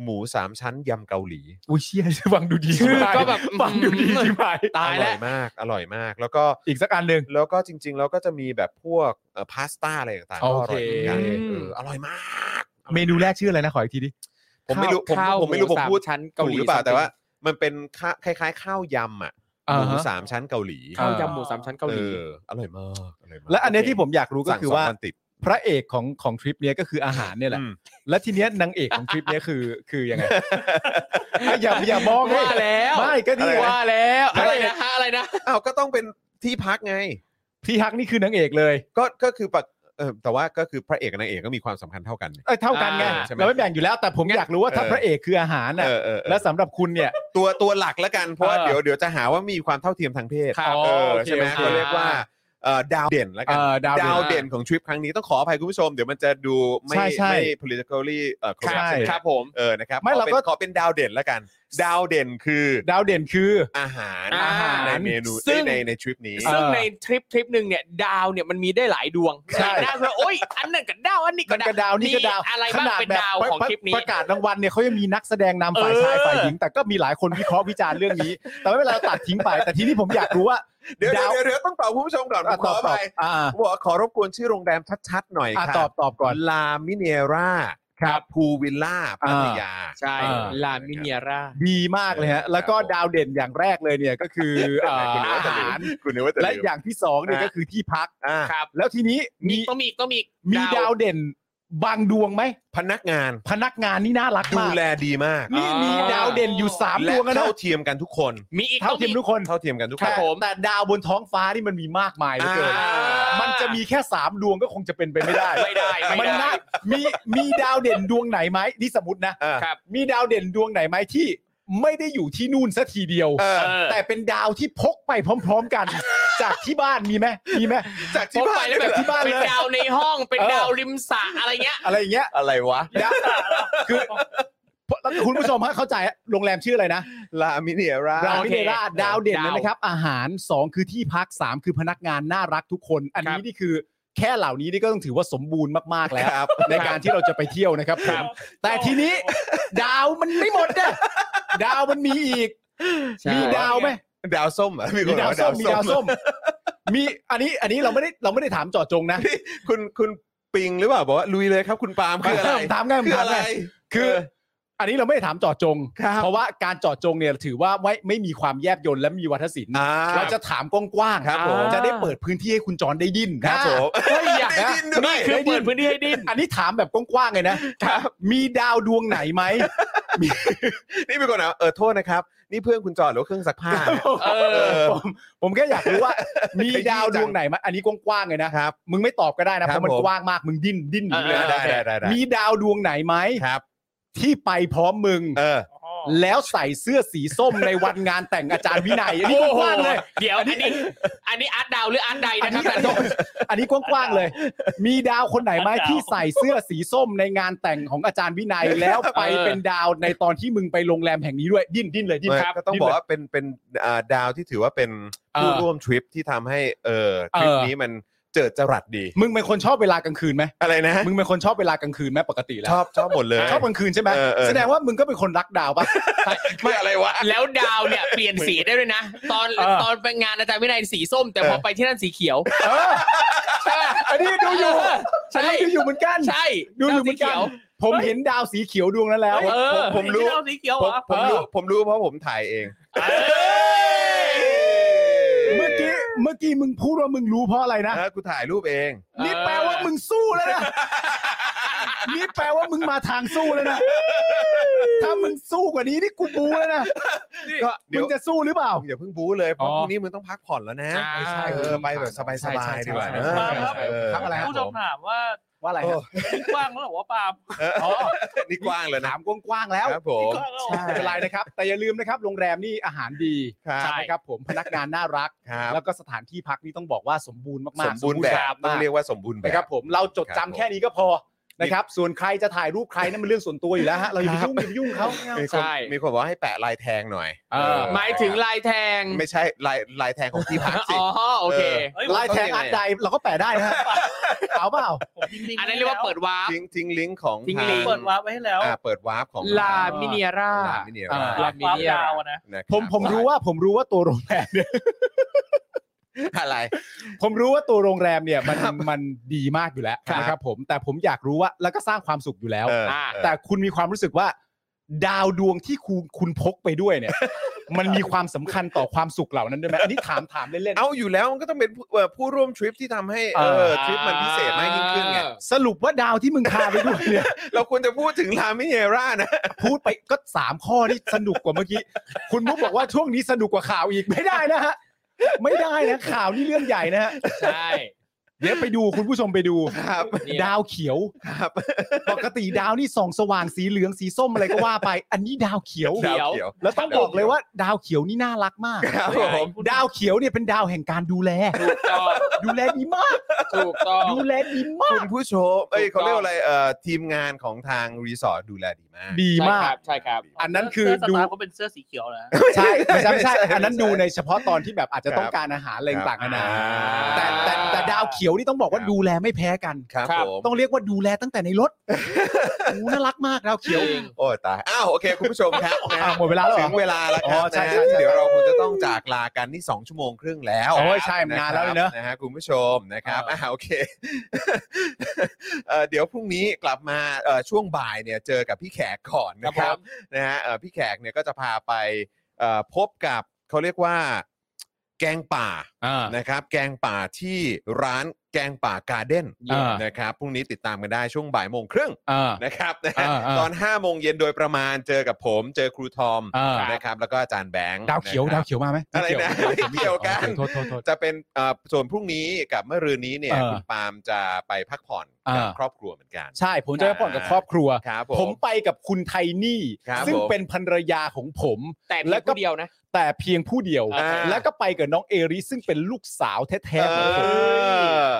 หมูสามชั้นยำเกาหลี อุ้ยเชี่ย ฟังดูดี ชื่อ ชิบหาย ก็แบบ ฟังดูดีชิบหาย อ ตาย ร่ แล้ อ ว ยมาก อร่อยมาก แล้วก็ อีกสักอันหนึ่ง แล้วก็จริง ๆ แล้วก็จะมีแบบพวกเอ่อพาสต้าอะไรต่างๆก็อร่อยเหมือนกัน โอเค เอออร่อยมาก เมนูแรกชื่ออะไรนะขออีกทีดิ ผมไม่รู้ผม ข้าว ผมไม่รู้ ห ผม สา พูด ชั้นเกา ถูก หลี หรือเปล่าแต่ว่า มันเป็นข้าคล้าย ๆ ข้าวยำอ่ะห อ่า มู ฮะ สามชั้นเกาหลี ข้าวยำหมูสามชั้นเกาหอลีออร่อยมากอร่อยมาก และอันเนี้ยที่ผมอยากรู้ก็ สั่ง คือ สง ว่า นติด พระเอกของของทริปเนี้ยก็คืออาหารเนี่ยแหละ อืม และทีเนี้ยนางเอกของทริปเนี้ยคือคือยังไง อ่ะอย่าอย่ามอง ว่าแล้ว ไม่ก็อะนี่ไรนะ ว่า ว่าแล้ว อะ อะไร ไร นะ นะฮะอะไรนะ อ้าวก็ต้องเป็นที่พักไง ที่ฮักนี่คือนางเอกเลย ก็ก็คือปกเออแต่ว่าก็คือพระเอกกับนางเอกก็มีความสำคัญเท่ากัน เอ้ยเท่ากันไง อ่า ใช่ไหม เราไม่แบ่งอยู่แล้วแต่ผมอยากรู้ว่าถ้า เออ พระเอกคืออาหารน่ะ เออเออเออ และสำหรับคุณเนี่ย ตัวตัวหลักแล้วกันเพราะว่า เออ เดี๋ยวเดี๋ยวจะหาว่ามีความเท่าเทียมทางเพศ ครับ เออ โอเค ใช่ไหม โอเค เขาเรียกว่าเอ่อดาวเด่นแล้วกัน เออดาวเด่น เด่นของทริปครั้งนี้ต้องขออภัยคุณผู้ชมเดี๋ยวมันจะดูไม่ ใช่ใช่ ไม่ politically เอ่อ correct ใช่ ใช่ไหม ครับผม เออนะครับ ไม่ ขอ เรา ป็น ก็ ขอเป็นดาวเด่นแล้วกัน ดาวเด่นคือ ดาวเด่นคือ อาหาร อาหาร ในเมนู ซึ่ง ในในทริปนี้ เออ ซึ่งในทริปทริปหนึ่งเนี่ยดาวเนี่ยมันมีได้หลายดวง ใช่ ดาวคือโอ๊ยอันนั้นก็ดาวอันนี้ มั ก็ นกระดาวนี่กระดาว มีอะไรบ้างเป็นดาวของ ปะ ทริปนี้ ประกาศรางวัลเนี่ยเขายังมีนักแสดงนำฝ่ายชาย เออ ฝ่ายหญิง แต่ก็มีหลายคนวิเคราะห์วิจารณ์เรื่องนี้ แต่ไม่เป็นไรเราตัดทิ้งไป แต่ทีนี้ผมอยากรู้ว่า เดี๋ยวเดี๋ยว ดาว เดี๋ยวเดี๋ยวต้องตอบคุณผู้ชมก่อนผมขอไป อ่า บอกว่าขอรบกวนชื่อโรงแรมชัดๆหน่อย อ่ะ ค่ะ ตอบตอบก่อน ลามิเนรา ครับ พูวิลล่าพัทยา ใช่ อ่า ลามิเนียร่า ดีมากเลยฮะแล้วก็ดาวเด่นอย่างแรกเลยเนี่ยก็คือเอ่ออาหาร คุณนึกว่าจะ และ ลืม อย่างที่สองเนี่ยก็คือที่พัก อ่า ครับ แล้วทีนี้ มี มี ต้องมีต้องมี มีดาวเด่นบางดวงไหม พนักงาน พนักงานนี่น่ารัก ดู มาก แลดีมาก นี่มีดาวเด่นอยู่สาม และ ดวงอะนะ เท่าเทียมกันทุกคน มีอีก เท่า ต้อง เทียม มี ทุกคน เท่าเทียมกันทุก ค ค รั น บ ผม แต่ดาวบนท้องฟ้านี่มันมีมากมายเหลือเกิน อ่า มันจะมีแค่สามดวงก็คงจะเป็นไปไม่ได้ ไม่ได้ มั ไม่ น ได้ น่ามีมีดาวเด่นดวงไหนไหมนี่สมมตินะ เออ ครับ มีดาวเด่นดวงไหนไหมที่ไม่ได้อยู่ที่นู่นสัทีเดียว เออ เออ แต่เป็นดาวที่พกไปพร้อม ๆ กัน จากที่บ้านมีไหมมีไหม จาก พ ที่ ก บ้า ไป น แล้วแบบ ที่บ้าน เป็น เลย ดาวในห้องเป็น เออ ดาวริมสระอะไรเงี้ย อะไรอย่างเงี้ย อะไรวะ ดาวคือแล้วคุณผู้ชมฮะเข้าใจฮะโรงแรมชื่ออะไรนะ ลามิเนียร่า ดาว โอ เด่ เคน ดาวเด่น ดาว เลยนะครับ อาหาร 2 คือที่พัก 3 คือพนักงานน่ารักทุกคน อัน ครั นี้ บ นี่คือแค่เหล่านี้นี่ก็ต้องถือว่าสมบูรณ์มากๆแล้ว ครับ ในการที่เราจะไปเที่ยวนะครับผมแต่ทีนี้ ดาวมันไม่หมดนะดาวมันมีอีก ใช่ มีดาวไหม ดาวส้มเหรอมีค มี นบ ดา อกวว่า ส้ ดาม ว มี ส้ ดาว ม ส้ม มีอันนี้อันนี้เราไม่ได้เราไม่ได้ถามเจาะจงนะ คุณคุณปิงหรือเปล่าบอกว่าลุยเลยครับคุณปาล์มคืออะไร ถามง่าย คือ ถาม อะ ไง ไร คือ เออ อันนี้เราไม่ได้ถามเจาะจง ครับ เพราะว่าการเจาะจงเนี่ยถือว่าไม่ไม่มีความแยบยลและมีวัฒนศิลป์ อ่า เราจะถามกว้าง ครับผม จะได้เปิดพื้นที่ให้คุณจรได้ดิ้น ครับ นะ ผม เฮ้ยอยาก ได้ยินด้วย คือเปิดพื้นที่ให้ดิ้น อันนี้ถามแบบกว้างๆเลยนะครับ มีดาวดวงไหนไหม นี่เป็นคนเอาเออโทษนะครับ นี่เพื่อนคุณจอดหรือว่าเครื่องซักผ้า เออ ผมผมแค่อยากรู้ว่า มีดาวดวงไหนไหมอันนี้กว้างๆเลยนะครับ มึงไม่ตอบก็ได้นะ ครับเพราะมัน ผม กว้างมากมึงดิ้นดิ้นหนี เออ เลย ได้ได้ได้ได้ มีดาวดวงไหนไหม ครับ ที่ไปพร้อมมึง เออ แล้วใส่เสื้อสีส้มในวันงานแต่งอาจารย์วินัยอันนี้กว้างๆเลย เดี๋ยวอันนี้ อันนี้อาร์ตดาวหรืออาร์ตใด อัน นะครั นี้ บ อันนี้อันนี้กว้างๆเลย มีดาวคนไหนไหม ดาว ที่ใส่เสื้อสีส้มในงานแต่งของอาจารย์วินัยแล้วไปเป็นดาวในตอนที่มึงไปโรงแรมแห่งนี้ด้วยดิ้นดิ้นเลยดิ้น ไม่ ครับ ก็ต้องบอกว่าเป็นเป็นอ่าดาวที่ถือว่าเป็นผู้ เออ ร่วมทริปที่ทำให้เออทริป เออ นี้มันเจิดจรัสดี มึงเป็นคนชอบเวลากลางคืนไหม อะไรนะ มึงเป็นคนชอบเวลากลางคืนไหมปกติแล้ ช ว อบชอบหมดเลย ชอบกลางคืนใช่ไหม เออเออ แสดงว่ามึงก็เป็นคนรักดาวปะ ไม่อะไรวะ แล้วดาวเนี่ยเปลี่ยนสีได้ด้วยนะ ตอน เออ ตอนไปงานอาจารย์วินัยสีส้ม แต่ เออ พอไปที่นั่นสีเขียว เออ ใช่ปะ อันนี้ดูอยู่ เ ฉัน ใช่ ดูอยู่เหมือนกัน ใช่ ดูอยู่เหมื สี อนกั เขี น ยว ผมเห็นดาวสีเขียวดวงนั้นแล้ว เออ ผมผมรู้ ดาวสีเขียว ผ เหร ม อ ผม เออ รู้ผมรู้เพราะผมถ่ายเอง เมื่อกี้เมื่อกี้มึงพูดว่ามึงรู้เพราะอะไรนะ นะกูถ่ายรูปเอง นี่แปลว่ามึงสู้แล้วนะ นี่แปลว่ามึงมาทางสู้แล้วนะ ถ้ามึงสู้กว่านี้นี่กูบูแล้วนะ น สิ ก็ มึ เดี๋ยว งจะสู้หรือเปล่า อย่าเพิ่งบู๊เลยเพราะ อ๋อ พรุ่งนี้มึงต้องพักผ่อนแล้วนะ ใช่ เออไปแบบส ใช่ บาย ใช่ ๆดีกว่า ใช่ เอ ใช่ใช่ อเออ ครับอะไรครั ผู้ บ ช ผม ม ถามว่า ว่าอะไร โอ้ ครับ กว้างแล้วเหรอวะปาล์ม อ๋อ นี่กว้างเลยนะ ถามกว้างๆแล้ว ครับผม กว้างแล้วเหรอ ไม่เป็นไรนะครับ แต่อย่าลืมนะครับ โรงแรมนี่อาหารดี ครับ นะครับผมพนักงานน่ารัก ครับ แล้วก็สถานที่พักนี่ต้องบอกว่าสมบูรณ์มากๆ สมบูรณ์แบบต้ มา อง ก เรียกว่าสมบูรณ์แบ นะบครับผมเราจดจำแค่นี้ก็พอนะครับ ส่วนใครจะถ่ายรูปใครนั่นมันเรื่องส่วนตัวอยู่แล้วฮะเราอย่าไป ครับ ยุ่งอย่าไปยุ่งเขา มีคน ใช่ มีคนบอกว่าให้แปะลายแทงหน่อย เออ หมายถึงลายแทง ไม่ใช่ลายลายแทงของที่พักสิ อ๋อโอเค เอ้ย ไลายแทงอันใดเราก็แปะได้นะฮ ะเอาเปล่า ผมทิ้งลิงก์ อันนั้นเรียกว่าเปิดวาร์ป ทิ้งทิ้งลิงก์ของ ทิ้ง ทา ลิงก์ เปิดวาร์ปไว้ให้แล้ว อ่าเปิดวาร์ปของ ลามิเนียร่า ลามิเนีย อ่ ร่า ลากวาร์ปยาวอะนะ นะครับ ผมผมรู้ว่าผมรู้ว่าตัวโรงแรมเนี่ย อะไร ผมรู้ว่าตัวโรงแรมเนี่ยมันมันดีมากอยู่แล้ว ครับ นะครับผมแต่ผมอยากรู้ว่าแล้วก็สร้างความสุขอยู่แล้ว เออ อ่า แต่คุณมีความรู้สึกว่า ดาวดวงที่คุณคุณพกไปด้วยเนี่ย มันมีความสำคัญต่อความสุขเหล่านั้นด้วยไหมอันนี้ถามถามเล่น เอาอยู่แล้วมันก็ต้องเป็นผู้เอ่อผู้ร่วมทริปที่ทำให้เอ เอ อ อ ทริปมันพิเศษมากยิ่งขึ้นไง อ่า ๆสรุปว่าดาวที่มึงพาไปด้วยเนี่ย เราควรจะพูดถึงลามิเนียร่านะ พูดไปก็สามข้อนี่สนุกกว่าเมื่อกี้ คุณมุกบอกว่าช่วงนี้สนุกกว่าข่าวอีกไม่ได้นะฮะไม่ได้นะข่าวนี่เรื่องใหญ่นะฮะ ใช่ เดี๋ยวไปดูคุณผู้ชมไปดู ครับ เนี่ย ดาวเขียว ครับ ปกติดาวนี่ส่องสว่างสีเหลืองสีส้มอะไรก็ว่าไป อันนี้ดาวเขียว เขียว แล้วต้องบอกเลยว่า ดาวเขียวนี่น่ารักมาก ครับผม ดาวเขียวเนี่ยเป็นดาวแห่งการดูแล ถูกต้อง ดูแลดีมาก ถูกต้อง ดูแลดีมา คุ ก ณผู้ชมเอ้ย ถูกต้ เขา อง เรียกว่าอะไรเอ่อทีมงานของทางรีสอร์ทดูแลดีมาก ดี ใช่ มา ครั ก บใช่ครับ อันนั้นคือ เสื้อส ดู ตาร์เขาเป็นเสื้อสีเขียวนะ ใช่ไม่ไม่ใช่ไม่ ใช่ ใช่ ไม่ใช่ อันนั้นดูในเฉพาะตอนที่แบบอาจจะ ครับ ต้องการอาหารอะไรต่างๆ ครับ นานา อ่า แต่แต่แต่ดาวเขียวนี่ต้องบอกว่า ครับ ดูแลไม่แพ้กัน ครับ ครับ ผม ต้องเรียกว่าดูแลตั้งแต่ใน รถโอ้น่ารักมากดาวเขียว โอ้ยตายอ้าวโอเคคุณผู้ชมครับนะฮะ อ้าวหมดเวลาแล้วเหรอ ถึงเวลาแล้วค อ๋ รับ อใช่ นะ ใช่ใช่ เดี๋ยวเราคงจะต้องจากลากันนี่2ชั่วโมงครึ่งแล้ว โอ้ยใช่มันนานแล้วเลยเนอะ นะฮะคุณผู้ชมนะครับอ่าโอเค เอ่อเดี๋ยวพรุ่งนี้กลับมาเอ่อช่วงบ่ายเนี่ยเจอกับพี่แขกก่อนนะครับ นะฮะเอ่อพี่แขกเนี่ยก็จะพาไปเอ่อพบกับเขาเรียกว่าแกงป่านะครับ แกงป่าที่ร้านแกงป่าการ์เด้น อ่าน นะครับพรุ่งนี้ติดตามกันได้ช่วงบ่ายโมงครึ่ง อ่า นะครับนะฮะ อ่าอ่า ตอน5้าโมงเย็นโดยประมาณเจอกับผมเจอครูทอม อ่า นะครับ แล้วก็อาจารย์แบงค์ ดาวเขียว นะครัดาว บ เขียวมาไหม อะไรนะไม่เกี่ยวกัน โทษโทษโทษ จะเป็นเอ่อส่วนพรุ่งนี้กับเมื่อรืนนี้เนี่ย เออ คุณปาล์มจะไปพักผ่อน อ่า กับครอบครัวเหมือนกัน ใช่ผมจะไปผ่อนกับครอบครัว ครับผ ผม ม ไปกับคุณไทนี่ ครับ ซึ่ง ผม เป็นภรรยาของผม แต่เพียงผู้เดียวนะ แต่เพียงผู้เดียว อ่า แล้วก็ไปกับน้องเอริซึ่งเป็นลูกสาวแท้ เอ ๆของผม อ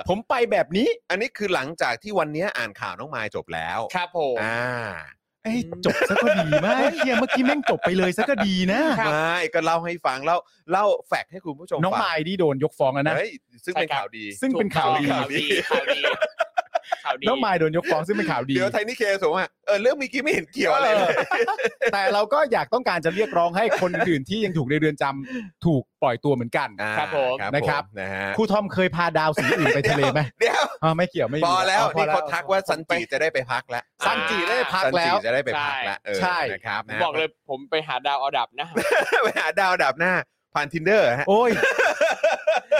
ผมไปแบบนี้ อันนี้คือหลังจากที่วันนี้อ่านข่าวน้องมายจบแล้ว ครับผม อ่า เอ้ยจบซะก็ดีมากเฮียเมื่อกี้แม่งจบไปเลยซะก็ดีนะ ครับ ไม่ก็เล่าให้ฟังเล่าเล่าแฟกต์ให้คุณผู้ชม น้อง ฟั มายนี่โดนยกฟ้องแล้วนะ เฮ้ยซึ่งเป็นข่าวดี ซึ่งเป็นข่าวดี ข่าวดีข่าวดีข่าวดี น้องมายโดนยกฟ้องซึ่งเป็นข่าวดี เดี๋ยวไทนี่เคสบอกว่าเออเรื่องเมีกี้ไม่เห็นเกี่ยวอะไรเลย แต่เราก็อยากต้องการจะเรียกร้องให้คนอื่นที่ยังถูกในเรือนจำถูกปล่อยตัวเหมือนกัน อ่า ครับผม นะครับ นะฮะ ครูทอมเคยพาดาวสีอื่นไปทะเลไหม เดี๋ยว อ๋อไม่เกี่ยวไม่ พอแล้ว พอ นี่เขาทักว่าซันจิจะได้ไปพักแล้ว ซันจิได้พัก ซัน แล้ จิ ว จะได้ไปพักแล้วเออ ใช่ นะครับ ผม นะ บอกเลยผมไปหาดาวเอาดับนะ ไปหาดาวดับหน้าผ่านทินเดอร์ฮะ โอ้ย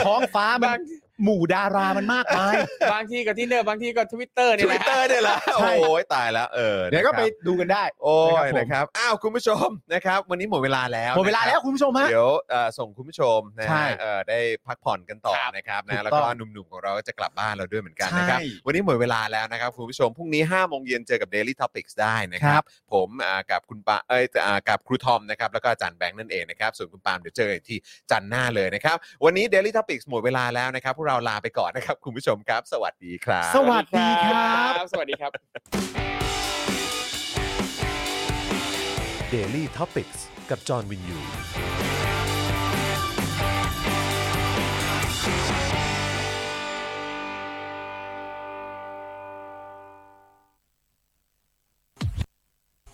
ท้องฟ้ามันหมู่ดารามันมากมาย บางที่ก็ที่เนอร์บางที่ก็ทวิตเตอร์ ท นี่แห วิตละเตอร์เนี่ยละ ใช่ โอ้ยตายแล้วเออ เดี๋ยวก็ไป นะครับ ดูกันได้ โอ้ย นะครับผม นะครับอ้าวคุณผู้ชมนะครับ วันนี้หมดเวลาแล้ว หมดเวลา นะครับ แล้วคุณผู้ชมฮะ เดี๋ยวเอ่อส่งคุณผู้ชมนะ ใช่ ฮะเอ่อได้พักผ่อนกันต่อ ครับ นะครับ ถู นะ ก แล้ว ต้อง ก็หนุ่มๆของเราก็จะกลับบ้านเราด้วยเหมือนกันนะครับ ใช่ วันนี้หมดเวลาแล้วนะครับ คุณผู้ชมพรุ่งนี้5้าโมงเย็นเจอกับ Daily Topics ได้นะครับ ผมอ่ากับคุณปาเอ้ยอ่ากับครูทอมนะครับแล้วก็อาจารย์แบงค์นั่นเองนะครับ ส่วนคุณปาล์มเดี๋ยวเจอกันอีกที่จันทร์หน้าเลยนะครับ วันนี้ Daily Topics หมดเวลาแล้วนะครับ พวกเราลาไปก่อนนะครับคุณผู้ชมครับ สวัสดีครับ สวัสดี ครับ สวัสดีครับ Daily t o p i c กกับจอห์นวินยู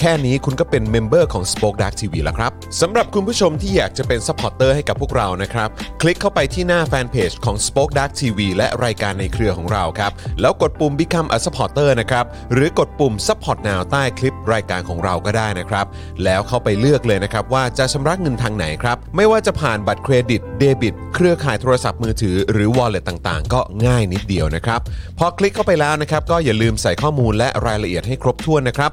แค่ ค่นี้คุณก็เป็นเมมเบอร์ของ Spoke Dark TV แล้วครับสำหรับคุณผู้ชมที่อยากจะเป็นซัพพอร์ตเตอร์ให้กับพวกเรานะครับ คลิกเข้าไปที่หน้าแฟนเพจของ Spoke Dark TV และรายการในเครือของเราครับ แล้วกดปุ่ม Become a supporter นะครับ หรือกดปุ่ม support now ใต้คลิปรายการของเราก็ได้นะครับ แล้วเข้าไปเลือกเลยนะครับว่าจะชำระเงินทางไหนครับ ไม่ว่าจะผ่านบัตรเครดิตเดบิต เครือข่ายโทรศัพท์มือถือหรือ wallet ต่างๆ ก็ง่ายนิดเดียวนะครับ พอคลิกเข้าไปแล้วนะครับ ก็อย่าลืมใส่ข้อมูลและรายละเอียดให้ครบถ้วนนะครับ